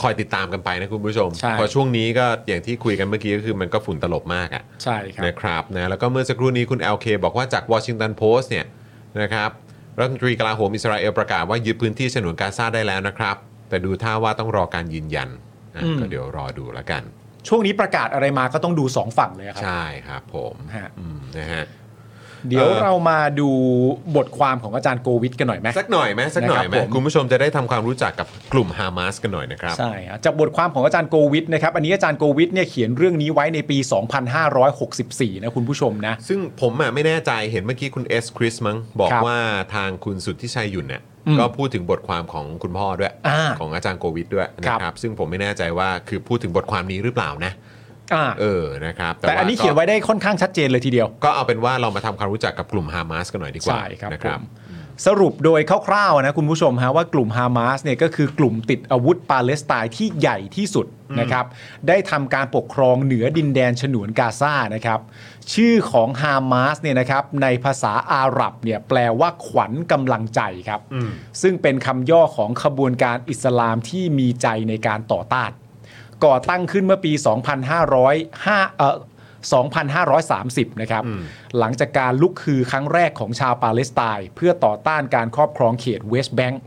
Speaker 1: คอยติดตามกันไปนะคุณผู้ชม
Speaker 2: ใช่
Speaker 1: เพอช่วงนี้ก็อย่างที่คุยกันเมื่อกี้ก็คือมันก็ฝุ่นตลบมากอะ
Speaker 2: ใช่ครับ
Speaker 1: นะครับนะแล้วก็เมื่อสักครู่นี้คุณ LK บอกว่าจากวอชิงตันโพสต์เนี่ยนะครับรัฐมนตรีกลาโหมอิสราเอลประกาศว่ายึดพื้นที่ฉนวนกาซาได้แล้วนะครับ แต่ดูท่าว่าต้องรอการยืนยันอ่ะ
Speaker 2: อืม
Speaker 1: ก็เดี๋ยวรอดูแล้วกัน
Speaker 2: ช่วงนี้ประกาศอะไรมาก็ต้องดูสองฝั่งเลยครับ
Speaker 1: ใช่ครับผม
Speaker 2: ฮะ
Speaker 1: อืมนะฮะ
Speaker 2: เดี๋ยว
Speaker 1: เออ
Speaker 2: เรามาดูบทความของอาจารย์โกวิทกันหน่อยไหม
Speaker 1: สักหน่อยไหมสักหน่อยไหม
Speaker 2: นะครับผม
Speaker 1: คุณผู้ชมจะได้ทำความรู้จักกับกลุ่มฮามาสกันหน่อยนะครับ
Speaker 2: ใช่ฮะจากบทความของอาจารย์โกวิทนะครับอันนี้อาจารย์โกวิทเนี่ยเขียนเรื่องนี้ไว้ในปี 2564 นะคุณผู้ชมนะ
Speaker 1: ซึ่งผมอ่ะไม่แน่ใจเห็นเมื่อกี้คุณเอสคริสมั้งบอก
Speaker 2: ครับ
Speaker 1: ว่าทางคุณสุทธิชัยหยุ่นเนี่ย
Speaker 2: อืม
Speaker 1: ก็พูดถึงบทความของคุณพ่อด้วย
Speaker 2: อ่า
Speaker 1: ของอาจารย์โควิดด้วยนะ
Speaker 2: ครั
Speaker 1: ครับ บ ซึ่งผมไม่แน่ใจว่าคือพูดถึงบทความนี้หรือเปล่านะ
Speaker 2: อ่า
Speaker 1: เออนะครับ
Speaker 2: แต่อันนี้เขียนไว้ได้ค่อนข้างชัดเจนเลยทีเดียว
Speaker 1: ก็เอาเป็นว่าเรามาทำความรู้จักกับกลุ่มฮามาสกันหน่อยดีกว่า
Speaker 2: ใช่ครับ
Speaker 1: นะ
Speaker 2: ผม สรุปโดยคร่าวๆนะคุณผู้ชมฮะว่ากลุ่มฮามาสเนี่ยก็คือกลุ่มติดอาวุธปาเลสไตน์ที่ใหญ่ที่สุดนะครับได้ทำการปกครองเหนือดินแดนฉนวนกาซานะครับชื่อของฮามาสเนี่ยนะครับในภาษาอาหรับเนี่ยแปลว่าขวัญกำลังใจครับ ซึ่งเป็นคำย่อของขบวนการอิสลามที่มีใจในการต่อต้าน ก่อตั้งขึ้นเมื่อปี 2,505เอ่อ2,530 นะครับ หลังจากการลุกคือครั้งแรกของชาวปาเลสไตน์เพื่อต่อต้านการครอบครองเขตเวสต์แบงก์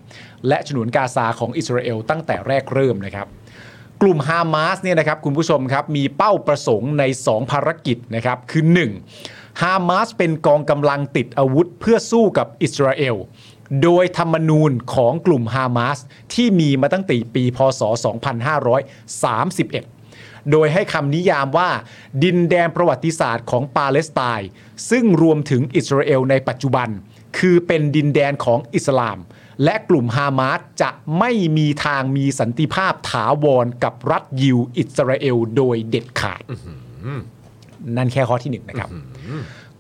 Speaker 2: และฉนวนกาซาของอิสราเอลตั้งแต่แรกเริ่มนะครับ กลุ่มฮามาสเนี่ยนะครับคุณผู้ชมครับ มีเป้าประสงค์ใน 2 ภารกิจนะครับ คือ 1. ฮามาสเป็นกองกำลังติดอาวุธเพื่อสู้กับอิสราเอล โดยธรรมนูญของกลุ่มฮามาสที่มีมาตั้งแต่ปี พศ 2531 โดยให้คำนิยามว่า ดินแดนประวัติศาสตร์ของปาเลสไตน์ซึ่งรวมถึงอิสราเอลในปัจจุบัน คือเป็นดินแดนของอิสลาม และกลุ่มฮามาสจะไม่มีทางมีสันติภาพถาวรกับรัฐยิวอิสราเอลโดยเด็ดขาด นั่นแค่ข้อที่ 1 นะครับ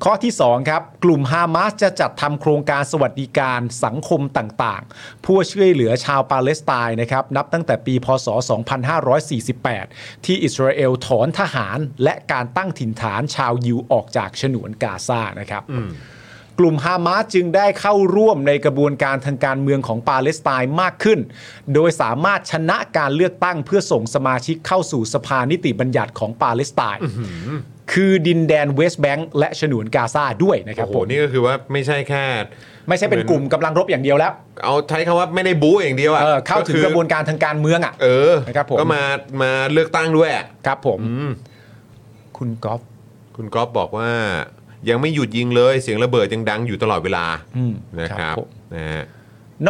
Speaker 2: ข้อที่ 2 ครับ กลุ่มฮามาสจะจัดทำโครงการสวัสดิการสังคมต่างๆเพื่อช่วยเหลือชาวปาเลสไตน์นะครับ นับตั้งแต่ปี พศ 2548 ที่อิสราเอลถอนทหารและการตั้งถิ่นฐานชาวยิวออกจากฉนวนกาซานะครับ กลุ่มฮามาสจึงได้เข้าร่วมในกระบวนการทางการเมืองของปาเลสไตน์มากขึ้น โดยสามารถชนะการเลือกตั้งเพื่อส่งสมาชิกเข้าสู่สภานิติบัญญัติของปาเลสไตน์ คือดินแดนเวสต์แบงก์และฉนวนกาซาด้วยนะครั
Speaker 1: โอ้
Speaker 2: บ
Speaker 1: โห
Speaker 2: ผม
Speaker 1: นี่ก็คือว่าไม่ใช่แค่
Speaker 2: ไม่ใช่เป็นกลุ่มกำลังรบอย่างเดียวแล้ว
Speaker 1: เอาใช้คำว่าไม่ได้บู๊อย่างเดียวอะ
Speaker 2: เออเข้าถึง
Speaker 1: คือก
Speaker 2: ระบวนการทางการเมืองอ่ะ
Speaker 1: เออ
Speaker 2: นะครับผม
Speaker 1: ก็มามาเลือกตั้งด้วยอะ
Speaker 2: ครับผม
Speaker 1: อืม
Speaker 2: คุณก๊อฟ
Speaker 1: คุณก๊อฟบอกว่ายังไม่หยุดยิงเลยเสียงระเบิดยังดังอยู่ตลอดเวลา
Speaker 2: อืม
Speaker 1: นะค
Speaker 2: ครั
Speaker 1: รับบ
Speaker 2: ผม
Speaker 1: นะฮะ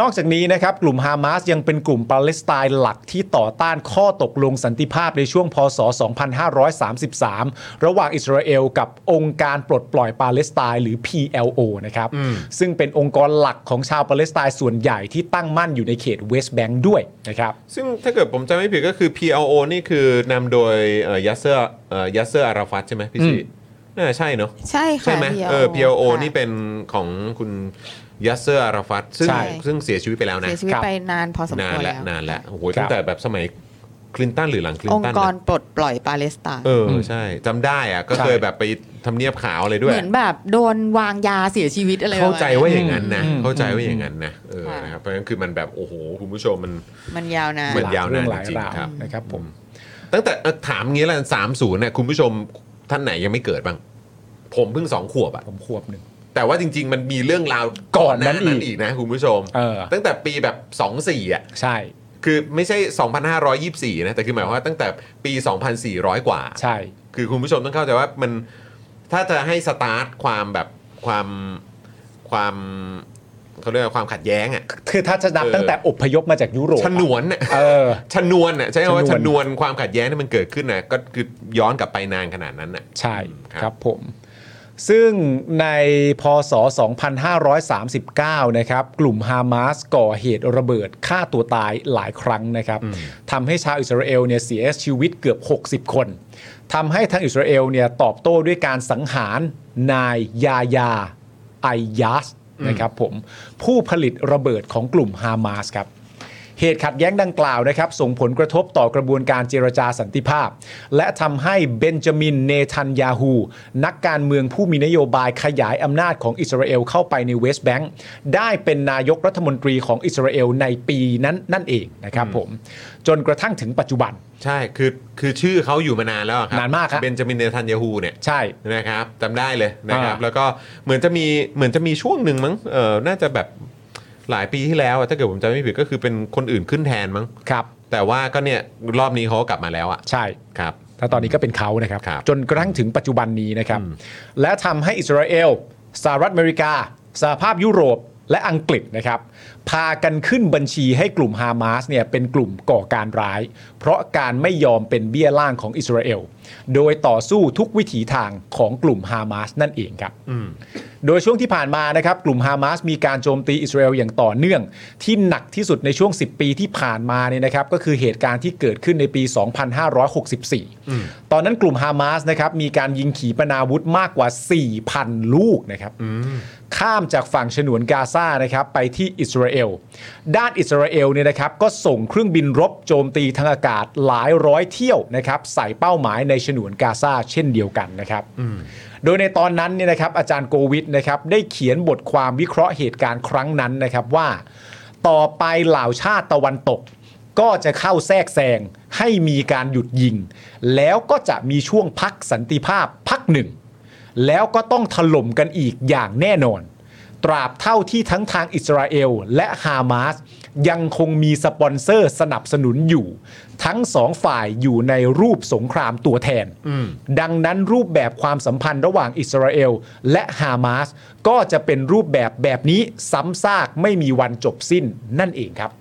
Speaker 2: นอกจากนี้นะครับกลุ่มฮามาสยังเป็นกลุ่มปาเลสไตน์หลักที่ต่อต้านข้อตกลงสันติภาพในช่วงพศ 2533 ระหว่างอิสราเอลกับองค์การปลดปล่อยปาเลสไตน์หรือ PLO นะครับซึ่งเป็นองค์กรหลักของชาวปาเลสไตน์ส่วนใหญ่ที่ตั้งมั่นอยู่ในเขตเวสต์แบงค์ด้วยนะครับ
Speaker 1: ซึ่งถ้าเกิดผมจำไม่ผิดก็คือ PLO นี่คือนำโดยเอ่อยัสเซอร์เอ่อยัสเซอร์อาราฟัตใช่ไหมพี่ชีน่าใช่เนาะ
Speaker 3: ใช่ค่ะ
Speaker 1: ใช่ไหม
Speaker 3: PLO
Speaker 1: เออ PLO
Speaker 3: ค่ะ
Speaker 1: นี่เป็นของคุณยัสเซอร์อาราฟัตซึ่ง
Speaker 2: ใช่
Speaker 1: ซึ่งเสียชีวิตไปแล้วนะ
Speaker 3: เสียชีวิต
Speaker 2: ครับ
Speaker 3: ไปนานพอสม
Speaker 1: นา
Speaker 3: คน วร
Speaker 1: แล้ว
Speaker 3: แล้ว
Speaker 1: นานแล้วโอ้โห
Speaker 2: ครับ
Speaker 1: ตั้งแต่แบบสมัยคลินตันหรือหลังคลิน
Speaker 3: อง
Speaker 1: ตั
Speaker 3: ค์
Speaker 1: น
Speaker 3: กร
Speaker 1: นะ
Speaker 3: ปลดปล่อยปาเลสไตน์
Speaker 1: เออใช่จำได้อะก็เคยแบบไปทำเนียบขาวเลยด้วย
Speaker 3: เหมือนแบบโดนวางยาเสียชีวิตอะไร
Speaker 1: เข้าใจ
Speaker 3: ประมณ
Speaker 1: ว่าอย่างนั้นนะ
Speaker 2: อืม
Speaker 1: เข้าใจว่าอย่างนั้นนะเออ
Speaker 3: ค่ะ
Speaker 1: นะครับเพราะฉะนั้นคือมันแบบโอ้โหคุณผู้ชมมัน
Speaker 3: มันยาวนาน
Speaker 1: เหมือน ยาวนาน
Speaker 2: หลาย
Speaker 1: จริงๆ
Speaker 2: เอง
Speaker 1: ครับ
Speaker 2: นะครับผม
Speaker 1: ตั้งแต่เอ่อถามงี้แล้วสามศูนย์เนี่ยคุณผู้ชมท่านไหนยังไม่เกิดบ้าง ผมเพิ่งสองขวบอะ
Speaker 2: ผมขวบหนึ่ง
Speaker 1: แต่ว่าจริง ๆ มันมีเรื่องราว
Speaker 2: ก่อนนั้น
Speaker 1: หา
Speaker 2: อีก
Speaker 1: อีกนะคุณผู้ชม
Speaker 2: เออ
Speaker 1: ตั้งแต่ปีแบบสองสี่อะ
Speaker 2: ใช่
Speaker 1: คือไม่ใช่ 2,524 นะแต่คือหมายความว่าตั้งแต่ปี 2,400 กว่า
Speaker 2: ใช่
Speaker 1: คือคุณผู้ชมต้องเข้าใจว่ามันถ้าจะให้สตาร์ทความแบบความความเขาเรียกว่าความขัดแย้งอะ
Speaker 2: คือถ้าจะนับ
Speaker 1: เออ
Speaker 2: ตั้งแต่อพยพมาจากยุโรป
Speaker 1: ช
Speaker 2: อะ
Speaker 1: นวนอะ
Speaker 2: เออ
Speaker 1: ชนวนน่ะใช้คำว่าช
Speaker 2: ช
Speaker 1: น
Speaker 2: น
Speaker 1: ว
Speaker 2: วน น
Speaker 1: ความขัดแย้งที่มันเกิดขึ้นน่ะก็คือย้อนกลับไปนานขนาดนั้นน่ะ
Speaker 2: ใช่
Speaker 1: ครับ
Speaker 2: ครับผม ซึ่งในพศ 2539 นะครับ กลุ่มฮามาสก่อเหตุระเบิดฆ่าตัวตายหลายครั้งนะครับทำให้ชาวอิสราเอลเนี่ยเสียชีวิตเกือบ 60 คนทำให้ทางอิสราเอลเนี่ยตอบโต้ด้วยการสังหารนายยายาไอยาสนะครับผม ผู้ผลิตระเบิดของกลุ่มฮามาสครับ เหตุขัดแย้งดังกล่าวนะครับ ส่งผลกระทบต่อกระบวนการเจรจาสันติภาพ และทำให้เบนจามินเนทันยาฮู นักการเมืองผู้มีนโยบายขยายอำนาจของอิสราเอลเข้าไปในเวสต์แบงค์ได้เป็นนายกรัฐมนตรีของอิสราเอลในปีนั้นนั่นเองนะครับผม จนกระทั่งถึงปัจจุบัน
Speaker 1: ใช่คือคือชื่อเขาอยู่มานานแล้วอะครับ
Speaker 2: นานมากครับ
Speaker 1: เบนจามินเนทันยาฮูเนี่ย
Speaker 2: ใช่
Speaker 1: นะครับจำได้เลยนะครับ
Speaker 2: อ่า
Speaker 1: แล้วก็เหมือนจะมีเหมือนจะมีช่วงหนึ่งมั้งเออน่าจะแบบหลายปีที่แล้วอะถ้าเกิดผมจำไม่ผิดก็คือเป็นคนอื่นขึ้นแทนมั้ง
Speaker 2: ครับ
Speaker 1: แต่ว่าก็เนี่ยรอบนี้เขาก็กลับมาแล้วอ่ะ
Speaker 2: ใช่
Speaker 1: ครับ
Speaker 2: ถ้าตอนนี้ก็เป็นเขานะครับ
Speaker 1: ครับ
Speaker 2: จนกระทั่งถึงปัจจุบันนี้นะครับ และทำให้อิสราเอลสหรัฐอเมริกาสหภาพยุโรปและอังกฤษนะครับ พากันขึ้นบัญชีให้กลุ่มฮามาสเนี่ยเป็นกลุ่มก่อการร้าย เพราะการไม่ยอมเป็นเบี้ยล่างของอิสราเอลโดยต่อสู้ทุกวิถีทางของกลุ่มฮามาสนั่นเองครับ โดยช่วงที่ผ่านมานะครับ กลุ่มฮามาสมีการโจมตีอิสราเอลอย่างต่อเนื่อง ที่หนักที่สุดในช่วง 10 ปีที่ผ่านมาเนี่ยนะครับ ก็คือเหตุการณ์ที่เกิดขึ้นในปี 2564 ตอนนั้นกลุ่มฮามาสนะครับ มีการยิงขีปนาวุธมากกว่า 4,000 ลูกนะครับ ข้ามจากฝั่งฉนวนกาซานะครับไปที่อิสราเอล ด้านอิสราเอลเนี่ยนะครับก็ส่งเครื่องบินรบโจมตีทางอากาศหลายร้อยเที่ยวนะครับใส่เป้าหมายในฉนวนกาซาเช่นเดียวกันนะครับโดยในตอนนั้นเนี่ยนะครับอาจารย์โกวิทนะครับได้เขียนบทความวิเคราะห์เหตุการณ์ครั้งนั้นนะครับว่า ต่อไปเหล่าชาติตะวันตก ก็จะเข้าแทรกแซงให้มีการหยุดยิง แล้วก็จะมีช่วงพักสันติภาพพักหนึ่ง แล้วก็ต้องถล่มกันอีกอย่างแน่นอน ตราบเท่าที่ทั้งทางอิสราเอลและฮามาสยังคงมีสปอนเซอร์สนับสนุนอยู่ ทั้งสองฝ่ายอยู่ในรูปสงครามตัวแทน ดังนั้นรูปแบบความสัมพันธ์ระหว่างอิสราเอลและฮามาสก็จะเป็นรูปแบบแบบนี้ซ้ำซากไม่มีวันจบสิ้นนั่นเองครับ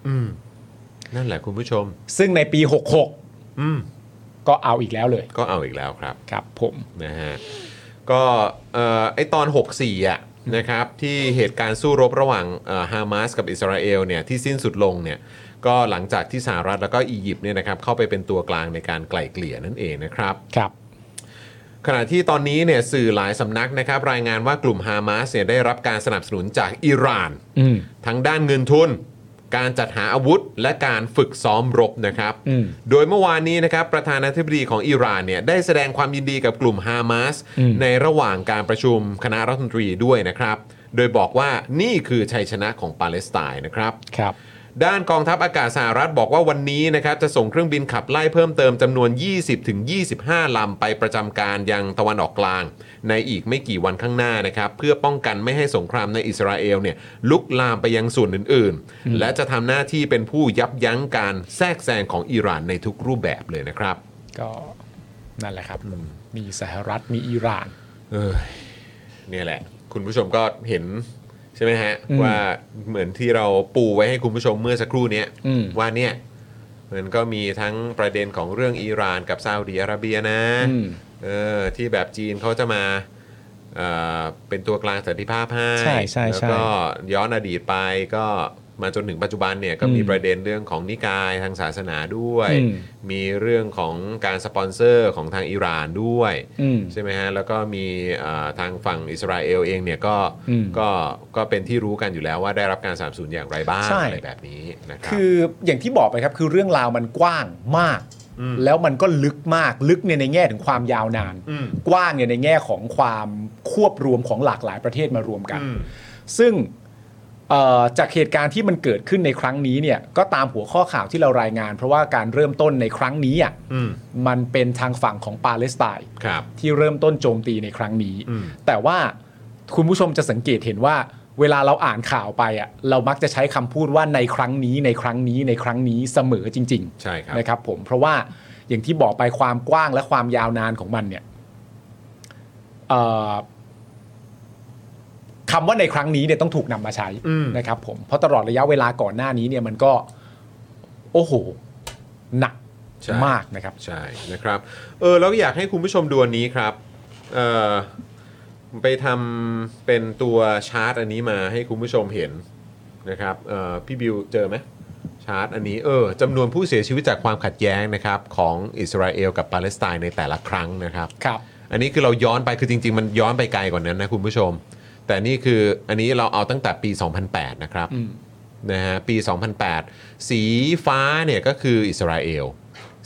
Speaker 1: นั่นแหละคุณผู้ชม
Speaker 2: ซึ่งในปี
Speaker 1: อืม
Speaker 2: 66 ก็เอาอีกแล้วเลย
Speaker 1: ก็เอาอีกแล้วครับ
Speaker 2: ครับผม
Speaker 1: นะฮะก็เอ่อไอตอน 64อ่ะนะครับที่เหตุการณ์สู้รบระหว่างฮามาสกับอิสราเอลเนี่ยที่สิ้นสุดลงเนี่ยก็หลังจากที่สหรัฐแล้วก็อียิปต์เนี่ยนะครับเข้าไปเป็นตัวกลางในการไกล่เกลี่ยนั่นเองนะครับ
Speaker 2: ครับ
Speaker 1: ขณะที่ตอนนี้เนี่ยสื่อหลายสำนักนะครับรายงานว่ากลุ่มฮามาสเนี่ยได้รับการสนับสนุนจากอิหร่าน
Speaker 2: อืม
Speaker 1: ทั้งด้านเงินทุน การจัดหาอาวุธ และการฝึกซ้อมรบนะครับ
Speaker 2: อืม
Speaker 1: โดยเมื่อวานนี้นะครับประธานาธิบดีของอิหร่านเนี่ยได้แสดงความยินดีกับกลุ่มฮามาส
Speaker 2: อืม
Speaker 1: ในระหว่างการประชุมคณะรัฐมนตรีด้วยนะครับ โดยบอกว่านี่คือชัยชนะของปาเลสไตน์นะครับ
Speaker 2: ครับ
Speaker 1: ด้านกองทัพอากาศสหรัฐบอกว่าวันนี้นะครับจะส่งเครื่องบินขับไล่เพิ่มเติมจำนวน 20-25 ลำไปประจำการยังตะวันออกกลาง ในอีกไม่กี่วันข้างหน้านะครับ เพื่อป้องกันไม่ให้สงครามในอิสราเอลเนี่ยลุกลามไปยังส่วนอื่นๆ และจะทำหน้าที่เป็นผู้ยับยั้งการแทรกแซงของอิหร่านในทุกรูปแบบเลยนะครับ
Speaker 2: ก็นั่นแหละครับ มีสหรัฐมีอิหร่าน
Speaker 1: เออเนี่ยแหละ คุณผู้ชมก็เห็น ช่ไหมฮะ
Speaker 2: อืม
Speaker 1: ว่าเหมือนที่เราปูไว้ให้คุณผู้ชมเมื่อสักครู่เนี้ย
Speaker 2: อืม
Speaker 1: ว่าเนี่ยมันก็มีทั้งประเด็นของเรื่องอิหร่านกับซาอุดีอาระเบียนะ
Speaker 2: อืม
Speaker 1: เออที่แบบจีนเขาจะมาเอ่อเป็นตัวกลางสันติภาพให้
Speaker 2: ใช่ใช่
Speaker 1: แล้ว
Speaker 2: ใช่
Speaker 1: ก็ย้อนอดีตไปก็มาจนถึงปัจจุบันเนี่ยก็มี
Speaker 2: อืม
Speaker 1: ประเด็นเรื่องของนิกายทางศาสนาด้วย
Speaker 2: อืม
Speaker 1: มีเรื่องของการสปอนเซอร์ของทางอิหร่านด้วย
Speaker 2: อืม
Speaker 1: ใช่ไหมฮะ แล้วก็มีเอ่อทางฝั่งอิสราเอลเองเนี่ยก็
Speaker 2: อืม
Speaker 1: ก็ก็เป็นที่รู้กันอยู่แล้วว่าได้รับการสนับสนุนอย่างไรบ้าง
Speaker 2: ใช่
Speaker 1: อะไรแบบนี้นะครับ
Speaker 2: คืออย่างที่บอกไปครับคือเรื่องราวมันกว้างมาก
Speaker 1: อืม
Speaker 2: แล้วมันก็ลึกมากลึกเนี่ยในแง่ถึงความยาวนาน
Speaker 1: อืม
Speaker 2: กว้างเนี่ยในแง่ของความควบรวมของหลากหลายประเทศมารวมกัน
Speaker 1: อืม
Speaker 2: ซึ่งเอ่อจากเหตุการณ์ที่มันเกิดขึ้นในครั้งนี้เนี่ยก็ตามหัวข้อข่าวที่เรารายงาน เพราะว่าการเริ่มต้นในครั้งนี้อ่ะ
Speaker 1: อืม
Speaker 2: มันเป็นทางฝั่งของปาเลสไตน์
Speaker 1: ครับ
Speaker 2: ที่เริ่มต้นโจมตีในครั้งนี้
Speaker 1: อืม
Speaker 2: แต่ว่าคุณผู้ชมจะสังเกตเห็นว่า เวลาเราอ่านข่าวไปอ่ะเรามักจะใช้คำพูดว่าในครั้งนี้ในครั้งนี้ในครั้งนี้เสมอจริง
Speaker 1: ใช่ครับ
Speaker 2: ๆ นะครับผมเพราะว่าอย่างที่บอกไปความกว้างและความยาวนานของมันเนี่ยเอ่อคำว่าในครั้งนี้เนี่ยต้องถูกนำมาใช้
Speaker 1: อืม
Speaker 2: นะครับผมเพราะตลอดระยะเวลาก่อนหน้านี้เนี่ยมันก็ โอ้โหหนัก
Speaker 1: ใช่
Speaker 2: มากนะครับ
Speaker 1: ใช่นะครับ เออแล้วอยากให้คุณผู้ชมดูอันนี้ครับเออไปทำเป็นตัวชาร์ตอันนี้มาให้คุณผู้ชมเห็นนะครับเออพี่บิวเจอไหมชาร์ตอันนี้เออจำนวนผู้เสียชีวิตจากความขัดแย้งนะครับของอิสราเอลกับปาเลสไตน์ในแต่ละครั้งนะครับ
Speaker 2: ครับ
Speaker 1: อันนี้คือเราย้อนไปคือจริง ๆ มันย้อนไปไกลกว่านั้นนะคุณผู้ชม แต่นี่คืออันนี้เราเอาตั้งแต่ปี 2008 นะครับ
Speaker 2: อืม
Speaker 1: นะฮะปี 2008 สีฟ้าเนี่ยก็คืออิสราเอล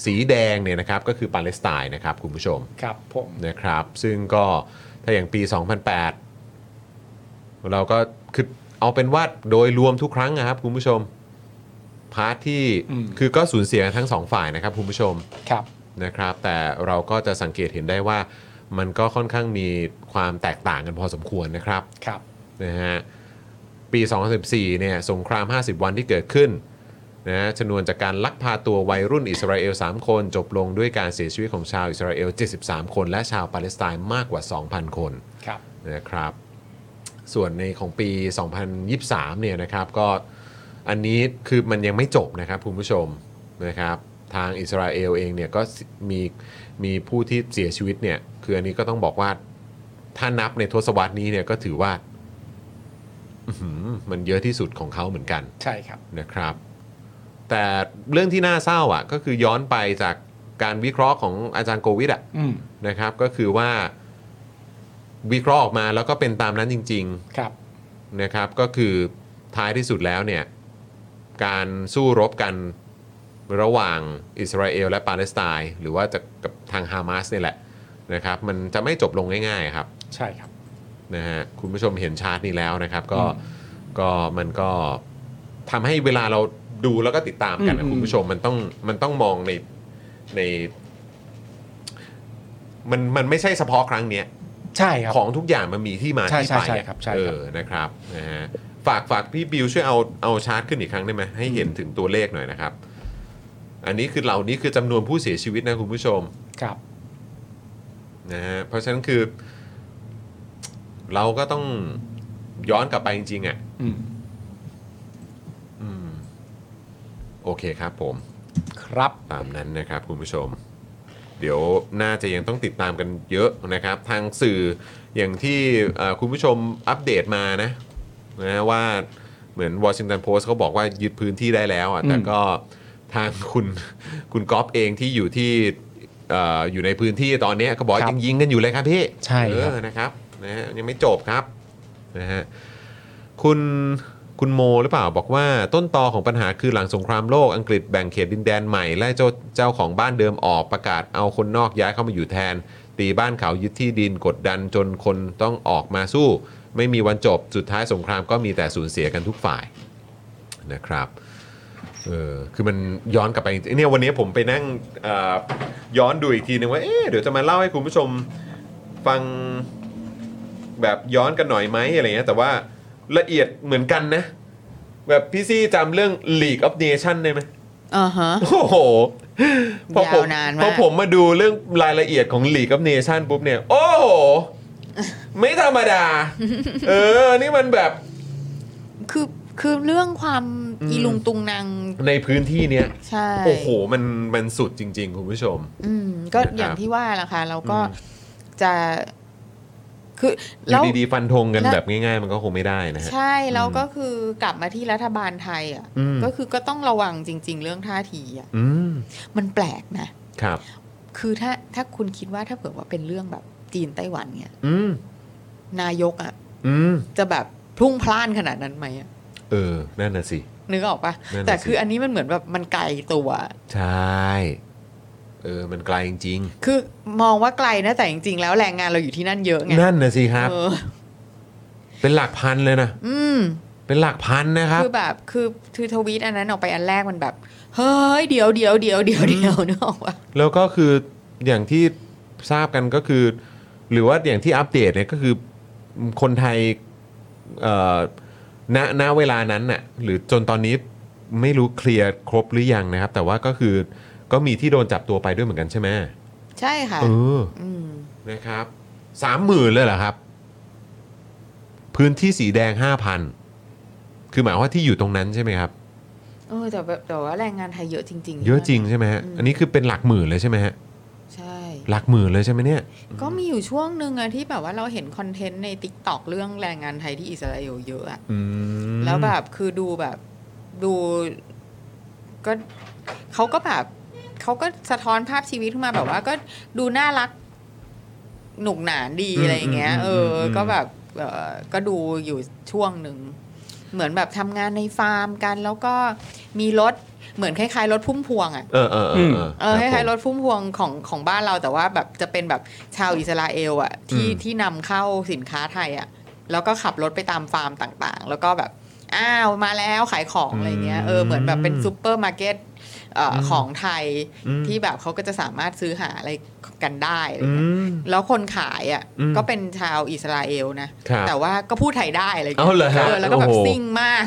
Speaker 1: สีแดงเนี่ยนะครับก็คือปาเลสไตน์นะครับคุณผู้ชม
Speaker 2: ครับผม
Speaker 1: นะครับ ซึ่งก็ถ้าอย่างปี 2008 เราก็คือเอาเป็นว่าโดยรวมทุกครั้งนะครับคุณผู้ชมพาร์ทที่
Speaker 2: อืม
Speaker 1: คือก็สูญเสียทั้งสองฝ่ายนะครับคุณผู้ชม
Speaker 2: ครับ
Speaker 1: นะครับแต่เราก็จะสังเกตเห็นได้ว่ามันก็ค่อนข้างมีความแตกต่างกันพอสมควรนะครับ
Speaker 2: ครับ
Speaker 1: นะฮะปี 2014เนี่ยสงคราม 50 วันที่เกิดขึ้นนะฮะชนวนจากการลักพาตัววัยรุ่นอิสราเอล 3 คน จบลงด้วยการเสียชีวิตของชาวอิสราเอล 73 คน และชาวปาเลสไตน์มากกว่า 2,000 คน
Speaker 2: ครับ
Speaker 1: นะครับส่วนในของปี 2023 เนี่ยนะครับก็อันนี้คือมันยังไม่จบนะครับคุณผู้ชมนะครับทางอิสราเอลเองเนี่ยก็มีมีผู้ที่เสียชีวิตเนี่ยคืออันนี้ก็ต้องบอกว่าถ้านับในทศวรรษนี้เนี่ยก็ถือว่าอื้อหือมันเยอะที่สุดของเขาเหมือนกัน
Speaker 2: ใช่ครับ
Speaker 1: นะครับแต่เรื่องที่น่าเศร้าอ่ะก็คือย้อนไปจากการวิเคราะห์ของอาจารย์โควิดอ่ะ
Speaker 2: อืม
Speaker 1: นะครับก็คือว่าวิเคราะห์ออกมาแล้วก็เป็นตามนั้นจริง
Speaker 2: ครับ
Speaker 1: ๆนะครับก็คือท้ายที่สุดแล้วเนี่ยการสู้รบกันระหว่างอิสราเอลและปาเลสไตน์หรือว่าจะกับทางฮามาสเนี่ยแหละนะครับมันจะไม่จบลงง่ายๆครับ
Speaker 2: ใช่ครับ
Speaker 1: นะฮะคุณผู้ชมเห็นชาร์ตนี้แล้วนะครับก็
Speaker 2: อืม
Speaker 1: ก็มันก็ทำให้เวลาเราดูแล้วก็ติดตามกันนะ
Speaker 2: อืม
Speaker 1: คุณผู้ชมมันต้องมันต้องมองในในมันมันไม่ใช่เฉพาะครั้งเนี้ย
Speaker 2: ใช่ครับ
Speaker 1: ของทุกอย่างมันมีที่มา
Speaker 2: ใช่
Speaker 1: ที่ไป
Speaker 2: ใช่ใช่ครับใช่
Speaker 1: เอ
Speaker 2: ครับ
Speaker 1: อนะครับนะฮะฝากฝากพี่บิวช่วยเอาเอาชาร์ตขึ้นอีกครั้งได้ไหมให้เห็นถึงตัวเลขหน่อยนะครับ อันนี้คือเหล่านี้คือจำนวนผู้เสียชีวิตนะคุณผู้ชม
Speaker 2: ครับ
Speaker 1: นะฮะเพราะฉะนั้นคือ เราก็ต้องย้อนกลับไปจริงๆอ่ะ
Speaker 2: อืม
Speaker 1: อืม โอเคครับผม
Speaker 2: ครับ
Speaker 1: ตามนั้นนะครับคุณผู้ชม เดี๋ยวน่าจะยังต้องติดตามกันเยอะนะครับ ทางสื่ออย่างที่เอ่อคุณผู้ชมอัปเดตมานะนะว่าเหมือนวอชิงตันโพสต์เขาบอกว่ายึดพื้นที่ได้แล้วอ่ะ
Speaker 2: อืม
Speaker 1: แต่ก็ทางคุณคุณก๊อฟเองที่อยู่ที่เอออยู่ในพื้นที่ตอนเนี้ยก็บอกว่ายังยิงกันอยู่เลยครับพี่
Speaker 2: ใช่
Speaker 1: เอ
Speaker 2: ครั
Speaker 1: อบ นะครับนะฮะยังไม่จบครับนะฮะคุณคุณโมหรือเปล่าบอกว่าต้นตอของปัญหาคือหลังสงครามโลกอังกฤษแบ่งเขตดินแดนใหม่ไล่เจ้าเจ้าของบ้านเดิมออกประกาศเอาคนนอกย้ายเข้ามาอยู่แทน ตีบ้านเขายึดที่ดินกดดันจนคนต้องออกมาสู้ ไม่มีวันจบสุดท้ายสงครามก็มีแต่สูญเสียกันทุกฝ่ายนะครับเออคือมันย้อนกลับไปจริงๆเนี่ยวันนี้ผมไปนั่งเอ่อย้อนดูอีกทีนึงว่าเอ๊ะเดี๋ยวจะมาเล่าให้คุณผู้ชม ฟังแบบย้อนกันหน่อยไหมอะไรเงี้ยแต่ว่าละเอียดเหมือนกันนะ แบบพี่ซี่จำเรื่อง League of Nation ได้ไหม
Speaker 3: อ่าฮะ
Speaker 1: โอ้โหพอผ
Speaker 3: ยาวนานมาก
Speaker 1: พอผมมาดูเรื่องรายละเอียดของ League of Nation ปุ๊บ เนี่ย โอ้โห ไม่ธรรมดา เออ นี่มันแบบ
Speaker 3: คือคือเรื่องความอีลุงตุงนาง
Speaker 1: ในพื้นที่เนี้ย
Speaker 3: ใช่
Speaker 1: โอ้โห มันมันสุดจริง ๆ คุณผู้ชม
Speaker 3: อืมก็
Speaker 1: นะครับ
Speaker 3: อย่างที่ว่าแหละค่ะเราก็
Speaker 1: อืม
Speaker 3: จะคือ
Speaker 1: อ
Speaker 3: แล้ว
Speaker 1: ยู่ดีๆ ฟันธงกัน
Speaker 3: แล้ว
Speaker 1: แบบง่ายๆ มันก็คงไม่ได้นะฮะ
Speaker 3: ใช่แล้วก็คือกลับมาที่รัฐบาลไทยอ่ะ
Speaker 1: อืม
Speaker 3: ก็คือก็ต้องระวังจริง ๆ เรื่องท่าทีอ่ะ
Speaker 1: อืม
Speaker 3: มันแปลกนะ
Speaker 1: ครับ
Speaker 3: คือถ้าถ้าคุณคิดว่าถ้าเผื่อว่าเป็นเรื่องแบบจีนไต้หวันเนี่ย
Speaker 1: อืม
Speaker 3: นายกอ่ะ
Speaker 1: อืม
Speaker 3: จะแบบพลุ่งพล่านขนาดนั้นไหมอะ
Speaker 1: เออ นั่นน่ะสิ
Speaker 3: นึกออกปะ
Speaker 1: นั่นน่ะ
Speaker 3: แต่
Speaker 1: สิ
Speaker 3: คืออันนี้มันเหมือนแบบมันไกลตัว
Speaker 1: ใช่ เออ มันไกลจริง
Speaker 3: คือมองว่าไกลนะแต่จริงๆแล้วแรงงานเราอยู่ที่นั่นเยอะไง
Speaker 1: ๆ นั่นน่ะสิครับ
Speaker 3: เออ
Speaker 1: เป็นหลักพันเลยนะ
Speaker 3: อืม
Speaker 1: เป็นหลักพันนะครับ
Speaker 3: คือแบบคือคือทวีตอันนั้นออกไปอันแรกมันแบบ เฮ้ยเดี๋ยวเดี๋ยวเดี๋ยวเดี๋ยวเดี๋ยวนึกออกปะ
Speaker 1: แล้วก็คืออย่างที่ทราบกันก็คือ หรือว่าอย่างที่อัปเดตเนี่ยก็คือคนไทยเอ่อณณเวลานั้นน่ะหรือจนตอนนี้ไม่รู้เคลียร์ครบหรือยังนะครับ แต่ว่าก็คือก็มีที่โดนจับตัวไปด้วยเหมือนกันใช่ไหม
Speaker 3: ใช่ค่ะ
Speaker 1: เออ
Speaker 3: อืม
Speaker 1: นะครับสามหมื่นเลยเหรอครับ พื้นที่สีแดงห้าพันคือหมายความว่าที่อยู่ตรงนั้นใช่ไหมครับ
Speaker 3: เออแต่แบบแต่ว่าแรงงานไทยเยอะจริงๆ
Speaker 1: เยอะจริงใช่ไหมฮะ
Speaker 3: อืม
Speaker 1: อันนี้คือเป็นหลักหมื่นเลยใช่ไหมฮะ
Speaker 3: ใช่
Speaker 1: หลักหมื่นเลยใช่ไหมเนี่ย
Speaker 3: ก็มีอยู่ช่วงหนึ่งอะที่แบบว่าเราเห็นคอนเทนต์ใน t ิ k t o k เรื่องแรงงานไทยที่อิสราเอลเยอะอะ
Speaker 1: อืม
Speaker 3: แล้วแบบคือดูแบบดูก็เขาก็แบบเขาก็สะท้อนภาพชีวิตขึ้นมาแบบว่าก็ดูน่ารักหนุกหนานดี
Speaker 1: อืม
Speaker 3: อะไรอย่างเงี้ย
Speaker 1: อืม
Speaker 3: เอออ
Speaker 1: ม
Speaker 3: ก็แบบเออก็ดูอยู่ช่วงหนึ่ง เหมือนแบบทำงานในฟาร์มกัน แล้วก็มีรถเหมือนคล้ายๆรถพุ่มพวงอะ
Speaker 1: เออเออเออ
Speaker 3: เออคล้ายๆร
Speaker 1: รถ
Speaker 3: ถพุ่มพวงของของบ้านเราแต่ว่าแบบจะเป็นแบบชาวอิสราเอลอ่ะที่
Speaker 1: อืม
Speaker 3: ที่นำเข้าสินค้าไทยอ่ะแล้วก็ขับรถไปตามฟาร์มต่างๆ แล้วก็แบบอ้าวมาแล้วขายของอะไรเงี้ยเออเหมือนแบบเป็นซูเปอร์มาร์เก็ตเอ่ออของไทยที่แบบเขาก็จะสามารถซื้อหาอะไรกันได้อะไร
Speaker 1: อื
Speaker 3: เงี้ย
Speaker 1: ม
Speaker 3: แล้วคนขายอ่ะ
Speaker 1: อืม
Speaker 3: ก็เป็นชาวอิสราเอลนะครับ แต่ว่าก็พูดไทยได้อะไรเงี้
Speaker 1: เอา
Speaker 3: ย
Speaker 1: เหรอฮะ
Speaker 3: เออแล้วก็แบบ
Speaker 1: โอ้โห
Speaker 3: ซิ่งมาก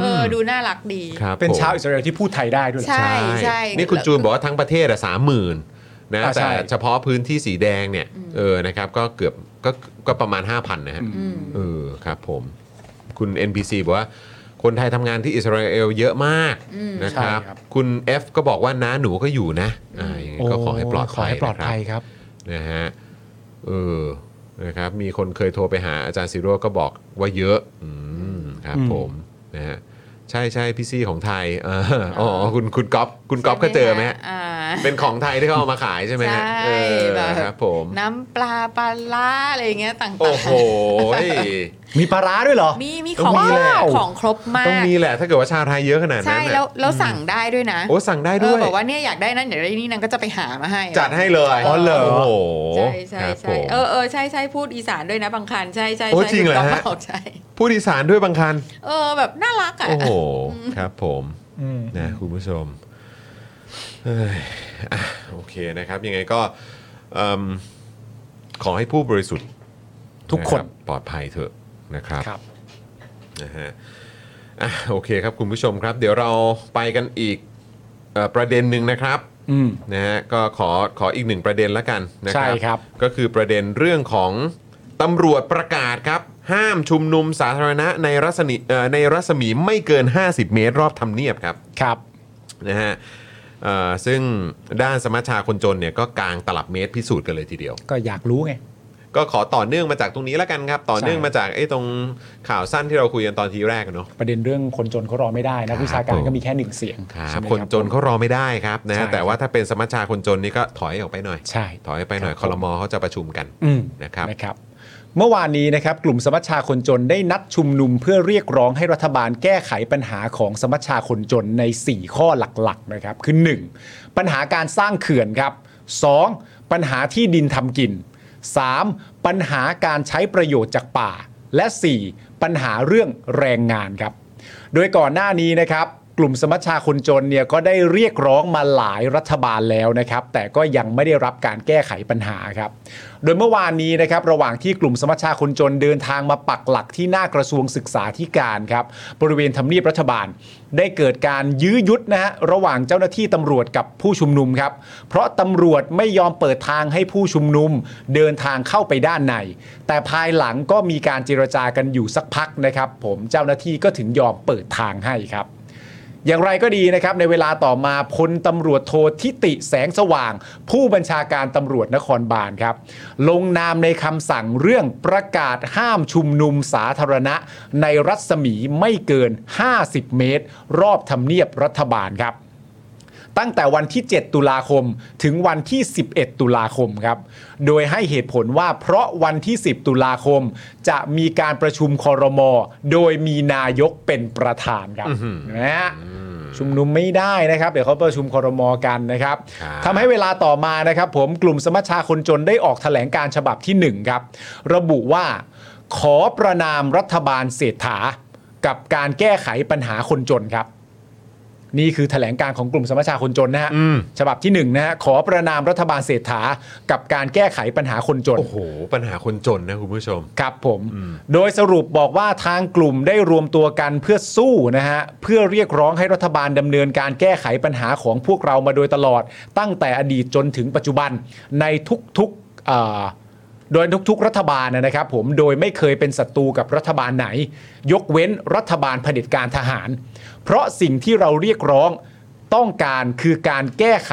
Speaker 3: เออดูน่ารักดี
Speaker 1: ครับ
Speaker 2: เป็น
Speaker 1: ผม
Speaker 2: ชาวอิสราเอลที่พูดไทยได้ด้วยเหรอ
Speaker 3: ใช่ ใช่
Speaker 1: นี่คุณจูนบอกว่าทั้งประเทศอะสามหมื่นนะ
Speaker 2: อ่าใช่
Speaker 1: แต่เฉพาะพื้นที่สีแดงเนี่ยเออนะครับก็เกือบก็ก็ประมาณ 5,000 นะฮะ
Speaker 3: อืม
Speaker 1: เออครับผม คุณ NPC บอกว่า คนไทยทำงานที่อิสราเอลเยอะมาก
Speaker 3: อืม
Speaker 1: นะครับ
Speaker 2: ใช่ครับ
Speaker 1: คุณ F ก็บอกว่าน้าหนูก็อยู่นะอ่ายังไงก็ขอให้ปลอด
Speaker 2: โขอ
Speaker 1: ภัย
Speaker 2: ให้ปลอด
Speaker 1: นะครับ
Speaker 2: ภัยครับ
Speaker 1: นะฮะเออนะครับมีคนเคยโทรไปหาอาจารย์ซิโร่ก็บอกว่าเยอะอืมครับ
Speaker 2: อืม
Speaker 1: ผมนะฮะใช่ใช่พี่ซี่ของไทยเอออ๋อคุณคุณก๊อฟคุณก๊อฟก็เจอไหมฮะ
Speaker 3: อ่า
Speaker 1: เป็นของไทยที่เขาเอามาขายใช่ไหมฮะ
Speaker 3: ใช่
Speaker 1: เออ
Speaker 3: แบบ
Speaker 1: ครับผม
Speaker 3: น้ำปลาปลาล่าอะไรอย่างเงี้ยต่างๆ
Speaker 1: โอ้โห
Speaker 2: มีปลาร้าด้วยเหรอ
Speaker 3: มีมีของ
Speaker 1: ต้องมีแหละ
Speaker 3: ของครบมา
Speaker 1: ต้อง
Speaker 3: ก
Speaker 1: มีแหละถ้าเกิดว่าชาวไทยเยอะขนาดนั้
Speaker 3: ใช่
Speaker 1: น
Speaker 3: แล้ว
Speaker 1: น่ะ
Speaker 3: แล้วสั่งได้ด้วยนะ
Speaker 1: โอ้สั่งได้
Speaker 3: เอ
Speaker 1: ด้
Speaker 3: อ
Speaker 1: วย
Speaker 3: บอกว่าเนี่ยอยากได้นั่นอยากได้นี่นางก็จะไปหามาให้
Speaker 1: จัดให้เลย
Speaker 2: อ๋อเหรอ
Speaker 1: โอ้โห
Speaker 3: ใช่ใช่
Speaker 1: ครับผ
Speaker 3: ใช่
Speaker 1: ม
Speaker 3: เออเออใช่ใช่พูดอีสานด้วยนะบางคันใช่ใช่
Speaker 1: โอ้
Speaker 3: ใช่
Speaker 1: จริงเหรอ
Speaker 3: คุณก๊
Speaker 1: ฮะ
Speaker 3: ฟบอกใช่
Speaker 1: ผู้ดีสารด้วยบางคัน
Speaker 3: เออแบบน่ารักอ่ะ
Speaker 1: โอ้โหครับผม
Speaker 2: อืม
Speaker 1: นะคุณผู้ชมเอ้ยอ่ะโอเคนะครับ ยังไงก็เอิ่มขอให้ผู้บริสุทธิ์
Speaker 2: ทุกคน
Speaker 1: ะรับปลอดภัยเถอะนะครับ
Speaker 2: ครับ
Speaker 1: นะฮะอ่ะโอเคครับคุณผู้ชมครับ เดี๋ยวเราไปกันอีกเอ่อประเด็นหนึ่งนะครับ
Speaker 2: อืม
Speaker 1: นะฮะก็ขอขออีกหนึ่งประเด็นละกันนะครั
Speaker 2: ใช่ครับ
Speaker 1: ก็คือประเด็นเรื่องของตำรวจประกาศครับ ห้ามชุมนุมสาธารณะในรัศมีเอ่อในรัศมีไม่เกิน 50 เมตร รอบทำเนียบครับ
Speaker 2: ครับ
Speaker 1: นะฮะเอ่อซึ่งด้านสมัชชาคนจนเนี่ยก็กางตลับเมตรพิสูจน์กันเลยทีเดียว
Speaker 2: ก็อยากรู้ไง
Speaker 1: ก็ขอต่อเนื่องมาจากตรงนี้แล้วกันครับ ต่อเนื่อง
Speaker 2: ใช่
Speaker 1: มาจากไอ้ตรงข่าวสั้นที่เราคุยกันตอนทีแรกอะเนาะ
Speaker 2: ประเด็นเรื่องคนจนเขารอไม่ได้
Speaker 1: ครั
Speaker 2: นะ
Speaker 1: บ
Speaker 2: วิชาการ
Speaker 1: ผม
Speaker 2: ก็มีแค่หนึ่งเสียง
Speaker 1: ค
Speaker 2: ใช่
Speaker 1: รับ
Speaker 2: ไหม
Speaker 1: คนจนเขารอไม่ได้ครับนะฮะ
Speaker 2: ใช่
Speaker 1: แต่ว่าถ้าเป็นสมัชชาคนจนนี่ก็ถอยออกไปหน่อย
Speaker 2: ใช่
Speaker 1: ถอยไปหน่อยคลมเขาจะประชุมกัน
Speaker 2: อืม
Speaker 1: นะครับ
Speaker 2: นะครับเมื่อวานนี้นะครับกลุ่มสมัชชาคนจนได้นัดชุมนุมเพื่อเรียกร้องให้รัฐบาลแก้ไขปัญหาของสมัชชาคนจนใน 4 ข้อหลักๆนะครับคือ 1. ปัญหาการสร้างเขื่อนครับ 2. ปัญหาที่ดินทำกิน 3. ปัญหาการใช้ประโยชน์จากป่า และ 4. ปัญหาเรื่องแรงงานครับ โดยก่อนหน้านี้นะครับ กลุ่มสมัชชาคนจนเนี่ยก็ได้เรียกร้องมาหลายรัฐบาลแล้วนะครับ แต่ก็ยังไม่ได้รับการแก้ไขปัญหาครับ โดยเมื่อวานนี้นะครับระหว่างที่กลุ่มสมัชชาคนจนเดินทางมาปักหลักที่หน้ากระทรวงศึกษาธิการครับบริเวณทำเนียบรัฐบาล ได้เกิดการยื้อยุดนะฮะระหว่างเจ้าหน้าที่ตำรวจกับผู้ชุมนุมครับ เพราะตำรวจไม่ยอมเปิดทางให้ผู้ชุมนุม เดินทางเข้าไปด้านใน แต่ภายหลังก็มีการเจรจากันอยู่สักพักนะครับ ผมเจ้าหน้าที่ก็ถึงยอมเปิดทางให้ครับ อย่างไรก็ดีนะครับ ในเวลาต่อมาพลตำรวจโททิติแสงสว่าง ผู้บัญชาการตำรวจนครบาลครับ ลงนามในคำสั่งเรื่องประกาศห้ามชุมนุมสาธารณะ ในรัศมีไม่เกิน 50 เมตร รอบทำเนียบรัฐบาลครับ ตั้งแต่วันที่ 7 ตุลาคมถึงวันที่ 11 ตุลาคมครับ โดยให้เหตุผลว่าเพราะวันที่ 10 ตุลาคม จะมีการประชุมคอรมอโดยมีนายกเป็นประธานครับนะฮะชุมนุมไม่ได้นะครับ เดี๋ยวเขาประชุมคอรมอกันนะครับ
Speaker 1: ครับ
Speaker 2: ทำให้เวลาต่อมานะครับ ผมกลุ่มสมัชชาคนจนได้ออกแถลงการฉบับที่ 1 ครับ ระบุว่า ขอประนามรัฐบาลเศรษฐา กับการแก้ไขปัญหาคนจนครับ นี่คือแถลงการของกลุ่มสมัชชาคนจนนะฮะ ฉบับที่หนึ่งนะฮะ ขอประนามรัฐบาลเศรษฐา กับการแก้ไขปัญหาคนจน
Speaker 1: โอ้โห ปัญหาคนจนนะคุณผู้ชม
Speaker 2: ครับผม โดยสรุปบอกว่าทางกลุ่มได้รวมตัวกันเพื่อสู้นะฮะ เพื่อเรียกร้องให้รัฐบาลดำเนินการแก้ไขปัญหาของพวกเรามาโดยตลอด ตั้งแต่อดีตจนถึงปัจจุบันในทุกๆเอ่อโดยทุกๆ รัฐบาลนะครับผมโดยไม่เคยเป็นศัตรูกับรัฐบาลไหน ยกเว้นรัฐบาลเผด็จการทหาร เพราะสิ่งที่เราเรียกร้องต้องการคือการแก้ไข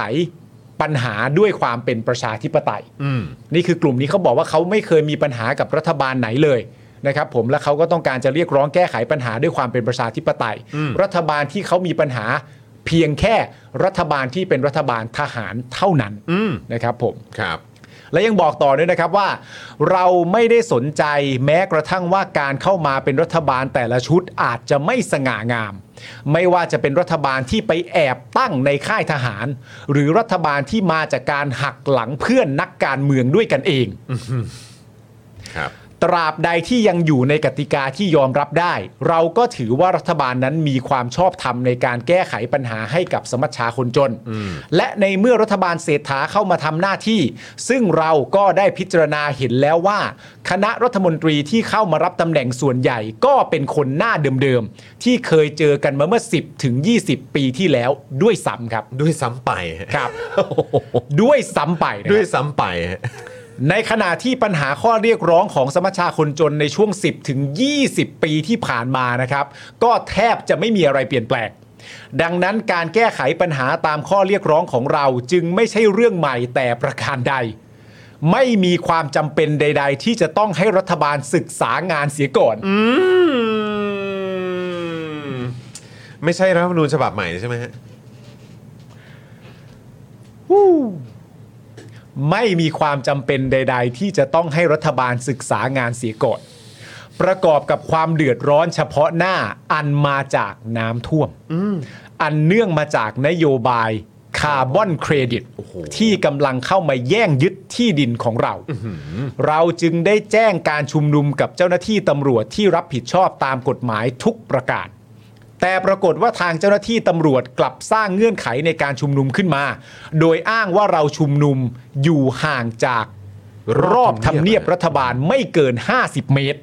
Speaker 2: ปัญหาด้วยความเป็นประชาธิปไตย
Speaker 1: อืม
Speaker 2: นี่คือกลุ่มนี้เขาบอกว่าเขาไม่เคยมีปัญหากับรัฐบาลไหนเลยนะครับผมและเขาก็ต้องการจะเรียกร้องแก้ไขปัญหาด้วยความเป็นประชาธิปไตย รัฐบาลที่เขามีปัญหาเพียงแค่รัฐบาลที่เป็นรัฐบาลทหารเท่านั้น
Speaker 1: อืม
Speaker 2: นะครับผม
Speaker 1: ครับ
Speaker 2: และยังบอกต่อด้วยนะครับว่า เราไม่ได้สนใจแม้กระทั่งว่าการเข้ามาเป็นรัฐบาลแต่ละชุดอาจจะไม่สง่างาม ไม่ว่าจะเป็นรัฐบาลที่ไปแอบตั้งในค่ายทหาร หรือรัฐบาลที่มาจากการหักหลังเพื่อนนักการเมืองด้วยกันเอง
Speaker 1: ครับ
Speaker 2: ตราบใดที่ยังอยู่ในกติกาที่ยอมรับได้ เราก็ถือว่ารัฐบาลนั้นมีความชอบธรรมในการแก้ไขปัญหาให้กับสมัชชาคนจน และในเมื่อรัฐบาลเศรษฐาเข้ามาทำหน้าที่ ซึ่งเราก็ได้พิจารณาเห็นแล้วว่า คณะรัฐมนตรีที่เข้ามารับตำแหน่งส่วนใหญ่ก็เป็นคนหน้าเดิมๆ ที่เคยเจอกันมาเมื่อ 10 ถึง 20 ปีที่แล้วด้วยซ้ำครับ
Speaker 1: ด้วยซ้ำไปฮะ
Speaker 2: ครับ ด้วยซ้ำไปนะครับ
Speaker 1: ด้วยซ้ำไปฮะ
Speaker 2: ในขณะที่ปัญหาข้อเรียกร้องของสมัชชาคนจนในช่วง 10 ถึง 20 ปีที่ผ่านมานะครับ ก็แทบจะไม่มีอะไรเปลี่ยนแปลง ดังนั้นการแก้ไขปัญหาตามข้อเรียกร้องของเราจึงไม่ใช่เรื่องใหม่แต่ประการใด ไม่มีความจำเป็นใด ๆ ที่จะต้องให้รัฐบาลศึกษางานเสียก่อน
Speaker 1: อืม ไม่ใช่รัฐธรรมนูญฉบับใหม่ใช่ไหมฮะ
Speaker 2: ไม่มีความจำเป็นใด ๆ ที่จะต้องให้รัฐบาลศึกษางานเสียก่อนประกอบกับความเดือดร้อนเฉพาะหน้าอันมาจากน้ำท่วม อันเนื่องมาจากนโยบายคาร์บอนเครดิต ที่กำลังเข้ามาแย่งยึดที่ดินของเรา เราจึงได้แจ้งการชุมนุมกับเจ้าหน้าที่ตำรวจที่รับผิดชอบตามกฎหมายทุกประการ แต่ปรากฏว่าทางเจ้าหน้าที่ตำรวจกลับสร้างเงื่อนไขในการชุมนุมขึ้นมา โดยอ้างว่าเราชุมนุมอยู่ห่างจากรอบทำเนียบรัฐบาลไม่เกิน 50 เมตร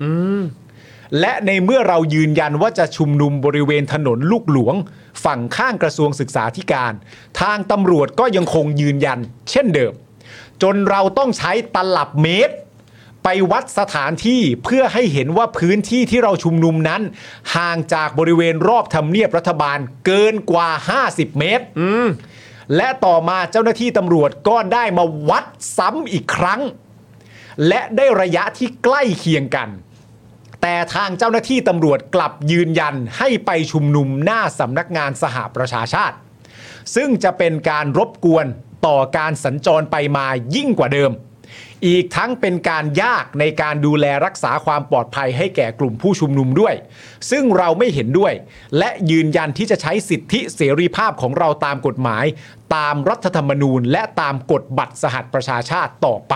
Speaker 2: และในเมื่อเรายืนยันว่าจะชุมนุมบริเวณถนนลูกหลวง ฝั่งข้างกระทรวงศึกษาธิการ ทางตำรวจก็ยังคงยืนยัน เช่นเดิม จนเราต้องใช้ตลับเมตร ไปวัดสถานที่เพื่อให้เห็นว่าพื้นที่ที่เราชุมนุมนั้น ห่างจากบริเวณรอบทำเนียบรัฐบาลเกินกว่า 50 เมตร และต่อมาเจ้าหน้าที่ตำรวจก็ได้มาวัดซ้ำอีกครั้ง และได้ระยะที่ใกล้เคียงกัน แต่ทางเจ้าหน้าที่ตำรวจกลับยืนยันให้ไปชุมนุมหน้าสำนักงานสหประชาชาติ ซึ่งจะเป็นการรบกวนต่อการสัญจรไปมายิ่งกว่าเดิม อีกทั้งเป็นการยากในการดูแลรักษาความปลอดภัยให้แก่กลุ่มผู้ชุมนุมด้วย ซึ่งเราไม่เห็นด้วย และยืนยันที่จะใช้สิทธิเสรีภาพของเราตามกฎหมาย ตามรัฐธรรมนูญ และตามกฎบัตรสหัสประชาชาติต่อไป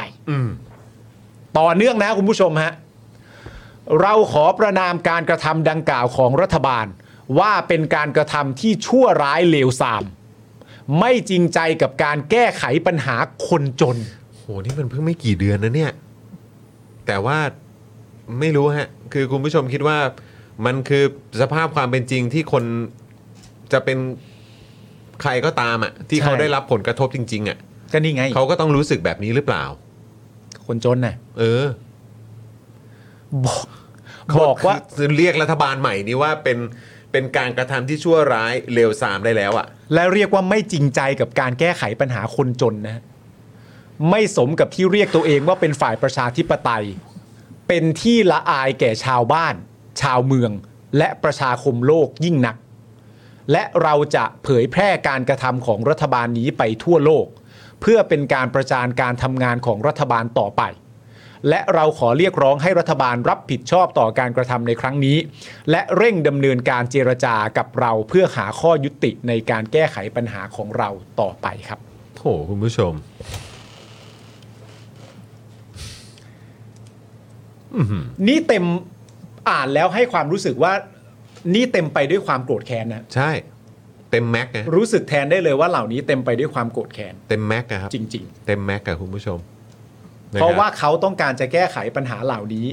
Speaker 2: ต่อเนื่องนะคุณผู้ชมฮะ เราขอประนามการกระทำดังกล่าวของรัฐบาล ว่าเป็นการกระทำที่ชั่วร้ายเลวทราม ไม่จริงใจกับการแก้ไขปัญหาคนจน
Speaker 1: โหนี่มันเพิ่งไม่กี่เดือนนะเนี่ย แต่ว่าไม่รู้ฮะ คือคุณผู้ชมคิดว่า มันคือสภาพความเป็นจริงที่คนจะเป็นใครก็ตามอ่ะ ที่
Speaker 2: ใช่
Speaker 1: เขาได้รับผลกระทบจริง ๆ อ่ะ
Speaker 2: ก็นี่ไง
Speaker 1: เขาก็ต้องรู้สึกแบบนี้หรือเปล่า
Speaker 2: คนจนน่ะ
Speaker 1: เออ
Speaker 2: บอก
Speaker 1: เข
Speaker 2: บอกว่า
Speaker 1: คือเรียกรัฐบาลใหม่นี้ว่าเป็นเป็นการกระทำที่ชั่วร้ายเลวทรามได้แล้วอ่ะ
Speaker 2: และเรียกว่าไม่จริงใจกับการแก้ไขปัญหาคนจนนะฮะไม่สมกับที่เรียกตัวเองว่าเป็นฝ่ายประชาธิปไตย เป็นที่ละอายแก่ชาวบ้าน ชาวเมือง และประชาคมโลกยิ่งนัก และเราจะเผยแพร่การกระทำของรัฐบาลนี้ไปทั่วโลก เพื่อเป็นการประจานการทำงานของรัฐบาลต่อไป และเราขอเรียกร้องให้รัฐบาลรับผิดชอบต่อการกระทำในครั้งนี้ และเร่งดำเนินการเจรจากับเราเพื่อหาข้อยุติในการแก้ไขปัญหาของเราต่อไปครับ
Speaker 1: โถคุณผู้ชม
Speaker 2: นี่เต็มอ่านแล้วให้ความรู้สึกว่า นี่เต็มไปด้วยความโกรธแค้นนะ
Speaker 1: ใช่ เต็มแม็กนะ
Speaker 2: รู้สึกแทนได้เลยว่าเหล่านี้เต็มไปด้วยความโกรธแค้น
Speaker 1: เต็มแม็กนะครับ
Speaker 2: จริง ๆ
Speaker 1: เต็มแม็กกับคุณผู้ชมนคบ
Speaker 2: เพราะว่าเขาต้องการจะแก้ไขปัญหาเหล่านี้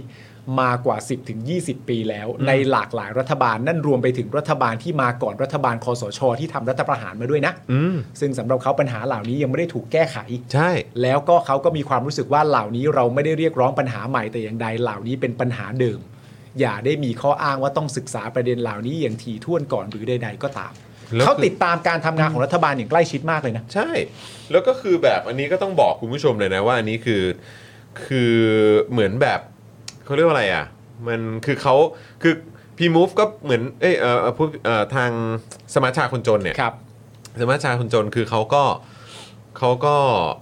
Speaker 2: มากว่า 10ถึง20 ปีแล้ว ในหลากหลายรัฐบาลนั่นรวมไปถึงรัฐบาลที่มาก่อนรัฐบาลคอสช ที่ทำรัฐประหารมาด้วยนะ
Speaker 1: อืม
Speaker 2: ซึ่งสำหรับเขาปัญหาเหล่านี้ยังไม่ได้ถูกแก้ไข
Speaker 1: ใช่
Speaker 2: แล้วก็เขาก็มีความรู้สึกว่าเหล่านี้เราไม่ได้เรียกร้องปัญหาใหม่แต่อย่างใดเหล่านี้เป็นปัญหาเดิม อย่าได้มีข้ออ้างว่าต้องศึกษาประเด็นเหล่านี้อย่างถี่ถ้วนก่อนหรือใด ๆ ก็ตาม
Speaker 1: แล้วคือ
Speaker 2: เขาติดตามการทำงานของรัฐบาลอย่างใกล้ชิดมากเลยนะ
Speaker 1: ใช่ แล้วก็คือแบบอันนี้ก็ต้องบอกคุณผู้ชมเลยนะว่าอันนี้คือคือเหมือนแบบเขาเรียกว่าอะไรอ่ะ มันคือเขาคือพีมูฟก็เหมือนเอยเออเอ่อผู้เอ่อทางสมาชาคนจนเนี่ย
Speaker 2: ครับ
Speaker 1: สมาชาคนจนคือเขาก็เขาก็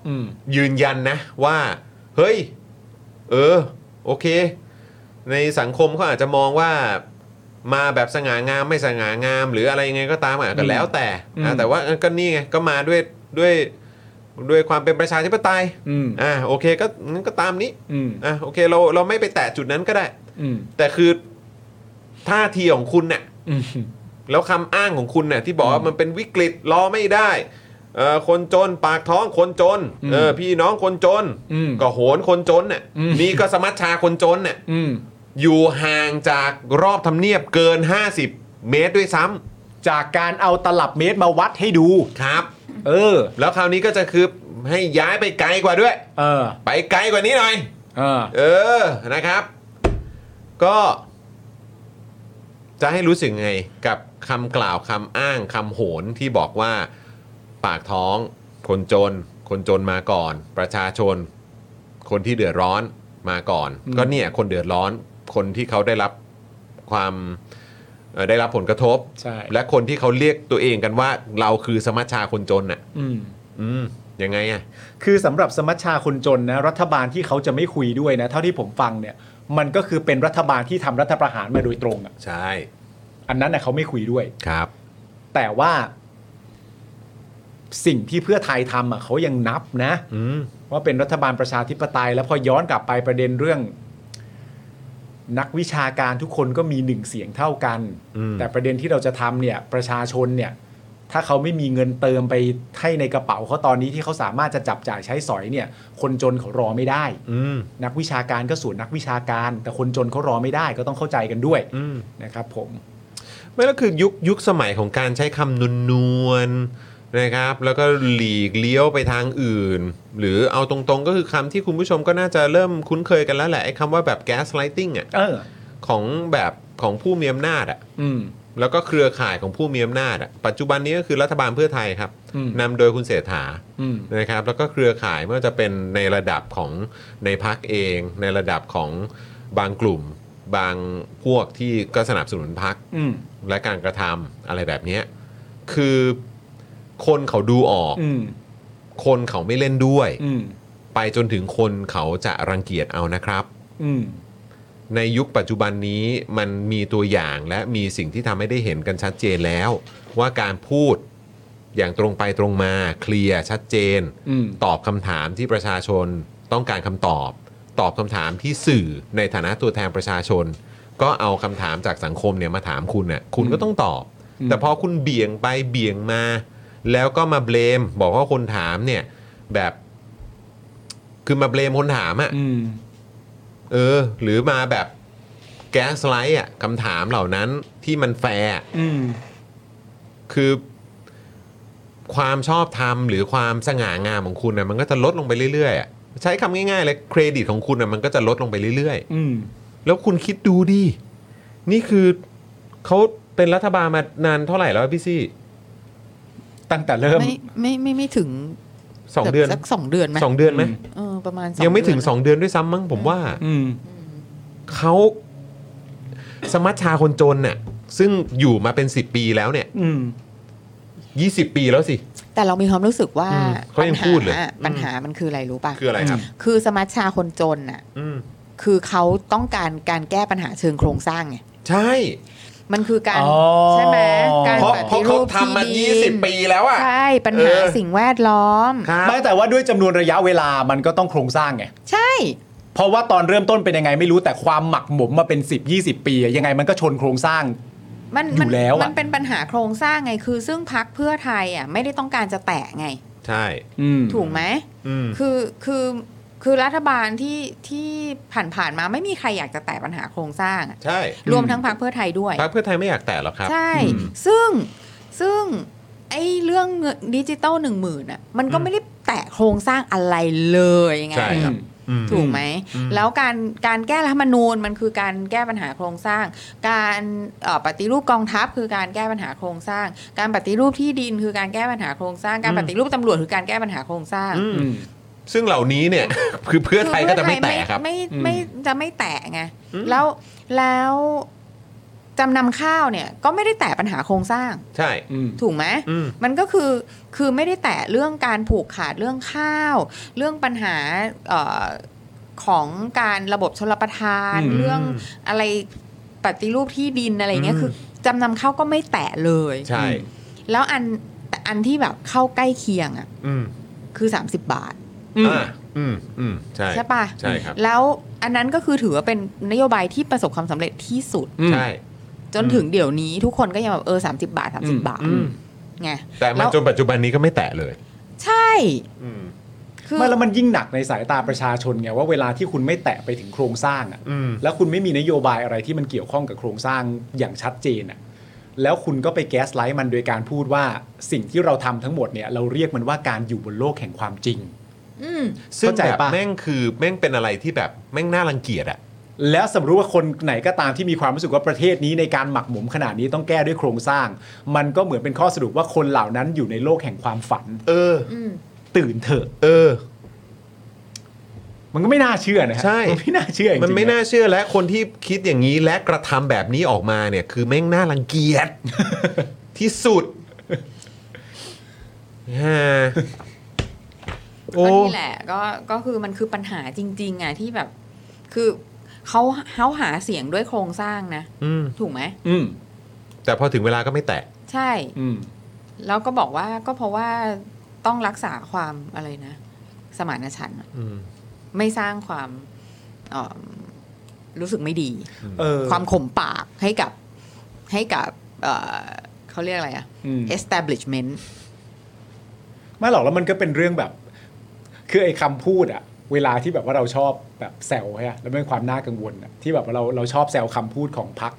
Speaker 2: อืม
Speaker 1: ยืนยันนะว่า เฮ้ย เออ โอเค ในสังคมเขาอาจจะมองว่ามาแบบสง่างามไม่สง่างาม หรืออะไรยังไงก็ตามอ่ะก็แล้วแต่
Speaker 2: อื
Speaker 1: อ่ะ
Speaker 2: ม
Speaker 1: แต่ว่าก็นี่ไงก็มาด้วยด้วยด้วยความเป็นประชาธิปไตย
Speaker 2: อืม
Speaker 1: อ่ะโอเคก็งั้นก็ตามนี้
Speaker 2: อืม
Speaker 1: อ่ะโอเคเราเราไม่ไปแตะจุดนั้นก็ได้
Speaker 2: อืม
Speaker 1: แต่คือท่าทีของคุณเนี่ย
Speaker 2: อืม
Speaker 1: แล้วคำอ้างของคุณเนี่ยที่บอกว่ามันเป็นวิกฤตรอไม่ได้เอ่อคนจนปากท้องคนจน
Speaker 2: อืม
Speaker 1: เออพี่น้องคนจน
Speaker 2: อืม
Speaker 1: ก็โหนคนจนเนี่ย
Speaker 2: อืม
Speaker 1: นี่ก็สมัชชาคนจนเนี่ย
Speaker 2: อืม
Speaker 1: อยู่ห่างจากรอบทำเนียบเกิน 50 เมตรด้วยซ้
Speaker 2: จากการเอาตลับเมตรมาวัดให้ดู
Speaker 1: ำครับ
Speaker 2: เออ
Speaker 1: แล้วคราวนี้ก็จะคือให้ย้ายไปไกลกว่าด้วย
Speaker 2: เออ
Speaker 1: ไปไกลกว่านี้หน่อย
Speaker 2: เออ
Speaker 1: เออนะครับ ก็จะให้รู้สึกไงกับคำกล่าวคำอ้างคำโหนที่บอกว่าปากท้อง คนจน คนจนมาก่อน ประชาชน คนที่เดือดร้อนมาก่อน
Speaker 2: อืม
Speaker 1: ก็เนี่ยคนเดือดร้อน คนที่เขาได้รับความเอ่อได้รับผลกระทบ
Speaker 2: ใช่
Speaker 1: และคนที่เขาเรียกตัวเองกันว่า เราคือสมัชชาคนจนน่ะ
Speaker 2: อืม
Speaker 1: อืมยังไงอ่ะ
Speaker 2: คือสำหรับสมัชชาคนจนนะ รัฐบาลที่เขาจะไม่คุยด้วยนะ เท่าที่ผมฟังเนี่ย มันก็คือเป็นรัฐบาลที่ทำรัฐประหารมาโดยตรงอ่ะ
Speaker 1: ใช่
Speaker 2: อันนั้นนะเขาไม่คุยด้วย
Speaker 1: ครับ
Speaker 2: แต่ว่า สิ่งที่เพื่อไทยทำอ่ะเขายังนับนะ
Speaker 1: อืม
Speaker 2: ว่าเป็นรัฐบาลประชาธิปไตย แล้วพอย้อนกลับไปประเด็นเรื่อง นักวิชาการทุกคนก็มีหนึ่งเสียงเท่ากัน
Speaker 1: อืม
Speaker 2: แต่ประเด็นที่เราจะทำเนี่ย ประชาชนเนี่ย ถ้าเขาไม่มีเงินเติมไปให้ในกระเป๋าเขาตอนนี้ที่เขาสามารถจะจับจ่ายใช้สอยเนี่ย คนจนเขารอไม่ได้
Speaker 1: อืม
Speaker 2: นักวิชาการก็ส่วนนักวิชาการ แต่คนจนเขารอไม่ได้ก็ต้องเข้าใจกันด้วย
Speaker 1: อืม
Speaker 2: นะครับ ผม
Speaker 1: ไม่แล้วคือยุคยุคสมัยของการใช้คำนวลนวลๆนะครับ แล้วก็หลีกเลี้ยวไปทางอื่น หรือเอาตรงๆก็คือคำที่คุณผู้ชมก็น่าจะเริ่มคุ้นเคยกันแล้วแหละไอ้คำว่าแบบ gaslighting อ่ะ
Speaker 2: เออ
Speaker 1: ของแบบของผู้มีอำนาจอ่ะ
Speaker 2: อืม
Speaker 1: แล้วก็เครือข่ายของผู้มีอำนาจอ่ะปัจจุบันนี้ก็คือรัฐบาลเพื่อไทยครับ
Speaker 2: อืม
Speaker 1: นำโดยคุณเศรษฐา
Speaker 2: อืม
Speaker 1: นะครับแล้วก็เครือข่ายไม่ว่าจะเป็นในระดับของในพักเอง ในระดับของบางกลุ่ม บางพวกที่ก็สนับสนุนพัก
Speaker 2: อืม
Speaker 1: และการกระทำอะไรแบบเนี้ยคือคนเขาดูออก
Speaker 2: อืม
Speaker 1: คนเขาไม่เล่นด้วย
Speaker 2: อืม
Speaker 1: ไปจนถึงคนเขาจะรังเกียจเอานะครับ
Speaker 2: อืม
Speaker 1: ในยุคปัจจุบันนี้มันมีตัวอย่างและมีสิ่งที่ทำให้ได้เห็นกันชัดเจนแล้ว ว่าการพูดอย่างตรงไปตรงมาเคลียร์ชัดเจน
Speaker 2: อืม
Speaker 1: ตอบคำถามที่ประชาชนต้องการคำตอบ ตอบคำถามที่สื่อในฐานะตัวแทนประชาชน ก็เอาคำถามจากสังคมเนี่ยมาถามคุณเนี่ยคุณก็ต้องตอบ แต่พอคุณเบี่ยงไปเบี่ยงมา แล้วก็มาเบลม บอกว่าคนถามเนี่ยแบบคือมาเบลมคนถามอะ
Speaker 2: อืม
Speaker 1: เออ หรือมาแบบแก๊สไลท์อ่ะคำถามเหล่านั้นที่มันแฟร์อะ
Speaker 2: อืม
Speaker 1: คือความชอบธรรมหรือความสง่างามของคุณนะมันก็จะลดลงไปเรื่อยๆอะใช้คำง่ายๆเลยเครดิตของคุณนะมันก็จะลดลงไปเรื่อย
Speaker 2: อืม
Speaker 1: ๆ แล้วคุณคิดดูดิ นี่คือเขาเป็นรัฐบาลมานานเท่าไหร่แล้วพี่ซี่
Speaker 2: ตั้งแต่เริ่ม
Speaker 3: ไม่ไม่ไม่ไม่ถึง
Speaker 1: สองเดือน
Speaker 3: สักสองเดือนไหม
Speaker 1: สองเดือนไหม
Speaker 2: อืม
Speaker 3: เออประมาณสอ
Speaker 1: ยังไม่ถึง
Speaker 3: เดือน
Speaker 1: สองเดือนด้วยซ้ำมั้งผมว่า
Speaker 2: อืม
Speaker 1: เขาสมัชชาคนจนน่ะซึ่งอยู่มาเป็น 10 ปีแล้วเนี่ย
Speaker 2: อืม
Speaker 1: 20 ปีแล้วสิ
Speaker 3: แต่เรามีความรู้สึกว่า
Speaker 1: อืมเขายังพูดเลย
Speaker 3: ปัญหาปัญหามันคืออะไรรู้ป่ะ
Speaker 1: คืออะไรครับ
Speaker 3: คือสมัชชาคนจนน่ะ
Speaker 1: อืม
Speaker 3: คือเขาต้องการการแก้ปัญหาเชิงโครงสร้างไง
Speaker 1: ใช่
Speaker 3: มันคือการ
Speaker 2: อ๋อ
Speaker 3: ใช่ไหมการ
Speaker 1: เพราะ
Speaker 3: ป
Speaker 1: เพ
Speaker 3: ฏิ
Speaker 1: ราะ
Speaker 3: รู
Speaker 1: เขา
Speaker 3: ปที่
Speaker 1: ทำมา
Speaker 3: ดิน
Speaker 1: 20 ปีแล้วอ่ะ
Speaker 3: ใช่ปัญหา
Speaker 1: เออ
Speaker 3: สิ่งแวดล้อม
Speaker 1: ครับ
Speaker 2: ไม่แต่ว่าด้วยจำนวนระยะเวลามันก็ต้องโครงสร้างไง
Speaker 3: ใช่
Speaker 2: เพราะว่าตอนเริ่มต้นเป็นยังไงไม่รู้แต่ความหมักหมมมาเป็น 10 20 ปีอะยังไงมันก็ชนโครงสร้าง
Speaker 3: มัน
Speaker 2: อยู่
Speaker 3: มัน
Speaker 2: แล้วอะ
Speaker 3: มันเป็นปัญหาโครงสร้างไงคือ ซึ่งพักเพื่อไทยอ่ะไม่ได้ต้องการจะแตะไง
Speaker 1: ใช่
Speaker 2: อืม
Speaker 3: ถูกไหม
Speaker 1: อืม
Speaker 3: คือคือคือรัฐบาลที่ที่ผ่านๆมาไม่มีใครอยากจะแตะปัญหาโครงสร้างอะ
Speaker 1: ใช่
Speaker 3: รวมทั้งพักเพื่อไทยด้วย
Speaker 1: พรรคเพื่อไทยไม่อยากแตะหรอกครับ
Speaker 3: ใช่
Speaker 2: อืม
Speaker 3: ซึ่งซึ่งไอ้เรื่องเงินดิจิตอลหนึ่งหมื่นอ่ะมันก็ไม่ได้แตะโครงสร้างอะไรเลยไง
Speaker 1: ใช่ครับ
Speaker 2: อืม
Speaker 1: อืม
Speaker 3: ถูกไหม
Speaker 1: อืม
Speaker 3: แล้วการการแก้รัฐธรรมนูญมันคือการแก้ปัญหาโครงสร้าง การเอ่อปฏิรูปกองทัพคือการแก้ปัญหาโครงสร้าง การปฏิรูปที่ดินคือการแก้ปัญหาโครงสร้าง การปฏิรูปตำรวจคือการแก้ปัญหาโครงสร้าง
Speaker 1: อืม
Speaker 2: อืม
Speaker 1: ซึ่งเหล่านี้เนี่ย คือเพื่อไทยก็จะไม่แตะครับ
Speaker 3: ไม่
Speaker 2: อืม
Speaker 3: ไม่จะไม่แตะไง แล้วแล้วจำนำข้าวเนี่ยก็ไม่ได้แตะปัญหาโครงสร้าง
Speaker 1: ใช่
Speaker 2: อืม
Speaker 3: ถูกไหม
Speaker 1: อืม
Speaker 3: มันก็คือคือไม่ได้แตะเรื่องการผูกขาดเรื่องข้าว เรื่องปัญหาเออของการระบบชลประทาน
Speaker 2: อืม
Speaker 3: เรื่องอะไรปฏิรูปที่ดินอะไรเงี้ย
Speaker 1: อืม
Speaker 3: คือจำนำเข้าวก็ไม่แตะเลย
Speaker 1: ใช่
Speaker 3: แล้วอันแต่อันที่แบบเข้าใกล้เคียงอ่ะ
Speaker 1: อืม
Speaker 3: คือ 30 บาท
Speaker 2: อืม
Speaker 1: อ่าอืมอืมใช่
Speaker 3: ใช่ปะ
Speaker 1: ใช่ครับ
Speaker 3: แล้วอันนั้นก็คือถือว่าเป็นนโยบายที่ประสบความสำเร็จที่สุด
Speaker 2: อืม
Speaker 1: ใช่
Speaker 3: จนถึงเดี๋ยวนี้ทุกคนก็ยังแบบเออสาบาท 30 บาท
Speaker 1: อืม
Speaker 3: ไง
Speaker 1: แต่มา
Speaker 3: ล้ว
Speaker 1: จนปัจจุบันนี้ก็ไม่แตะเลย
Speaker 3: ใช่
Speaker 1: อืม
Speaker 3: คือ
Speaker 2: ไม่แล้วมันยิ่งหนักในสายตาประชาชนไงว่าเวลาที่คุณไม่แตะไปถึงโครงสร้างอะ
Speaker 1: อืม
Speaker 2: แล้วคุณไม่มีนโยบายอะไรที่มันเกี่ยวข้องกับโครงสร้างอย่างชัดเจนอะแล้วคุณก็ไปแก๊สไลท์มันโดยการพูดว่าสิ่งที่เราทำทั้งหมดเนี่ย เราเรียกมันว่าการอยู่บนโลกแห่งความจริง
Speaker 3: อืม
Speaker 1: ซึ่ง
Speaker 2: เข้าใจ
Speaker 1: แบบ
Speaker 2: ปะ
Speaker 1: แม่งคือแม่งเป็นอะไรที่แบบแม่งน่ารังเกียจอะ
Speaker 2: แล้วสมมติว่าคนไหนก็ตามที่มีความรู้สึกว่าประเทศนี้ในการหมักหมมขนาดนี้ต้องแก้ด้วยโครงสร้าง มันก็เหมือนเป็นข้อสรุปว่าคนเหล่านั้นอยู่ในโลกแห่งความฝัน
Speaker 1: เออ
Speaker 3: อืม
Speaker 2: ตื่นเถอะ
Speaker 1: เออ
Speaker 2: มันก็ไม่น่าเชื่อนะฮะ
Speaker 1: ใช่
Speaker 2: มันไม่น่าเชื่อจริงๆ
Speaker 1: มันไม่น่าเชื่อและคนที่คิดอย่างนี้และกระทำแบบนี้ออกมาเนี่ย คือแม่งน่ารังเกี ยจ ที่สุดฮ่าโอ้
Speaker 3: ก็นี่แหละก็ก็คือมันคือปัญหาจริง ๆอ่ะที่แบบ คือเขาเขาหาเสียงด้วยโครงสร้างนะ
Speaker 1: อืม
Speaker 3: ถูกไหม
Speaker 2: อืม
Speaker 1: แต่พอถึงเวลาก็ไม่แตะ
Speaker 3: ใช่
Speaker 2: อืม
Speaker 3: แล้วก็บอกว่าก็เพราะว่าต้องรักษาความอะไรนะ สมานฉันท์อะ
Speaker 1: อืม
Speaker 3: ไม่สร้างความเอิ่มรู้สึกไม่ดี
Speaker 2: เออ
Speaker 3: ความขมปากให้กับให้กับเอ่อเขาเรียกอะไรอะ
Speaker 2: อืม
Speaker 3: establishment
Speaker 2: ไม่หรอกแล้วมันก็เป็นเรื่องแบบ คือไอ้คำพูดอะเวลาที่แบบว่าเราชอบแบบแซวใช่ไหมแล้วเป็นความน่ากังวลอะที่แบบว่าเราเราชอบแซวคำพูดของพัก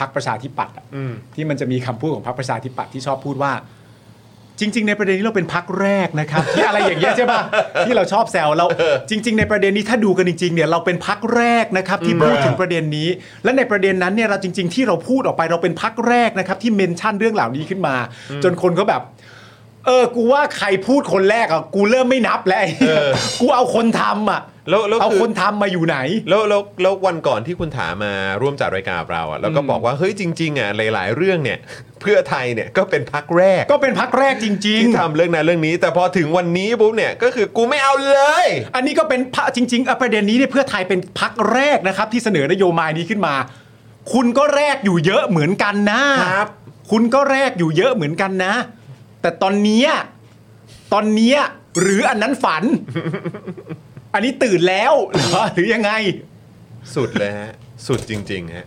Speaker 2: พักประชาธิปัตย์อะ
Speaker 1: อืม
Speaker 2: ที่มันจะมีคำพูดของพักประชาธิปัตย์ที่ชอบพูดว่า จริง ๆ ในประเด็นนี้เราเป็นพักแรกนะครับ ที่อะไรอย่างเงี้ยใช่ป่ะที่เราชอบแซวเราจริง ๆ ในประเด็นนี้ถ้าดูกันจริงๆเนี่ยเราเป็นพักแรกนะครับที่พูดถึงประเด็นนี้ และในประเด็นนั้นเนี่ยเราจริง ๆ ที่เราพูดออกไปเราเป็นพักแรกนะครับที่เมนชั่นเรื่องเหล่านี้ขึ้นมา จนคนเขาแบบ เออ กูว่าใครพูดคนแรกอ่ะ กูเริ่มไม่นับแล้วไอ้เหี้ยกูเอาคนทำอ่ะ
Speaker 1: แล้วแล้ว
Speaker 2: เอา
Speaker 1: คือ
Speaker 2: คนทำมาอยู่ไหน
Speaker 1: แล้วแล้วแล้ววันก่อนที่คุณถามมาร่วมจัดรายการกับเราอะแล้วก็
Speaker 2: อืม
Speaker 1: บอกว่าเฮ้ยจริง ๆอะหลาย ๆ เรื่องเนี่ย เพื่อไทยเนี่ยก็เป็นพักแรก
Speaker 2: ก็เป็นพักแรกจริง
Speaker 1: ที่ทำเรื่องนั้นเรื่องนี้ แต่พอถึงวันนี้ปุ๊บเนี่ยก็คือกูไม่เอาเลย
Speaker 2: ๆ อันนี้ก็เป็นพักจริงๆอ่ะประเด็นนี้เนี่ยเพื่อไทยเป็นพักแรกนะครับ ที่เสนอนโยบายนี้ขึ้นมา คุณก็แรกอยู่เยอะเหมือนกันนะครับ คุณก็แรกอยู่เยอะเหมือนกันนะ แต่ตอนเนี้ยตอนเนี้ยหรืออันนั้นฝัน อันนี้ตื่นแล้วเหรอหรือยังไง
Speaker 1: สุดเลยฮะ สุดจริงๆฮะ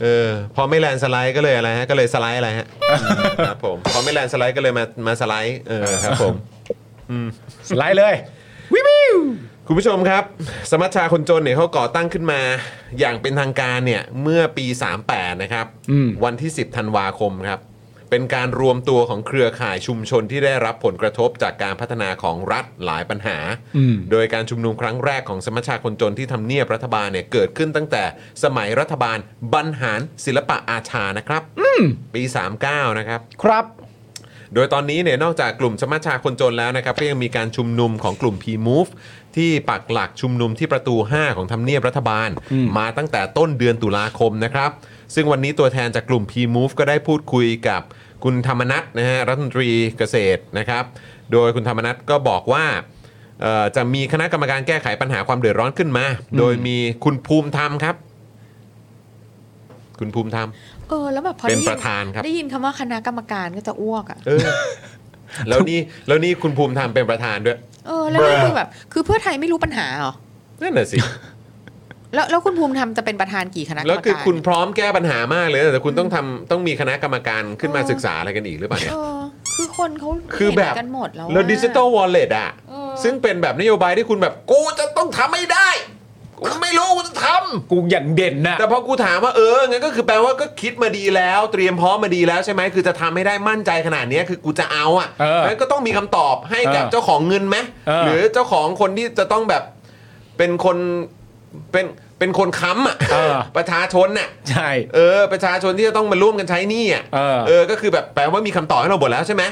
Speaker 1: เออพอไม่แลนสไลด์ก็เลยอะไรฮะก็เลยสไลด์อะไรฮะครับผมพอไม่แลนสไลด์ก็เลยมามาสไลด์เออครับผม
Speaker 2: สไลด์เลย วิววิว
Speaker 1: คุณผู้ชมครับ สมัชชาคนจนเนี่ยเขาก่อตั้งขึ้นมาอย่างเป็นทางการเนี่ยเมื่อปี 38 นะครับ
Speaker 2: อืม
Speaker 1: วันที่ 10 ธันวาคมครับ เป็นการรวมตัวของเครือข่ายชุมชนที่ได้รับผลกระทบจากการพัฒนาของรัฐหลายปัญหา โดยการชุมนุมครั้งแรกของสมัชชาคนจนที่ทำเนียบรัฐบาลเนี่ยเกิดขึ้นตั้งแต่สมัยรัฐบาลบรรหารศิลปะอาชานะครับปี 39 นะครับ
Speaker 2: ครับ
Speaker 1: โดยตอนนี้เนี่ยนอกจากกลุ่มสมัชชาคนจนแล้วนะครับก็ยังมีการชุมนุมของกลุ่ม P-Move ที่ปักหลักชุมนุมที่ประตู 5 ของทำเนียบรัฐบาล มาตั้งแต่ต้นเดือนตุลาคมนะครับ ซึ่งวันนี้ตัวแทนจากกลุ่ม P-Move ก็ได้พูดคุยกับคุณธรรมนัทนะฮะรัฐมนตรีเกษตรนะครับ โดยคุณธรรมนัทก็บอกว่า เอ่อจะมีคณะกรรมการแก้ไขปัญหาความเดือดร้อนขึ้นมา โดยมีคุณภูมิธรรมครับ คุณภูมิธรรม
Speaker 3: เออแล้วแบบพอ
Speaker 1: เป็น
Speaker 3: ได้ยิ
Speaker 1: ประธานครับ
Speaker 3: ได้ยินคำว่าคณะกรรมการก็จะอ้วกอ่ะ
Speaker 1: เออ แล้วนี่แล้วนี่คุณภูมิธรรมเป็นประธานด้วย
Speaker 3: เออแล้วนี่คือแบบคือเพื่อไทยไม่รู้ปัญหาเหรอ
Speaker 1: นั่นน่ะสิ
Speaker 3: แล้วแล้วคุณภูมิธรรมจะเป็นประธานกี่คณะกรรมการ
Speaker 1: แล้วคือคุณพร้อมแก้ปัญหามากเลย แต่คุณต้องทำต้องมีคณะกรรมการขึ้นมาศึกษาอะไรกันอีกหรือเปล่าเนี่
Speaker 3: เอย อ คือคนเขา
Speaker 1: คือแบบ
Speaker 3: เห็นกันหมดแล้ว
Speaker 1: แล้ว
Speaker 3: อะ
Speaker 1: ดิจิ t a ลวอลเล็ตอ่ะ
Speaker 3: เออ
Speaker 1: ซึ่งเป็นแบบนโยบายที่คุณแบบ กูจะต้องทำไม่ได้ กูไม่รู้กูจะทำ
Speaker 2: กูอย่างเด่นนะ
Speaker 1: แต่พอกูถามว่าเออ งั้นก็คือแปลว่าก็คิดมาดีแล้ว เตรียมพร้อมมาดีแล้วใช่ไหม คือจะทำให้ได้มั่นใจขนาดเนี้ยคือกูจะเอาอ่ะ
Speaker 2: เออ
Speaker 1: งั้นก็ต้องมีคำตอบให้กับ
Speaker 2: เออ
Speaker 1: เจ้าของเงินไหม
Speaker 2: เออ
Speaker 1: หรือเจ้าของคนที่จะต้องแบบเป็นคนเป็นเป็นคนค้ำอ่ะประชาชนน่ะ
Speaker 2: ใช่
Speaker 1: เออประชาชนที่จะต้องมาร่วมกันใช้หนี่อ่ะ
Speaker 2: เออ
Speaker 1: ก็คือแบบแปลว่ามีคำตอบให้เราหมดแล้วใช่ไหม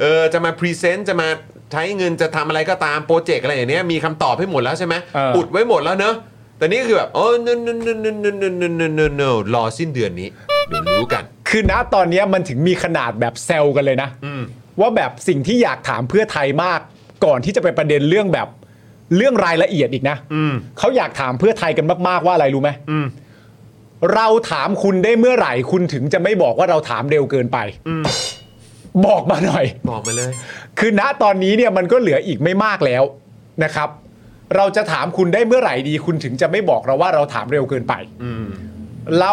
Speaker 1: เออจะมาพรีเซนต์จะมาใช้เงินจะทำอะไรก็ตามโปรเจกต์อะไรอย่างเนี้ยมีคำตอบให้หมดแล้วใช่ไหม
Speaker 2: เอออุ
Speaker 1: อุดไว้หมดแล้วเนอะแต่นี่คือแบบโอ้ no no no no no no no no no no รอสิ้นเดือนนี้เดี๋ยวรู้กัน
Speaker 2: คือณตอนเนี้ยมันถึงมีขนาดแบบแซลกันเลยนะว่าแบบสิ่งที่อยากถามเพื่อไทยมากก่อนที่จะไปประเด็นเรื่องแบบเรื่องรายละเอียดอีกนะเขาอยากถามเพื่อไทยกันมากๆว่าอะไรรู้ไหมเราถามคุณได้เมื่อไหร่ คุณถึงจะไม่บอกว่าเราถามเร็วเกินไปบอกมาหน่อย
Speaker 1: บอกมาเลย
Speaker 2: คือณตอนนี้เนี่ยมันก็เหลืออีกไม่มากแล้วนะครับ เราจะถามคุณได้เมื่อไหร่ดี คุณถึงจะไม่บอกเราว่าเราถามเร็วเกินไปเรา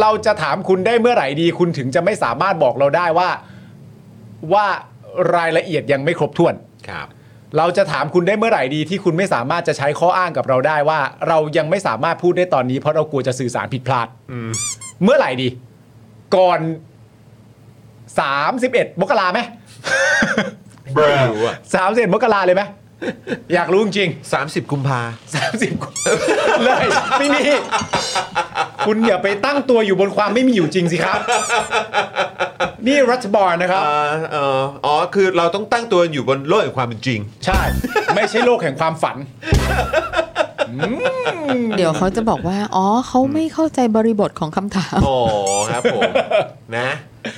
Speaker 2: เราจะถามคุณได้เมื่อไหร่ดี คุณถึงจะไม่สามารถบอกเราได้ว่าว่ารายละเอียดยังไม่ครบถ้วน
Speaker 1: ครับ
Speaker 2: เราจะถามคุณได้เมื่อไหร่ดีที่คุณไม่สามารถจะใช้ข้ออ้างกับเราได้ว่า เรายังไม่สามารถพูดได้ตอนนี้เพราะเรากลัวจะสื่อสารผิดพลาดเมื่อไหร่ดี ก่อน 31มกราไหม
Speaker 1: ไม่รู้อ่ะ
Speaker 2: สามสิบมกราเลยไหม อยากรู้จริง
Speaker 1: สามสิบกุมภา
Speaker 2: สามสิบ เลยไม่มี คุณอย่าไปตั้งตัวอยู่บนความไม่มีอยู่จริงสิครับ นี่รัฐบาลนะค
Speaker 1: เอ
Speaker 2: รับ
Speaker 1: อเอ่ออ๋อคือเราต้องตั้งตัวอยู่บนโลกแห่งความเป็นจริง
Speaker 2: ใช่ ไม่ใช่โลกแห่งความฝัน
Speaker 3: เดี๋ยวเขาจะบอกว่า อ๋อเขาไม่เข้าใจบริบทของคำถาม
Speaker 1: อ๋อครับผม นะ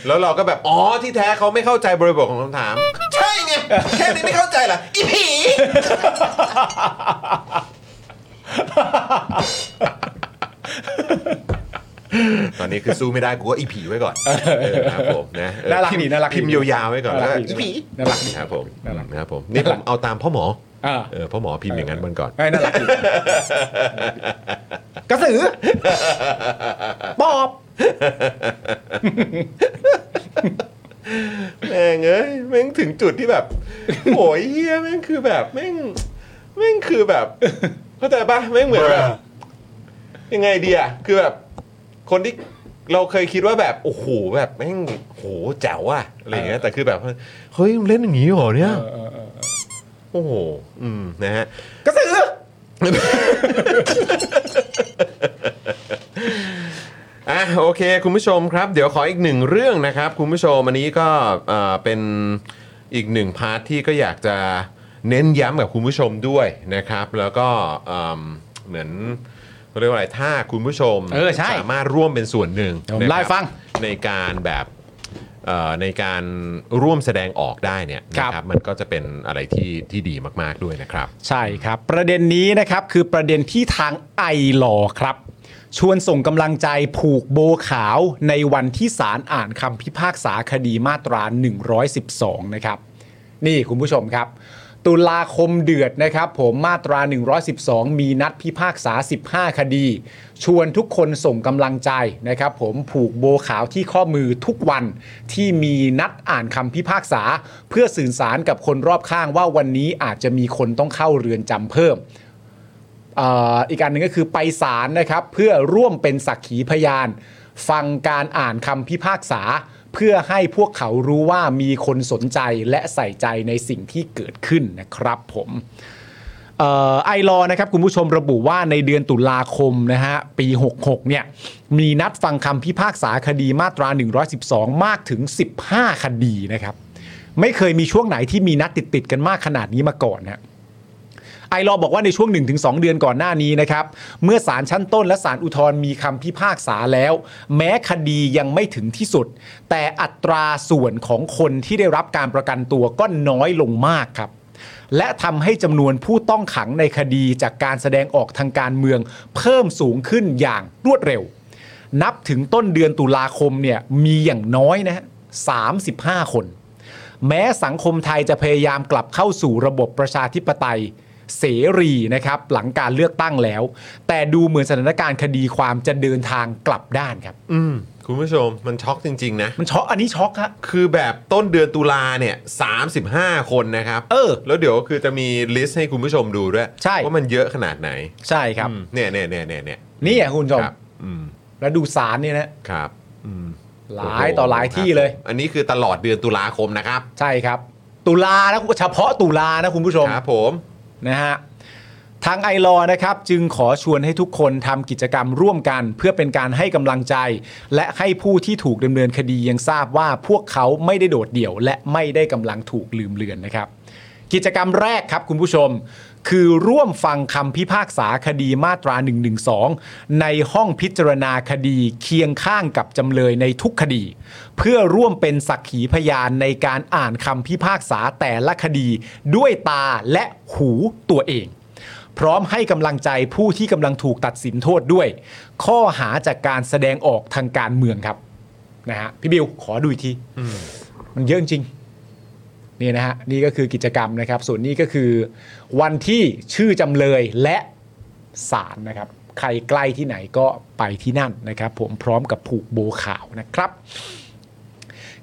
Speaker 1: แล้วเราก็แบบ อ๋อที่แท้เขาไม่เข้าใจบริบทของคำถาม ใช่ไงแค่นี้ไม่เข้าใจเหรออีผีตอนนี้คือสู้ไม่ได้กูก็อีผีไว้ก่อนเออครับผมนะเออ
Speaker 2: น่ารักดี
Speaker 1: พิมพ์
Speaker 2: น่ารักดี
Speaker 1: พิมพ์ยาวๆไว้ก่อน
Speaker 2: น่า
Speaker 1: แล้ว
Speaker 2: รั
Speaker 1: ก็
Speaker 2: กดี
Speaker 1: อีผี
Speaker 2: น่ารักดี
Speaker 1: ครับผม
Speaker 2: น่ารัก
Speaker 1: นะครับผมนี่ผมเอาตามพ่อหมอ
Speaker 2: เออ
Speaker 1: เออพ่อหมอพิมพ์อย่างนั้นมันก่อน
Speaker 2: ไอ้ยน่ารักดีกระ สือปอบ
Speaker 1: แม่งเอ้ยแม่งถึงจุดที่แบบ โหยเฮียแม่งคือแบบแม่งแม่งคือแบบ เข้าใจปะแม่งเหมือนแบบยังไงดีอะคือแบบ คนที่เราเคยคิดว่าแบบโอ้โหแบบแม่งโหแจ๋วอะอะไรอย่างเงี้ยแต่คือแบบเฮ้ยเล่นอย่างงี้เหรอเนี่ยโอ้โหอืมนะฮะ
Speaker 2: กระสือ
Speaker 1: อ่ะโอเค คุณผู้ชมครับ เดี๋ยวขออีกหนึ่งเรื่องนะครับ คุณผู้ชมอันนี้ก็เอ่อเป็นอีกหนึ่งพาร์ทที่ก็อยากจะเน้นย้ำกับคุณผู้ชมด้วยนะครับ แล้วก็เอิ่มเหมือนเขาเรียกว่าอะไรถ้าคุณผู้ชม
Speaker 2: เออใช่
Speaker 1: สามารถร่วมเป็นส่วนหนึ่ง
Speaker 2: เดี๋ยวผม
Speaker 1: นะครับ
Speaker 2: ไล่ฟัง
Speaker 1: ในการแบบเอ่อในการร่วมแสดงออกได้เนี่ย
Speaker 2: ครั
Speaker 1: นะ
Speaker 2: บ
Speaker 1: ครับมันก็จะเป็นอะไรที่ที่ดีมากๆด้วยนะครับ
Speaker 2: ใช่ครับ ประเด็นนี้นะครับคือประเด็นที่ทางไอหลอครับ ชวนส่งกำลังใจผูกโบขาวในวันที่ศาลอ่านคำพิพากษาคดีมาตรา 112 นะครับ นี่คุณผู้ชมครับ ตุลาคมเดือดนะครับ ผมมาตรา 112 มีนัดพิพากษา 15 คดี ชวนทุกคนส่งกำลังใจนะครับ ผมผูกโบขาวที่ข้อมือทุกวันที่มีนัดอ่านคำพิพากษา เพื่อสื่อสารกับคนรอบข้างว่าวันนี้อาจจะมีคนต้องเข้าเรือนจำเพิ่ม เอ่ออีกอันหนึ่งก็คือไปศาลนะครับเพื่อร่วมเป็นสักขีพยาน ฟังการอ่านคำพิพากษา เพื่อให้พวกเขารู้ว่ามีคนสนใจและใส่ใจในสิ่งที่เกิดขึ้นนะครับผมเอ่อไอรอนะครับคุณผู้ชมระบุว่าในเดือนตุลาคมนะฮะปี 66เนี่ยมีนัดฟังคำพิพากษาคดีมาตรา 112 มากถึง 15 คดีนะครับ ไม่เคยมีช่วงไหนที่มีนัดติดๆกันมากขนาดนี้มาก่อนนะ ไอรอบอกว่าในช่วง 1-2 เดือนก่อนหน้านี้นะครับ เมื่อศาลชั้นต้นและศาลอุทธรณ์มีคำพิพากษาแล้ว แม้คดียังไม่ถึงที่สุด แต่อัตราส่วนของคนที่ได้รับการประกันตัวก็น้อยลงมากครับ และทำให้จำนวนผู้ต้องขังในคดีจากการแสดงออกทางการเมือง เพิ่มสูงขึ้นอย่างรวดเร็ว นับถึงต้นเดือนตุลาคมเนี่ยมีอย่างน้อยนะฮะ35 คน แม้สังคมไทยจะพยายามกลับเข้าสู่ระบบประชาธิปไตย เสรีนะครับ หลังการเลือกตั้งแล้ว แต่ดูเหมือนสถานการณ์คดีความจะเดินทางกลับด้านครับ
Speaker 1: อืมคุณผู้ชมมันช็อกจริง ๆ นะ
Speaker 2: มันช็อกอันนี้ช็อกฮะ
Speaker 1: คือแบบต้นเดือนตุลาเนี่ย35 คนนะครับ
Speaker 2: เออ
Speaker 1: แล้วเดี๋ยวคือจะมีลิสต์ให้คุณผู้ชมดูด้วย
Speaker 2: ใช่
Speaker 1: ว่ามันเยอะขนาดไหน
Speaker 2: ใช่ครับ
Speaker 1: อืมเนี่ยเนี่ยเนี่ยเนี่ยเนี่ย
Speaker 2: นี่อ่ะคุณผู้ชม
Speaker 1: ครับอืม
Speaker 2: แล้วดูสารเนี่ยนะครับ
Speaker 1: อืม
Speaker 2: หลายต่อหลายที่เลย
Speaker 1: อันนี้คือตลอดเดือนตุลาคมนะครับ
Speaker 2: ใช่ครับ ตุลานะเฉพาะตุลานะคุณผู้ชม
Speaker 1: ครับผม
Speaker 2: นะฮะทางไอรอนะครับจึงขอชวนให้ทุกคนทำกิจกรรมร่วมกัน เพื่อเป็นการให้กำลังใจ และให้ผู้ที่ถูกดำเนินคดียังทราบว่าพวกเขาไม่ได้โดดเดี่ยว และไม่ได้กำลังถูกลืมเลือนนะครับ กิจกรรมแรกครับคุณผู้ชม คือร่วมฟังคำพิพากษาคดีมาตรา 112 ในห้องพิจารณาคดีเคียงข้างกับจำเลยในทุกคดี เพื่อร่วมเป็นสักขีพยานในการอ่านคำพิพากษาแต่ละคดีด้วยตาและหูตัวเอง พร้อมให้กำลังใจผู้ที่กำลังถูกตัดสินโทษด้วย ข้อหาจากการแสดงออกทางการเมืองครับนะฮะพี่บิวขอดูอีกทีมันเยอะจริง นี่นะฮะนี่ก็คือกิจกรรมนะครับ ส่วนนี้ก็คือ วันที่ชื่อจำเลยและศาลนะครับ ใครใกล้ที่ไหนก็ไปที่นั่นนะครับ ผมพร้อมกับผูกโบขาวนะครับ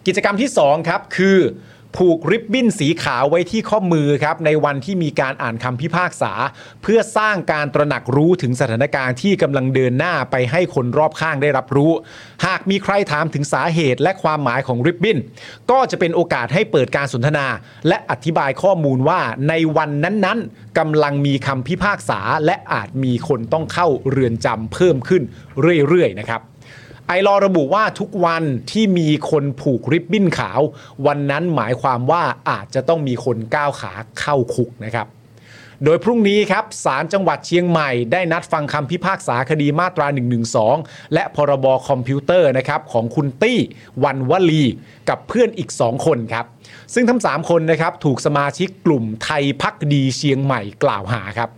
Speaker 2: กิจกรรมที่ 2 ครับคือ ผูกริบบิ้นสีขาวไว้ที่ข้อมือครับ ในวันที่มีการอ่านคำพิพากษา เพื่อสร้างการตระหนักรู้ถึงสถานการณ์ที่กำลังเดินหน้าไปให้คนรอบข้างได้รับรู้ หากมีใครถามถึงสาเหตุและความหมายของริบบิ้น ก็จะเป็นโอกาสให้เปิดการสนทนา และอธิบายข้อมูลว่าในวันนั้นๆกำลังมีคำพิพากษา และอาจมีคนต้องเข้าเรือนจำเพิ่มขึ้นเรื่อยๆนะครับ ไอรอว์ระบุว่าทุกวันที่มีคนผูกริบบิ้นขาว วันนั้นหมายความว่าอาจจะต้องมีคนก้าวขาเข้าคุกนะครับ โดยพรุ่งนี้ครับศาลจังหวัดเชียงใหม่ได้นัดฟังคำพิพากษาคดีมาตรา 112 และพรบอคอมพิวเตอร์นะครับของคุณตี้วันวลี กับเพื่อนอีก 2 คนครับ ซึ่งทั้ง 3 คนนะครับถูกสมาชิกกลุ่มไทยพักดีเชียงใหม่กล่าวหาครับ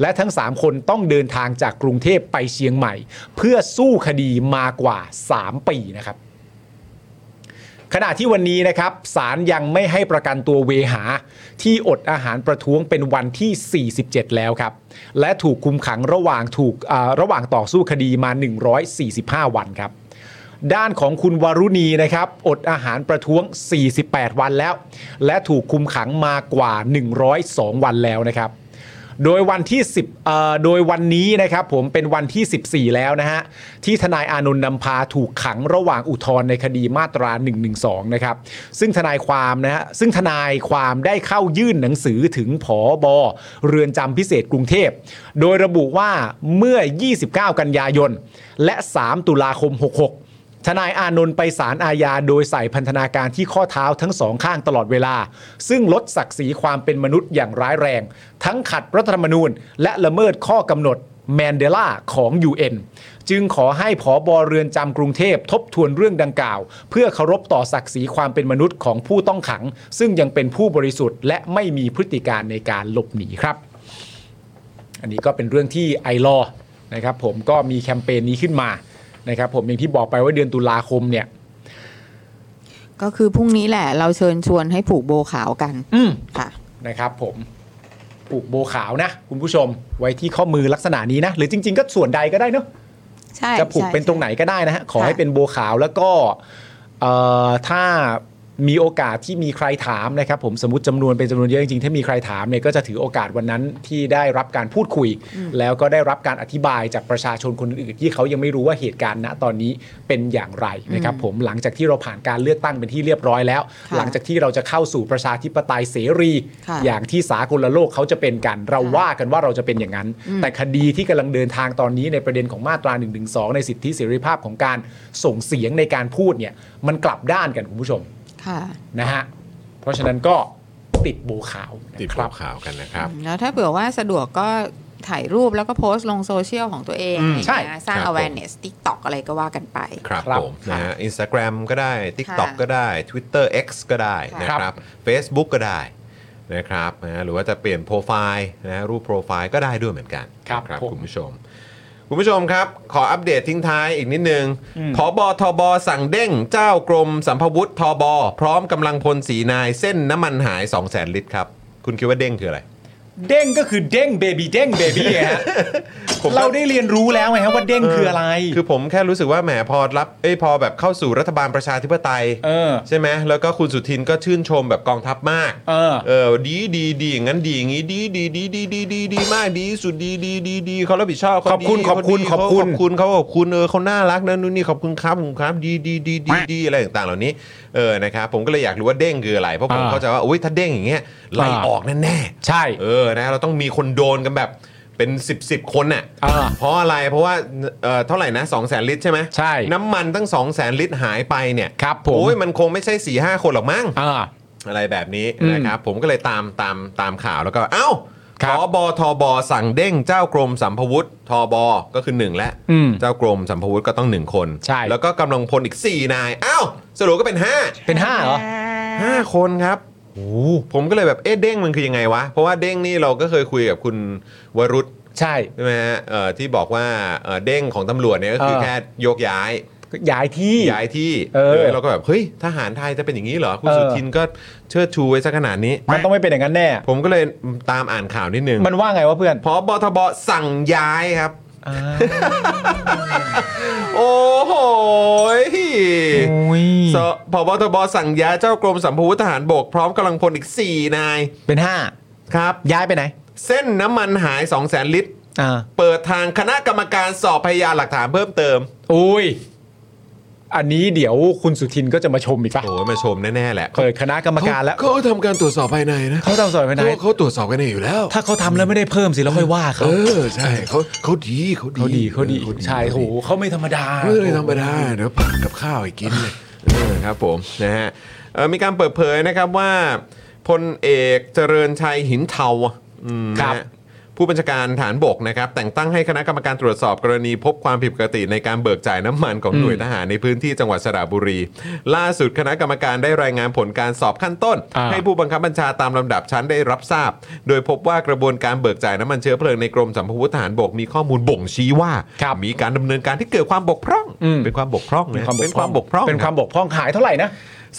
Speaker 2: และทั้ง 3 คนต้องเดินทางจากกรุงเทพไปเชียงใหม่ เพื่อสู้คดีมากว่า 3 ปีนะครับ ขณะที่วันนี้นะครับศาลยังไม่ให้ประกันตัวเวหา ที่อดอาหารประท้วงเป็นวันที่ 47 แล้วครับ และถูกคุมขังระหว่างถูกอ่าระหว่างต่อสู้คดีมา 145 วันครับ ด้านของคุณวรุณีนะครับ อดอาหารประท้วง 48 วันแล้ว และถูกคุมขังมากว่า 102 วันแล้วนะครับ โดยวันที่ 10เอ่อโดยวันนี้นะครับผมเป็นวันที่ 14 แล้วนะฮะ ที่ทนายอานนท์นำพาถูกขังระหว่างอุทธรณ์ในคดีมาตรา 112 นะครับ ซึ่งทนายความนะฮะซึ่งทนายความได้เข้ายื่นหนังสือถึงผอบอเรือนจำพิเศษกรุงเทพ โดยระบุว่าเมื่อ 29 กันยายน และ 3 ตุลาคม 66 ทนายอานนท์ไปศาลอาญาโดยใส่พันธนาการที่ข้อเท้าทั้งสองข้างตลอดเวลา ซึ่งลดศักดิ์ศรีความเป็นมนุษย์อย่างร้ายแรง ทั้งขัดรัฐธรรมนูญ และละเมิดข้อกำหนดแมนเดลาของ UN จึงขอให้ผอบอเรือนจำกรุงเทพทบทวนเรื่องดังกล่าว เพื่อเคารพต่อศักดิ์ศรีความเป็นมนุษย์ของผู้ต้องขัง ซึ่งยังเป็นผู้บริสุทธิ์ และไม่มีพฤติการในการหลบหนีครับ อันนี้ก็เป็นเรื่องที่ไอรอนะครับผมก็มีแคมเปญนี้ขึ้นมานะครับผมอย่างที่บอกไปว่าเดือนตุลาคมเนี่ย
Speaker 3: ก็คือพรุ่งนี้แหละ เราเชิญชวนให้ผูกโบขาวกัน
Speaker 2: อืม
Speaker 3: ค่ะ
Speaker 2: นะครับผมผูกโบขาวนะ คุณผู้ชมไว้ที่ข้อมือลักษณะนี้นะ หรือจริง ๆ ก็ส่วนใดก็ได้เนอะ
Speaker 3: ใช่
Speaker 2: จะผูกเป็นตรงไหนก็ได้นะฮะ ขอให้
Speaker 3: ค่ะ
Speaker 2: เป็นโบวขาวแล้วก็เอ่อถ้ามีโอกาสที่มีใครถามนะครับ ผมสมมติจำนวนเป็นจำนวนเยอะจริงๆ ถ้ามีใครถามเนี่ยก็จะถือโอกาสวันนั้นที่ได้รับการพูดคุย แล้วก็ได้รับการอธิบายจากประชาชนคนอื่นๆที่เขายังไม่รู้ว่าเหตุการณ์ณตอนนี้เป็นอย่างไรนะครับ ผมหลังจากที่เราผ่านการเลือกตั้งเป็นที่เรียบร้อยแล้ว
Speaker 3: ค่ะ
Speaker 2: หลังจากที่เราจะเข้าสู่ประชาธิปไตยเสรี
Speaker 3: ค่ะ
Speaker 2: อย่างที่สากลโลกเขาจะเป็นกัน เราว่ากันว่าเราจะเป็นอย่างนั้น แต่คดีที่กำลังเดินทางตอนนี้ในประเด็นของมาตรา1นึในสิทธิเสรีภาพของการส่งเสียงในการพูดเนี่ยมันกลับด้านกันคุณผู้ชม
Speaker 3: ค่ะ
Speaker 2: นะฮะเพราะฉะนั้นก็ติดโบขาว
Speaker 1: ติด
Speaker 2: นะค
Speaker 1: ข่า
Speaker 2: รั
Speaker 1: ว
Speaker 2: บ
Speaker 1: ข่าวกันนะครับ
Speaker 3: แล้วถ้าเผื่อว่าสะดวกก็ถ่ายรูปแล้วก็โพสต์ลงโซเชียลของตัวเอง
Speaker 1: อืม
Speaker 3: อะไรอย่างเงี้ย
Speaker 1: ใช่
Speaker 3: สร้าง
Speaker 1: ครับผม
Speaker 3: awareness TikTok อะไรก็ว่ากันไป
Speaker 1: ครับ
Speaker 2: ครับ
Speaker 1: ผมนะฮะอินสตาแกรมก็ได้ TikTok
Speaker 3: ค่ะ
Speaker 1: ก็ได้ Twitter X ก็ได้นะค
Speaker 2: ครั
Speaker 1: รับ
Speaker 2: บ
Speaker 1: Facebook ก็ได้นะครับนะฮะหรือว่าจะเปลี่ยนโปรไฟล์นะฮะรูปโปรไฟล์ก็ได้ด้วยเหมือนกัน
Speaker 2: ครับ
Speaker 1: นะครับ
Speaker 2: ผม
Speaker 1: คุณผู้ชม คุณผู้ชมครับ ขออัปเดตทิ้งท้ายอีกนิดนึงพอบอทบสั่งเด้งเจ้ากรมสัมภวุฒิทบพร้อมกำลังพลสีนายเส้นน้ำมันหาย 2 0 0แสนลิตรครับ คุณคิดว่าเด้งคืออะไร
Speaker 2: เด้งก็คือเด้งเบบีเด้งเบบีฮะ
Speaker 1: ผมก็
Speaker 2: เราได้เรียนรู้แล้วไงฮะว่าเด้งคืออะไร
Speaker 1: คือผมแค่รู้สึกว่าแหมพอรับเอ้ยพอแบบเข้าสู่รัฐบาลประชาธิปไตย
Speaker 2: เออ
Speaker 1: ใช่ไหมแล้วก็คุณสุทินก็ชื่นชมแบบกองทัพมาก
Speaker 2: เออ
Speaker 1: เออดีดีดีอย่างนั้นดีอย่างนี้ดีดีดีดีดีดีดีมากดีสุดดีดีดีดีเขารับผิดชอบเขา
Speaker 2: ขอบคุณ
Speaker 1: ดี
Speaker 2: ขอบคุณ
Speaker 1: เขา
Speaker 2: ขอบ
Speaker 1: ดี
Speaker 2: คุ
Speaker 1: เขาข
Speaker 2: ณ
Speaker 1: อบคุณเขาขอบคุณเออเขาน่ารักนะนู่นนี่ขอบคุณครับขอบคุณครับดีดีดีดีดีอะไรต่างๆ เหล่านี้เออนะครับผมก็เลยอยากรู้ว่าเด้งคืออะไรเพราะผม
Speaker 2: อ่า
Speaker 1: เข้าใจว่าอุ้ยถ้าเด้งอย่างเงี้ยไล่
Speaker 2: อ่า
Speaker 1: ออกแน่
Speaker 2: ใช่
Speaker 1: ๆเออนะเราต้องมีคนโดนกันแบบเป็น 10บสคนน่ะ
Speaker 2: อ่า
Speaker 1: เพราะอะไรเพราะว่าเอ่อเท่าไหร่นะ2 0 0 0 0 0 ลิตรใช่ไหม
Speaker 2: ใช่
Speaker 1: น้ำมันตั้ง 2 0 0 0 0 0 ลิตรหายไปเนี่ย
Speaker 2: ครับผม
Speaker 1: โอ้ยมันคงไม่ใช่4ี่ห้าคนหรอกมั้ง
Speaker 2: อ่า
Speaker 1: อะไรแบบนี้
Speaker 2: อืม
Speaker 1: นะครับ ผมก็เลยตามตามตามข่าวแล้วก็ เอ้า
Speaker 2: ครั
Speaker 1: พ
Speaker 2: บ
Speaker 1: อบอทบสั่งเด้งเจ้ากรมสัมภวุฒิทบก็คือ 1 แล้ว
Speaker 2: อืม
Speaker 1: เจ้ากรมสัมภวุฒิก็ต้อง 1 คน
Speaker 2: ใช่
Speaker 1: แล้วก็กำลังพลอีก 4 นาย เอ้า สรุปก็เป็น 5
Speaker 2: เป็นห้าเหรอ
Speaker 1: 5 คนครับโอ้โหผมก็เลยแบบเอ๊ะเด้งมันคือยังไงวะ เพราะว่าเด้งนี่เราก็เคยคุยกับคุณวรุษ
Speaker 2: ใช่
Speaker 1: ใช่ไหมฮะเอ่อที่บอกว่าเอ่อเด้งของตำรวจเนี่ยก็คือ
Speaker 2: เออ
Speaker 1: แค่โยกย้าย
Speaker 2: ก็ย้ายที่
Speaker 1: ย้ายที่
Speaker 2: เออ
Speaker 1: เออเราก็แบบเฮ้ยทหารไทยจะเป็นอย่างนี้เหรอ คุณ
Speaker 2: เออ
Speaker 1: สุทินก็เชิดชูไว้ซะขนาดนี้
Speaker 2: มันต้องไม่เป็นอย่างนั้นแน่
Speaker 1: ผมก็เลยตามอ่านข่าวนิดนึง
Speaker 2: มันว่าไงวะเพื่อน
Speaker 1: พอบอทบสั่งย้ายครับ
Speaker 2: อ่า
Speaker 1: โอ้โหย
Speaker 2: อุ้ย
Speaker 1: สพบทบสั่งย้ายเจ้ากรมสัมพวุธทหารบก พร้อมกำลังพลอีก 4 นาย
Speaker 2: เป็นห้า
Speaker 1: ครับ
Speaker 2: ย้ายไปไหน
Speaker 1: เส้นน้ำมันหาย 2 0 0 0 0 0 ลิตร
Speaker 2: อ่า
Speaker 1: เปิดทางคณะกรรมการสอบพยานหลักฐานเพิ่มเติม
Speaker 2: อุ้ย อันนี้เดี๋ยวคุณสุทินก็จะมาชมอีกป่ะ
Speaker 1: โอ้ยมาชมแน่ ๆ แหละ
Speaker 2: เปิดคณะกรรมการแล้ว
Speaker 1: เขาเขาทำการตรวจสอบภายในนะ
Speaker 2: เขาทำสอยไปไหน
Speaker 1: เขาเขาตรวจสอบกันเองอยู่แล้ว
Speaker 2: ถ้าเขาทำแล้วไม่ได้เพิ่มสิเราค่อยว่าเขา
Speaker 1: เออใช่เขาเขาดีเขาดี
Speaker 2: เขาดี
Speaker 1: อ
Speaker 2: เขาดี
Speaker 1: อ
Speaker 2: ใช่โหเขาไม่ธรรมดา
Speaker 1: เขาดีไม่ได้ธรรมดาเดี๋ยวผัดกับข้าวให้กินเลยเออครับผมนะฮะเอ่อมีการเปิดเผยนะครับว่าพลเอกเจริญชัยหินเทาอืม
Speaker 2: ครับ
Speaker 1: นะฮะผู้บัญชาการฐานบกนะครับ แต่งตั้งให้คณะกรรมการตรวจสอบกรณีพบความผิดปกติในการเบิกจ่ายน้ำมันของหน่วยทหารในพื้นที่จังหวัดสระบุรี ล่าสุดคณะกรรมการได้รายงานผลการสอบขั้นต้น
Speaker 2: อ่า
Speaker 1: ให้ผู้บังคับบัญชาตามลำดับชั้นได้รับทราบ โดยพบว่ากระบวนการเบิกจ่ายน้ำมันเชื้อเพลิงในกรมสัมพวุธทหารบกมีข้อมูลบ่งชี้ว่า
Speaker 2: ครับ
Speaker 1: มีการดำเนินการที่เกิดความบกพร่อง
Speaker 2: อืม
Speaker 1: เป็นความบกพร่อง
Speaker 2: เป็น
Speaker 1: นะ
Speaker 2: ความบ
Speaker 1: เป็
Speaker 2: ก
Speaker 1: น
Speaker 2: พ
Speaker 1: ค
Speaker 2: ร่อ
Speaker 1: วาง มบกพร่อง
Speaker 2: เป็นความบกพร่องหายเท่าไหร่นะ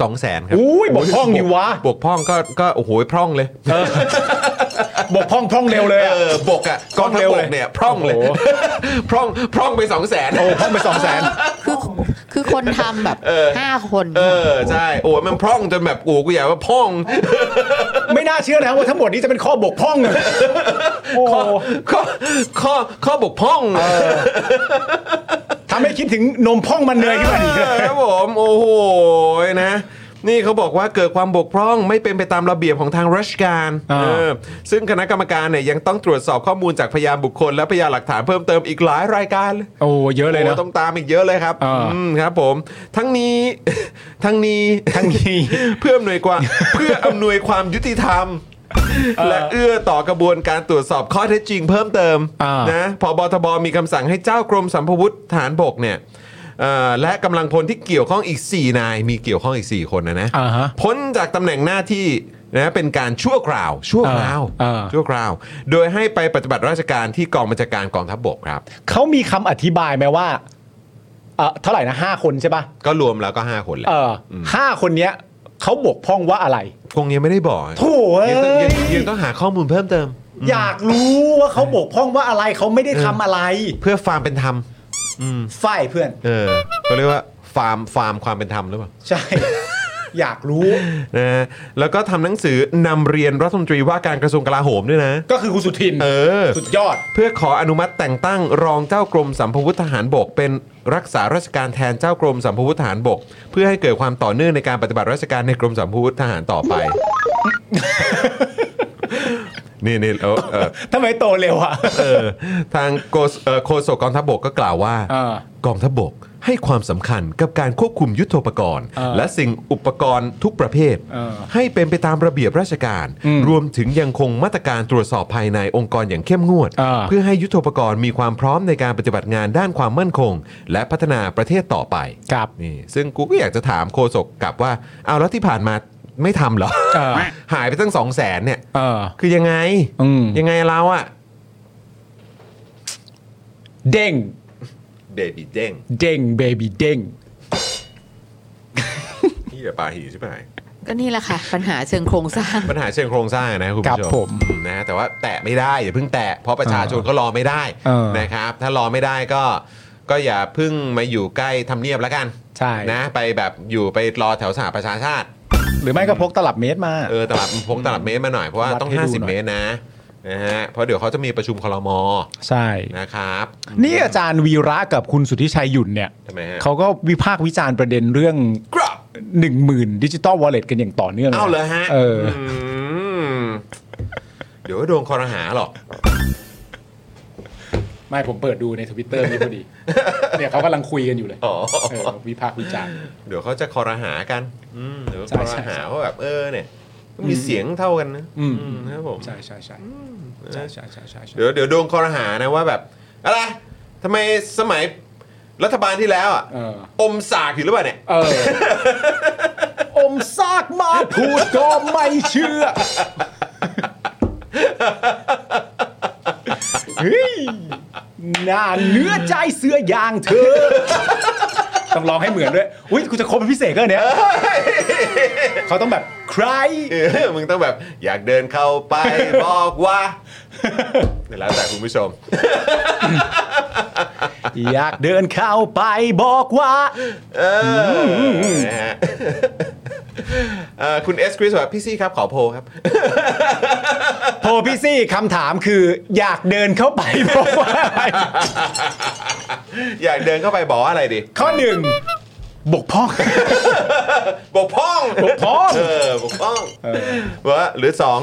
Speaker 1: สองแสนครับ
Speaker 2: อุ้ยบกพร่องนี่วะ
Speaker 1: บกพร่องก็ก็โอ้โหพร่องเลย
Speaker 2: เออ บกพร่องพร่องเร็วเลยอะ
Speaker 1: เออบกอ่ะ
Speaker 2: พ
Speaker 1: ก
Speaker 2: ร่
Speaker 1: อ
Speaker 2: อง ง
Speaker 1: ทัพ
Speaker 2: เร็ว
Speaker 1: บ
Speaker 2: เล
Speaker 1: ก
Speaker 2: ย
Speaker 1: เนี่ยพร่อง เลย
Speaker 2: โอ้โห
Speaker 1: พร่องพร่องไปสองแสน
Speaker 2: โอ้พร่องไปสองแสน
Speaker 3: คือคือคนทำแบบ
Speaker 1: เออ
Speaker 3: ห้าคน
Speaker 1: เออใช่โอ้ยมันพร่องจนแบบโอ้กูอยากว่าพร่อง
Speaker 2: ไม่น่าเชื่อนะว่าทั้งหมดนี้จะเป็นข้อบกพร่องอะโอ้
Speaker 1: ข้อข้อข้อข้อบกพร่องเออ
Speaker 2: ทำให้คิดถึงนมพร่องมันเนยขึ้นมาอีกเลย
Speaker 1: เออครับผมโอ้โหนะ นี่เขาบอกว่าเกิดความบกพร่องไม่เป็นไปตามระเบียบของทางราชการ
Speaker 2: อ่า
Speaker 1: เออซึ่งคณะกรรมการเนี่ยยังต้องตรวจสอบข้อมูลจากพยานบุคคล และพยานหลักฐานเพิ่มเติมอีกหลายรายการเลย
Speaker 2: โอ้เยอะเลยนะ
Speaker 1: โต้องตามอีกเยอะเลยครับ
Speaker 2: อ่า
Speaker 1: อืมครับผม ทั้งนี้ ทั้งนี้
Speaker 2: ทั้งนี้
Speaker 1: เพื่ออำนวยความ เพื่ออำนวยความยุติธรรม และเอื้อต่อกระบวนการตรวจสอบข้อเท็จจริงเพิ่มเติม
Speaker 2: อ่าน
Speaker 1: นะพบทบมีคำสั่งให้เจ้ากรมสัมภวุธฐานบกเนี่ยเอ่อและกำลังพลที่เกี่ยวข้องอีก 4 นาย มีเกี่ยวข้องอีก 4 คนนะนะ
Speaker 2: อ่าฮะ
Speaker 1: พ้นจากตำแหน่งหน้าที่นะเป็นการชั่วคราว ชั่วคราว
Speaker 2: อ่าอ่า
Speaker 1: ชั่วคราว โดยให้ไปปฏิบัติราชการที่กองบัญชาการกองทัพบกครับ
Speaker 2: เขามีคำอธิบายไหมว่าเออเท่าไหร่นะห้าคนใช่ป่ะ
Speaker 1: ก็รวมแล้วก็ 5 คนแหละ
Speaker 2: เอออห้าคนเนี้ย เขาบกพร่องว่าอะไร
Speaker 1: คงยังไม่ได้บอก
Speaker 2: โถ่เอ้
Speaker 1: ยังต้องยังยัง
Speaker 2: ย
Speaker 1: ต้องหาข้อมูลเพิ่มเติม
Speaker 2: อยากรู้ว่าเขาบกพร่องว่าอะไรเขาไม่ได้ทำอะไร
Speaker 1: เพื่อฟาร์มเป็นธรรม
Speaker 2: ฝ่ายเพื่อน
Speaker 1: เออเขาเรียกว่าฟาร์มฟาร์มความเป็นธรรมหรือเปล่า
Speaker 2: ใช่ อยากรู้
Speaker 1: นะฮะแล้วก็ทำหนังสือนำเรียนรัฐมนตรีว่าการกระทรวงกลาโหมด้วยนะ
Speaker 2: ก็คือคุณสุทิน
Speaker 1: เออ
Speaker 2: สุดยอด
Speaker 1: เพื่อขออนุมัติแต่งตั้งรองเจ้ากรมสัมพวุธทหารบก เป็นรักษาราชการแทนเจ้ากรมสัมพวุธทหารบก เพื่อให้เกิดความต่อเนื่องในการปฏิบัติราชการในกรมสัมพวุธทหารต่อไป นี่นี่เออเออ
Speaker 2: ทำไมโตเร็วอ่ะ
Speaker 1: เออทางโฆษเอ่อโฆษกกองทัพบกก็กล่าวว่า
Speaker 2: เออก
Speaker 1: องทัพบกให้ความสำคัญกับการควบคุมยุทโธปกรณ์
Speaker 2: เออ
Speaker 1: และสิ่งอุปกรณ์ทุกประเภท
Speaker 2: เออ
Speaker 1: ให้เป็นไปตามระเบียบราชการ
Speaker 2: อืม
Speaker 1: รวมถึงยังคงมาตรการตรวจสอบภายในองค์กรอย่างเข้มงวด
Speaker 2: เออ
Speaker 1: เพื่อให้ยุทโธปกรณ์มีความพร้อมในการปฏิบัติงานด้านความมั่นคง และพัฒนาประเทศต่อไป
Speaker 2: ครับ
Speaker 1: นี่ซึ่งกูก็อยากจะถามโฆษกกลับว่าเอาแล้วที่ผ่านมาไม่ทำเหรอ
Speaker 2: เออ
Speaker 1: หายไปตั้งสองแสนเนี่ย
Speaker 2: เออ
Speaker 1: คือยังไง
Speaker 2: อืม
Speaker 1: ยังไงเราอะ
Speaker 2: เด้ง
Speaker 1: เดบิเด้ง
Speaker 2: เด้งเบบีเด้ง
Speaker 1: ที่ปาหีใช่ไหม
Speaker 3: ก็นี่แหละค่ะ ปัญหาเชิงโครงสร้าง
Speaker 1: ปัญหาเชิงโครงสร้างนะคุณ
Speaker 2: ครับ
Speaker 1: ผู้ช
Speaker 2: ผม
Speaker 1: นะแต่ว่าแตะไม่ได้อย่าเพิ่งแตะเพราะประชาชนก็รอไม่ได้
Speaker 2: เออ
Speaker 1: นะครับ ถ้ารอไม่ได้ก็ก็อย่าเพิ่งมาอยู่ใกล้ทำเนียบแล้วกัน
Speaker 2: ใช่
Speaker 1: นะไปแบบอยู่ไปรอแถวสหประชาชาติ
Speaker 2: หรือไม่ก็พกตลับเมตรมา
Speaker 1: เออตลับพงตลับเมตรมาหน่อยเพราะว่า
Speaker 2: วัด
Speaker 1: ต้อง
Speaker 2: ให้ดูหน่อย
Speaker 1: 50 เมตรนะนะฮะเพราะเดี๋ยวเขาจะมีประชุมคลม
Speaker 2: ใช่
Speaker 1: นะครับ
Speaker 2: นี่อาจารย์วีระกับคุณสุทธิชัยหยุ่นเนี่ย
Speaker 1: ทำไมฮะ
Speaker 2: เขาก็วิพากษ์วิจารณ์ประเด็นเรื่อง
Speaker 1: กรับ
Speaker 2: 1 0,000ดิจิตอลวอลเล็ตกันอย่างต่อเนื่อง
Speaker 1: เอาเลยฮะ
Speaker 2: เออ
Speaker 1: มเดี๋ยวก็โดนคอรหาหรอก
Speaker 2: ไม่ผมเปิดดูในทวิตเตอร์นี่พอดี เนี่ยเขากำลังคุยกันอยู่เลย
Speaker 1: อ๋อ
Speaker 2: เออวิพากษ์วิจารณ์
Speaker 1: เดี๋ยวเขาจะคอรหากันอืมเดี๋ยว
Speaker 2: ใช่
Speaker 1: คอร
Speaker 2: ใช่
Speaker 1: หา
Speaker 2: ใช่
Speaker 1: ว่าแบบเออเนี่ยก็มีเสียงเท่ากันนะ
Speaker 2: อืม
Speaker 1: นะครับผม
Speaker 2: ใช่ใช่ใช่ใช่ใช่ใช่ใช่ใช่
Speaker 1: เดี๋ยวเดี๋ยวโดนคอรหานะว่าแบบ อะไรทำไมสมัยรัฐบาลที่แล้วอ่ะ
Speaker 2: เออ
Speaker 1: อมสากอยู่หรือเปล่าเนี่ย
Speaker 2: เออ อมซากมาพูดก็ไม่เชื่อ เฮ้ยหน้าเนื้อใจเสื้อยางเธอ ต้องร้องให้เหมือนด้วย อุ้ยกูจะคบเป็นพิเศษก็เนี่ยเขาต้องแบบใคร
Speaker 1: เออมึงต้องแบบอยากเดินเข้าไป บอก ว่าเดี๋ยวแล้วแต่คุณผู้ชม
Speaker 2: อยากเดินเข้าไปบอกว่า
Speaker 1: เออนะฮะเอ่อคุณเอสคริสบอกว่าพี่ซี่ครับขอโพลครับ
Speaker 2: โพลพี่ซี่คำถามคือ อยากเดินเข้าไปบอกว่าอะไร
Speaker 1: อยากเดินเข้าไปบอกว่าอะไรดี
Speaker 2: ข้อหนึ่งบกพร่อง
Speaker 1: บกพร่อง
Speaker 2: บกพร่อง
Speaker 1: เออบกพร่องว่าหรือสอง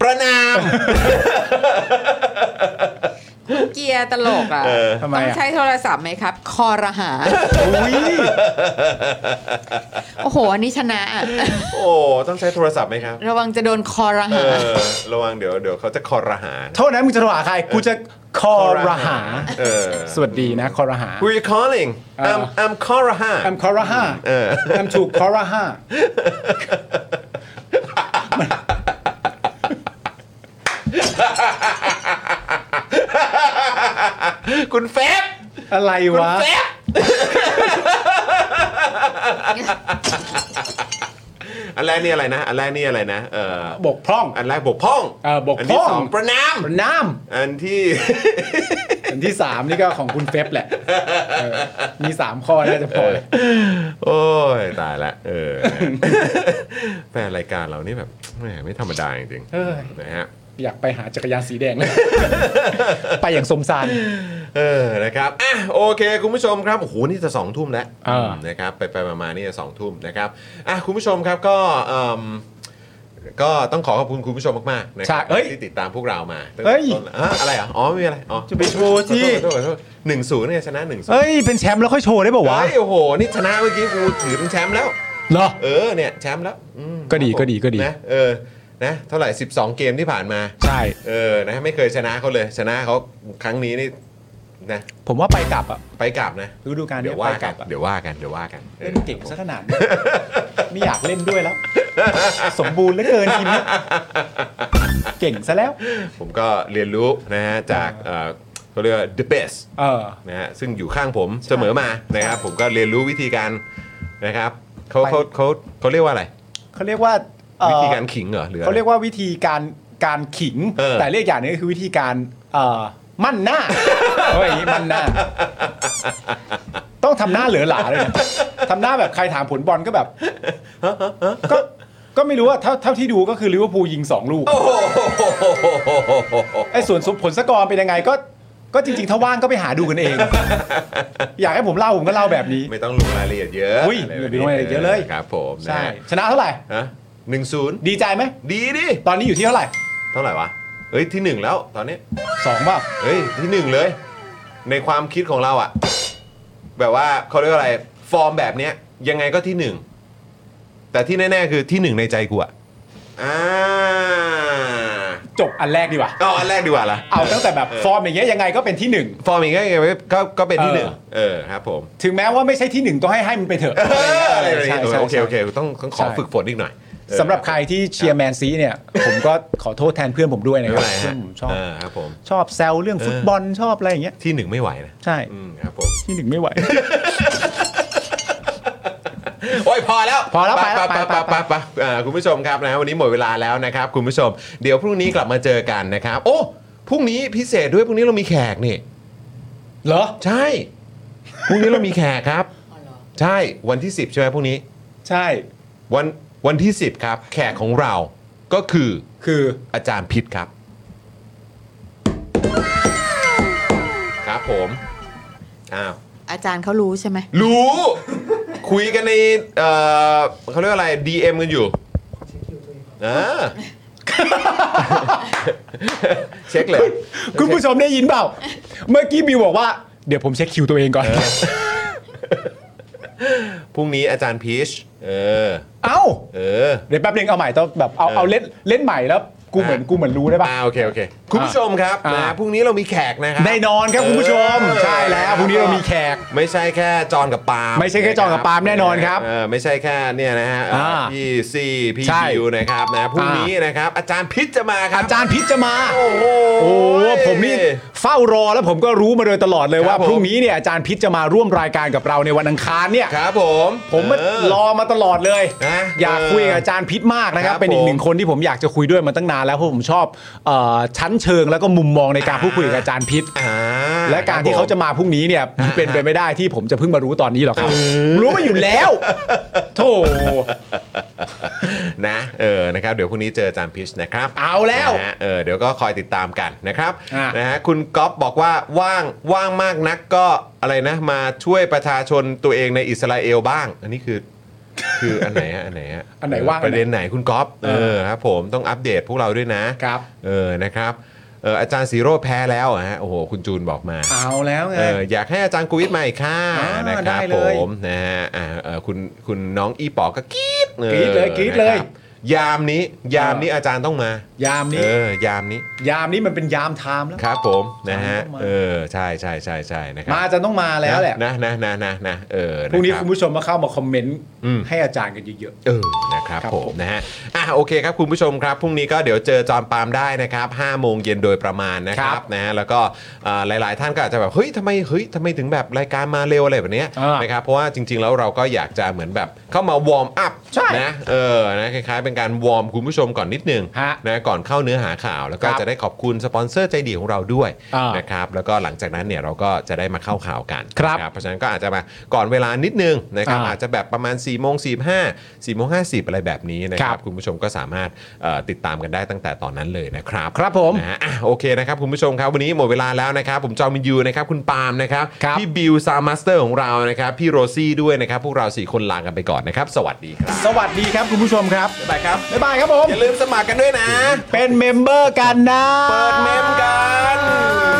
Speaker 1: ประนาม
Speaker 3: เกียร์ตลกอ่ะ
Speaker 2: ทำไม
Speaker 3: ต้อง
Speaker 2: อ่ะ
Speaker 3: ใช้โทรศัพท์ไหมครับ คอรหา
Speaker 2: อุ้ย
Speaker 3: โอ้โห อันนี้ชนะอะ
Speaker 1: โอ้ ต้องใช้โทรศัพท์ไหมครับ
Speaker 3: ระวังจะโดนคอร
Speaker 1: เอ
Speaker 3: หา
Speaker 1: อ ระวังเดี๋ยวเดี๋ยวเขาจะคอรหา
Speaker 2: โทษนะมึงจะโทรหาใคร กูจะคอรหา
Speaker 1: เออ
Speaker 2: สวัสดีนะ คอรหา
Speaker 1: Who are you calling
Speaker 2: เออ
Speaker 1: I'm I'm คอรหา
Speaker 2: แอมคอรหา
Speaker 1: เออ
Speaker 2: แอมถูกคอรหา
Speaker 1: คุณเฟบ
Speaker 2: อะไร
Speaker 1: คุณ
Speaker 2: วะ
Speaker 1: เฟบอันแรกนี่อะไรนะ อันแรกนี่อะไรนะ เออบ
Speaker 2: กพร่อง
Speaker 1: อันแรกบกพร่อง
Speaker 2: เออบกพร่อ
Speaker 1: น
Speaker 2: ง
Speaker 1: ที่สองประนาม
Speaker 2: ประน้
Speaker 1: อันที่
Speaker 2: ำอันที่สามนี่ก็ของคุณเฟบแหละเออมีสามข้อน่าจะพอเลย
Speaker 1: โอ้ย ตายละเอ อ แฟนรายการเรานี่แบบแหมไม่ธรรมดาจริง
Speaker 2: เอ้ย
Speaker 1: ๆนะฮะ
Speaker 2: อยากไปหาจักรยานสีแดงเลย ไปอย่างสมสาร
Speaker 1: เออ นะครับ อ่ะ โอเค คุณผู้ชมครับ โอ้โห นี่จะ2องทุ่มแล้ว
Speaker 2: อ่า
Speaker 1: นะครับ ไปไปมามานี่จะสองทุ่มนะครับ อ่ะ คุณผู้ชมครับ ก็เอิ่มก็ต้องขอขอบคุณคุณผู้ชมมากๆนะค
Speaker 2: ใช่
Speaker 1: รั
Speaker 2: เอ้ย
Speaker 1: ที่ติดตามพวกเรามาตั้ง
Speaker 2: เอ้
Speaker 1: แต่
Speaker 2: ย
Speaker 1: ต้นอ่ะอะไรอ่ะ อ๋อ ไม่มีอะไร อ๋อ
Speaker 2: จะไปโชว์ที่
Speaker 1: หนึ่งศูนย์เนี่ยชนะหนึ่งศูนย์
Speaker 2: เอ้ย เป็นแชมป์แล้วค่อยโชว์ได้ป่าวะ
Speaker 1: เฮ้ยโอ้โห นี่ชนะเมื่อกี้กูถือเป็นแชมป์แล้ว
Speaker 2: เหรอ
Speaker 1: เออ เนี่ย แชมป์แล้วอืม
Speaker 2: ก็ดี
Speaker 1: ครับผม
Speaker 2: ก็ดีก็ดี
Speaker 1: นะ เออ นะ เท่าไหร่ 12 เกมที่ผ่านมา
Speaker 2: ใช่
Speaker 1: เออ นะ ไม่เคยชนะเขาเลย ชนะเขาครั้งนี้นี่ นะ
Speaker 2: ผมว่าไปกลับอ่ะ
Speaker 1: ไปกลับนะ
Speaker 2: ฤดูกาล
Speaker 1: เดี๋
Speaker 2: เนี้
Speaker 1: ย
Speaker 2: ยว ไป
Speaker 1: ว่าก กั
Speaker 2: ลั
Speaker 1: น
Speaker 2: บอ่ะ
Speaker 1: เดี๋ยวว่ากันเดี๋ยวว่ากัน
Speaker 2: เล่นเก่งซะขนาดนี้ไม่อยากเล่นด้วยแล้ว สมบูรณ์เหลือเกินทีมนี้เก่งซะแล้ว
Speaker 1: ผมก็เรียนรู้นะฮะจากเอ่อเขาเรียกว่า the best
Speaker 2: เออ
Speaker 1: นะฮะซึ่งอยู่ข้างผมเสมอมานะครับผมก็เรียนรู้วิธีการนะครับเขา
Speaker 2: ไป
Speaker 1: เขาเขาเขาเรียกว่าอะไร
Speaker 2: เขาเรียกว่าเอ่อ
Speaker 1: วิธีการขิงเหรอหรืออะไร
Speaker 2: เขาเรียกว่าวิธีการการขิง
Speaker 1: เออ
Speaker 2: แต่เรียกอย่างหนึงก็คือวิธีการเอ่อมั่นหน้าเฮ้ยางงี้มั่นหน้า ต้องทำหน้าเหลือหลาเลยนะทำหน้าแบบใครถามผลบอลก็แบบก็ก็ไม่รู้ว่าเท่าเท่าที่ดูก็คือลิเวอร์พูลยิงสองลูก
Speaker 1: โอ้โห
Speaker 2: ไอ้ส่วนผลสกอร์เป็นยังไงก็ก็จริงๆ ถ้าว่างก็ไปหาดูกันเอง อยากให้ผมเล่าผมก็เล่าแบบ นี้
Speaker 1: ไม่ต้องลงรายละเอียดเยอะ
Speaker 2: อุ้ย
Speaker 1: ะไรแบบ
Speaker 2: อย่าไปลงรายละเอียดเยอะเลย
Speaker 1: ครับผมนะ
Speaker 2: ใช่
Speaker 1: ฮะ
Speaker 2: ชนะเท่าไหร่
Speaker 1: ฮะหนึ่งศูนย์
Speaker 2: ดีใจไหม
Speaker 1: ดีดิ
Speaker 2: ตอนนี้อยู่ที่เท่าไหร่
Speaker 1: เท่าไหร่วะ เฮ้ยที่หนึ่งแล้วตอนนี้
Speaker 2: สองเปล่า
Speaker 1: เฮ้ยที่หนึ่งเลย ในความคิดของเราอะแบบว่าเขาเรียกว่าอะไร ฟอร์มแบบเนี้ย ยังไงก็ที่หนึ่งแต่ที่แน่ๆคือที่หนึ่งในใจกูอะอ่า
Speaker 2: จบอันแรกดีกว่า
Speaker 1: เอาอันแรกดีกว่าล่ะ
Speaker 2: เอาตั้งแต่แบบฟอร์มอย่างเงี้ยยังไงก็เป็นที่หนึ่ง
Speaker 1: ฟอร์มอย่างเงี้ยยังไงก็ก็เป็นที่หนึ่งเออครับผม
Speaker 2: ถึงแม้ว่าไม่ใช่ที่หนึ่งก็ให้ให้มันไปเถอะ
Speaker 1: เอ ออะไรแบบนี้
Speaker 2: ใช่ใช่
Speaker 1: โอเค
Speaker 2: ใช่
Speaker 1: โอเคต้องต้องขอ
Speaker 2: ใช่
Speaker 1: ฝึกฝนอีกหน่อยเออ
Speaker 2: สำหรับใครที่เชียร์แมนซีเนี่ย ผมก็ขอโทษแทนเพื่อนผมด้วยนะ
Speaker 1: ไม่
Speaker 2: ค
Speaker 1: เป็
Speaker 2: รั
Speaker 1: นไร
Speaker 2: บเพื่อ
Speaker 1: ฮะ
Speaker 2: นผมชอบ
Speaker 1: เครับผม
Speaker 2: ชอบแซวเรื่องฟุตบอลชอบอะไรอย่างเงี้ย
Speaker 1: ที่หนึ่งไม่ไหวนะ
Speaker 2: ใช่
Speaker 1: อืมครับผม
Speaker 2: ที่หนึ่งไม่ไหว
Speaker 1: โอ้ยพอแล้ว
Speaker 2: พอแล้ว
Speaker 1: ไป
Speaker 2: ไปแล้
Speaker 1: ไป
Speaker 2: ว
Speaker 1: ไปไป
Speaker 2: ไป
Speaker 1: ไป
Speaker 2: ไปไป
Speaker 1: ไปเอ่อคุณผู้ชมครับนะวันนี้หมดเวลาแล้วนะครับ คุณผู้ชม เดี๋ยวพรุ่งนี้กลับมาเจอกันนะครับ โอ้พรุ่งนี้พิเศษด้วยพรุ่งนี้เรามีแขกนี่
Speaker 2: เหรอ
Speaker 1: ใช่พรุ่งนี้เรามีแขกครับ
Speaker 3: อ๋อเหรอ
Speaker 1: ใช่วันที่ 10 ใช่ไหมพรุ่งนี้
Speaker 2: ใช่
Speaker 1: วันวันที่ 10 ครับ แขกของเราก็คือ
Speaker 2: คือ
Speaker 1: อาจารย์พิษครับ ครับผมอ้าว
Speaker 3: อาจารย์เขารู้ใช่ไหม
Speaker 1: รู้ คุยกันในเอ่อเขาเรียกว่าอะไร DM กันอยู่เออเช็คเลย
Speaker 2: คุณผู้ชมได้ยินเปล่า เมื่อกี้บิวบอกว่าเดี๋ยวผมเช็คคิวตัวเองก่อน
Speaker 1: พรุ่งนี้อาจารย์พีชเออ
Speaker 2: เอ้า
Speaker 1: เออ
Speaker 2: เดี๋ยวแป๊บนึงเอาใหม่ต้องแบบเอา
Speaker 1: เออ
Speaker 2: เอาเล่นเล่นใหม่แล้วกูเหมือน
Speaker 1: อ่ะ
Speaker 2: กูเหมือนรู้ได้ป่ะ
Speaker 1: อ่าโอเคโอเค คุณผู้ชมครับ
Speaker 2: อ่าน
Speaker 1: นะพรุ่งนี้เรามีแขกนะครั
Speaker 2: แน่นอนครับคุณผู้ชม
Speaker 1: เออ
Speaker 2: ใช่แล้วพรุ่งนี้เรามีแขก
Speaker 1: ไม่ใช่แค่จอนกับปาล์ม
Speaker 2: ไม่ใช่แค่จอนกับปาล์มแน่นอนครับ
Speaker 1: เออไม่ใช่แค่เนี่ยนะฮะเอ่ออา พี่ซีพี่
Speaker 2: ใช่
Speaker 1: บิวนะครับนะพรุ่งนี้นะครับอาจารย์พิชจะมาครับ
Speaker 2: อาจารย์พิชจะมา
Speaker 1: โอ้โห
Speaker 2: โอ้ผมนี่เฝ้ารอแล้วผมก็รู้มาโดยตลอดเลย
Speaker 1: ครั
Speaker 2: ว่า
Speaker 1: บผม
Speaker 2: พรุ่งนี้เนี่ยอาจารย์พิชจะมาร่วมรายการกับเราในวันอังคารเนี่ย
Speaker 1: ครับผม
Speaker 2: ผม
Speaker 1: เ
Speaker 2: รอมาตลอดเลย
Speaker 1: นะ
Speaker 2: อยาก
Speaker 1: เออ
Speaker 2: คุยกับอาจารย์พิษมากนะครั
Speaker 1: ครับ บ
Speaker 2: เป็นอี
Speaker 1: ผ
Speaker 2: ก
Speaker 1: ม
Speaker 2: หนึ่งคนที่ผมอยากจะคุยด้วยมาตั้งนานแล้วเพราะผมชอบเอ่อชั้นเชิงแล้วก็มุมมองในการพูดคุยกับอาจารย์พิษ
Speaker 1: อ่า
Speaker 2: และการที่เขาจะมาพรุ่งนี้เนี่ยมันเป็นไปไม่ได้ที่ผมจะเพิ่งมารู้ตอนนี้หรอกครับ รู้มาอยู่แล้ว โธ่
Speaker 1: นะเออนะครับเดี๋ยวพรุ่งนี้เจออาจารย์พิชนะครับ
Speaker 2: เอาแล้ว
Speaker 1: นะฮะเออเดี๋ยวก็คอยติดตามกันนะครับ
Speaker 2: อ่ะ
Speaker 1: นะฮะคุณก๊อฟบอกว่าว่างว่างมากนักก็อะไรนะ มาช่วยประชาชนตัวเองในอิสราเอลบ้าง อันนี้คือ คืออันไหนฮะอันไหนฮะ
Speaker 2: อันไหนว่าง
Speaker 1: ประเด็นไหนคุณก๊อฟ
Speaker 2: เอ
Speaker 1: เอ
Speaker 2: อ
Speaker 1: อครับผมต้องอัปเดตพวกเราด้วยนะครับ เออนะครับเอออาจารย์สีโรจน์แพ้แล้วเหรอฮะโอ้โหคุณจูนบอกมา
Speaker 2: เอาแล้วไง
Speaker 1: เอออยากให้อาจารย์กูวิทย์มาอีกค่ะ
Speaker 2: อ่า
Speaker 1: นะค
Speaker 2: ได้
Speaker 1: รับ
Speaker 2: เล
Speaker 1: ผ
Speaker 2: ย
Speaker 1: มนะฮะอ่าเอ่อคุณคุณน้องอีปอก็กรี๊ดออก
Speaker 2: รี๊ดเลยกรี๊ดเลย
Speaker 1: นะครับยามนี้ยามนี้อาจารย์ต้องมาย
Speaker 2: าม
Speaker 1: เอ
Speaker 2: นี้
Speaker 1: อยามนี้
Speaker 2: ยามนี้มันเป็นยามไทม์แล้ว
Speaker 1: ครับผมนะฮะ
Speaker 2: ต้องมา
Speaker 1: เออใช่ใช่ใช่ใช่นะครั
Speaker 2: มาจะต้องมาแล้วแหละ
Speaker 1: นะนะนะนะนะเออ
Speaker 2: พรุ่งนี้
Speaker 1: ะบ
Speaker 2: คุณผู้ชมมาเข้ามาคอมเมนต์
Speaker 1: อืม
Speaker 2: ให้อาจารย์กันเยอะ
Speaker 1: เออ นะครับ
Speaker 2: ครับ
Speaker 1: ผ
Speaker 2: ผม ม
Speaker 1: นะฮะ อ่ะโอเคครับคุณผู้ชมครับ พรุ่งนี้ก็เดี๋ยวเจอจอมปาล์มได้นะครับ5โมงเย็นโดยประมาณนะครั
Speaker 2: ครับ บ
Speaker 1: นะฮะ แล้วก็เอ่อหลาย ๆ ท่านก็อาจจะแบบ เฮ้ยทำไม เฮ้ยทำไมถึงแบบรายการมาเร็วอะไรแบบเนี้ย
Speaker 2: อ่าน
Speaker 1: นะครับ เพราะว่าจริง ๆ แล้วเราก็อยากจะเหมือนแบบเข้ามาวอร์มอัพ
Speaker 2: ใช่
Speaker 1: นะ เออ นะ คล้าย ๆ เป็นการวอร์มคุณผู้ชมก่อนนิดนึง
Speaker 2: ฮะ
Speaker 1: นะ ก่อนเข้าเนื้อหาข่าว แล้วก็
Speaker 2: ครับ
Speaker 1: จะได้ขอบคุณสปอนเซอร์ใจดีของเราด้วย
Speaker 2: อ่าน
Speaker 1: นะครับ แล้วก็หลังจากนั้นเนี่ยเราก็จะได้มาเข้าข่าวกัน
Speaker 2: ครับ
Speaker 1: นะเพราะฉะนั้นก็อาจจะมาก่อนเวลานิดนึงนะครับ
Speaker 2: อ่า
Speaker 1: จะแบบประมาณ4ี่โมงสี่ห้าสี่โมงห้าสิบอะไรแบบนี้นะครับ คุณผู้ชมก็สามารถเอ่อติดตามกันได้ตั้งแต่ตอนนั้นเลยนะครับ
Speaker 2: ครับผม
Speaker 1: นะฮะอ่ะโอเคนะครับ คุณผู้ชมครับ วันนี้หมดเวลาแล้วนะครับ ผมจอมินยูนะครับ คุณปาล์มนะครับ
Speaker 2: ครับ
Speaker 1: พี่บิวซาวมาสเตอร์ของเรานะครับ พี่โรซี่ด้วยนะครับ พวกเรา 4 คนลากันไปก่อนนะครับ สวัสดีครับ
Speaker 2: ๆ สวัสดีครับคุณผู้ชมครับ
Speaker 1: บ๊ายบายครับ
Speaker 2: บ๊ายบายครับผม
Speaker 1: อย่าลืมสมัครกันด้วยนะ
Speaker 2: เป็นเมมเบอร์กันนะ
Speaker 1: เปิดเมมกัน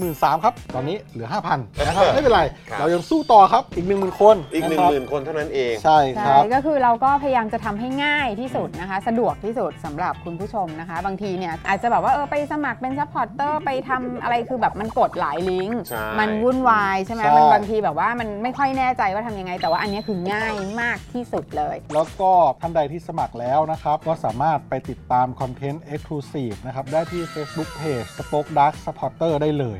Speaker 4: 1 3ื่นครับ ตอนนี้เหลือ 5,000นะครับไม่เป็นไร
Speaker 1: ครับ
Speaker 4: เรายังสู้ต่อครับอีก 10,000 คน
Speaker 1: อีก1
Speaker 4: ะครับ
Speaker 1: 0,000 คนเท่านั้นเอง
Speaker 4: ใช่ค
Speaker 5: ใช่
Speaker 4: รับ
Speaker 5: ก็คือเราก็พยายามจะทำให้ง่ายที่สุดนะคะ สะดวกที่สุดสำหรับคุณผู้ชมนะคะ บางทีเนี่ยอาจจะแบบว่าเออไปสมัครเป็นซัพพอร์ตเตอร์ไปทำอะไรคือแบบมันกดหลายลิงก์
Speaker 1: ใช่
Speaker 5: มันวุ่นวายใช่ไหม
Speaker 4: ใช่
Speaker 5: มันบางทีแบบว่ามันไม่ค่อยแน่ใจว่าทำยังไง แต่ว่าอันเนี้ยคือง่ายมากที่สุดเลย
Speaker 4: แล้วก็ท่านใดที่สมัครแล้วนะครับ ก็สามารถไปติดตามคอนเทนต์ Exclusive นะครับ ได้ที่ Facebook Page Spoke Dark Supporter ได้เลย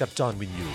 Speaker 6: กับจอห์นวินยู